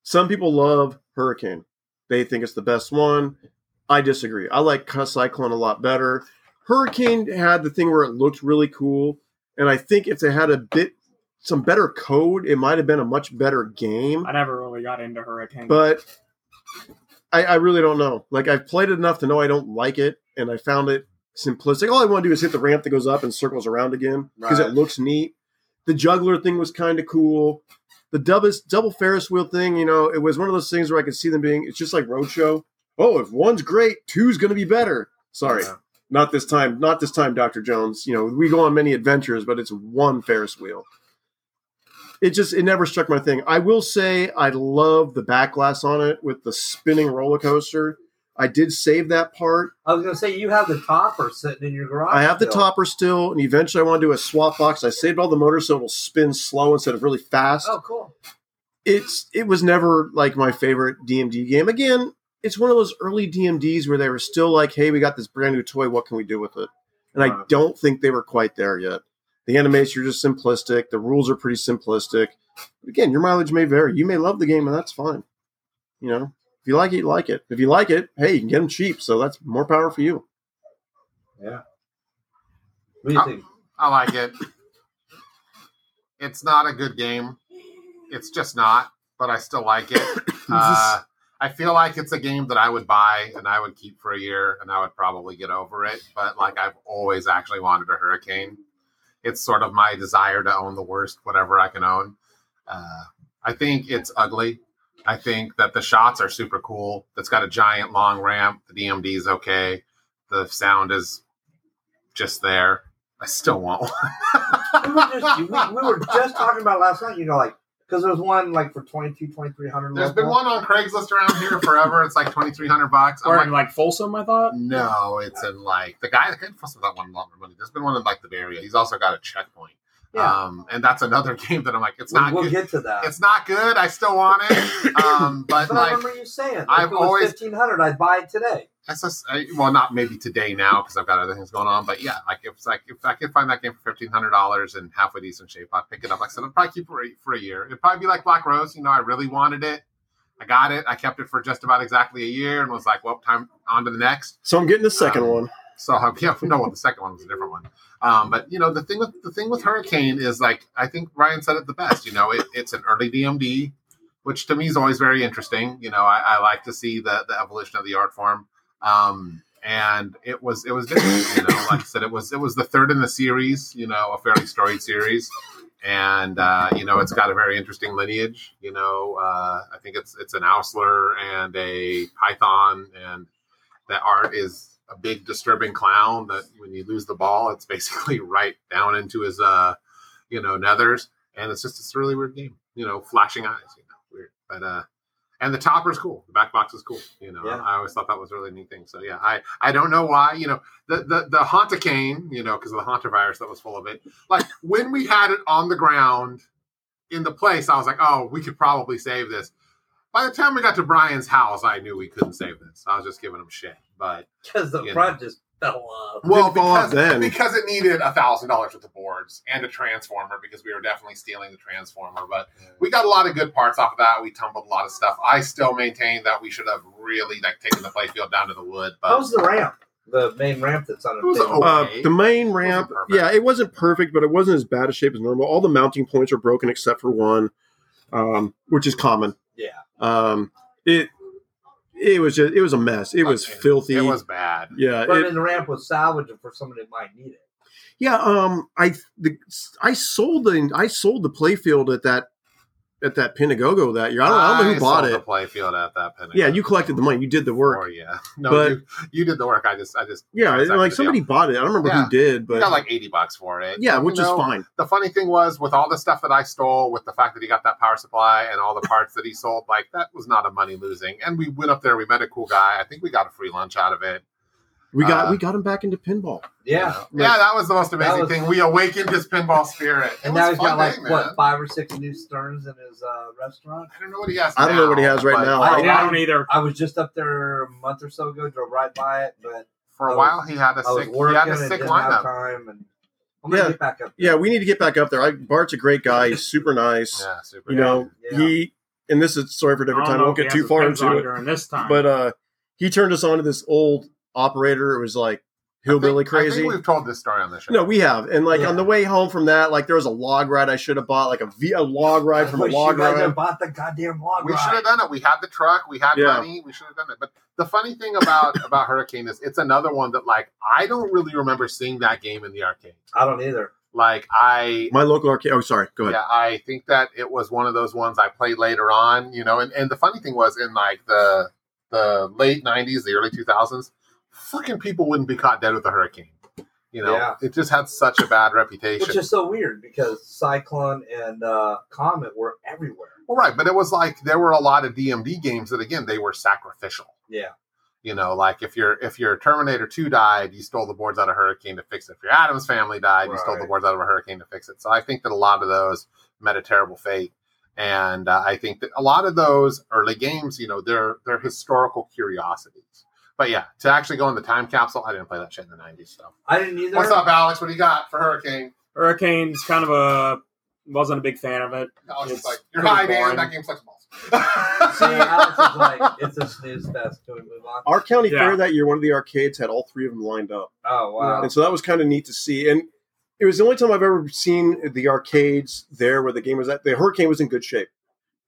[SPEAKER 2] Some people love Hurricane; they think it's the best one. I disagree. I like Cyclone a lot better. Hurricane had the thing where it looked really cool, and I think if they had a bit some better code, it might have been a much better game.
[SPEAKER 5] I never really got into Hurricane.
[SPEAKER 2] But I, I really don't know. Like I've played it enough to know I don't like it, and I found it simplistic. All I want to do is hit the ramp that goes up and circles around again because
[SPEAKER 3] Right.
[SPEAKER 2] it looks neat. The juggler thing was kind of cool. The double, double Ferris wheel thing, you know, it was one of those things where I could see them being. It's just like Roadshow. Oh, if one's great, two's going to be better. Sorry,
[SPEAKER 3] Yeah.
[SPEAKER 2] not this time. Not this time, Doctor Jones. You know, we go on many adventures, but it's one Ferris wheel. It just it never struck my thing. I will say I love the back glass on it with the spinning roller coaster. I did save that part.
[SPEAKER 1] I was gonna say you have the topper sitting in your garage.
[SPEAKER 2] I have the
[SPEAKER 1] still.
[SPEAKER 2] topper still, and eventually I want to do a swap box. I saved all the motors so it'll spin slow instead of really fast.
[SPEAKER 1] Oh, cool.
[SPEAKER 2] It's it was never like my favorite DMD game. Again, it's one of those early DMDs where they were still like, "Hey, we got this brand new toy. What can we do with it?" And I
[SPEAKER 3] Right.
[SPEAKER 2] don't think they were quite there yet. The animations are just simplistic. The rules are pretty simplistic. Again, your mileage may vary. You may love the game, and that's fine. You know, if you like it, you like it. If you like it, hey, you can get them cheap, so that's more power for you.
[SPEAKER 1] What do you
[SPEAKER 3] Uh,
[SPEAKER 1] think?
[SPEAKER 3] I like it. It's not a good game. It's just not, but I still like it. Uh, I feel like it's a game that I would buy and I would keep for a year and I would probably get over it. But like I've always actually wanted a hurricane. It's sort of my desire to own the worst, whatever I can own. Uh, I think it's ugly. I think that the shots are super cool. It's got a giant long ramp. The DMD is okay. The sound is just there. I still want one.
[SPEAKER 1] we, were just, we, we were just talking about it last night. You know, like because there was one like for 22, 2300
[SPEAKER 3] There's been one on Craigslist around here forever. It's like twenty three hundred bucks. I'm
[SPEAKER 5] or
[SPEAKER 3] like,
[SPEAKER 5] in like Folsom, I thought.
[SPEAKER 3] no, it's in like the guy that can fuss with that one longer money. There's been one in like the Bay Area. He's also got a checkpoint.
[SPEAKER 1] Yeah.
[SPEAKER 3] Um, and that's another game that I'm like, it's
[SPEAKER 1] We-
[SPEAKER 3] not
[SPEAKER 1] we'll
[SPEAKER 3] good.
[SPEAKER 1] get to that.
[SPEAKER 3] It's not good. I still want it. Um, but
[SPEAKER 1] but I
[SPEAKER 3] like,
[SPEAKER 1] remember you saying if it
[SPEAKER 3] I've
[SPEAKER 1] was
[SPEAKER 3] always-
[SPEAKER 1] fifteen hundred. I'd buy it today.
[SPEAKER 3] that's just, I, well, not maybe today now because I've got other things going on. But yeah, like if it's like if I can find that game for fifteen hundred dollars in halfway decent shape, I'd pick it up. Like I said, I'd probably keep it for a, for a year. It'd probably be like Black Rose. You know, I really wanted it. I got it. I kept it for just about exactly a year and was like, well, time on to the next.
[SPEAKER 2] So I'm getting the second
[SPEAKER 3] Um,
[SPEAKER 2] one.
[SPEAKER 3] So um, yeah, no, well, the second one was a different one. Um, but you know, the thing with the thing with Hurricane is like I think Ryan said it the best. You know, it, it's an early DMD, which to me is always very interesting. You know, I, I like to see the the evolution of the art form. Um, and it was it was different. You know, like I said, it was it was the third in the series. You know, a fairly storied series. And uh, you know it's got a very interesting lineage. You know, uh, I think it's it's an Ousler and a Python and that art is a big disturbing clown that when you lose the ball it's basically right down into his uh you know nethers and it's just it's a really weird game you know flashing eyes you know weird but uh and the topper's cool the back box is cool you know
[SPEAKER 1] Yeah.
[SPEAKER 3] i always thought that was a really neat thing so yeah i i don't know why you know the the the haunta cane you know because of the haunter virus that was full of it like when we had it on the ground in the place i was like oh we could probably save this by the time we got to Brian's house, I knew we couldn't save this. I was just giving him shit, but
[SPEAKER 1] Because the
[SPEAKER 3] You
[SPEAKER 1] front just fell off.
[SPEAKER 3] well,
[SPEAKER 2] Didn't fall off
[SPEAKER 3] because,
[SPEAKER 2] then.
[SPEAKER 3] because it needed a thousand dollars worth of boards and a transformer because we were definitely stealing the transformer. But we got a lot of good parts off of that. We tumbled a lot of stuff. I still maintain that we should have really like taken the playfield down to the wood, but
[SPEAKER 1] How's the ramp? The main ramp that's on
[SPEAKER 3] It was
[SPEAKER 1] table.
[SPEAKER 3] a-
[SPEAKER 2] Uh,
[SPEAKER 3] Okay.
[SPEAKER 2] the main ramp,
[SPEAKER 3] perfect.
[SPEAKER 2] yeah, it wasn't perfect, but it wasn't as bad a shape as normal. All the mounting points are broken except for one, um, which is common.
[SPEAKER 1] Yeah.
[SPEAKER 2] Um, it it was just it was a mess. It was
[SPEAKER 3] Okay.
[SPEAKER 2] filthy.
[SPEAKER 3] it was bad.
[SPEAKER 2] yeah.
[SPEAKER 1] But
[SPEAKER 2] it-
[SPEAKER 1] then the ramp was salvaged for someone that might need it.
[SPEAKER 2] yeah. Um, I the, I sold the I sold the playfield at that at that Pinagogo that year. I don't, I don't know who bought
[SPEAKER 3] sold
[SPEAKER 2] it.
[SPEAKER 3] The playfield at that penny.
[SPEAKER 2] Yeah, you collected the money. You did the
[SPEAKER 3] Or
[SPEAKER 2] work.
[SPEAKER 3] yeah, no,
[SPEAKER 2] But-
[SPEAKER 3] you, you did the work. I just, I just
[SPEAKER 2] Yeah,
[SPEAKER 3] That's
[SPEAKER 2] like
[SPEAKER 3] actually
[SPEAKER 2] somebody bought it. I don't remember
[SPEAKER 3] Yeah.
[SPEAKER 2] who did, but
[SPEAKER 3] got like eighty bucks for it.
[SPEAKER 2] yeah,
[SPEAKER 3] You
[SPEAKER 2] which
[SPEAKER 3] know,
[SPEAKER 2] is fine.
[SPEAKER 3] the funny thing was with all the stuff that I stole, with the fact that he got that power supply and all the parts that he sold, like that was not a money losing. And we went up there, we met a cool guy. I think we got a free lunch out of it.
[SPEAKER 2] We got
[SPEAKER 3] uh,
[SPEAKER 2] we got him back into pinball.
[SPEAKER 1] Yeah.
[SPEAKER 3] Yeah, that was the most amazing
[SPEAKER 1] was-
[SPEAKER 3] thing. We awakened his pinball spirit. It
[SPEAKER 1] And
[SPEAKER 3] was
[SPEAKER 1] now
[SPEAKER 3] a
[SPEAKER 1] he's
[SPEAKER 3] fun
[SPEAKER 1] got like
[SPEAKER 3] day, man.
[SPEAKER 1] what five or six new sterns in his uh, restaurant.
[SPEAKER 3] I don't know what he has.
[SPEAKER 2] I don't know what he has right
[SPEAKER 3] but
[SPEAKER 2] now.
[SPEAKER 5] I,
[SPEAKER 1] I-
[SPEAKER 5] I don't either.
[SPEAKER 1] I was just up there a month or so ago, drove right by it, but
[SPEAKER 3] For
[SPEAKER 1] I
[SPEAKER 3] a
[SPEAKER 1] was-
[SPEAKER 3] while, he had a
[SPEAKER 1] I was
[SPEAKER 3] sick. He
[SPEAKER 1] working
[SPEAKER 3] had a
[SPEAKER 1] and
[SPEAKER 3] sick
[SPEAKER 1] didn't have
[SPEAKER 3] lineup.
[SPEAKER 1] time. And I'm gonna
[SPEAKER 2] Yeah.
[SPEAKER 1] get back up.
[SPEAKER 2] Yeah, we need to get back up there. I, Bart's a great guy. He's super nice.
[SPEAKER 3] Yeah, super.
[SPEAKER 2] You know,
[SPEAKER 1] Yeah.
[SPEAKER 2] he and this is sorry for
[SPEAKER 5] I don't
[SPEAKER 2] different time. I
[SPEAKER 5] know
[SPEAKER 2] won't
[SPEAKER 5] if
[SPEAKER 2] get
[SPEAKER 5] he has
[SPEAKER 2] too
[SPEAKER 5] his
[SPEAKER 2] far
[SPEAKER 5] pins
[SPEAKER 2] into
[SPEAKER 5] on
[SPEAKER 2] it.
[SPEAKER 5] during this time.
[SPEAKER 2] But uh, he turned us on to this old operator. It was like hillbilly
[SPEAKER 3] I think- I
[SPEAKER 2] crazy.
[SPEAKER 3] think we've told this story on the show.
[SPEAKER 2] No, we have. And like
[SPEAKER 1] Yeah.
[SPEAKER 2] on the way home from that, like there was a log ride I should have bought, like a, v- a log ride from
[SPEAKER 1] I
[SPEAKER 2] a
[SPEAKER 1] wish
[SPEAKER 2] log
[SPEAKER 1] you guys
[SPEAKER 2] ride.
[SPEAKER 1] had bought the goddamn log
[SPEAKER 3] we should
[SPEAKER 1] ride.
[SPEAKER 3] have done it. We had the truck. We had
[SPEAKER 2] Yeah.
[SPEAKER 3] money. We should have done it. But the funny thing about about Hurricane is it's another one that like I don't really remember seeing that game in the arcade.
[SPEAKER 1] I don't either.
[SPEAKER 3] Like I
[SPEAKER 2] My local arcade. Oh, sorry. Go ahead.
[SPEAKER 3] yeah, I think that it was one of those ones I played later on, you know. And, and the funny thing was in like the the late '90s, the early 2000s, fucking people wouldn't be caught dead with a hurricane. You know,
[SPEAKER 1] Yeah.
[SPEAKER 3] it just had such a bad reputation.
[SPEAKER 1] Which is so weird because Cyclone and uh, Comet were everywhere.
[SPEAKER 3] well, right, but it was like there were a lot of DMD games that again they were sacrificial.
[SPEAKER 1] Yeah.
[SPEAKER 3] You know, like if your if your Terminator Two died, you stole the boards out of Hurricane to fix it. If your Adams Family died, you stole the
[SPEAKER 1] Right.
[SPEAKER 3] boards out of a Hurricane to fix it. So I think that a lot of those met a terrible fate, and uh, I think that a lot of those early games, you know, they're they're historical curiosities. But yeah, to actually go in the time capsule, I didn't play that shit in the nineties. So
[SPEAKER 1] I didn't either.
[SPEAKER 3] what's up, Alex? What do you got for Hurricane?
[SPEAKER 5] Hurricane's kind of a wasn't a big fan of it.
[SPEAKER 3] Alex is
[SPEAKER 5] It's
[SPEAKER 3] like, you're
[SPEAKER 5] pretty
[SPEAKER 3] high, Dan.
[SPEAKER 5] boring.
[SPEAKER 3] That game sucks balls.
[SPEAKER 1] See, Alex is like, it's a snooze fest. Can we move on?
[SPEAKER 2] Our county
[SPEAKER 5] Yeah.
[SPEAKER 2] fair that year, one of the arcades had all three of them lined up.
[SPEAKER 1] Oh wow.
[SPEAKER 2] And so that was kind of neat to see. And it was the only time I've ever seen the arcades there where the game was at. The Hurricane was in good shape.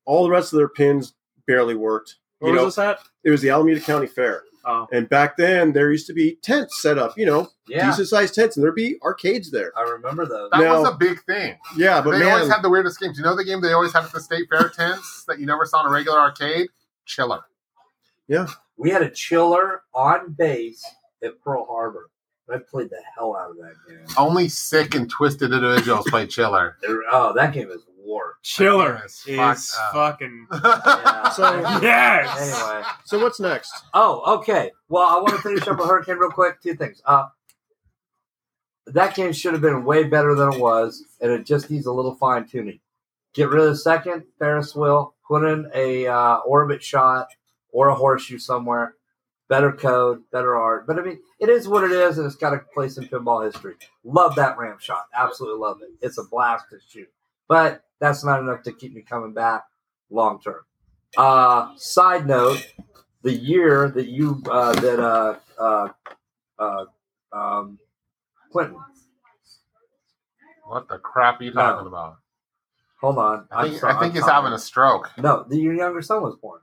[SPEAKER 2] All the rest of their pins barely worked.
[SPEAKER 5] What
[SPEAKER 2] you
[SPEAKER 5] was
[SPEAKER 2] know,
[SPEAKER 5] this at?
[SPEAKER 2] it was the Alameda County Fair.
[SPEAKER 5] Oh.
[SPEAKER 2] And back then, there used to be tents set up, you know,
[SPEAKER 1] Yeah,
[SPEAKER 2] decent sized tents, and there'd be arcades there.
[SPEAKER 1] I remember those.
[SPEAKER 3] That
[SPEAKER 2] No.
[SPEAKER 3] was a big thing.
[SPEAKER 2] Yeah, but
[SPEAKER 3] they
[SPEAKER 2] man,
[SPEAKER 3] always had the weirdest games. You know the game they always had at the state fair tents that you never saw in a regular arcade? Chiller.
[SPEAKER 1] We had a chiller on base at Pearl Harbor. I played the hell out of that game.
[SPEAKER 3] Only sick and twisted individuals play Chiller.
[SPEAKER 1] There- oh, that game is war.
[SPEAKER 5] Chiller
[SPEAKER 3] It's
[SPEAKER 5] is
[SPEAKER 2] uh,
[SPEAKER 3] fucked up.
[SPEAKER 5] fucking
[SPEAKER 1] Yeah.
[SPEAKER 2] So-
[SPEAKER 5] yes.
[SPEAKER 1] anyway,
[SPEAKER 2] so what's next?
[SPEAKER 1] oh, okay. Well, I want to finish up with Hurricane real quick. Two things. Uh, that game should have been way better than it was, and it just needs a little fine tuning. Get rid of the second Ferris wheel, put in a uh, orbit shot or a horseshoe somewhere. Better code, better art. But I mean, it is what it is, and it's got a place in pinball history. Love that ramp shot. Absolutely love it. It's a blast to shoot. But that's not enough to keep me coming back long term. Uh, side note: the year that you uh, that uh, uh, uh, um, Clinton.
[SPEAKER 3] What the crap are you talking about?
[SPEAKER 1] Hold on,
[SPEAKER 3] I
[SPEAKER 1] I'm
[SPEAKER 3] think,
[SPEAKER 1] sorry,
[SPEAKER 3] I think
[SPEAKER 1] I'm
[SPEAKER 3] he's
[SPEAKER 1] sorry.
[SPEAKER 3] having a stroke.
[SPEAKER 1] No, the, your younger son was born.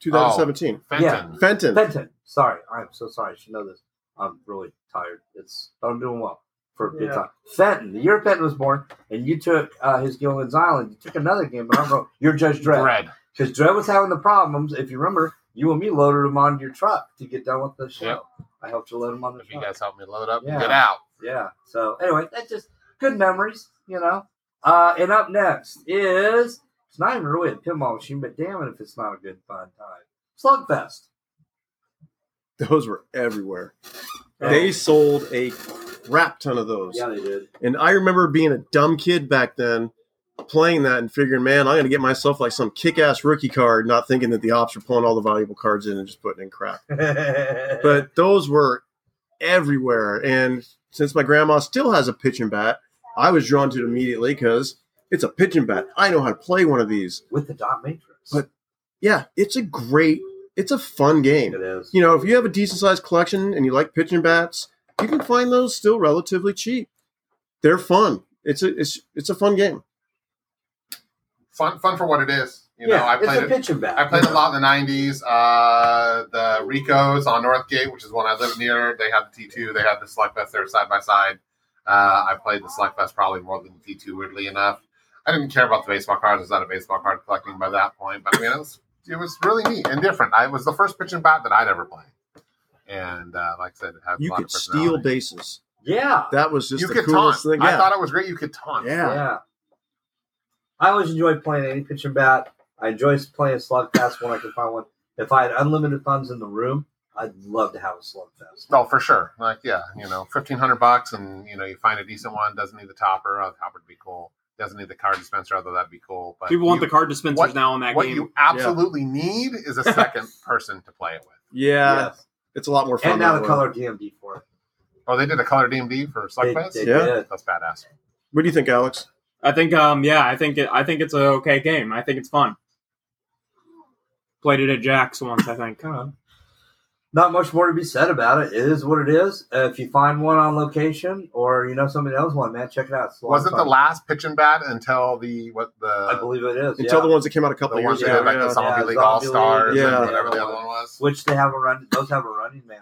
[SPEAKER 2] 2017.
[SPEAKER 1] Oh.
[SPEAKER 3] Fenton.
[SPEAKER 2] Fenton.
[SPEAKER 1] Fenton. Sorry, I'm so sorry. I should know this. I'm really tired. It's I'm doing well for a good
[SPEAKER 5] Yeah.
[SPEAKER 1] time. Fenton, the year Fenton was born, and you took uh, his Gilligan's Island. You took another game, but I'm wrong. You're Judge Dredd.
[SPEAKER 3] Dread.
[SPEAKER 1] Because Dre was having the problems. If you remember, you and me loaded him onto your truck to get done with the show.
[SPEAKER 3] Yep.
[SPEAKER 1] I helped you load him on the
[SPEAKER 3] If you
[SPEAKER 1] truck.
[SPEAKER 3] guys help me load up,
[SPEAKER 1] Yeah.
[SPEAKER 3] get out.
[SPEAKER 1] Yeah. So anyway, that's just good memories, you know. Uh, and up next is it's not even really a pinball machine, but damn it if it's not a good fun time. Slugfest.
[SPEAKER 2] Those were everywhere. They sold a crap ton of those.
[SPEAKER 1] Oh. Yeah, they did.
[SPEAKER 2] And I remember being a dumb kid back then playing that and figuring, man, I'm going to get myself like some kick ass rookie card, not thinking that the ops are pulling all the valuable cards in and just putting in crap.
[SPEAKER 1] but
[SPEAKER 2] But those were everywhere. And since my grandma still has a pitching bat, I was drawn to it immediately because it's a pitching bat. I know how to play one of these.
[SPEAKER 1] with the dot matrix,
[SPEAKER 2] But- Yeah, it's a great, it's a fun game.
[SPEAKER 1] it is.
[SPEAKER 2] you know, if you have a decent sized collection and you like pitching bats, you can find those still relatively cheap. They're fun. It's a it's it's a fun game.
[SPEAKER 3] Fun, fun for what it is. You know,
[SPEAKER 1] yeah,
[SPEAKER 3] I played
[SPEAKER 1] it's a
[SPEAKER 3] it.
[SPEAKER 1] pitching
[SPEAKER 3] I
[SPEAKER 1] back.
[SPEAKER 3] played a lot in the '90s. Uh, the Ricos on Northgate, which is one I lived near, they had the T2. They had the Selectfest. They were side by side. Uh, I played the Selectfest probably more than the T2. Weirdly enough, I didn't care about the baseball cards. I was out of baseball card collecting by that point. But I mean, it was it was really neat and different. I it was the first pitch and bat that I'd ever played, and uh, like I said, it had a
[SPEAKER 2] You
[SPEAKER 3] lot
[SPEAKER 2] could
[SPEAKER 3] of
[SPEAKER 2] steal
[SPEAKER 3] personality.
[SPEAKER 2] bases.
[SPEAKER 1] Yeah,
[SPEAKER 2] That was just
[SPEAKER 3] You
[SPEAKER 2] the
[SPEAKER 3] could taunt.
[SPEAKER 2] coolest thing.
[SPEAKER 3] I
[SPEAKER 2] Yeah.
[SPEAKER 3] thought it was great. You could taunt.
[SPEAKER 2] yeah.
[SPEAKER 1] yeah. I always enjoy playing any pitching bat. I enjoy playing slugfest when I can find one. If I had unlimited funds in the room, I'd love to have a slugfest.
[SPEAKER 3] Oh, for sure. Like, yeah, you know, fifteen hundred bucks, and you know, you find a decent one. Doesn't need the topper. Oh, the topper would be cool. Doesn't need the card dispenser, although that'd be cool. But
[SPEAKER 5] People want
[SPEAKER 3] you-
[SPEAKER 5] the card dispensers
[SPEAKER 3] what-
[SPEAKER 5] now in that
[SPEAKER 3] What
[SPEAKER 5] game.
[SPEAKER 3] you absolutely need is a second person to play it with.
[SPEAKER 2] Yeah,
[SPEAKER 1] Yes.
[SPEAKER 2] It's a lot more fun.
[SPEAKER 1] And now
[SPEAKER 2] that
[SPEAKER 1] the
[SPEAKER 2] way.
[SPEAKER 1] color DMD for it.
[SPEAKER 3] Oh, they did a color DMD for
[SPEAKER 1] They-
[SPEAKER 3] Slugfest.
[SPEAKER 1] they
[SPEAKER 2] Yeah.
[SPEAKER 1] did.
[SPEAKER 3] That's badass.
[SPEAKER 2] What do you think, Alex?
[SPEAKER 4] I think um yeah, I think it I think it's a okay game. I think it's fun. Played it at Jack's once, I think.
[SPEAKER 1] Uh, Not much more to be said about it. It is what it is. Uh, if you find one on location or you know somebody else one, man, check it out. It's a lot of
[SPEAKER 3] Wasn't the
[SPEAKER 1] fun.
[SPEAKER 3] last pitch and bat until the what the
[SPEAKER 1] I believe it is.
[SPEAKER 2] Until
[SPEAKER 1] yeah.
[SPEAKER 2] the ones that came out a couple
[SPEAKER 3] the
[SPEAKER 2] years
[SPEAKER 3] ones that
[SPEAKER 1] yeah,
[SPEAKER 2] ago.
[SPEAKER 3] did like
[SPEAKER 2] yeah.
[SPEAKER 3] the Zombie
[SPEAKER 1] Yeah,
[SPEAKER 3] League
[SPEAKER 1] Zombie
[SPEAKER 3] All Stars
[SPEAKER 2] League,
[SPEAKER 3] and
[SPEAKER 2] yeah.
[SPEAKER 3] whatever the other one was?
[SPEAKER 1] which they have a run. Those have a running man.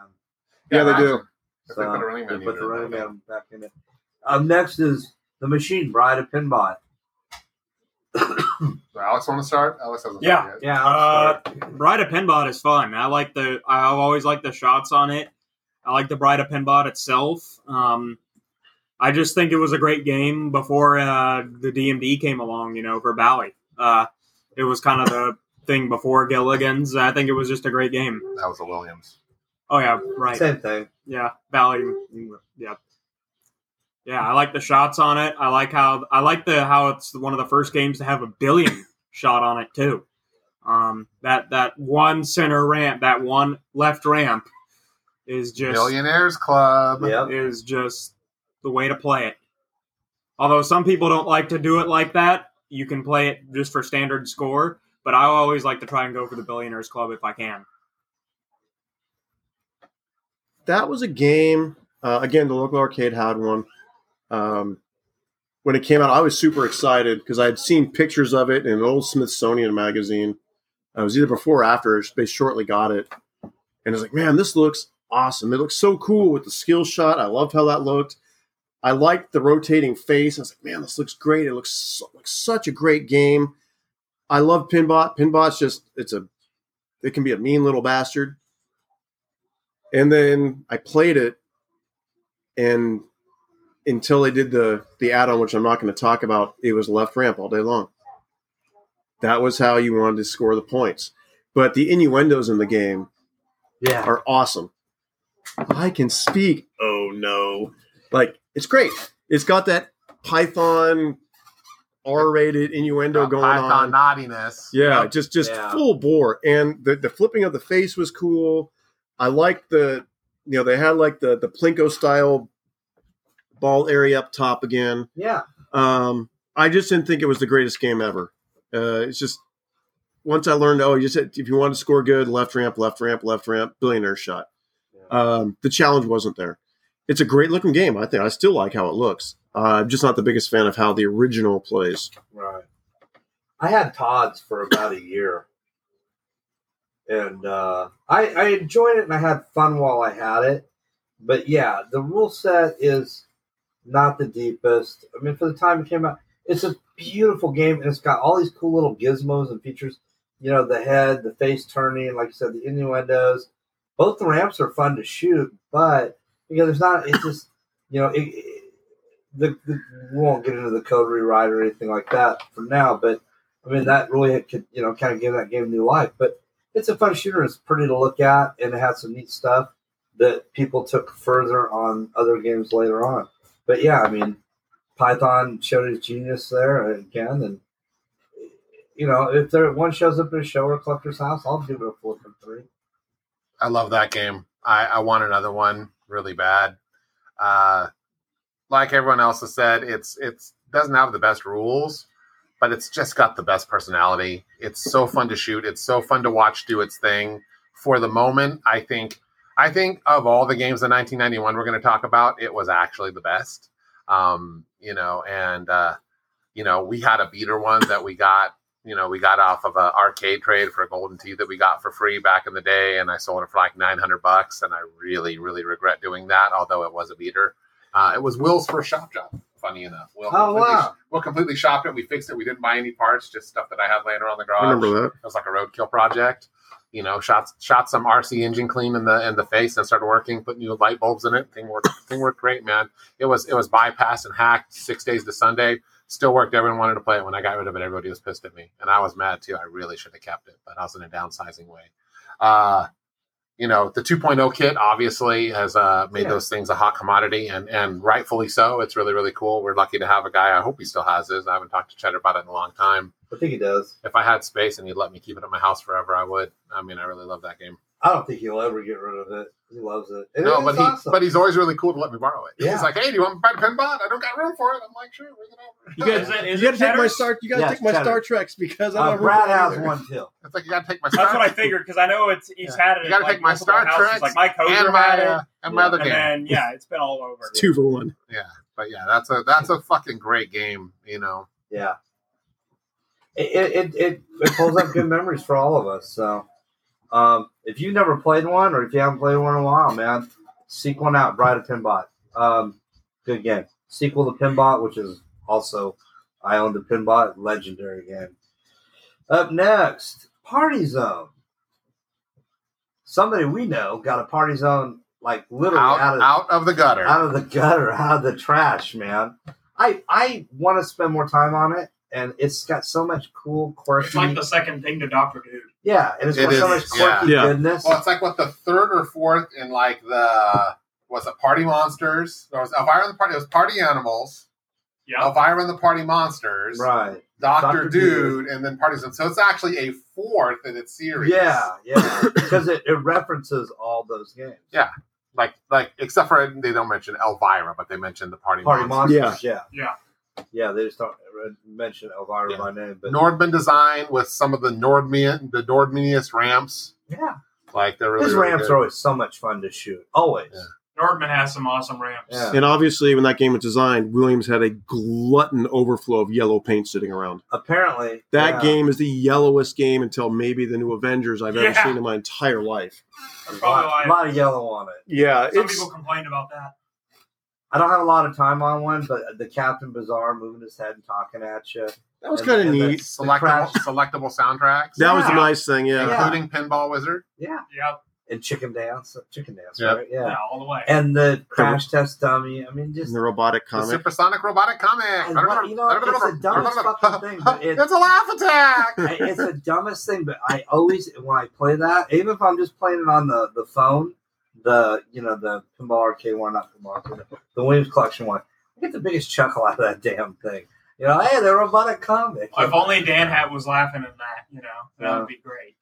[SPEAKER 2] Yeah, they do.
[SPEAKER 3] imagine If they put a running man,
[SPEAKER 1] they put the
[SPEAKER 3] in
[SPEAKER 1] running
[SPEAKER 3] there.
[SPEAKER 1] man back in it. Um, next is the machine bride of Pinbot.
[SPEAKER 3] So Alex want to start? Alex hasn't
[SPEAKER 4] Yeah.
[SPEAKER 3] started yet.
[SPEAKER 1] Yeah, I'll
[SPEAKER 4] Uh,
[SPEAKER 1] start.
[SPEAKER 4] Bride of Pinbot is fun. I like the I always like the shots on it. I like the Bride of Pinbot itself. Um, I just think it was a great game before uh, the DMD came along. You know, for Bally, uh, it was kind of the thing before Gilligan's. I think it was just a great game.
[SPEAKER 3] That was a Williams.
[SPEAKER 4] Oh yeah, right.
[SPEAKER 1] same thing.
[SPEAKER 4] Yeah, Valley. Yeah, yeah. I like the shots on it. I like how I like the how it's one of the first games to have a billion shot on it too. Um, that that one center ramp, that one left ramp, is just
[SPEAKER 3] Millionaires Club.
[SPEAKER 1] Yep.
[SPEAKER 4] is just the way to play it. Although some people don't like to do it like that, you can play it just for standard score. But I always like to try and go for the Billionaires Club if I can.
[SPEAKER 2] that was a game. Uh, again, the local arcade had one. Um, when it came out, I was super excited because I had seen pictures of it in an old Smithsonian magazine. I was either before or after. They shortly got it, and I was like, "Man, this looks awesome! It looks so cool with the skill shot. I loved how that looked. I liked the rotating face. I was like, "Man, this looks great! It looks so, like such a great game. I love Pinbot. Pinbot's just it's a it can be a mean little bastard, and then I played it, and until they did the the add on, which I'm not going to talk about, it was left ramp all day long. That was how you wanted to score the points, but the innuendos in the game
[SPEAKER 1] Yeah.
[SPEAKER 2] are awesome. I can speak. Oh no! Like it's great. It's got that Python R-rated innuendo
[SPEAKER 3] Uh,
[SPEAKER 2] going
[SPEAKER 3] Python
[SPEAKER 2] on.
[SPEAKER 3] naughtiness.
[SPEAKER 2] Yeah, just just
[SPEAKER 1] Yeah.
[SPEAKER 2] full bore. And the the flipping of the face was cool. I liked the you know they had like the the plinko style ball area up top again.
[SPEAKER 1] Yeah.
[SPEAKER 2] Um, I just didn't think it was the greatest game ever. Uh, it's just once I learned, oh, you just had, if you want to score good, left ramp, left ramp, left ramp, billionaire shot. Um, the challenge wasn't there. It's a great looking game. I think I still like how it looks. Uh, I'm just not the biggest fan of how the original plays.
[SPEAKER 1] Right. I had Todd's for about a year. And uh, I, I enjoyed it and I had fun while I had it. But yeah, the rule set is not the deepest. I mean, for the time it came out, it's a beautiful game and it's got all these cool little gizmos and features. You know, the head, the face turning, like you said, the innuendos. Both the ramps are fun to shoot, but you know, there's not, it's just, you know, it, it, the, the we won't get into the code rewrite or anything like that for now, but I mean that really could you know kind of give that game new life. But it's a fun shooter. It's pretty to look at, and it has some neat stuff that people took further on other games later on. But yeah, I mean Python showed his genius there again, and you know if there one shows up at a show or collector's house, I'll give it a four from three.
[SPEAKER 3] I love that game. I, I want another one really bad. Uh, like everyone else has said, it's it's doesn't have the best rules, but it's just got the best personality. It's so fun to shoot. It's so fun to watch do its thing. For the moment, I think I think of all the games in 1991 we're going to talk about, it was actually the best. Um, you know, and uh, you know, we had a beater one that we got you know, we got off of a arcade trade for a golden tee that we got for free back in the day, and I sold it for like nine hundred bucks, and I really, really regret doing that. Although it was a beater, uh, it was Will's first shop job. Funny enough, Will
[SPEAKER 1] Oh,
[SPEAKER 3] completely,
[SPEAKER 1] wow.
[SPEAKER 3] Will completely shopped it. We fixed it. We didn't buy any parts, just stuff that I had laying around the garage.
[SPEAKER 2] I remember that.
[SPEAKER 3] It was like a roadkill project. You know, shot shot some RC engine clean in the in the face and started working. Put new light bulbs in it. Thing worked. thing worked great, man. It was it was bypassed and hacked six days to Sunday. Still worked. Everyone wanted to play it. When I got rid of it, everybody was pissed at me, and I was mad too. I really should have kept it, but I was in a downsizing way. Uh, you know, the 2.0 kit obviously has uh, made
[SPEAKER 1] Yeah.
[SPEAKER 3] those things a hot commodity, and and rightfully so. It's really really cool. We're lucky to have a guy. I hope he still has his. I haven't talked to Cheddar about it in a long time
[SPEAKER 1] I think he does.
[SPEAKER 3] if I had space and he'd let me keep it at my house forever, I would. I mean, I really love that game.
[SPEAKER 1] I don't think he'll ever get rid of it. He loves it. And
[SPEAKER 3] no,
[SPEAKER 1] it's
[SPEAKER 3] but he,
[SPEAKER 1] awesome.
[SPEAKER 3] but he's always really cool to let me borrow it.
[SPEAKER 1] Yeah.
[SPEAKER 3] He's like, hey, do you want me to buy a pinbot? I don't got room for it. I'm like, sure, bring it over.
[SPEAKER 5] You guys, is it,
[SPEAKER 2] You
[SPEAKER 5] is
[SPEAKER 2] gotta
[SPEAKER 5] it
[SPEAKER 2] take my
[SPEAKER 5] Cheddar's?
[SPEAKER 2] Star. You gotta
[SPEAKER 1] Yes,
[SPEAKER 2] take my
[SPEAKER 1] cheddar.
[SPEAKER 2] Star Treks because I
[SPEAKER 1] uh,
[SPEAKER 2] don't
[SPEAKER 1] Brad
[SPEAKER 2] remember
[SPEAKER 1] has
[SPEAKER 2] either.
[SPEAKER 1] one too.
[SPEAKER 3] It's like you gotta take my. Star
[SPEAKER 5] That's what I figured because I know it's he's had it.
[SPEAKER 3] You
[SPEAKER 5] at,
[SPEAKER 3] gotta
[SPEAKER 5] like,
[SPEAKER 3] take my
[SPEAKER 5] multiple
[SPEAKER 3] Star
[SPEAKER 5] houses.
[SPEAKER 3] Treks
[SPEAKER 5] Like my coaster
[SPEAKER 3] And
[SPEAKER 5] had
[SPEAKER 3] my
[SPEAKER 5] it,
[SPEAKER 3] uh, and my other
[SPEAKER 5] and
[SPEAKER 3] game.
[SPEAKER 5] then yeah, it's been all over.
[SPEAKER 2] It's two for one.
[SPEAKER 3] yeah, but yeah, that's a that's a fucking great game. You know,
[SPEAKER 1] Yeah. It it, it, it it pulls up good memories for all of us. So um, if you've never played one or if you haven't played one in a while, man, seek one out, Bride of Pinbot. Um, good game. Sequel to Pinbot, which is also I own the Pinbot, legendary game. Up next, Party Zone. Somebody we know got a Party Zone like literally
[SPEAKER 3] out
[SPEAKER 1] out of
[SPEAKER 3] out of the gutter.
[SPEAKER 1] out of the gutter, out of the trash, man. I I want to spend more time on it, and it's got so much cool
[SPEAKER 4] It's
[SPEAKER 1] quirky,
[SPEAKER 4] like the second thing to Doctor Dude.
[SPEAKER 1] yeah, and it's
[SPEAKER 3] It
[SPEAKER 1] got so much
[SPEAKER 3] is, yeah.
[SPEAKER 1] quirky
[SPEAKER 2] Yeah.
[SPEAKER 1] goodness.
[SPEAKER 3] Well, it's like what the third or fourth in like the was it Party Monsters? There was Elvira and the Party. It was Party Animals,
[SPEAKER 4] Yeah,
[SPEAKER 3] Elvira and the Party Monsters,
[SPEAKER 1] Right?
[SPEAKER 3] Doctor
[SPEAKER 1] Dr.
[SPEAKER 3] Dude, and then Party Zone. So it's actually a fourth in its series.
[SPEAKER 1] Yeah, yeah, because it, it references all those games.
[SPEAKER 3] like like except for they don't mention Elvira, but they mention the Party,
[SPEAKER 1] Party
[SPEAKER 3] Monsters.
[SPEAKER 1] monsters, yeah.
[SPEAKER 4] Yeah.
[SPEAKER 1] yeah, They just don't mention Elvira
[SPEAKER 3] Yeah.
[SPEAKER 1] by name, but
[SPEAKER 3] Nordman design with some of the Nordman the Nordmanius ramps.
[SPEAKER 1] yeah,
[SPEAKER 3] Like they're really
[SPEAKER 1] his
[SPEAKER 3] really
[SPEAKER 1] ramps
[SPEAKER 3] good.
[SPEAKER 1] are always so much fun to shoot. Always,
[SPEAKER 3] Yeah.
[SPEAKER 4] Nordman has some awesome ramps.
[SPEAKER 1] Yeah.
[SPEAKER 2] And obviously, when that game was designed, Williams had a glutton overflow of yellow paint sitting around.
[SPEAKER 1] apparently
[SPEAKER 2] That
[SPEAKER 1] yeah.
[SPEAKER 2] game is the yellowest game until maybe the new Avengers I've ever
[SPEAKER 4] Yeah.
[SPEAKER 2] seen in my entire life.
[SPEAKER 4] That's
[SPEAKER 1] a lot,
[SPEAKER 4] probably why
[SPEAKER 1] lot of yellow on it.
[SPEAKER 2] Yeah,
[SPEAKER 4] some people complained about that.
[SPEAKER 1] I don't have a lot of time on one, but the Captain Bizarre moving his head and talking at you.
[SPEAKER 2] that was
[SPEAKER 1] and-
[SPEAKER 2] kind of
[SPEAKER 1] and
[SPEAKER 2] neat.
[SPEAKER 1] that's-
[SPEAKER 3] selectable
[SPEAKER 1] Crash.
[SPEAKER 3] selectable soundtracks,
[SPEAKER 2] That was the
[SPEAKER 4] Yeah.
[SPEAKER 2] nice thing. Yeah,
[SPEAKER 1] Yeah.
[SPEAKER 3] including Pinball Wizard.
[SPEAKER 1] Yeah,
[SPEAKER 4] Yep.
[SPEAKER 1] and Chicken Dance, Chicken Dance,
[SPEAKER 3] Yep.
[SPEAKER 1] right?
[SPEAKER 4] Yeah.
[SPEAKER 1] Yeah,
[SPEAKER 4] all the way.
[SPEAKER 1] and the Crash Test Dummy. I mean, just
[SPEAKER 2] and the robotic
[SPEAKER 3] The
[SPEAKER 2] comic.
[SPEAKER 3] supersonic robotic comic.
[SPEAKER 1] I love- you know, it's the dumbest fucking thing, but it-
[SPEAKER 3] It's a laugh attack.
[SPEAKER 1] I- it's the dumbest thing. But I always when I play that, even if I'm just playing it on the the phone, the you know the pinball arcade one, not pinball arcade, the Williams collection one, I get the biggest chuckle out of that damn thing. You know, hey, the robotic comic.
[SPEAKER 4] If only Dan Hat was laughing at that, you know, that
[SPEAKER 1] Yeah.
[SPEAKER 4] would be great.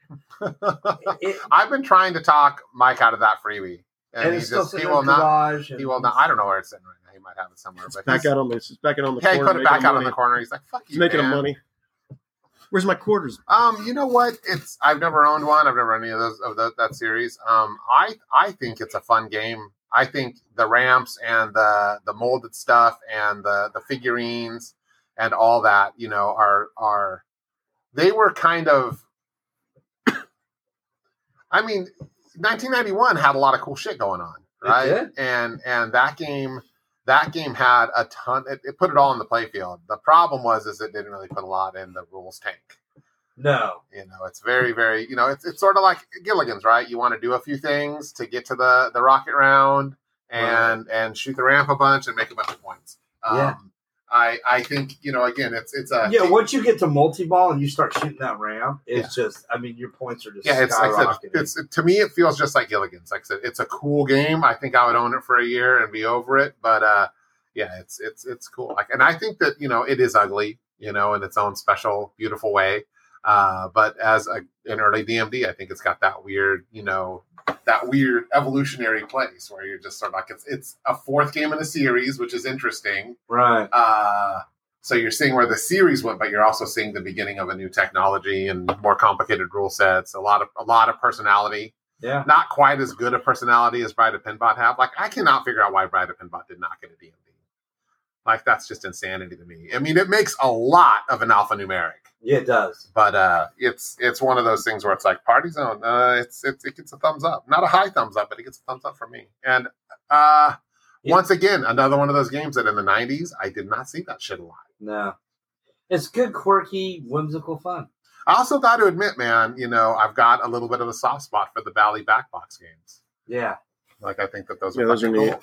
[SPEAKER 1] It-
[SPEAKER 3] I've been trying to talk Mike out of that freebie, and,
[SPEAKER 1] and
[SPEAKER 3] he
[SPEAKER 1] it's still
[SPEAKER 3] just he
[SPEAKER 1] sitting in the
[SPEAKER 3] will not.
[SPEAKER 1] garage.
[SPEAKER 3] He will not. I don't know where it's sitting right now. He might have it somewhere, but
[SPEAKER 2] Back
[SPEAKER 3] he's-
[SPEAKER 2] out on the it's back out on the
[SPEAKER 3] yeah, he
[SPEAKER 2] corner.
[SPEAKER 3] put it back
[SPEAKER 2] making
[SPEAKER 3] out on the
[SPEAKER 2] money.
[SPEAKER 3] corner. He's like, "Fuck
[SPEAKER 2] He's
[SPEAKER 3] you,
[SPEAKER 2] making
[SPEAKER 3] man.
[SPEAKER 2] him money. Where's my quarters?
[SPEAKER 3] Um, you know what? It's I've never owned one. I've never owned any of those of that that series. Um, I I think it's a fun game. I think the ramps and the the molded stuff and the the figurines and all that, you know, are are they were kind of. I mean, 1991 had a lot of cool shit going on,
[SPEAKER 1] It
[SPEAKER 3] right?
[SPEAKER 1] did.
[SPEAKER 3] And and that game that game had a ton. It, it put it all in the playfield. The problem was is it didn't really put a lot in the rules tank.
[SPEAKER 1] No.
[SPEAKER 3] You know, it's very, very, you know, it's, it's sort of like Gilligan's, right? You want to do a few things to get to the, the rocket round and, and shoot the ramp a bunch and make a bunch of points. Um,
[SPEAKER 1] Yeah.
[SPEAKER 3] I, I think, you know, again, it's, it's a,
[SPEAKER 1] Yeah, once you get to multi ball and you start shooting that ramp, it's just, I mean, your points are just
[SPEAKER 3] yeah, it's like I said,
[SPEAKER 1] skyrocketing.
[SPEAKER 3] it's to me it feels just like Gilligan's. Like I said, it's a cool game. I think I would own it for a year and be over it. But uh, yeah, it's it's it's cool. Like, and I think that you know it is ugly, you know, in its own special, beautiful way. Uh, but as a, an early DMD, I think it's got that weird, you know, that weird evolutionary place where you're just sort of like it's it's a fourth game in a series, which is interesting
[SPEAKER 1] right.
[SPEAKER 3] uh, so you're seeing where the series went, but you're also seeing the beginning of a new technology and more complicated rule sets. A lot of a lot of personality,
[SPEAKER 1] Yeah.
[SPEAKER 3] not quite as good a personality as Bride of Pinbot have. Like I cannot figure out why Bride of Pinbot did not get a DMD. Like that's just insanity to me. I mean, it makes a lot of an alphanumeric,
[SPEAKER 1] Yeah, it does.
[SPEAKER 3] but uh, it's it's one of those things where it's like party zone. Uh, it's, it's it gets a thumbs up, not a high thumbs up, but it gets a thumbs up for me. And uh,
[SPEAKER 1] Yeah.
[SPEAKER 3] once again, another one of those games that in the '90s I did not see that shit a lot.
[SPEAKER 1] No. It's good, quirky, whimsical fun.
[SPEAKER 3] I also got to admit, man, you know, I've got a little bit of a soft spot for the Valley Backbox games.
[SPEAKER 1] Yeah.
[SPEAKER 3] Like, I think that those are,
[SPEAKER 2] Yeah, those
[SPEAKER 3] fucking
[SPEAKER 2] are neat.
[SPEAKER 3] cool.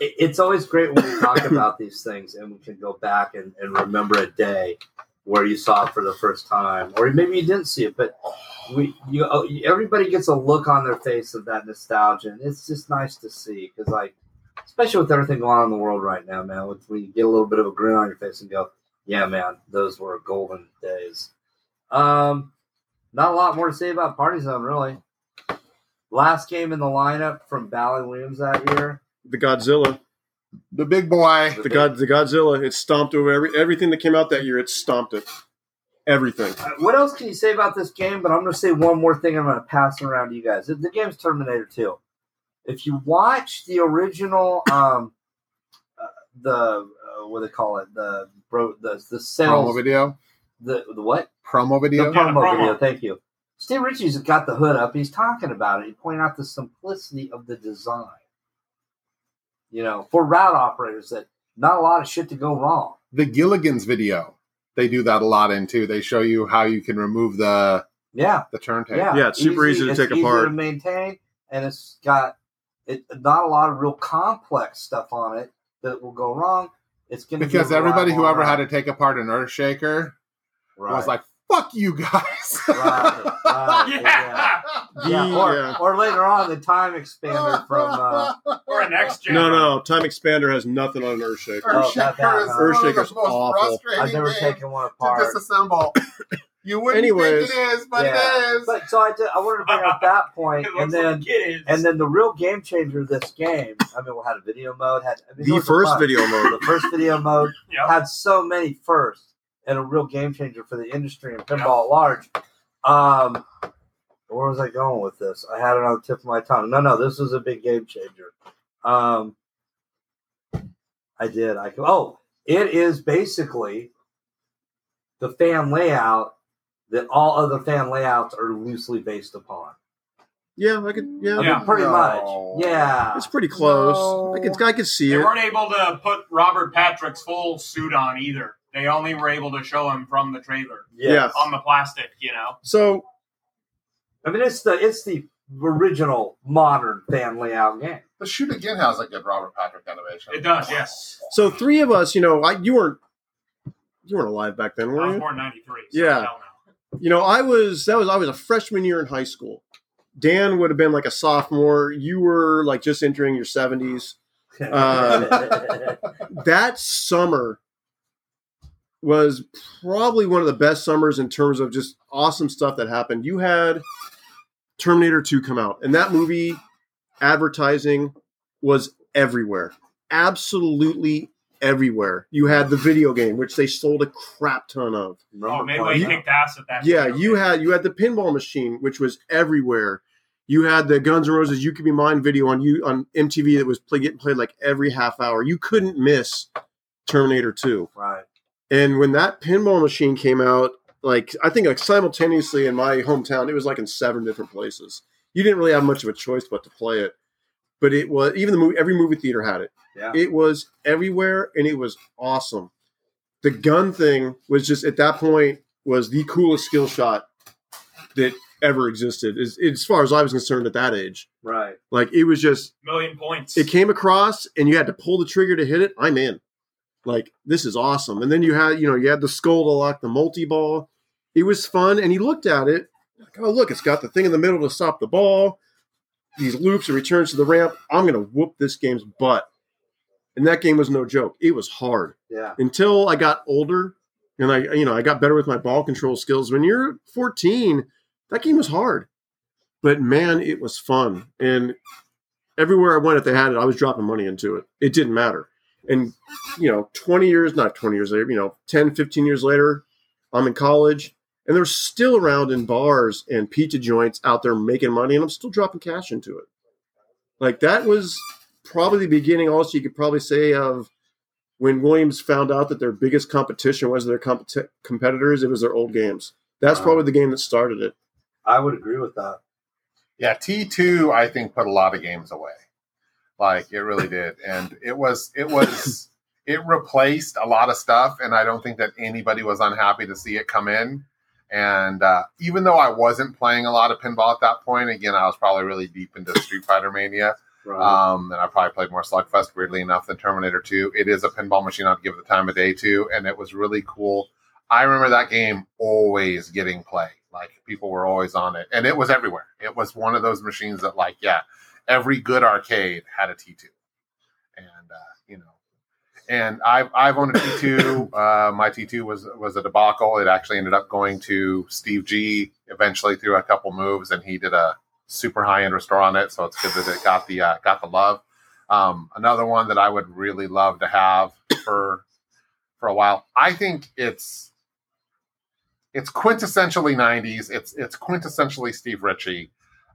[SPEAKER 1] It, it's always great when we talk about these things and we can go back and, and remember a day where you saw it for the first time, or maybe you didn't see it, but we you oh, you- everybody gets a look on their face of that nostalgia, and it's just nice to see because like especially with everything going on in the world right now, man, with- when you get a little bit of a grin on your face and go, yeah, man, those were golden days. Um, not a lot more to say about Party Zone, really. Last game in the lineup from Bally Williams that year.
[SPEAKER 2] The Godzilla,
[SPEAKER 3] The big boy.
[SPEAKER 2] the God, the Godzilla. It stomped over every everything that came out that year. It stomped it. Everything.
[SPEAKER 1] Uh, What else can you say about this game? But I'm going to say one more thing. I'm going to pass it around to you guys. The- The game's Terminator 2. If you watch the original, um, uh, the uh, what do they call it? The bro, the the
[SPEAKER 3] Promo
[SPEAKER 1] sales,
[SPEAKER 3] video.
[SPEAKER 1] the the what?
[SPEAKER 3] Promo video.
[SPEAKER 1] The promo,
[SPEAKER 4] promo.
[SPEAKER 1] video. Thank you. Steve Ritchie's got the hood up. He's talking about it. He pointed out the simplicity of the design. You know, for route operators, that not a lot of shit to go wrong.
[SPEAKER 3] The Gilligan's video. They do that a lot in too. They show you how you can remove the
[SPEAKER 1] Yeah.
[SPEAKER 3] the turntable.
[SPEAKER 1] Yeah,
[SPEAKER 2] Yeah, it's super easy to
[SPEAKER 1] it's
[SPEAKER 2] take
[SPEAKER 1] easy
[SPEAKER 2] apart.
[SPEAKER 1] to maintain, and it's got it not a lot of real complex stuff on it that will go wrong. It's gonna be
[SPEAKER 3] Because
[SPEAKER 1] a
[SPEAKER 3] everybody who
[SPEAKER 1] reliable
[SPEAKER 3] ever had
[SPEAKER 1] route.
[SPEAKER 3] to take apart an Earthshaker
[SPEAKER 1] right.
[SPEAKER 3] was like, "Fuck you guys."
[SPEAKER 1] right, right,
[SPEAKER 4] Yeah.
[SPEAKER 1] yeah. Yeah, Or,
[SPEAKER 2] Yeah.
[SPEAKER 1] or later on, the time expander from uh,
[SPEAKER 4] or an next gen.
[SPEAKER 2] No, no, Time Expander has nothing on an Earthshaker.
[SPEAKER 1] Oh, not that
[SPEAKER 3] Earthshaker is
[SPEAKER 1] one.
[SPEAKER 2] Earthshaker's
[SPEAKER 3] one of the most
[SPEAKER 2] awful.
[SPEAKER 3] frustrating
[SPEAKER 1] I've never
[SPEAKER 3] games
[SPEAKER 1] taken one
[SPEAKER 3] to
[SPEAKER 1] apart.
[SPEAKER 3] disassemble. You wouldn't
[SPEAKER 2] Anyways.
[SPEAKER 3] think it is, but
[SPEAKER 1] Yeah.
[SPEAKER 3] it is.
[SPEAKER 1] But so I, did, I wanted to bring up that point,
[SPEAKER 4] It
[SPEAKER 1] and
[SPEAKER 4] looks
[SPEAKER 1] then
[SPEAKER 4] like it is.
[SPEAKER 1] and then the real game changer of this game. I mean, we had a video mode. Had I mean, it
[SPEAKER 2] The
[SPEAKER 1] was a
[SPEAKER 2] first
[SPEAKER 1] bunch.
[SPEAKER 2] video mode.
[SPEAKER 1] The first video mode.
[SPEAKER 4] yeah.
[SPEAKER 1] had so many firsts and a real game changer for the industry and pinball at large. Um, where was I going with this? I had it on the tip of my tongue. No, no, this was a big game changer. Um, I did. I oh, it is basically the fan layout that all other fan layouts are loosely based upon.
[SPEAKER 2] Yeah, I could. Yeah,
[SPEAKER 1] I
[SPEAKER 4] Yeah.
[SPEAKER 1] mean, pretty
[SPEAKER 3] No.
[SPEAKER 1] much. Yeah.
[SPEAKER 2] it's pretty close. I could. I could see
[SPEAKER 4] They
[SPEAKER 2] it.
[SPEAKER 4] weren't able to put Robert Patrick's full suit on either. They only were able to show him from the trailer
[SPEAKER 1] Yes.
[SPEAKER 4] on the plastic, you know.
[SPEAKER 2] So
[SPEAKER 1] I mean, it's the it's the original modern fan layout game.
[SPEAKER 3] The shoot again has a good Robert Patrick animation.
[SPEAKER 4] It does, yes.
[SPEAKER 2] So three of us, you know, I, you weren't you weren't alive back then,
[SPEAKER 4] I was
[SPEAKER 2] were you?
[SPEAKER 4] born in 93. So
[SPEAKER 2] Yeah.
[SPEAKER 4] I don't know.
[SPEAKER 2] You know, I was that was I was a freshman year in high school. Dan would have been like a sophomore. You were like just entering your seventies. Uh, That summer was probably one of the best summers in terms of just awesome stuff that happened. You had Terminator 2 come out, and that movie advertising was everywhere. Absolutely everywhere. You had the video game, which they sold a crap ton of.
[SPEAKER 4] Oh,
[SPEAKER 1] Remember
[SPEAKER 4] Midway
[SPEAKER 1] playing
[SPEAKER 4] kicked ass at that.
[SPEAKER 2] yeah,
[SPEAKER 4] point.
[SPEAKER 2] you had you had the pinball machine, which was everywhere. You had the Guns N' Roses "You Could Be Mine" video on you on MTV that was play, getting played like every half hour. You couldn't miss Terminator Two.
[SPEAKER 1] Right.
[SPEAKER 2] And when that pinball machine came out, like I think like simultaneously in my hometown, it was like in seven different places. You didn't really have much of a choice but to play it. But it was even the movie, every movie theater had it.
[SPEAKER 1] Yeah.
[SPEAKER 2] It was everywhere and it was awesome. The gun thing was just at that point was the coolest skill shot that ever existed as, as far as I was concerned at that age.
[SPEAKER 1] Right.
[SPEAKER 2] Like it was just
[SPEAKER 4] million points.
[SPEAKER 2] it came across and you had to pull the trigger to hit it i'm in like this is awesome and then you had you know you had the skull to lock the multi-ball it was fun and he looked at it like oh look it's got the thing in the middle to stop the ball these loops and returns to the ramp i'm gonna whoop this game's butt and that game was no joke it was hard
[SPEAKER 1] Yeah.
[SPEAKER 2] until I got older and I you know I got better with my ball control skills. When you're 14, that game was hard, but man, it was fun. And everywhere I went, if they had it, I was dropping money into it. It didn't matter. And you know, 20 years, not 20 years later, you know, 10, 15 years later, I'm in college. And they're still around in bars and pizza joints out there making money, and I'm still dropping cash into it. Like that was probably the beginning, also you could probably say of when Williams found out that their biggest competition was their compet competitors, it was their old games. That's
[SPEAKER 1] Wow.
[SPEAKER 2] probably the game that started it.
[SPEAKER 1] I would agree with that.
[SPEAKER 3] Yeah, T two I think put a lot of games away. Like it really did, and it was it was it replaced a lot of stuff, and I don't think that anybody was unhappy to see it come in. And uh, even though I wasn't playing a lot of pinball at that point, again I was probably really deep into Street Fighter Mania,
[SPEAKER 1] Right.
[SPEAKER 3] um, and I probably played more Slugfest weirdly enough than Terminator Two. It is a pinball machine I'd give the time of day to, and it was really cool. I remember that game always getting play. Like people were always on it, and it was everywhere. It was one of those machines that, like, yeah, every good arcade had a T two, and uh, you know, and I've I've owned a T two. uh, my T two was was a debacle. It actually ended up going to Steve G eventually through a couple moves, and he did a super high end restaurant on it, so it's good that it got the uh, got the love. Um, another one that I would really love to have for for a while. I think it's it's quintessentially '90s. It's it's quintessentially Steve Ritchie.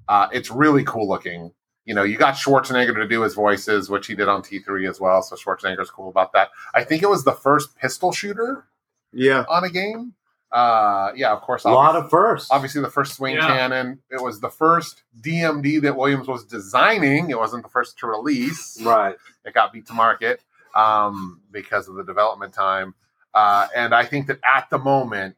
[SPEAKER 3] Uh, it's really cool looking. You know, you got Schwarzenegger to do his voices, which he did on T3 as well. So Schwarzenegger's cool about that. I think it was the first pistol shooter
[SPEAKER 2] Yeah.
[SPEAKER 3] on a game. Uh, yeah, of course.
[SPEAKER 1] A lot of firsts.
[SPEAKER 3] obviously the first swing
[SPEAKER 5] Yeah.
[SPEAKER 3] cannon. It was the first DMD that Williams was designing. It wasn't the first to release.
[SPEAKER 1] Right.
[SPEAKER 3] It got beat to market um, because of the development time. Uh, and I think that at the moment,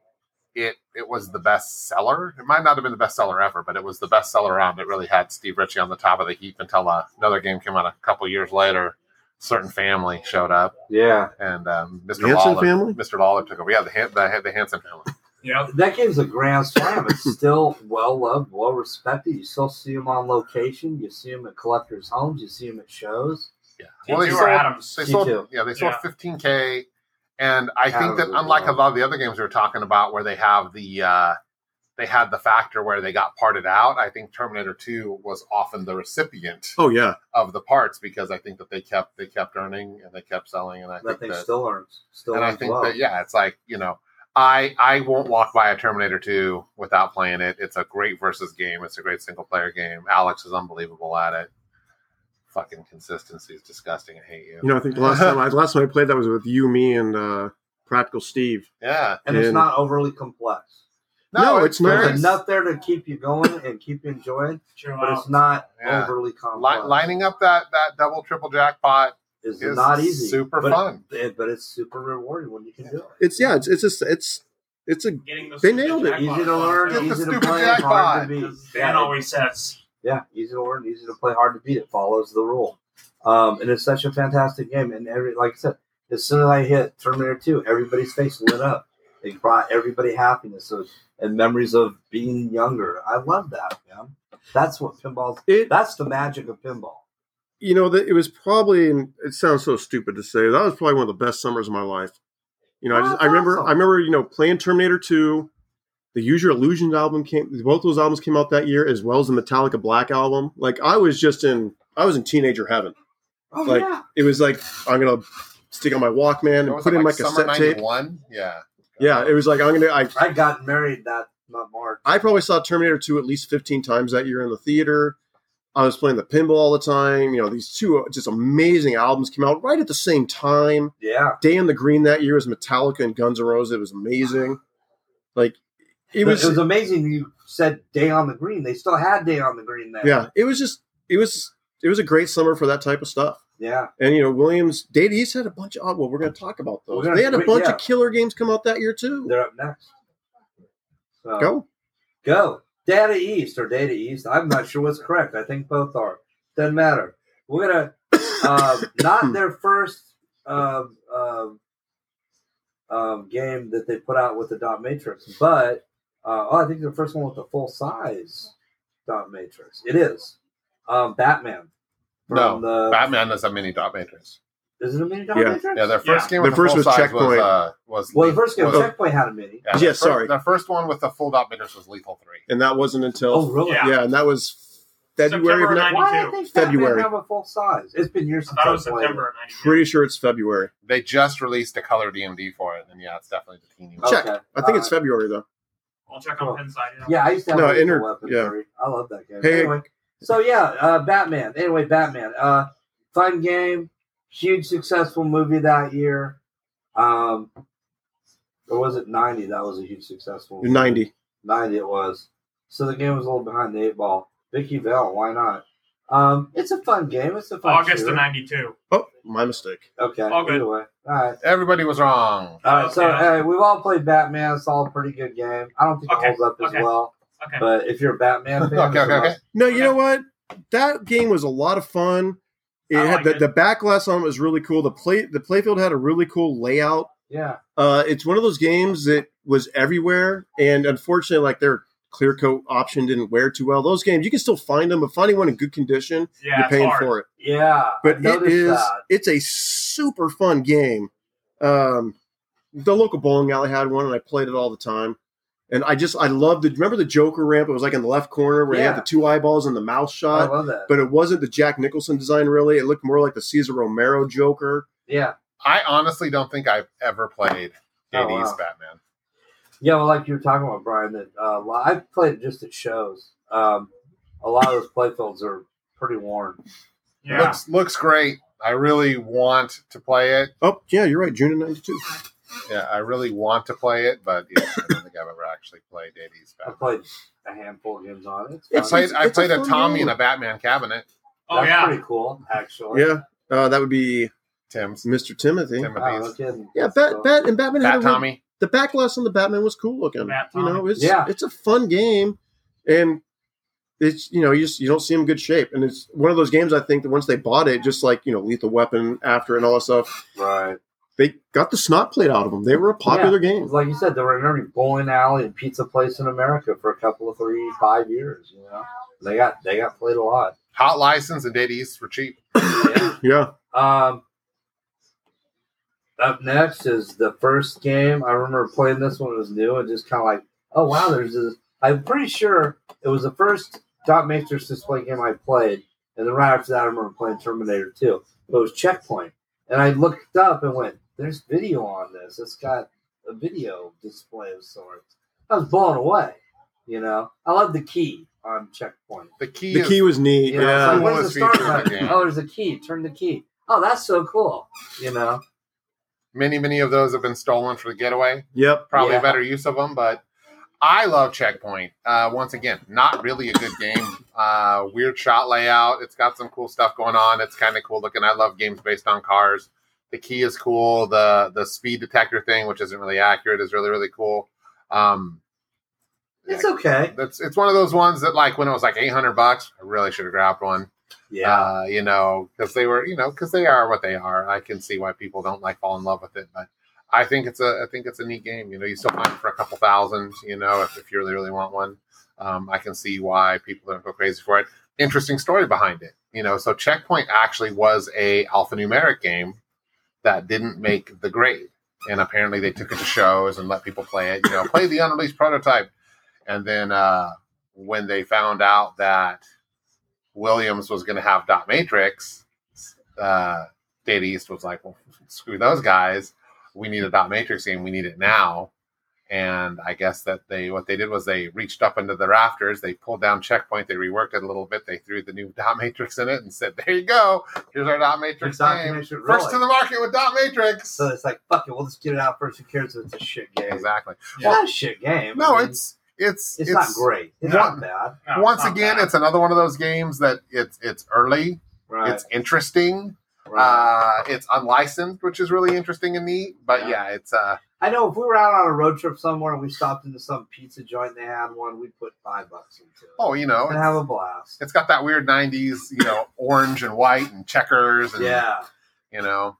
[SPEAKER 3] it it was the best seller. It might not have been the best seller ever, but it was the best seller around. It really had Steve Ritchie on the top of the heap until uh, another game came out a couple years later. Certain family showed up,
[SPEAKER 1] Yeah.
[SPEAKER 3] and um, Mr.
[SPEAKER 2] Hanson
[SPEAKER 3] Lawler,
[SPEAKER 2] family?
[SPEAKER 3] Mr. Lawler took over. Yeah, the Han- the, the Hanson family.
[SPEAKER 4] Yeah.
[SPEAKER 1] That game's a grand slam. It's still well loved, well respected. You still see them on location. You see them at collectors' homes. You see them at shows.
[SPEAKER 3] Yeah.
[SPEAKER 4] Well,
[SPEAKER 3] they
[SPEAKER 4] you
[SPEAKER 3] sold-
[SPEAKER 4] or Adams.
[SPEAKER 3] They
[SPEAKER 1] Me
[SPEAKER 3] sold,
[SPEAKER 1] too.
[SPEAKER 3] yeah, they sold
[SPEAKER 4] Yeah.
[SPEAKER 3] 15k, and I think that
[SPEAKER 1] Absolutely.
[SPEAKER 3] unlike a lot of the other games we were talking about, where they have the uh, they had the factor where they got parted out. I think Terminator 2 was often the recipient
[SPEAKER 2] Oh yeah.
[SPEAKER 3] of the parts because I think that they kept they kept earning and they kept selling, and I
[SPEAKER 1] That
[SPEAKER 3] think
[SPEAKER 1] thing
[SPEAKER 3] that
[SPEAKER 1] still earns. Still
[SPEAKER 3] and I
[SPEAKER 1] earns
[SPEAKER 3] think
[SPEAKER 1] well.
[SPEAKER 3] that yeah, it's like you know, I I won't walk by a Terminator two without playing it. It's a great versus game. It's a great single player game. Alex is unbelievable at it. Fucking consistency is disgusting. I hate you.
[SPEAKER 2] You know, I think the last time I last time I played that was with you, me, and uh, Practical Steve.
[SPEAKER 3] yeah,
[SPEAKER 1] and it's
[SPEAKER 2] And-
[SPEAKER 1] not overly complex.
[SPEAKER 2] No, it's not.
[SPEAKER 3] very
[SPEAKER 1] There's enough there to keep you going and keep you enjoying,
[SPEAKER 4] Chill
[SPEAKER 1] but
[SPEAKER 4] out.
[SPEAKER 1] it's not
[SPEAKER 3] Yeah.
[SPEAKER 1] overly
[SPEAKER 3] Li-
[SPEAKER 1] complex.
[SPEAKER 3] lining up that that double triple jackpot
[SPEAKER 1] is
[SPEAKER 3] is
[SPEAKER 1] not easy.
[SPEAKER 3] super
[SPEAKER 1] but,
[SPEAKER 3] fun.
[SPEAKER 1] it- but it's super rewarding when you can do it.
[SPEAKER 2] It's yeah. It's it's just, it's it's a
[SPEAKER 4] Getting the
[SPEAKER 2] They
[SPEAKER 4] stupid
[SPEAKER 2] nailed it.
[SPEAKER 4] jackpot.
[SPEAKER 1] Easy to learn,
[SPEAKER 3] Get the
[SPEAKER 1] easy to
[SPEAKER 3] stupid
[SPEAKER 1] play, hard
[SPEAKER 3] jackpot.
[SPEAKER 1] to beat.
[SPEAKER 4] Dan
[SPEAKER 1] Yeah,
[SPEAKER 4] always says,
[SPEAKER 1] Yeah, easy to learn, easy to play, hard to beat. It follows the rule. Um, and it's such a fantastic game. And every, like I said, as soon as I hit Terminator 2, everybody's face lit up. It brought everybody happiness and- and memories of being younger. I love that, man. That's what pinball's.
[SPEAKER 2] it.
[SPEAKER 1] That's the magic of pinball.
[SPEAKER 2] You know that it was probably. and It sounds so stupid to say. That was probably one of the best summers of my life. You know, I
[SPEAKER 1] Oh,
[SPEAKER 2] just
[SPEAKER 1] that's
[SPEAKER 2] I remember
[SPEAKER 1] awesome.
[SPEAKER 2] I remember you know playing Terminator Two. The Use Your Illusions album came. Both those albums came out that year, as well as the Metallica Black album. Like I was just in. I was in teenager heaven.
[SPEAKER 1] Oh,
[SPEAKER 2] Like-
[SPEAKER 1] yeah.
[SPEAKER 2] It was like I'm gonna stick on my Walkman
[SPEAKER 3] What
[SPEAKER 2] and
[SPEAKER 3] was
[SPEAKER 2] put
[SPEAKER 3] it,
[SPEAKER 2] in
[SPEAKER 3] like
[SPEAKER 2] my
[SPEAKER 3] summer
[SPEAKER 2] cassette tape.
[SPEAKER 3] '91. Yeah,
[SPEAKER 2] Yeah, it was like I'm gonna. I
[SPEAKER 1] I got married that not March.
[SPEAKER 2] I probably saw Terminator 2 at least 15 times that year in the theater. I was playing the pinball all the time. You know, these two just amazing albums came out right at the same time.
[SPEAKER 1] Yeah.
[SPEAKER 2] Day in the Green that year was Metallica and Guns N' Roses. It was amazing. Like, it was,
[SPEAKER 1] amazing. You said day on the green. They still had day on the green there.
[SPEAKER 2] yeah, it was just, it was, it was a great summer for that type of stuff.
[SPEAKER 1] Yeah.
[SPEAKER 2] And, you know, Williams, Data East had a bunch of, oh, well, we're going to talk about
[SPEAKER 1] We're
[SPEAKER 2] those.
[SPEAKER 1] gonna-
[SPEAKER 2] they had a
[SPEAKER 1] we-
[SPEAKER 2] bunch
[SPEAKER 1] yeah.
[SPEAKER 2] of killer games come out that year, too.
[SPEAKER 1] They're up next. So,
[SPEAKER 2] Go.
[SPEAKER 1] Go. Data East or Data East. I'm not sure what's correct. I think both are. Doesn't matter. We're gonna uh, not their first um, um, um, game that they put out with the dot matrix, but uh, oh, I think the first one with the full size dot matrix. It is um, Batman.
[SPEAKER 3] No,
[SPEAKER 1] from the,
[SPEAKER 3] Batman is a mini dot matrix.
[SPEAKER 1] is it a mini dot
[SPEAKER 2] Yeah.
[SPEAKER 1] matrix?
[SPEAKER 3] Yeah, their first game.
[SPEAKER 2] Their
[SPEAKER 3] with
[SPEAKER 2] first
[SPEAKER 3] the
[SPEAKER 2] was
[SPEAKER 3] full size Was,
[SPEAKER 2] Checkpoint.
[SPEAKER 3] uh, was
[SPEAKER 1] Well, the first game,
[SPEAKER 3] was-
[SPEAKER 1] Checkpoint had a mini.
[SPEAKER 3] yeah, their
[SPEAKER 2] Yeah,
[SPEAKER 3] first-
[SPEAKER 2] sorry.
[SPEAKER 3] Their first one with the full dot matrix was Lethal Three.
[SPEAKER 2] And that wasn't until,
[SPEAKER 1] Oh, really?
[SPEAKER 4] Yeah.
[SPEAKER 2] yeah. and that was February
[SPEAKER 4] September
[SPEAKER 2] of
[SPEAKER 4] of
[SPEAKER 2] that.
[SPEAKER 1] Why did they February
[SPEAKER 2] February.
[SPEAKER 1] have a full size? It's been years
[SPEAKER 4] I
[SPEAKER 1] since
[SPEAKER 4] thought it was
[SPEAKER 1] played
[SPEAKER 4] September of 92.
[SPEAKER 2] Pretty sure it's February.
[SPEAKER 3] They just released a color DMD for it, and yeah, it's definitely the teeny.
[SPEAKER 1] Okay.
[SPEAKER 3] one.
[SPEAKER 2] Check. I think it's
[SPEAKER 4] Uh,
[SPEAKER 1] All
[SPEAKER 2] February though.
[SPEAKER 4] I'll check on Penn side.
[SPEAKER 1] Yeah, I used to have
[SPEAKER 2] No,
[SPEAKER 1] a
[SPEAKER 2] inter-
[SPEAKER 1] weapon.
[SPEAKER 2] yeah.
[SPEAKER 1] Barry. I love that game.
[SPEAKER 2] Hey.
[SPEAKER 1] Anyway, so yeah, uh, Batman. Anyway, Batman. Uh, fun game, huge successful movie that year. Um, or was it ninety? That was a huge successful. movie.
[SPEAKER 2] Ninety.
[SPEAKER 1] Ninety it was. So the game was a little behind the eight ball. Vicky Bell, why not? Um, it's a fun game. It's a fun
[SPEAKER 4] August
[SPEAKER 1] shooter.
[SPEAKER 4] of 92.
[SPEAKER 2] Oh, my mistake.
[SPEAKER 1] Okay.
[SPEAKER 4] All good.
[SPEAKER 1] Either way. All right.
[SPEAKER 3] Everybody was wrong.
[SPEAKER 1] All right, so
[SPEAKER 4] Okay.
[SPEAKER 1] uh, we've all played Batman. It's all a pretty good game. I don't think
[SPEAKER 4] Okay,
[SPEAKER 1] it holds up as
[SPEAKER 4] okay,
[SPEAKER 1] well,
[SPEAKER 4] Okay.
[SPEAKER 1] but if you're a Batman fan,
[SPEAKER 3] Okay,
[SPEAKER 1] it's
[SPEAKER 3] okay,
[SPEAKER 1] a must.
[SPEAKER 3] okay.
[SPEAKER 2] No, you know what? That game was a lot of fun. It
[SPEAKER 4] I
[SPEAKER 2] had
[SPEAKER 4] like
[SPEAKER 2] the,
[SPEAKER 4] it.
[SPEAKER 2] the backlash on it was really cool. The play the playfield had a really cool layout.
[SPEAKER 1] yeah,
[SPEAKER 2] Uh, it's one of those games that was everywhere, and unfortunately, like their clear coat option didn't wear too well. Those games you can still find them, but finding one in good condition,
[SPEAKER 4] Yeah,
[SPEAKER 2] you're
[SPEAKER 4] it's
[SPEAKER 2] paying
[SPEAKER 4] hard.
[SPEAKER 2] for it.
[SPEAKER 1] yeah. I
[SPEAKER 2] But it
[SPEAKER 1] noticed
[SPEAKER 2] is
[SPEAKER 1] that.
[SPEAKER 2] it's a super fun game. Um, the local bowling alley had one, and I played it all the time. And I just I love the remember the Joker ramp. It was like in the left corner where he
[SPEAKER 1] Yeah.
[SPEAKER 2] had the two eyeballs and the mouth
[SPEAKER 1] I
[SPEAKER 2] shot.
[SPEAKER 1] love that.
[SPEAKER 2] uh, But it wasn't the Jack Nicholson design really. It looked more like the Caesar Romero Joker.
[SPEAKER 1] Yeah,
[SPEAKER 3] I honestly don't think I've ever played
[SPEAKER 1] Oh,
[SPEAKER 3] AD's
[SPEAKER 1] wow.
[SPEAKER 3] Batman.
[SPEAKER 1] yeah. Well, like you were talking about Brian, that uh, li- I've played just at shows. Um, a lot of those playfields are pretty worn.
[SPEAKER 4] Yeah.
[SPEAKER 3] Looks looks great. I really want to play it.
[SPEAKER 2] Oh yeah, you're right. June of '92.
[SPEAKER 3] Yeah, I really want to play it, but yeah, I don't think I've ever actually played AD's
[SPEAKER 1] I
[SPEAKER 3] Batman.
[SPEAKER 1] played a handful of games on it. It's
[SPEAKER 3] I
[SPEAKER 1] fun.
[SPEAKER 3] played I
[SPEAKER 2] it's a
[SPEAKER 3] played a
[SPEAKER 2] fun
[SPEAKER 3] Tommy
[SPEAKER 2] game.
[SPEAKER 3] in a Batman cabinet.
[SPEAKER 4] Oh
[SPEAKER 1] That's
[SPEAKER 4] yeah.
[SPEAKER 1] pretty cool, actually.
[SPEAKER 2] Yeah, uh, that would be
[SPEAKER 3] Tim's
[SPEAKER 2] Mr. Timothy.
[SPEAKER 3] Timothy's.
[SPEAKER 1] Wow, no kidding.
[SPEAKER 2] Yeah,
[SPEAKER 1] So-
[SPEAKER 2] Bat, Bat and Batman had a
[SPEAKER 3] Bat
[SPEAKER 2] real-
[SPEAKER 3] Tommy.
[SPEAKER 2] the backlash on the Batman was cool looking.
[SPEAKER 5] Bat
[SPEAKER 2] You know,
[SPEAKER 5] Tommy.
[SPEAKER 2] it's
[SPEAKER 1] Yeah.
[SPEAKER 2] it's a fun game, and it's you know you just, you don't see him in good shape, and it's one of those games I think that once they bought it, just like you know Lethal Weapon after and all that stuff,
[SPEAKER 1] Right.
[SPEAKER 2] they got the snot played out of them. They were a popular game.
[SPEAKER 1] Like you said, there were in every bowling alley and pizza place in America for a couple of three, five years. You know, they got they got played a lot.
[SPEAKER 3] Hot license and Dead East were cheap.
[SPEAKER 1] Yeah.
[SPEAKER 2] Yeah,
[SPEAKER 1] Um. Up next is the first game. I remember playing this one it was new and just kind of like, oh wow, there's this. I'm pretty sure it was the first dot matrix display game I played, and then right after that, I remember playing Terminator 2. But it was Checkpoint, and I looked up and went, "There's video on this. It's got a video display of sorts." I was blown away. You know, I love the key on Checkpoint.
[SPEAKER 3] The key
[SPEAKER 2] the
[SPEAKER 3] is
[SPEAKER 2] key was neat.
[SPEAKER 1] You know, it's
[SPEAKER 2] Yeah,
[SPEAKER 1] like, what is
[SPEAKER 3] Coolest
[SPEAKER 1] the start
[SPEAKER 3] feature of the
[SPEAKER 1] button?
[SPEAKER 3] game.
[SPEAKER 1] Oh, there's a key. Turn the key. Oh, that's so cool. You know,
[SPEAKER 3] many, many of those have been stolen for the getaway.
[SPEAKER 2] yep.
[SPEAKER 3] probably
[SPEAKER 1] Yeah.
[SPEAKER 3] better use of them. But I love Checkpoint. Uh, once again, not really a good game. Uh, weird shot layout. It's got some cool stuff going on. It's kind of cool looking. I love games based on cars. The key is cool. The the speed detector thing, which isn't really accurate, is really really cool. Um,
[SPEAKER 1] it's okay.
[SPEAKER 3] that's it's one of those ones that like when it was like eight hundred bucks, I really should have grabbed one.
[SPEAKER 1] Yeah.
[SPEAKER 3] Uh, you know, because they were, you know, because they are what they are. I can see why people don't like fall in love with it, but I think it's a, I think it's a neat game. You know, you still find it for a couple thousand. You know, if, if you really really want one, um, I can see why people don't go crazy for it. Interesting story behind it. You know, so Checkpoint actually was a alphanumeric game that didn't make the grade, and apparently they took it to shows and let people play it. You know, play the unreleased prototype, and then uh, when they found out that Williams was going to have dot matrix, uh, Data East was like, "Well, screw those guys. We need a dot matrix game. We need it now." And I guess that they what they did was they reached up into the rafters, they pulled down checkpoint, they reworked it a little bit, they threw the new dot matrix in it, and said, "There you go. Here's our dot matrix
[SPEAKER 1] Dot
[SPEAKER 3] game.
[SPEAKER 1] Matrix, really."
[SPEAKER 3] First to the market with dot matrix."
[SPEAKER 1] so it's like, fuck it, we'll just get it out first. Who cares if it's a shit game?
[SPEAKER 3] exactly.
[SPEAKER 1] It's not a shit game.
[SPEAKER 3] No,
[SPEAKER 1] I mean,
[SPEAKER 3] it's it's
[SPEAKER 1] it's, not great. It's
[SPEAKER 3] No.
[SPEAKER 1] not bad.
[SPEAKER 5] No,
[SPEAKER 3] Once
[SPEAKER 5] not
[SPEAKER 3] again,
[SPEAKER 5] bad.
[SPEAKER 3] it's another one of those games that it's it's early,
[SPEAKER 1] Right.
[SPEAKER 3] it's interesting.
[SPEAKER 1] right.
[SPEAKER 3] Uh, it's unlicensed, which is really interesting and neat. But yeah, it's uh,
[SPEAKER 1] I know if we were out on a road trip somewhere and we stopped into some pizza joint and they had one, we'd put five bucks into it
[SPEAKER 3] oh, you know,
[SPEAKER 1] and have
[SPEAKER 3] it's,
[SPEAKER 1] a blast.
[SPEAKER 3] it's got that weird '90s, you know, orange and white and checkers, and
[SPEAKER 1] Yeah.
[SPEAKER 3] you know,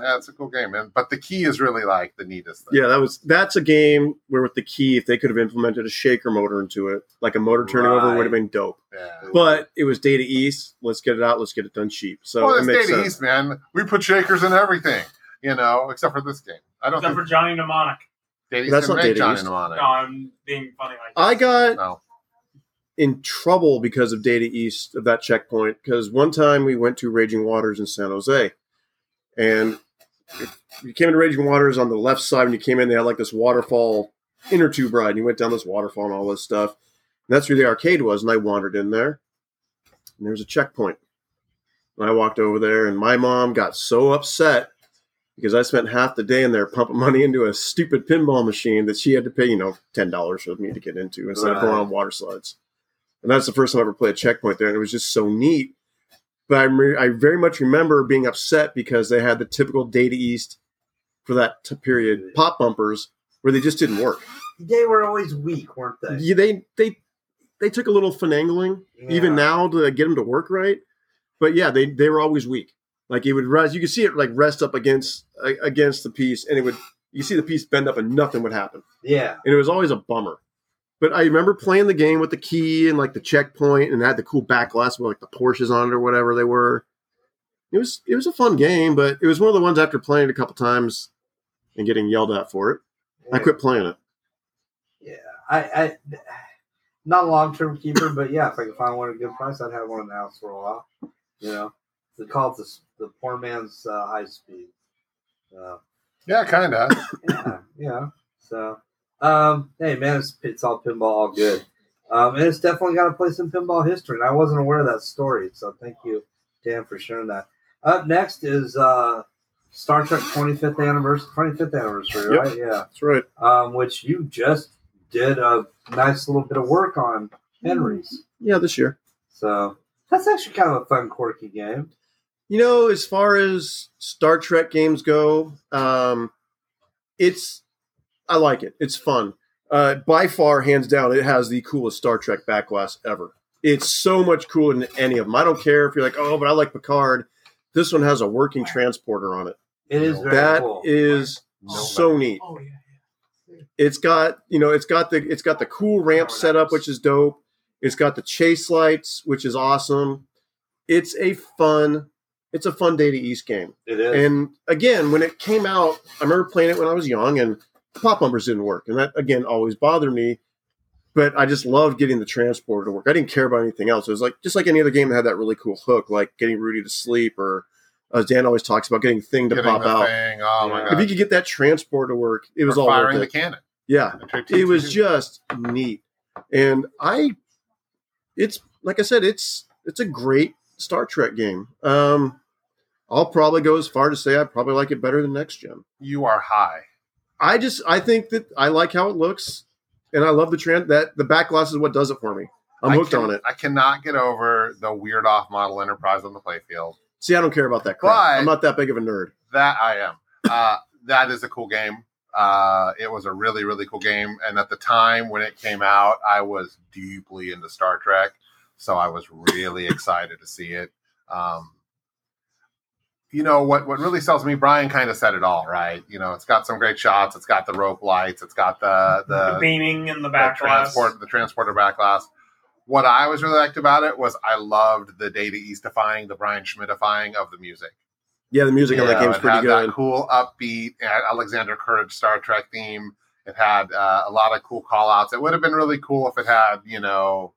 [SPEAKER 3] yeah, it's a cool game. And but the key is really like the neatest thing.
[SPEAKER 2] Yeah, that was that's a game where with the key, if they could have implemented a shaker motor into it, like a motor turning over,
[SPEAKER 1] Right.
[SPEAKER 2] would have been dope.
[SPEAKER 3] Yeah.
[SPEAKER 2] But it was Data East. Let's get it out. Let's get it done cheap. So
[SPEAKER 3] well,
[SPEAKER 2] it
[SPEAKER 3] it's
[SPEAKER 2] makes
[SPEAKER 3] Data
[SPEAKER 2] sense.
[SPEAKER 3] East, man. We put shakers in everything, you know, except for this game. I don't
[SPEAKER 5] Except
[SPEAKER 3] think
[SPEAKER 5] for Johnny Mnemonic.
[SPEAKER 3] Data East
[SPEAKER 2] That's
[SPEAKER 3] can
[SPEAKER 2] not
[SPEAKER 3] make
[SPEAKER 2] Data
[SPEAKER 3] Johnny
[SPEAKER 2] East.
[SPEAKER 5] No,
[SPEAKER 3] Mnemonic.
[SPEAKER 5] I'm being funny like
[SPEAKER 2] I
[SPEAKER 5] this.
[SPEAKER 2] got
[SPEAKER 3] No.
[SPEAKER 2] in trouble because of Data East of that checkpoint. Because one time we went to Raging Waters in San Jose, and you came into Raging Waters on the left side. When you came in, they had like this waterfall inner tube ride, and you went down this waterfall and all this stuff. And that's where the arcade was, and I wandered in there, and there was a checkpoint. And I walked over there, and my mom got so upset because I spent half the day in there pumping money into a stupid pinball machine that she had to pay, you know, ten dollars for me to get into instead of going
[SPEAKER 1] Right.
[SPEAKER 2] on water slides. And that's the first time I ever played a checkpoint there, and it was just so neat. But I, re- I very much remember being upset because they had the typical Data East for that t- period pop bumpers where they just didn't work.
[SPEAKER 1] They were always weak, weren't they?
[SPEAKER 2] Yeah, they they they took a little finagling even
[SPEAKER 1] Yeah.
[SPEAKER 2] now to get them to work right. But yeah, they they were always weak. Like it would rest, you could see it like rest up against a- against the piece, and it would you see the piece bend up and nothing would happen,
[SPEAKER 1] Yeah.
[SPEAKER 2] and it was always a bummer. But I remember playing the game with the key and like the checkpoint, and it had the cool back glass with like the Porsches on it or whatever they were. It was it was a fun game, but it was one of the ones after playing it a couple times and getting yelled at for it, I
[SPEAKER 1] Yeah.
[SPEAKER 2] quit playing it.
[SPEAKER 1] Yeah, I, I not a long term keeper, but yeah, if I could find one at a good price, I'd have one in the house for a while. You know, they call it the the poor man's uh, high speed. Uh,
[SPEAKER 3] Yeah, kind of.
[SPEAKER 1] yeah, yeah. So, um, hey man, it's, it's all pinball, all good, um, and it's definitely got a place in pinball history. And I wasn't aware of that story, so thank you, Dan, for sharing that. Up next is uh, Star Trek 25th anniversary, 25th anniversary,
[SPEAKER 2] Yep.
[SPEAKER 1] right? Yeah,
[SPEAKER 2] That's right.
[SPEAKER 1] um, which you just did a nice little bit of work on Henry's.
[SPEAKER 2] Yeah, this year.
[SPEAKER 1] So that's actually kind of a fun, quirky game.
[SPEAKER 2] You know, as far as Star Trek games go, um, it's I like it. It's fun. Uh, by far, hands down, it has the coolest Star Trek backglass ever. It's so much cooler than any of them. I don't care if you're like, oh, but I like Picard. This one has a working transporter on it.
[SPEAKER 1] It is very
[SPEAKER 2] That
[SPEAKER 1] cool.
[SPEAKER 2] is so neat.
[SPEAKER 4] Oh yeah.
[SPEAKER 2] It's got you know, it's got the it's got the cool ramp setup, which is dope. It's got the chase lights, which is awesome. It's a fun, it's a fun day to East game.
[SPEAKER 1] it is.
[SPEAKER 2] And again, when it came out, I remember playing it when I was young, and the pop bumpers didn't work, and that again always bothered me. But I just loved getting the transporter to work. I didn't care about anything else. It was like just like any other game that had that really cool hook, like getting Rudy to sleep, or as Dan always talks about, getting thing to
[SPEAKER 3] Getting
[SPEAKER 2] pop
[SPEAKER 3] the
[SPEAKER 2] out.
[SPEAKER 3] thing. Oh my
[SPEAKER 1] Yeah.
[SPEAKER 3] god!
[SPEAKER 2] If you could get that transporter to work, it was
[SPEAKER 3] Or
[SPEAKER 2] all
[SPEAKER 3] firing
[SPEAKER 2] worth
[SPEAKER 3] the
[SPEAKER 2] it.
[SPEAKER 3] cannon.
[SPEAKER 2] yeah, it was just neat, and I. It's like I said, it's it's a great Star Trek game. Um, I'll probably go as far to say I probably like it better than Next Gen.
[SPEAKER 3] you are high.
[SPEAKER 2] I just I think that I like how it looks, and I love the trend that the back glass is what does it for me. I'm
[SPEAKER 3] I
[SPEAKER 2] hooked
[SPEAKER 3] can-
[SPEAKER 2] on it.
[SPEAKER 3] I cannot get over the weird off model Enterprise on the playfield.
[SPEAKER 2] See, I don't care about that crap.
[SPEAKER 3] But-
[SPEAKER 2] I'm not that big of a nerd.
[SPEAKER 3] That I am. Uh, that is a cool game. Uh, it was a really really cool game, and at the time when it came out, I was deeply into Star Trek, so I was really excited to see it. Um, you know what? What really sells me, Brian kind of said it all, right? You know, it's got some great shots. It's got the rope lights. It's got the
[SPEAKER 4] The beaming in the back
[SPEAKER 3] the
[SPEAKER 4] glass.
[SPEAKER 3] transport the transporter backlash. What I was really liked about it was I loved the data eastifying, the Brian Schmidtifying of the music.
[SPEAKER 2] Yeah, the music on
[SPEAKER 3] You
[SPEAKER 2] that
[SPEAKER 3] know,
[SPEAKER 2] game is
[SPEAKER 3] it
[SPEAKER 2] pretty
[SPEAKER 3] had
[SPEAKER 2] good.
[SPEAKER 3] That cool upbeat uh, Alexander Courage Star Trek theme. It had uh, a lot of cool call outs. It would have been really cool if it had, you know,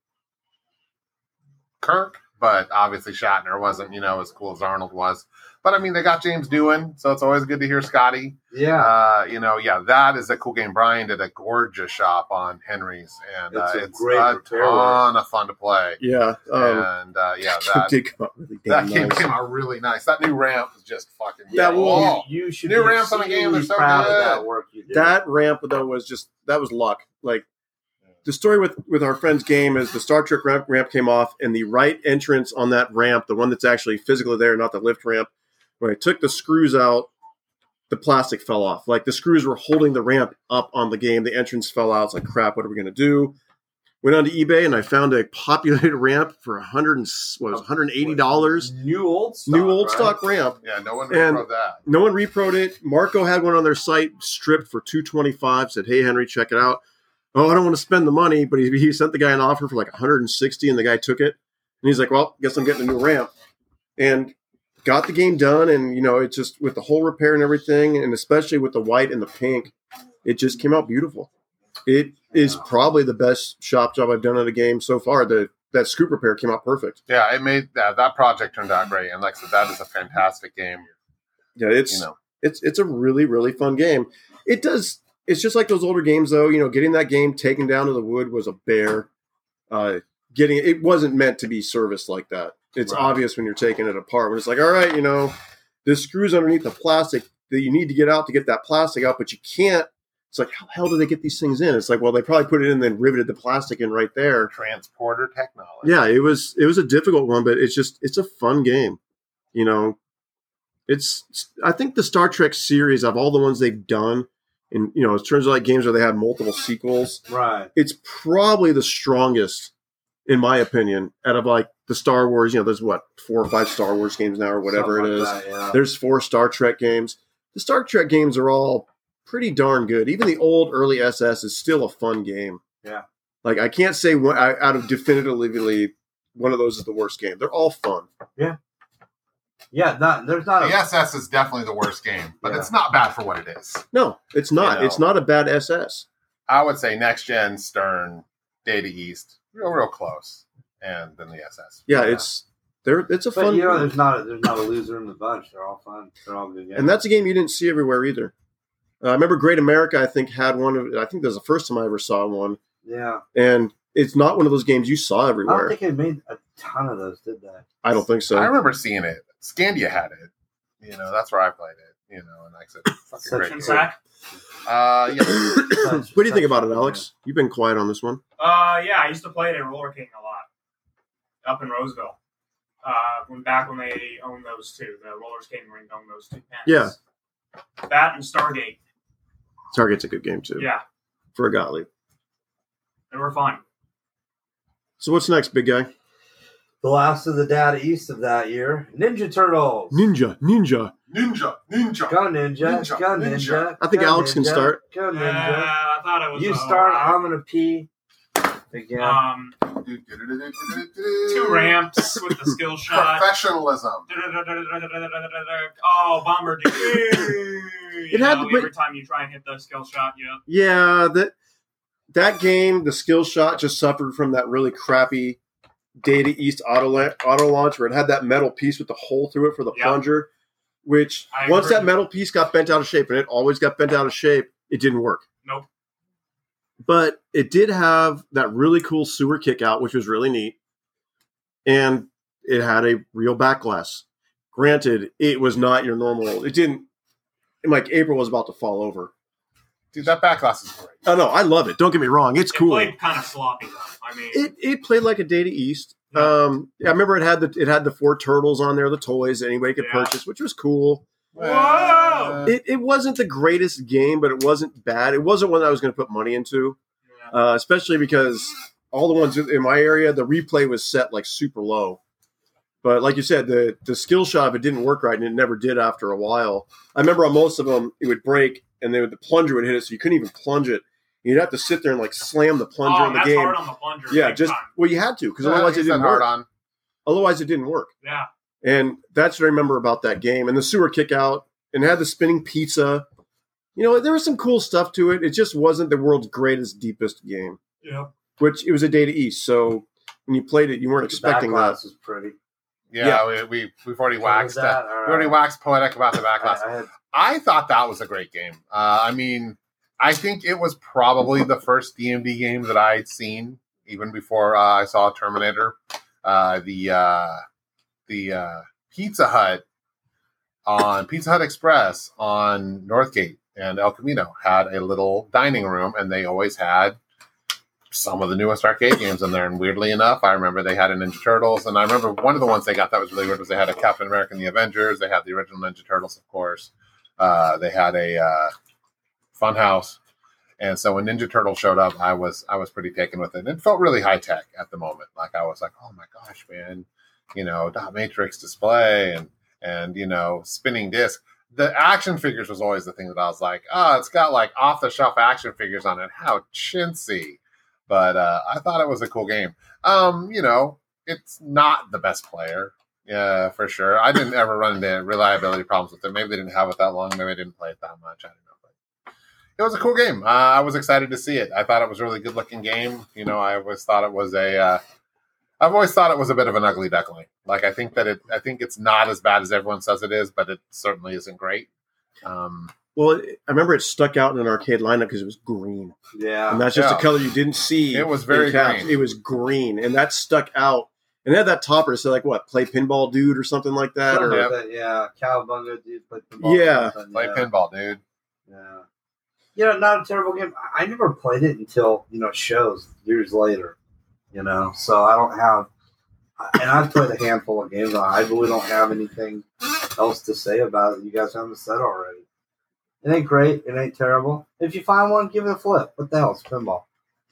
[SPEAKER 3] Kirk, but obviously Shatner wasn't, you know, as cool as Arnold was. But I mean, they got James Doohan, so it's always good to hear Scotty
[SPEAKER 1] yeah.
[SPEAKER 3] uh, you know, yeah, that is a cool game. Brian did a gorgeous shop on Henry's, and
[SPEAKER 1] It's
[SPEAKER 3] uh,
[SPEAKER 1] a
[SPEAKER 3] it's
[SPEAKER 1] great
[SPEAKER 3] a
[SPEAKER 1] repair
[SPEAKER 3] ton of fun to play.
[SPEAKER 2] Yeah, um,
[SPEAKER 3] and uh, yeah,
[SPEAKER 2] it
[SPEAKER 3] that,
[SPEAKER 2] did come out really
[SPEAKER 3] that
[SPEAKER 2] damn
[SPEAKER 3] game
[SPEAKER 2] nice.
[SPEAKER 3] came out really nice. That new ramp is just fucking
[SPEAKER 1] Yeah,
[SPEAKER 2] that
[SPEAKER 3] wall.
[SPEAKER 1] You, you should
[SPEAKER 3] New
[SPEAKER 1] be
[SPEAKER 3] ramps on the game, they're
[SPEAKER 1] exceedingly
[SPEAKER 3] so
[SPEAKER 1] proud of
[SPEAKER 3] good.
[SPEAKER 1] that work you did.
[SPEAKER 2] That ramp though was just that was luck. Like the story with with our friend's game is the Star Trek ramp, ramp came off, and the right entrance on that ramp, the one that's actually physically there, not the lift ramp, when I took the screws out, the plastic fell off. Like the screws were holding the ramp up on the game. The entrance fell out. It's like crap. What are we gonna do? Went on to eBay and I found a populated ramp for a hundred and s- what was one hundred eighty dollars.
[SPEAKER 1] new old stock.
[SPEAKER 2] New old
[SPEAKER 1] right?
[SPEAKER 2] stock ramp.
[SPEAKER 3] Yeah, no one
[SPEAKER 2] And-
[SPEAKER 3] wrote that.
[SPEAKER 2] No one reproed it. Marco had one on their site stripped for 225. Said, "Hey Henry, check it out." Oh, I don't want to spend the money, but he, he sent the guy an offer for like 160, and the guy took it. And he's like, "Well, guess I'm getting a new ramp," and got the game done. And you know, it just with the whole repair and everything, and especially with the white and the pink, it just came out beautiful. It is probably the best shop job I've done on a game so far. The that scoop repair came out perfect.
[SPEAKER 3] Yeah, it made that that project turned out great, and like I said, that is a fantastic game.
[SPEAKER 2] Yeah, it's
[SPEAKER 3] You know,
[SPEAKER 2] it's it's a really really fun game it does it's just like those older games though you know getting that game taken down to the wood was a bear uh getting it wasn't meant to be serviced like that it's
[SPEAKER 3] Right.
[SPEAKER 2] obvious when you're taking it apart when it's like all right you know this screws underneath the plastic that you need to get out to get that plastic out but you can't it's like how the hell do they get these things in it's like well they probably put it in and then riveted the plastic in right there
[SPEAKER 3] transporter technology.
[SPEAKER 2] yeah it was it was a difficult one but it's just it's a fun game you know it's i think the star trek series of all the ones they've done and you know in terms of like games where they had multiple sequels
[SPEAKER 1] Right.
[SPEAKER 2] it's probably the strongest in my opinion out of like the star wars you know there's what four or five star wars games now or whatever
[SPEAKER 1] Something
[SPEAKER 2] it is
[SPEAKER 1] like that, yeah.
[SPEAKER 2] there's four star trek games the star trek games are all pretty darn good even the old early ss is still a fun game
[SPEAKER 1] Yeah.
[SPEAKER 2] like i can't say one, I, out of definitively one of those is the worst game they're all fun
[SPEAKER 1] Yeah, not, there's not a.
[SPEAKER 3] The SS is definitely the worst game, but
[SPEAKER 1] Yeah.
[SPEAKER 3] it's not bad for what it is.
[SPEAKER 2] no it's not
[SPEAKER 3] You know.
[SPEAKER 2] it's not a bad ss
[SPEAKER 3] I would say next gen Stern, Data East, real real close, and then the SS.
[SPEAKER 2] Yeah, it's there. It's a
[SPEAKER 1] But
[SPEAKER 2] fun
[SPEAKER 1] you know,
[SPEAKER 2] game.
[SPEAKER 1] there's not there's not a loser in the bunch. They're all fun. They're all good games.
[SPEAKER 2] and that's a game you didn't see everywhere either. Uh, I remember Great America. I think had one of. I think that was the first time I ever saw one,
[SPEAKER 1] yeah.
[SPEAKER 2] and it's not one of those games you
[SPEAKER 1] I
[SPEAKER 2] saw
[SPEAKER 1] don't
[SPEAKER 2] everywhere.
[SPEAKER 1] think they made a ton of those, did they?
[SPEAKER 2] I don't think so.
[SPEAKER 3] I remember seeing it. Scandia had it. You know, that's where I played it. You know, and I said,
[SPEAKER 1] Such
[SPEAKER 3] "Fucking
[SPEAKER 1] a-
[SPEAKER 4] Chin
[SPEAKER 3] great." game.
[SPEAKER 4] sack.
[SPEAKER 3] Uh, yeah.
[SPEAKER 2] what do you think about it, Alex? You've been quiet on this one.
[SPEAKER 4] Uh, yeah, I used to play it in Roller King a lot, up in Roseville. Uh, when back when they owned those two, the roller skating rink owned those two pens.
[SPEAKER 2] Yeah.
[SPEAKER 4] that and Stargate.
[SPEAKER 2] Target's a good game too
[SPEAKER 4] Yeah,
[SPEAKER 2] for a Gottlieb.
[SPEAKER 4] they were fun.
[SPEAKER 2] So what's next, big guy?
[SPEAKER 1] The last of the data east of that year, Ninja Turtles.
[SPEAKER 2] Ninja, ninja.
[SPEAKER 3] Ninja, ninja.
[SPEAKER 1] Go ninja,
[SPEAKER 3] Ninja,
[SPEAKER 1] go ninja.
[SPEAKER 3] ninja.
[SPEAKER 2] I think
[SPEAKER 1] go
[SPEAKER 2] Alex can
[SPEAKER 1] ninja,
[SPEAKER 2] start.
[SPEAKER 1] Go
[SPEAKER 4] Uh,
[SPEAKER 1] ninja.
[SPEAKER 4] I thought it was
[SPEAKER 1] you
[SPEAKER 4] a-
[SPEAKER 1] start. I'm gonna pee again.
[SPEAKER 3] Uh,
[SPEAKER 4] Um, two ramps with the skill shot.
[SPEAKER 3] Professionalism.
[SPEAKER 4] Oh, bomber dude! You
[SPEAKER 2] It had
[SPEAKER 4] know,
[SPEAKER 2] the-
[SPEAKER 4] every time you try and hit the skill shot, you know,
[SPEAKER 2] Yeah, that that game, the skill shot just suffered from that really crappy Data East auto la- auto launch where it had that metal piece with the hole through it for the
[SPEAKER 4] Yeah.
[SPEAKER 2] plunger. Which
[SPEAKER 4] I
[SPEAKER 2] once
[SPEAKER 4] agree.
[SPEAKER 2] that metal piece got bent out of shape, and it always got bent out of shape, it didn't work.
[SPEAKER 4] Nope.
[SPEAKER 2] But it did have that really cool sewer kick out, which was really neat. And it had a real back glass. Granted, it was not your normal. It didn't. Like April was about to fall over.
[SPEAKER 3] Dude, that back glass is great.
[SPEAKER 2] Oh no, I love it. Don't get me wrong. It's
[SPEAKER 4] it
[SPEAKER 2] cool.
[SPEAKER 4] played kind of sloppy though. I mean,
[SPEAKER 2] it it played like a Data East. Um, I remember it had the it had the four turtles on there, the toys that anybody could
[SPEAKER 4] Yeah.
[SPEAKER 2] purchase, which was cool.
[SPEAKER 4] Whoa!
[SPEAKER 3] Uh,
[SPEAKER 2] It it wasn't the greatest game, but it wasn't bad. It wasn't one that I was going to put money into,
[SPEAKER 4] yeah.
[SPEAKER 2] uh, especially because all the ones in my area, the replay was set like super low. But like you said, the the skill shot if it didn't work right, and it never did after a while. I remember on most of them, it would break, and then the plunger would hit it, so you couldn't even plunge it. You'd have to sit there and like slam the plunger
[SPEAKER 4] oh,
[SPEAKER 2] in the
[SPEAKER 4] that's
[SPEAKER 2] game.
[SPEAKER 4] hard on the plunger.
[SPEAKER 2] Yeah,
[SPEAKER 4] big
[SPEAKER 2] just
[SPEAKER 4] time.
[SPEAKER 2] well, you had to because
[SPEAKER 3] Yeah,
[SPEAKER 2] otherwise it
[SPEAKER 3] he said
[SPEAKER 2] didn't
[SPEAKER 3] uh, hard
[SPEAKER 2] work.
[SPEAKER 3] on.
[SPEAKER 2] Otherwise it didn't work,
[SPEAKER 4] yeah.
[SPEAKER 2] and that's what I remember about that game and the sewer kick out and it had the spinning pizza. You know, there was some cool stuff to it. It just wasn't the world's greatest, deepest game,
[SPEAKER 4] Yeah.
[SPEAKER 2] which it was a Data East. So when you played it, you weren't
[SPEAKER 1] The
[SPEAKER 2] expecting
[SPEAKER 1] back
[SPEAKER 2] that.
[SPEAKER 1] glass is pretty.
[SPEAKER 3] Yeah, We, we, we've already waxed.
[SPEAKER 1] That, all
[SPEAKER 3] Uh, we
[SPEAKER 1] right.
[SPEAKER 3] already waxed poetic about the back glass.
[SPEAKER 1] I, I had
[SPEAKER 3] I thought that was a great game. Uh, I mean, I think it was probably the first DMD game that I'd seen, even before uh, I saw Terminator. Uh, the uh, the uh, Pizza Hut on Pizza Hut Express on Northgate and El Camino had a little dining room, and they always had some of the newest arcade games in there. And weirdly enough, I remember they had a Ninja Turtles, and I remember one of the ones they got that was really weird was they had a Captain America and the Avengers. They had the original Ninja Turtles, of course. Uh, they had a uh, fun house. And so when Ninja Turtle showed up, I was I was pretty taken with it. It felt really high tech at the moment. Like I was like, oh my gosh, man, you know, dot matrix display and and you know, spinning disc. The action figures was always the thing that I was like, oh, it's got like off the shelf action figures on it. How chintzy. But uh, I thought it was a cool game. Um, you know, it's not the best player. Yeah, for sure. I didn't ever run into reliability problems with it. Maybe they didn't have it that long. Maybe I didn't play it that much. I don't know. But it was a cool game. Uh, I was excited to see it. I thought it was a really good looking game. You know, I always thought it was a. Uh, I've always thought it was a bit of an ugly duckling. Like I think that it. I think it's not as bad as everyone says it is, but it certainly isn't great. Um,
[SPEAKER 2] Well, it, I remember it stuck out in an arcade lineup because it was green,
[SPEAKER 1] yeah.
[SPEAKER 2] and that's just
[SPEAKER 3] Uh, yeah.
[SPEAKER 2] a color you didn't see.
[SPEAKER 3] It was
[SPEAKER 2] in
[SPEAKER 3] very
[SPEAKER 2] caps.
[SPEAKER 3] green.
[SPEAKER 2] It was green, and that stuck out. And it had that topper that said like what, play pinball, dude, or something like that,
[SPEAKER 1] Something
[SPEAKER 2] or
[SPEAKER 1] like that, yeah. Cowabunga dude played football.
[SPEAKER 2] Yeah.
[SPEAKER 3] play pinball, dude.
[SPEAKER 1] Yeah. You know, not a terrible game. I- I never played it until, you know, shows years later, you know, so I don't have, I- and I've played a handful of games on it. I really don't have anything else to say about it. You guys haven't said already. It ain't great. It ain't terrible. If you find one, give it a flip. What the hell? It's pinball.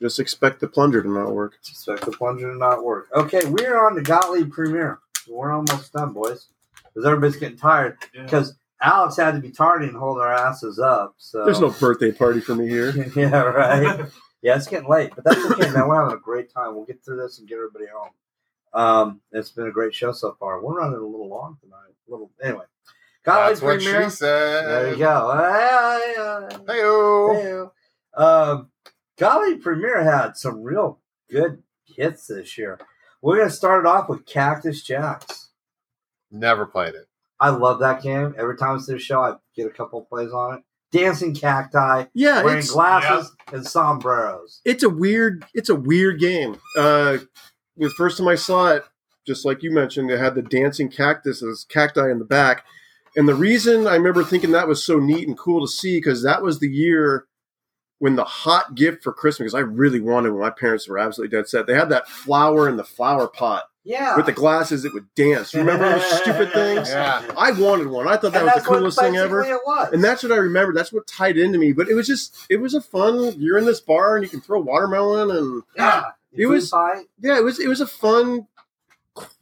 [SPEAKER 2] just expect the plunger to not work.
[SPEAKER 1] Expect the plunger to not work. Okay, we're on the Gottlieb premiere. We're almost done, boys. Because everybody's getting tired.
[SPEAKER 4] Yeah.
[SPEAKER 1] Because Alex had to be tardy and hold our asses up. So
[SPEAKER 2] There's no birthday party for me here.
[SPEAKER 1] yeah, right. Yeah, it's getting late, but that's okay, man. We're having a great time. We'll get through this and get everybody home. Um, it's been a great show so far. We're running a little long tonight. A little anyway. Godlike
[SPEAKER 3] That's what
[SPEAKER 1] premiere.
[SPEAKER 3] she said.
[SPEAKER 1] There you go. uh, Hey,
[SPEAKER 3] Hey-o.
[SPEAKER 1] hey. Um, Golly Premier had some real good hits this year. We're gonna start it off with Cactus Jacks.
[SPEAKER 3] Never played it.
[SPEAKER 1] I love that game. Every time it's their show, I get a couple of plays on it. Dancing cacti,
[SPEAKER 2] Yeah,
[SPEAKER 1] wearing
[SPEAKER 2] it's,
[SPEAKER 1] glasses and sombreros.
[SPEAKER 2] it's a weird it's a weird game. Uh, the first time I saw it, just like you mentioned, it had the dancing cactuses, cacti in the back. And the reason I remember thinking that was so neat and cool to see because that was the year when the hot gift for Christmas, because I really wanted when my parents were absolutely dead set. They had that flower in the flower pot
[SPEAKER 1] Yeah,
[SPEAKER 2] with the glasses that would dance. Remember those stupid things?
[SPEAKER 3] Yeah.
[SPEAKER 2] I wanted one. I thought that
[SPEAKER 1] And
[SPEAKER 2] was
[SPEAKER 1] that's
[SPEAKER 2] the
[SPEAKER 1] what
[SPEAKER 2] coolest thing ever.
[SPEAKER 1] basically It was.
[SPEAKER 2] And that's what I remember. That's what tied into me. But it was just, it was a fun. You're in this bar and you can throw watermelon, and
[SPEAKER 1] yeah,
[SPEAKER 2] It was-
[SPEAKER 1] Food
[SPEAKER 2] yeah, it was, it was a fun,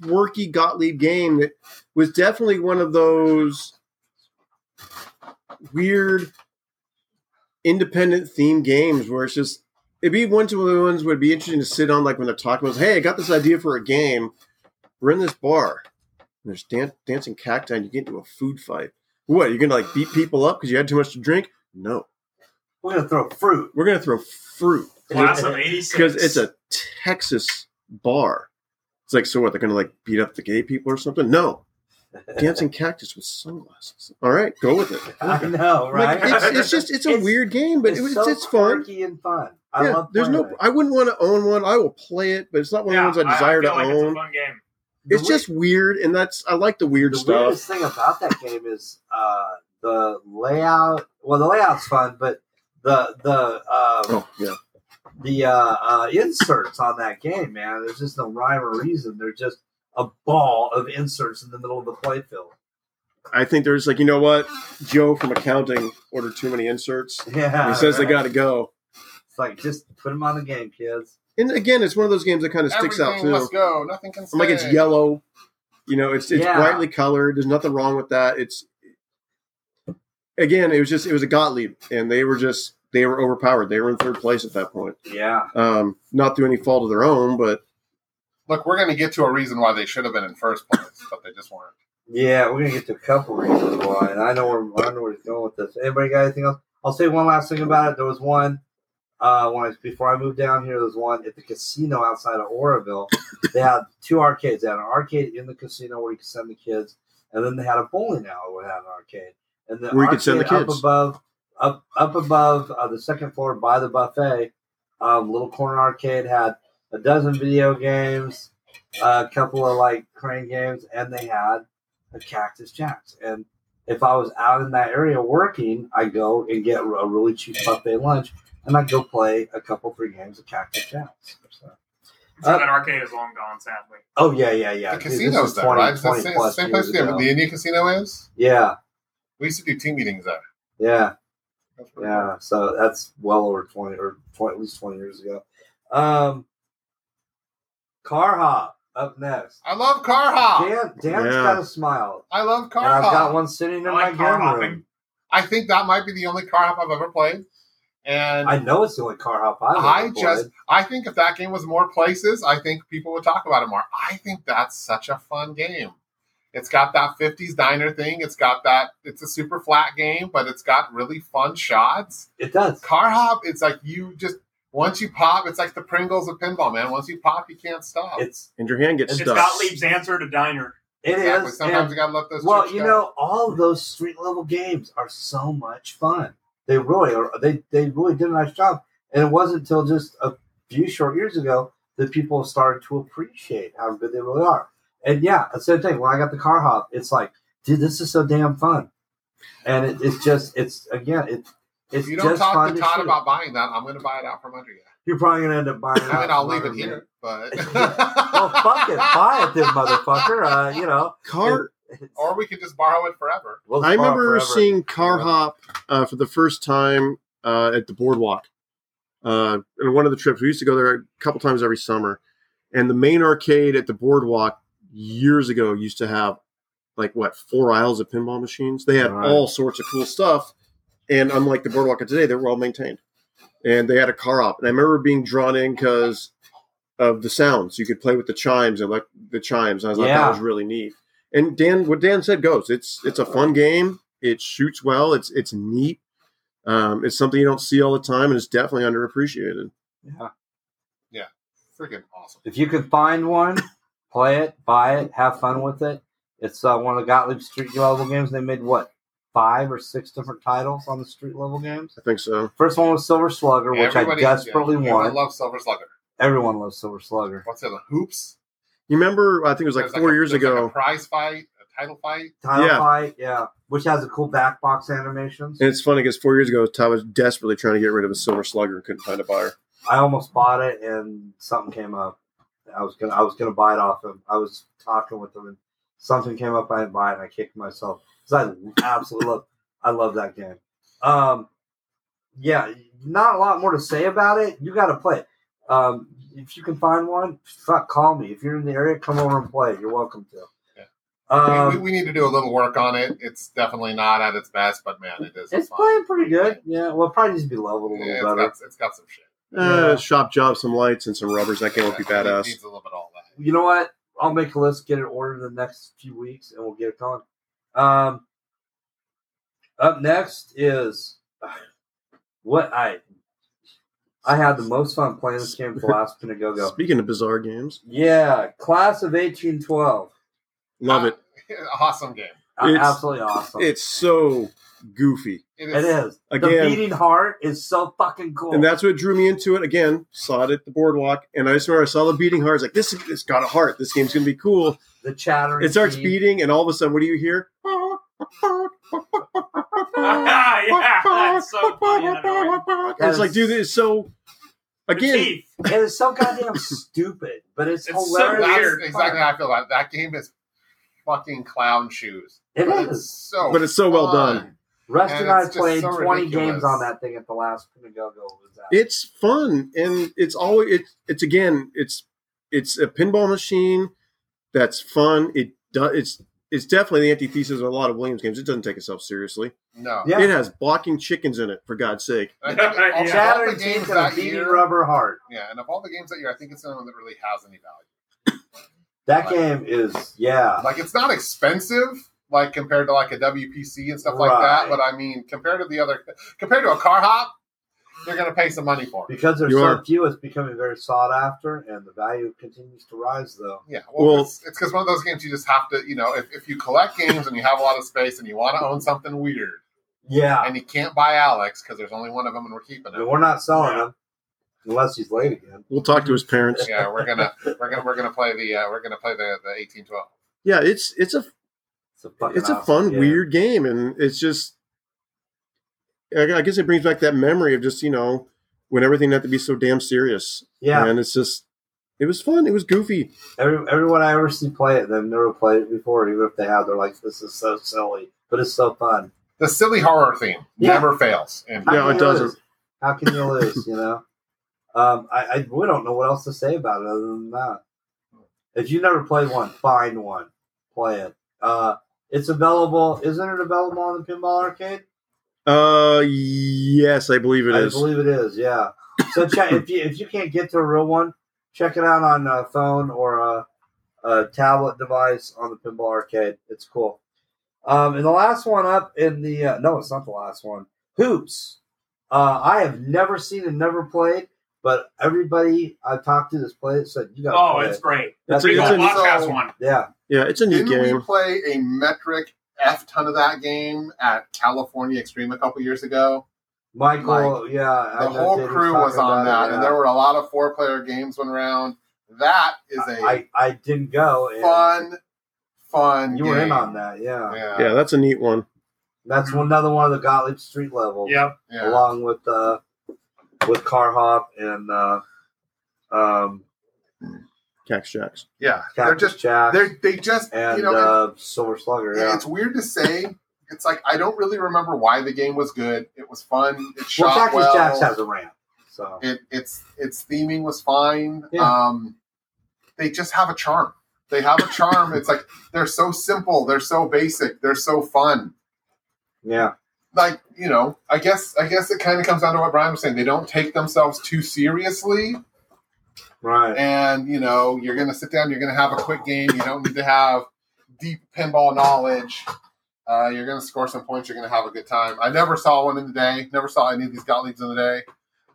[SPEAKER 2] quirky Gottlieb game that was definitely one of those weird, independent theme games where it's just it'd be one of the ones would be interesting to sit on, like when they're talking about, hey, I got this idea for a game. We're in this bar. And there's dan- dancing cacti, and you get into a food fight. What? You're gonna like beat people up because you had too much to drink? No,
[SPEAKER 1] We're gonna throw fruit.
[SPEAKER 2] we're gonna throw fruit
[SPEAKER 4] Class of '86.
[SPEAKER 2] because it's a Texas bar. It's like, so what? They're gonna like beat up the gay people or something? No, dancing cactus with sunglasses. All right, go with it.
[SPEAKER 1] I know, right?
[SPEAKER 2] Like, it's, it's just it's a
[SPEAKER 1] It's-
[SPEAKER 2] weird game, but
[SPEAKER 1] it's,
[SPEAKER 2] it was
[SPEAKER 1] so
[SPEAKER 2] it's fun.
[SPEAKER 1] quirky and fun. I
[SPEAKER 2] yeah,
[SPEAKER 1] love.
[SPEAKER 2] there's no.
[SPEAKER 1] playing it.
[SPEAKER 2] I wouldn't want to own one. I will play it, but it's not one
[SPEAKER 4] Yeah,
[SPEAKER 2] of the ones I desire
[SPEAKER 4] feel
[SPEAKER 2] to
[SPEAKER 4] like It's a
[SPEAKER 2] own.
[SPEAKER 4] fun game.
[SPEAKER 1] The
[SPEAKER 2] It's,
[SPEAKER 1] weird-
[SPEAKER 2] just weird, and that's I like the weird
[SPEAKER 1] the
[SPEAKER 2] stuff.
[SPEAKER 1] weirdest thing about that game is uh, the layout. Well, the layout's fun, but the the um,
[SPEAKER 2] Oh yeah,
[SPEAKER 1] the uh, uh, inserts on that game, man. There's just no rhyme or reason. They're just a ball of inserts in the middle of the playfield.
[SPEAKER 2] I think there's like you know what, Joe from accounting ordered too many inserts.
[SPEAKER 1] Yeah,
[SPEAKER 2] he says
[SPEAKER 1] right?
[SPEAKER 2] they got to go.
[SPEAKER 1] It's like just put them on the game, kids.
[SPEAKER 2] And again, it's one of those games that kind of sticks out
[SPEAKER 3] Everything
[SPEAKER 2] too.
[SPEAKER 3] must go. Nothing can stay.
[SPEAKER 2] I'm like it's yellow. You know, it's it's
[SPEAKER 1] Yeah.
[SPEAKER 2] brightly colored. There's nothing wrong with that. It's again, it was just it was a Gottlieb, and they were just they were overpowered. They were in third place at that point.
[SPEAKER 1] Yeah,
[SPEAKER 2] Um, not through any fault of their own, but
[SPEAKER 3] Look, we're going to get to a reason why they should have been in first place, but they just weren't.
[SPEAKER 1] yeah. We're gonna get to a couple reasons why, and I know where I know where he's going with this. Anybody got anything else? I'll say one last thing about it. There was one. Uh, when I, before I moved down here, there was one at the casino outside of Oroville. They had two arcades. They had an arcade in the casino where you could send the kids, and then they had a bowling alley where they had an arcade. And the
[SPEAKER 2] Where you could send the
[SPEAKER 1] arcade
[SPEAKER 2] kids.
[SPEAKER 1] up above, up up above uh, the second floor by the buffet, um, little corner arcade had a dozen video games, a couple of like crane games, and they had a cactus jacks. And if I was out in that area working, I go and get a really cheap buffet lunch, and I go play a couple three games of cactus jacks. So.
[SPEAKER 4] So
[SPEAKER 1] Uh,
[SPEAKER 4] that arcade is long gone, sadly.
[SPEAKER 1] Oh yeah, yeah, yeah.
[SPEAKER 3] The
[SPEAKER 1] Dude, this
[SPEAKER 3] casinos,
[SPEAKER 1] is
[SPEAKER 3] though,
[SPEAKER 1] 20,
[SPEAKER 3] right? It's the
[SPEAKER 1] 20
[SPEAKER 3] same,
[SPEAKER 1] plus
[SPEAKER 3] same place
[SPEAKER 1] years
[SPEAKER 3] the,
[SPEAKER 1] ago.
[SPEAKER 3] the Indian casino is.
[SPEAKER 1] Yeah,
[SPEAKER 3] We used to do team meetings there.
[SPEAKER 1] yeah,
[SPEAKER 3] That's pretty
[SPEAKER 1] yeah. So that's well over twenty or 20, at least twenty years ago. Um, car hop up next.
[SPEAKER 3] cool. I love car
[SPEAKER 4] Ah,
[SPEAKER 3] hop.
[SPEAKER 1] Dan, Dan's
[SPEAKER 2] Yeah.
[SPEAKER 1] got a smile,
[SPEAKER 3] I love
[SPEAKER 1] and
[SPEAKER 3] car
[SPEAKER 1] I've got
[SPEAKER 3] hop.
[SPEAKER 1] one sitting in
[SPEAKER 4] I like
[SPEAKER 1] my
[SPEAKER 4] car
[SPEAKER 1] game
[SPEAKER 4] hopping.
[SPEAKER 1] room.
[SPEAKER 3] I think that might be the only car hop I've ever played. And
[SPEAKER 1] I know it's the only car hop I've
[SPEAKER 3] I
[SPEAKER 1] ever
[SPEAKER 3] just
[SPEAKER 1] played.
[SPEAKER 3] I think if that game was more places, I think people would talk about it more. I think that's such a fun game. It's got that 50s diner thing. It's got that it's a super flat game, but it's got really fun shots.
[SPEAKER 1] It does.
[SPEAKER 3] Car hop, it's like you just once you pop, it's like the Pringles of pinball, man. Once you pop, you can't stop.
[SPEAKER 1] It's
[SPEAKER 2] and your hand gets
[SPEAKER 1] It's
[SPEAKER 4] It's
[SPEAKER 2] stuck.
[SPEAKER 4] Gottlieb's answer to Diner.
[SPEAKER 1] it is.
[SPEAKER 3] exactly. Sometimes
[SPEAKER 1] and-
[SPEAKER 3] you gotta let those
[SPEAKER 1] well,
[SPEAKER 3] chips
[SPEAKER 1] you
[SPEAKER 3] go.
[SPEAKER 1] know, all of those street level games are so much fun. They really are. They they really did a nice job, and it wasn't until just a few short years ago that people started to appreciate how good they really are. And yeah, it's the same thing. When I got the car hop, it's like, dude, this is so damn fun, and it, it's just, it's again, it, it's
[SPEAKER 3] if you don't
[SPEAKER 1] just
[SPEAKER 3] talk
[SPEAKER 1] fun
[SPEAKER 3] to
[SPEAKER 1] to
[SPEAKER 3] Todd
[SPEAKER 1] shoot.
[SPEAKER 3] about buying that, I'm gonna buy it out from under you.
[SPEAKER 1] You're probably gonna end up buying. it
[SPEAKER 3] I mean
[SPEAKER 1] out
[SPEAKER 3] I'll
[SPEAKER 1] from
[SPEAKER 3] leave it
[SPEAKER 1] under me.
[SPEAKER 3] here, but
[SPEAKER 1] Well, fuck it, buy it then, motherfucker. Uh, you know,
[SPEAKER 2] Car
[SPEAKER 3] or we could just borrow it forever.
[SPEAKER 1] we'll
[SPEAKER 2] I
[SPEAKER 1] borrow
[SPEAKER 2] remember
[SPEAKER 1] forever.
[SPEAKER 2] seeing Car
[SPEAKER 1] Yeah.
[SPEAKER 2] Hop uh, for the first time uh, at the boardwalk. Uh, and one of the trips, we used to go there a couple times every summer. And the main arcade at the boardwalk years ago used to have like what four aisles of pinball machines. They had
[SPEAKER 1] Right.
[SPEAKER 2] all sorts of cool stuff. And unlike the boardwalk of today, they were all maintained. And they had a car hop. And I remember being drawn in because of the sounds. You could play with the chimes and like the chimes. And I was like,
[SPEAKER 1] Yeah.
[SPEAKER 2] that was really neat. And Dan, what Dan said goes. It's it's a fun game. It shoots well. It's it's neat. Um, it's something you don't see all the time, and it's definitely underappreciated.
[SPEAKER 1] Yeah.
[SPEAKER 3] Freaking awesome.
[SPEAKER 1] If you can find one, play it, buy it, have fun with it. It's uh, one of the Gottlieb Street Level games. They made what five or six different titles on the Street Level games.
[SPEAKER 2] I think so.
[SPEAKER 1] First one was Silver Slugger, which
[SPEAKER 3] Everybody-
[SPEAKER 1] I desperately
[SPEAKER 3] yeah,
[SPEAKER 1] want.
[SPEAKER 3] I love Silver Slugger.
[SPEAKER 1] Everyone loves Silver Slugger.
[SPEAKER 3] What's the other? Hoops.
[SPEAKER 2] You remember? I think it was like
[SPEAKER 3] There's
[SPEAKER 2] four
[SPEAKER 3] a-
[SPEAKER 2] years
[SPEAKER 3] there's
[SPEAKER 2] ago.
[SPEAKER 3] Like a prize fight, a title fight.
[SPEAKER 1] Title
[SPEAKER 2] Yeah.
[SPEAKER 1] Fight, yeah, which has a cool back box animations.
[SPEAKER 2] and it's funny because four years ago, Todd was desperately trying to get rid of a silver slugger and couldn't find a buyer.
[SPEAKER 1] I almost bought it, and something came up. I was gonna, I was gonna buy it off him. I was talking with him, and something came up. I didn't buy it, and I kicked myself because I absolutely love, I love that game. Um, yeah, not a lot more to say about it. You got to play. it. Um, if you can find one, fuck, call me. If you're in the area, come over and play. You're welcome to.
[SPEAKER 3] Yeah. I mean,
[SPEAKER 1] Um,
[SPEAKER 3] we, we need to do a little work on it. It's definitely not at its best, but man, it is.
[SPEAKER 1] it's
[SPEAKER 3] fun.
[SPEAKER 1] playing pretty good. Yeah, well, it probably needs to be leveled a little
[SPEAKER 3] Yeah, it's
[SPEAKER 1] better.
[SPEAKER 3] got, it's got some shit.
[SPEAKER 1] Yeah.
[SPEAKER 2] Uh, shop job, some lights, and some rubbers. That game would be
[SPEAKER 3] Yeah, It
[SPEAKER 2] badass.
[SPEAKER 3] needs a little bit of all that.
[SPEAKER 1] you know what? I'll make a list, get it ordered in the next few weeks, and we'll get it going. Um, up next is what I I had the most fun playing this game for last minute go go.
[SPEAKER 2] Speaking of bizarre games,
[SPEAKER 1] Yeah, class of eighteen twelve.
[SPEAKER 2] love it.
[SPEAKER 3] Awesome game.
[SPEAKER 2] It's-
[SPEAKER 1] Absolutely awesome.
[SPEAKER 2] It's so goofy.
[SPEAKER 3] It
[SPEAKER 1] it
[SPEAKER 3] is.
[SPEAKER 1] is the
[SPEAKER 2] Again-
[SPEAKER 1] beating heart is so fucking cool.
[SPEAKER 2] And that's what drew me into it. Again, saw it at the boardwalk, and I just remember I saw the beating heart. I was like, this, this got a heart. This game's going to be cool.
[SPEAKER 1] the chattering.
[SPEAKER 2] It starts
[SPEAKER 1] teeth.
[SPEAKER 2] beating, and all of a sudden, what do you hear?
[SPEAKER 4] yeah, that's so funny. and annoying.
[SPEAKER 2] It's like, dude, it's so.
[SPEAKER 4] The
[SPEAKER 2] Again,
[SPEAKER 4] teeth.
[SPEAKER 1] It is so goddamn stupid, but it's,
[SPEAKER 4] It's so
[SPEAKER 1] hilarious.
[SPEAKER 3] That's
[SPEAKER 4] weird.
[SPEAKER 3] exactly how I feel about it. That game is fucking clown shoes. But
[SPEAKER 1] It
[SPEAKER 3] it's
[SPEAKER 1] is.
[SPEAKER 3] so.
[SPEAKER 2] But it's so well
[SPEAKER 3] fun.
[SPEAKER 2] done.
[SPEAKER 1] Rust
[SPEAKER 3] And
[SPEAKER 1] and, I
[SPEAKER 3] it's just
[SPEAKER 1] played
[SPEAKER 3] so
[SPEAKER 1] 20
[SPEAKER 3] ridiculous.
[SPEAKER 1] games on that thing at the last Pinagogo. Was that?
[SPEAKER 2] it's fun, and it's always it, it's again, it's it's a pinball machine that's fun. It does it's it's definitely the antithesis of a lot of Williams games. It doesn't take itself seriously.
[SPEAKER 3] No.
[SPEAKER 1] yeah.
[SPEAKER 2] It has blocking chickens in it, for God's sake.
[SPEAKER 3] I think of
[SPEAKER 4] Yeah.
[SPEAKER 3] all the
[SPEAKER 1] Chattering
[SPEAKER 3] games
[SPEAKER 1] teeth and a
[SPEAKER 3] that
[SPEAKER 1] beating
[SPEAKER 3] year-
[SPEAKER 1] rubber heart.
[SPEAKER 3] Yeah, and of all the games that year, I think it's the only one that really has any value.
[SPEAKER 1] That
[SPEAKER 3] Like-
[SPEAKER 1] game is, yeah.
[SPEAKER 3] Like, it's not expensive, like compared to like a WPC and stuff like
[SPEAKER 1] Right.
[SPEAKER 3] that. But I mean, compared to the other, compared to a car hop, they're gonna pay some money for it.
[SPEAKER 1] Because there's
[SPEAKER 2] You
[SPEAKER 1] so
[SPEAKER 2] are.
[SPEAKER 1] few, it's becoming very sought after, and the value continues to rise, though.
[SPEAKER 3] Yeah, well,
[SPEAKER 2] Well-
[SPEAKER 3] it's because one of those games you just have to, you know, if, if you collect games and you have a lot of space and you want to own something weird
[SPEAKER 1] Yeah.
[SPEAKER 3] and you can't buy Alex because there's only one of them and we're keeping
[SPEAKER 1] And
[SPEAKER 3] it.
[SPEAKER 1] we're not selling them unless he's late again.
[SPEAKER 2] We'll talk to his parents.
[SPEAKER 3] Yeah, we're gonna we're gonna we're gonna play the uh, we're gonna play the the eighteen twelve.
[SPEAKER 2] Yeah, it's it's a
[SPEAKER 1] It's a, fucking
[SPEAKER 2] it's a
[SPEAKER 1] awesome
[SPEAKER 2] fun,
[SPEAKER 1] game.
[SPEAKER 2] weird game, and it's just. I I guess it brings back that memory of just you know when everything had to be so damn serious.
[SPEAKER 1] Yeah.
[SPEAKER 2] and it's just it was fun. It was goofy.
[SPEAKER 1] Every, everyone I ever see play it, they've never played it before. Even if they have, they're like, this is so silly, but it's so fun.
[SPEAKER 3] The silly horror theme
[SPEAKER 1] Yeah.
[SPEAKER 3] never fails. And
[SPEAKER 1] How
[SPEAKER 2] Yeah,
[SPEAKER 1] can
[SPEAKER 2] it
[SPEAKER 1] you
[SPEAKER 2] doesn't.
[SPEAKER 1] lose? How can you lose? You know, um, I, I really don't know what else to say about it other than that. If you never played one, find one, play it. Uh, it's available, isn't it? Available on the pinball arcade.
[SPEAKER 2] Uh, yes, I believe it
[SPEAKER 1] I
[SPEAKER 2] is.
[SPEAKER 1] believe it is. Yeah. So check if you if you can't get to a real one, check it out on a phone or a, a tablet device on the pinball arcade. It's cool. Um, and the last one up in the uh, no, it's not the last one. Hoops. Uh, I have never seen and never played, but everybody I've talked to that's played it said you got.
[SPEAKER 4] Oh,
[SPEAKER 1] play
[SPEAKER 4] it's
[SPEAKER 1] it.
[SPEAKER 4] great.
[SPEAKER 2] It's
[SPEAKER 1] That's
[SPEAKER 2] a-
[SPEAKER 4] Big
[SPEAKER 2] it's
[SPEAKER 4] old
[SPEAKER 2] a-
[SPEAKER 4] podcast
[SPEAKER 1] so-
[SPEAKER 4] one.
[SPEAKER 1] Yeah,
[SPEAKER 2] yeah, it's a new
[SPEAKER 3] didn't we
[SPEAKER 2] game.
[SPEAKER 3] play a metric f ton of that game at California Extreme a couple years ago?
[SPEAKER 1] Michael. yeah,
[SPEAKER 3] The whole crew was on that, and there were a lot of four player games went around. That is a
[SPEAKER 1] I, I didn't go. and
[SPEAKER 3] fun, fun.
[SPEAKER 1] You were in
[SPEAKER 3] game.
[SPEAKER 1] on that, yeah.
[SPEAKER 3] Yeah,
[SPEAKER 2] Yeah, that's a neat one.
[SPEAKER 1] That's another one of the Gottlieb Street levels.
[SPEAKER 4] Yep.
[SPEAKER 3] Mm-hmm. yeah.
[SPEAKER 1] along with uh with Car Hop and uh um
[SPEAKER 2] Cax Jacks.
[SPEAKER 3] Yeah, they're
[SPEAKER 1] Cactus
[SPEAKER 3] just
[SPEAKER 1] Jack
[SPEAKER 3] they're they just
[SPEAKER 1] and
[SPEAKER 3] you know and-
[SPEAKER 1] uh Silver Slugger.
[SPEAKER 3] and
[SPEAKER 1] Yeah.
[SPEAKER 3] it's weird to say. It's like I don't really remember why the game was good. It was fun. It
[SPEAKER 1] Well
[SPEAKER 3] shot
[SPEAKER 1] Cactus
[SPEAKER 3] well.
[SPEAKER 1] Jacks has a ramp. So
[SPEAKER 3] it, it's its theming was fine.
[SPEAKER 1] Yeah.
[SPEAKER 3] Um, they just have a charm. They have a charm. it's like they're so simple. They're so basic. They're so fun.
[SPEAKER 1] yeah.
[SPEAKER 3] Like you know, I guess I guess it kind of comes down to what Brian was saying. They don't take themselves too seriously.
[SPEAKER 1] Right.
[SPEAKER 3] and you know you're gonna sit down you're gonna have a quick game you don't need to have deep pinball knowledge Uh, you're going to score some points. You're going to have a good time. I never saw one in the day. Never saw any of these Gottliebs in the day.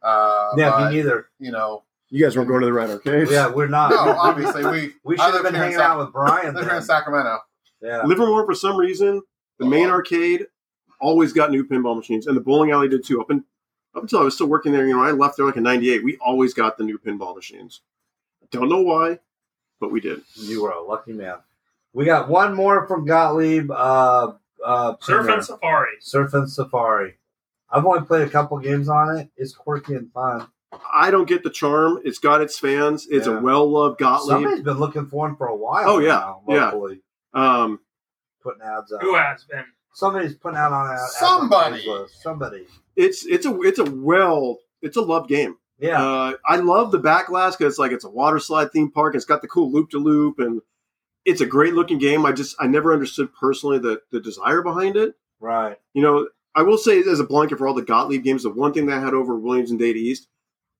[SPEAKER 3] Uh,
[SPEAKER 1] yeah,
[SPEAKER 3] but,
[SPEAKER 1] me neither.
[SPEAKER 3] you know,
[SPEAKER 2] You guys weren't going to the red arcade.
[SPEAKER 1] Yeah, we're not.
[SPEAKER 3] no, obviously we
[SPEAKER 1] we
[SPEAKER 3] I
[SPEAKER 1] should have
[SPEAKER 3] live
[SPEAKER 1] been
[SPEAKER 3] here in
[SPEAKER 1] hanging
[SPEAKER 3] Sac-
[SPEAKER 1] out with Brian.
[SPEAKER 3] live here in
[SPEAKER 1] Then.
[SPEAKER 3] Sacramento.
[SPEAKER 1] Yeah,
[SPEAKER 2] Livermore, for some reason, the main
[SPEAKER 1] Uh-huh.
[SPEAKER 2] arcade always got new pinball machines, and the bowling alley did too. Up in, up until I was still working there, you know, I left there like in '98. We always got the new pinball machines. I don't know why, but we did.
[SPEAKER 1] you were a lucky man. We got one more from Gottlieb. Uh, uh,
[SPEAKER 4] Surf
[SPEAKER 1] Premier.
[SPEAKER 4] and Safari.
[SPEAKER 1] Surf and Safari. I've only played a couple games on it. It's quirky and fun.
[SPEAKER 2] I don't get the charm. It's got its fans. It's
[SPEAKER 1] Yeah.
[SPEAKER 2] a well-loved Gottlieb.
[SPEAKER 1] Somebody's been looking for him for a while.
[SPEAKER 2] Oh, yeah.
[SPEAKER 1] now,
[SPEAKER 2] Yeah.
[SPEAKER 1] locally,
[SPEAKER 2] Um,
[SPEAKER 1] putting ads out.
[SPEAKER 4] Who has been?
[SPEAKER 1] Somebody's putting out on ads.
[SPEAKER 3] Somebody.
[SPEAKER 1] on Craigslist. somebody.
[SPEAKER 2] it's it's a it's a well it's a loved game.
[SPEAKER 1] Yeah,
[SPEAKER 2] Uh, I love the back glass because it's like it's a water slide theme park. It's got the cool loop to loop, and it's a great looking game. I just I never understood personally the the desire behind it.
[SPEAKER 1] right.
[SPEAKER 2] You know, I will say as a blanket for all the Gottlieb games, the one thing that I had over Williams and Data East,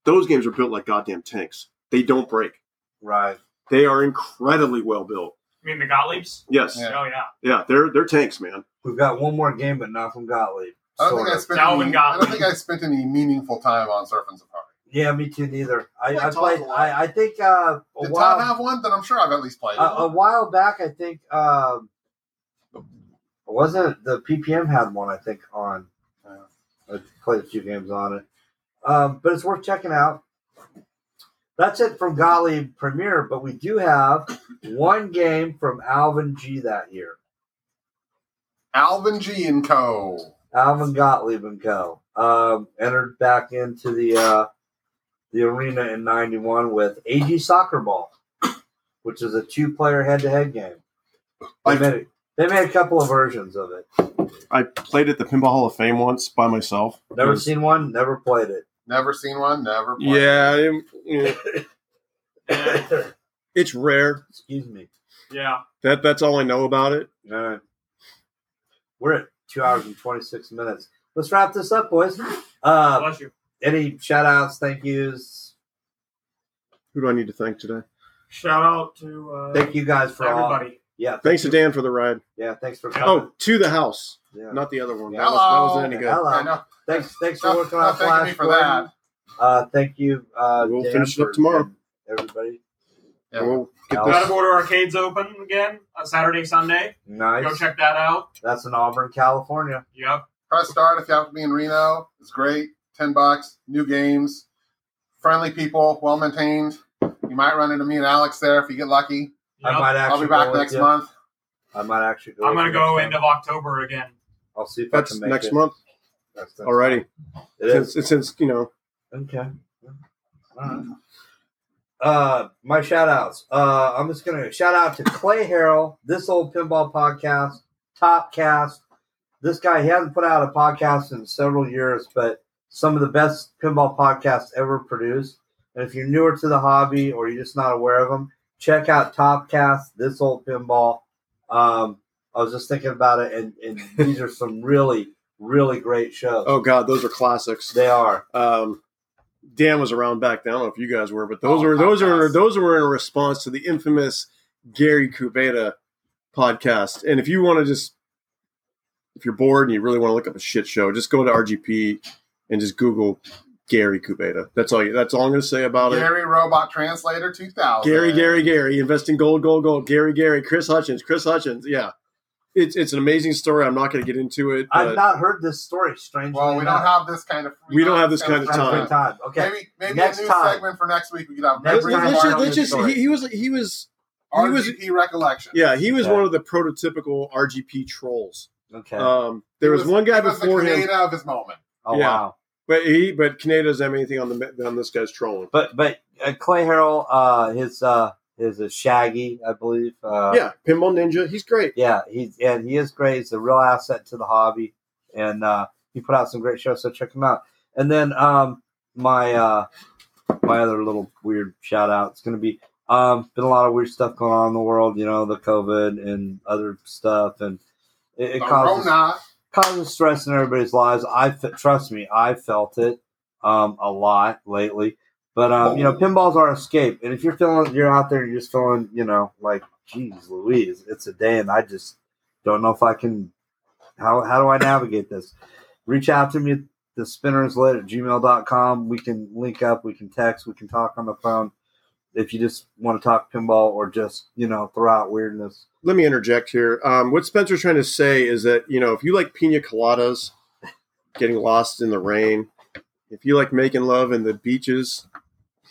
[SPEAKER 2] those games are built like goddamn tanks. They don't break.
[SPEAKER 1] Right.
[SPEAKER 2] They are incredibly well built.
[SPEAKER 4] I mean, the Gottliebs.
[SPEAKER 2] Yes, yeah,
[SPEAKER 3] Yeah.
[SPEAKER 4] Oh yeah.
[SPEAKER 2] they're they're tanks, man.
[SPEAKER 1] We've got one more game, but not from Gottlieb.
[SPEAKER 3] I don't
[SPEAKER 1] Sort
[SPEAKER 3] think I
[SPEAKER 1] of.
[SPEAKER 3] spent.
[SPEAKER 4] Dalvin
[SPEAKER 3] Any, I
[SPEAKER 4] Gottlieb.
[SPEAKER 3] don't think I spent any meaningful time on Surf and Safari.
[SPEAKER 1] Yeah, me too. Neither. I,
[SPEAKER 2] Wait,
[SPEAKER 1] I
[SPEAKER 2] Todd's
[SPEAKER 1] played.
[SPEAKER 2] alive.
[SPEAKER 1] I, I think uh, a
[SPEAKER 3] Did
[SPEAKER 1] while Uh, oh.
[SPEAKER 3] Todd have one? Then I'm sure I've at least played. it.
[SPEAKER 1] a, a while back. I think um, wasn't it the PPM had one? I think on. uh,
[SPEAKER 3] Yeah.
[SPEAKER 1] I played a few games on it, um, but it's worth checking out. That's it from Golly Premier, but we do have one game from Alvin G that year.
[SPEAKER 3] Alvin G and Co.
[SPEAKER 1] Alvin Gottlieb and Co. Um, entered back into the uh, the arena in '91 with AG Soccer Ball, which is a two-player head-to-head game. They
[SPEAKER 2] I've-
[SPEAKER 1] made, it- they made a couple of versions of it.
[SPEAKER 2] I played at the Pinball Hall of Fame once by myself.
[SPEAKER 1] Never seen one, never played
[SPEAKER 3] Never seen one. Never. Played.
[SPEAKER 2] Yeah, I didn't- yeah,
[SPEAKER 1] it.
[SPEAKER 2] it's rare.
[SPEAKER 1] Excuse me.
[SPEAKER 4] Yeah.
[SPEAKER 2] That that's all I know about it.
[SPEAKER 1] All right. We're at two hours and 26 minutes. Let's wrap this up, boys. Uh,
[SPEAKER 4] Bless you.
[SPEAKER 1] any shout outs, thank yous?
[SPEAKER 2] Who do I need to thank today?
[SPEAKER 4] Shout out to uh,
[SPEAKER 1] Thank you guys for all.
[SPEAKER 4] everybody.
[SPEAKER 1] Yeah.
[SPEAKER 2] Thanks to Dan for the ride.
[SPEAKER 1] Yeah. Thanks for coming.
[SPEAKER 2] Oh, to the house,
[SPEAKER 1] yeah.
[SPEAKER 2] not the other one.
[SPEAKER 1] Yeah.
[SPEAKER 2] That, was, that wasn't any good.
[SPEAKER 1] Hello.
[SPEAKER 3] I know.
[SPEAKER 1] Thanks, thanks for
[SPEAKER 3] No,
[SPEAKER 1] working
[SPEAKER 3] no,
[SPEAKER 1] on
[SPEAKER 3] thanking
[SPEAKER 1] Flash.
[SPEAKER 3] me for
[SPEAKER 1] Gordon. Uh, thank you. Uh,
[SPEAKER 2] We'll
[SPEAKER 1] Dan,
[SPEAKER 2] finish it up
[SPEAKER 1] for-
[SPEAKER 2] tomorrow.
[SPEAKER 1] and Everybody,
[SPEAKER 3] Yeah.
[SPEAKER 2] We'll get
[SPEAKER 1] Alex.
[SPEAKER 2] this-
[SPEAKER 4] Out of order arcades open again uh, Saturday, Sunday. Go
[SPEAKER 1] nice.
[SPEAKER 4] check that out.
[SPEAKER 1] That's in Auburn, California.
[SPEAKER 4] Yep.
[SPEAKER 3] Press start if you happen to be in Reno. It's great. Ten bucks. New games. Friendly people. Well maintained. You might run into me and Alex there if you get lucky.
[SPEAKER 4] yep.
[SPEAKER 1] I might
[SPEAKER 3] I'll
[SPEAKER 1] actually
[SPEAKER 3] be back
[SPEAKER 1] go with
[SPEAKER 3] next
[SPEAKER 1] you.
[SPEAKER 3] month.
[SPEAKER 1] I might actually go.
[SPEAKER 4] I'm
[SPEAKER 1] with
[SPEAKER 4] gonna
[SPEAKER 1] you
[SPEAKER 4] go
[SPEAKER 1] next
[SPEAKER 4] end
[SPEAKER 1] month.
[SPEAKER 4] of October again.
[SPEAKER 1] I'll see if I
[SPEAKER 2] That's
[SPEAKER 1] can make
[SPEAKER 2] next
[SPEAKER 1] it.
[SPEAKER 2] month
[SPEAKER 1] That's next
[SPEAKER 2] already.
[SPEAKER 1] month. It
[SPEAKER 2] Since,
[SPEAKER 1] is
[SPEAKER 2] since you know,
[SPEAKER 1] okay. Alright. Uh, my shout outs. Uh, I'm just gonna shout out to Clay Harrell, this old pinball podcast, Top Cast. This guy, he hasn't put out a podcast in several years, but some of the best pinball podcasts ever produced. And if you're newer to the hobby or you're just not aware of them, check out Topcast, This Old Pinball. Um, I was just thinking about it, and, and these are some really, really great shows.
[SPEAKER 2] oh god, those are classics.
[SPEAKER 1] They are.
[SPEAKER 2] Um, Dan was around back then. I don't know if you guys were, but those
[SPEAKER 3] Oh,
[SPEAKER 2] were those were
[SPEAKER 3] podcasts.
[SPEAKER 2] those were in response to the infamous Gary Kubeta podcast. And if you want to just, if you're bored and you really want to look up a shit show, just go to RGP and just Google Gary Kubeta. That's all. You, that's all I'm going to say about it.
[SPEAKER 3] Gary Robot Translator 2000.
[SPEAKER 2] Gary, Gary, Gary, invest in gold, gold, gold. Gary, Gary, Chris Hutchins, Chris Hutchins. Yeah, it's it's an amazing story. I'm not going to get into it.
[SPEAKER 1] I've
[SPEAKER 2] but-
[SPEAKER 1] not heard this story, strangely.
[SPEAKER 3] Well, we don't
[SPEAKER 1] enough.
[SPEAKER 3] have this kind of.
[SPEAKER 2] We don't have this kind of
[SPEAKER 1] That's a
[SPEAKER 2] time.
[SPEAKER 1] good time. Okay.
[SPEAKER 3] Maybe maybe
[SPEAKER 1] Next
[SPEAKER 3] a new
[SPEAKER 1] time.
[SPEAKER 3] segment for next week. We could have
[SPEAKER 1] Next
[SPEAKER 2] Let's,
[SPEAKER 1] Every time.
[SPEAKER 2] let's
[SPEAKER 1] part
[SPEAKER 2] just,
[SPEAKER 1] of
[SPEAKER 2] let's
[SPEAKER 1] the
[SPEAKER 2] just
[SPEAKER 1] story.
[SPEAKER 2] he, he was he was he was-
[SPEAKER 3] RGP recollection.
[SPEAKER 2] yeah he was
[SPEAKER 1] Okay.
[SPEAKER 2] one of the prototypical RGP trolls.
[SPEAKER 1] Okay.
[SPEAKER 2] Um, there
[SPEAKER 3] He
[SPEAKER 2] was, one guy
[SPEAKER 3] he was the
[SPEAKER 2] before him,
[SPEAKER 3] Grenada of his moment.
[SPEAKER 1] oh
[SPEAKER 2] yeah.
[SPEAKER 1] wow.
[SPEAKER 2] but he but Kaneda doesn't have anything on the on this guy's trolling.
[SPEAKER 1] But but uh, Clay Harrell, uh, his uh, is a Shaggy, I believe. Uh,
[SPEAKER 2] yeah, Pinball Ninja, he's great.
[SPEAKER 1] yeah. He's and he is great. He's a real asset to the hobby, and uh, he put out some great shows. So check him out. And then um, my uh, my other little weird shout out. It's gonna be um, been a lot of weird stuff going on in the world. You know, the COVID and other stuff, and it, it causes
[SPEAKER 3] Corona.
[SPEAKER 1] causes stress in everybody's lives. I fe- trust me, I felt it um, a lot lately. But um, you
[SPEAKER 2] Oh.
[SPEAKER 1] know, pinball's our escape, and if you're feeling, you're out there, you're just feeling, you know, like, geez, Louise, it's a day, and I just don't know if I can How, how do I navigate this? Reach out to me at the spinners lit at gmail.com. We can link up, we can text, we can talk on the phone. If you just want to talk pinball or just, you know, throw out weirdness.
[SPEAKER 2] Let me interject here. Um, what Spencer's trying to say is that you know if you like pina coladas, getting lost in the rain, if you like making love in the beaches,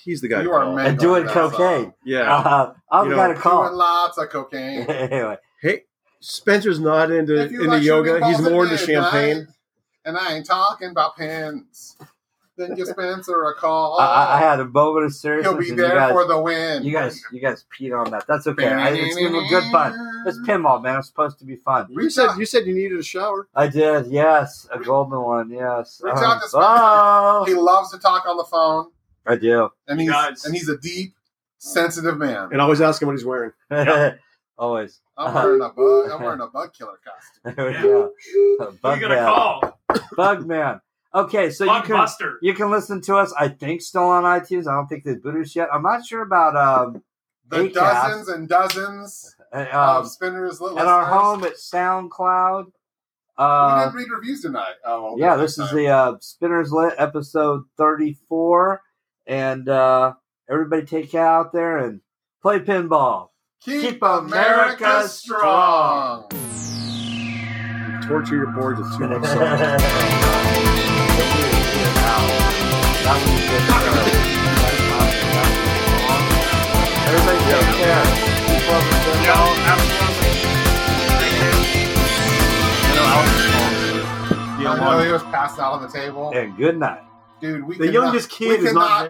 [SPEAKER 2] he's the guy. to
[SPEAKER 3] You are Uh-huh.
[SPEAKER 2] call.
[SPEAKER 3] mad.
[SPEAKER 1] And doing
[SPEAKER 3] That's all.
[SPEAKER 1] cocaine.
[SPEAKER 2] Yeah.
[SPEAKER 1] Uh, I'm
[SPEAKER 2] You
[SPEAKER 1] got
[SPEAKER 2] know,
[SPEAKER 1] to
[SPEAKER 3] Doing
[SPEAKER 1] call.
[SPEAKER 3] lots of cocaine.
[SPEAKER 1] anyway,
[SPEAKER 2] Hey, Spencer's not into
[SPEAKER 3] If you
[SPEAKER 2] into
[SPEAKER 3] like shooting
[SPEAKER 2] yoga.
[SPEAKER 3] balls
[SPEAKER 2] He's
[SPEAKER 3] at
[SPEAKER 2] more into
[SPEAKER 3] midnight,
[SPEAKER 2] champagne.
[SPEAKER 3] And I ain't talking about pins. Then give Spencer a call.
[SPEAKER 1] I- I, I had a moment of seriousness.
[SPEAKER 3] Oh. He'll be
[SPEAKER 1] and you
[SPEAKER 3] there
[SPEAKER 1] guys,
[SPEAKER 3] for the win.
[SPEAKER 1] you guys, you guys peed on that. That's okay. I, it's been good fun. It's pinball, man. It's supposed to be fun.
[SPEAKER 2] You
[SPEAKER 3] Reach
[SPEAKER 2] said
[SPEAKER 3] out.
[SPEAKER 2] you said you needed a shower.
[SPEAKER 1] I did, yes, a golden one, yes.
[SPEAKER 3] Reach out to Spencer.
[SPEAKER 1] oh,
[SPEAKER 3] He loves to talk on the phone,
[SPEAKER 1] I do.
[SPEAKER 3] and he's
[SPEAKER 4] Guys.
[SPEAKER 3] and he's a deep, sensitive man.
[SPEAKER 2] And always ask him what he's wearing.
[SPEAKER 4] Yeah.
[SPEAKER 1] Always.
[SPEAKER 3] I'm wearing a bug. I'm wearing a bug killer costume.
[SPEAKER 1] There we
[SPEAKER 4] Yeah.
[SPEAKER 1] go.
[SPEAKER 4] Who you
[SPEAKER 1] Bug
[SPEAKER 4] gonna
[SPEAKER 1] man.
[SPEAKER 4] call?
[SPEAKER 1] Bug man. Okay, so you
[SPEAKER 4] Bug
[SPEAKER 1] can
[SPEAKER 4] Buster.
[SPEAKER 1] you can listen to us. I think still on iTunes. I don't think they booted us yet. I'm not sure about um,
[SPEAKER 3] The
[SPEAKER 1] Acast.
[SPEAKER 3] dozens and dozens
[SPEAKER 1] uh,
[SPEAKER 3] of spinners li-
[SPEAKER 1] at our
[SPEAKER 3] listeners.
[SPEAKER 1] home at SoundCloud.
[SPEAKER 3] We
[SPEAKER 1] Uh,
[SPEAKER 3] didn't read reviews tonight. Oh, well,
[SPEAKER 1] yeah,
[SPEAKER 3] we'll
[SPEAKER 1] this
[SPEAKER 3] do
[SPEAKER 1] is
[SPEAKER 3] time.
[SPEAKER 1] the uh, Spinners Lit episode 34, and uh, everybody take care out there and play pinball.
[SPEAKER 3] keep
[SPEAKER 1] Keep
[SPEAKER 3] America
[SPEAKER 1] America
[SPEAKER 3] strong.
[SPEAKER 2] Torture your boards with too much sauce.
[SPEAKER 1] Everybody take care. Keep up the good
[SPEAKER 4] Yeah,
[SPEAKER 1] health.
[SPEAKER 4] absolutely.
[SPEAKER 1] You know, alcohol.
[SPEAKER 3] I know he was passed out on the table.
[SPEAKER 1] And good night.
[SPEAKER 3] Dude, we
[SPEAKER 2] The
[SPEAKER 3] cannot-
[SPEAKER 2] youngest
[SPEAKER 3] we
[SPEAKER 2] kid is
[SPEAKER 3] cannot
[SPEAKER 2] not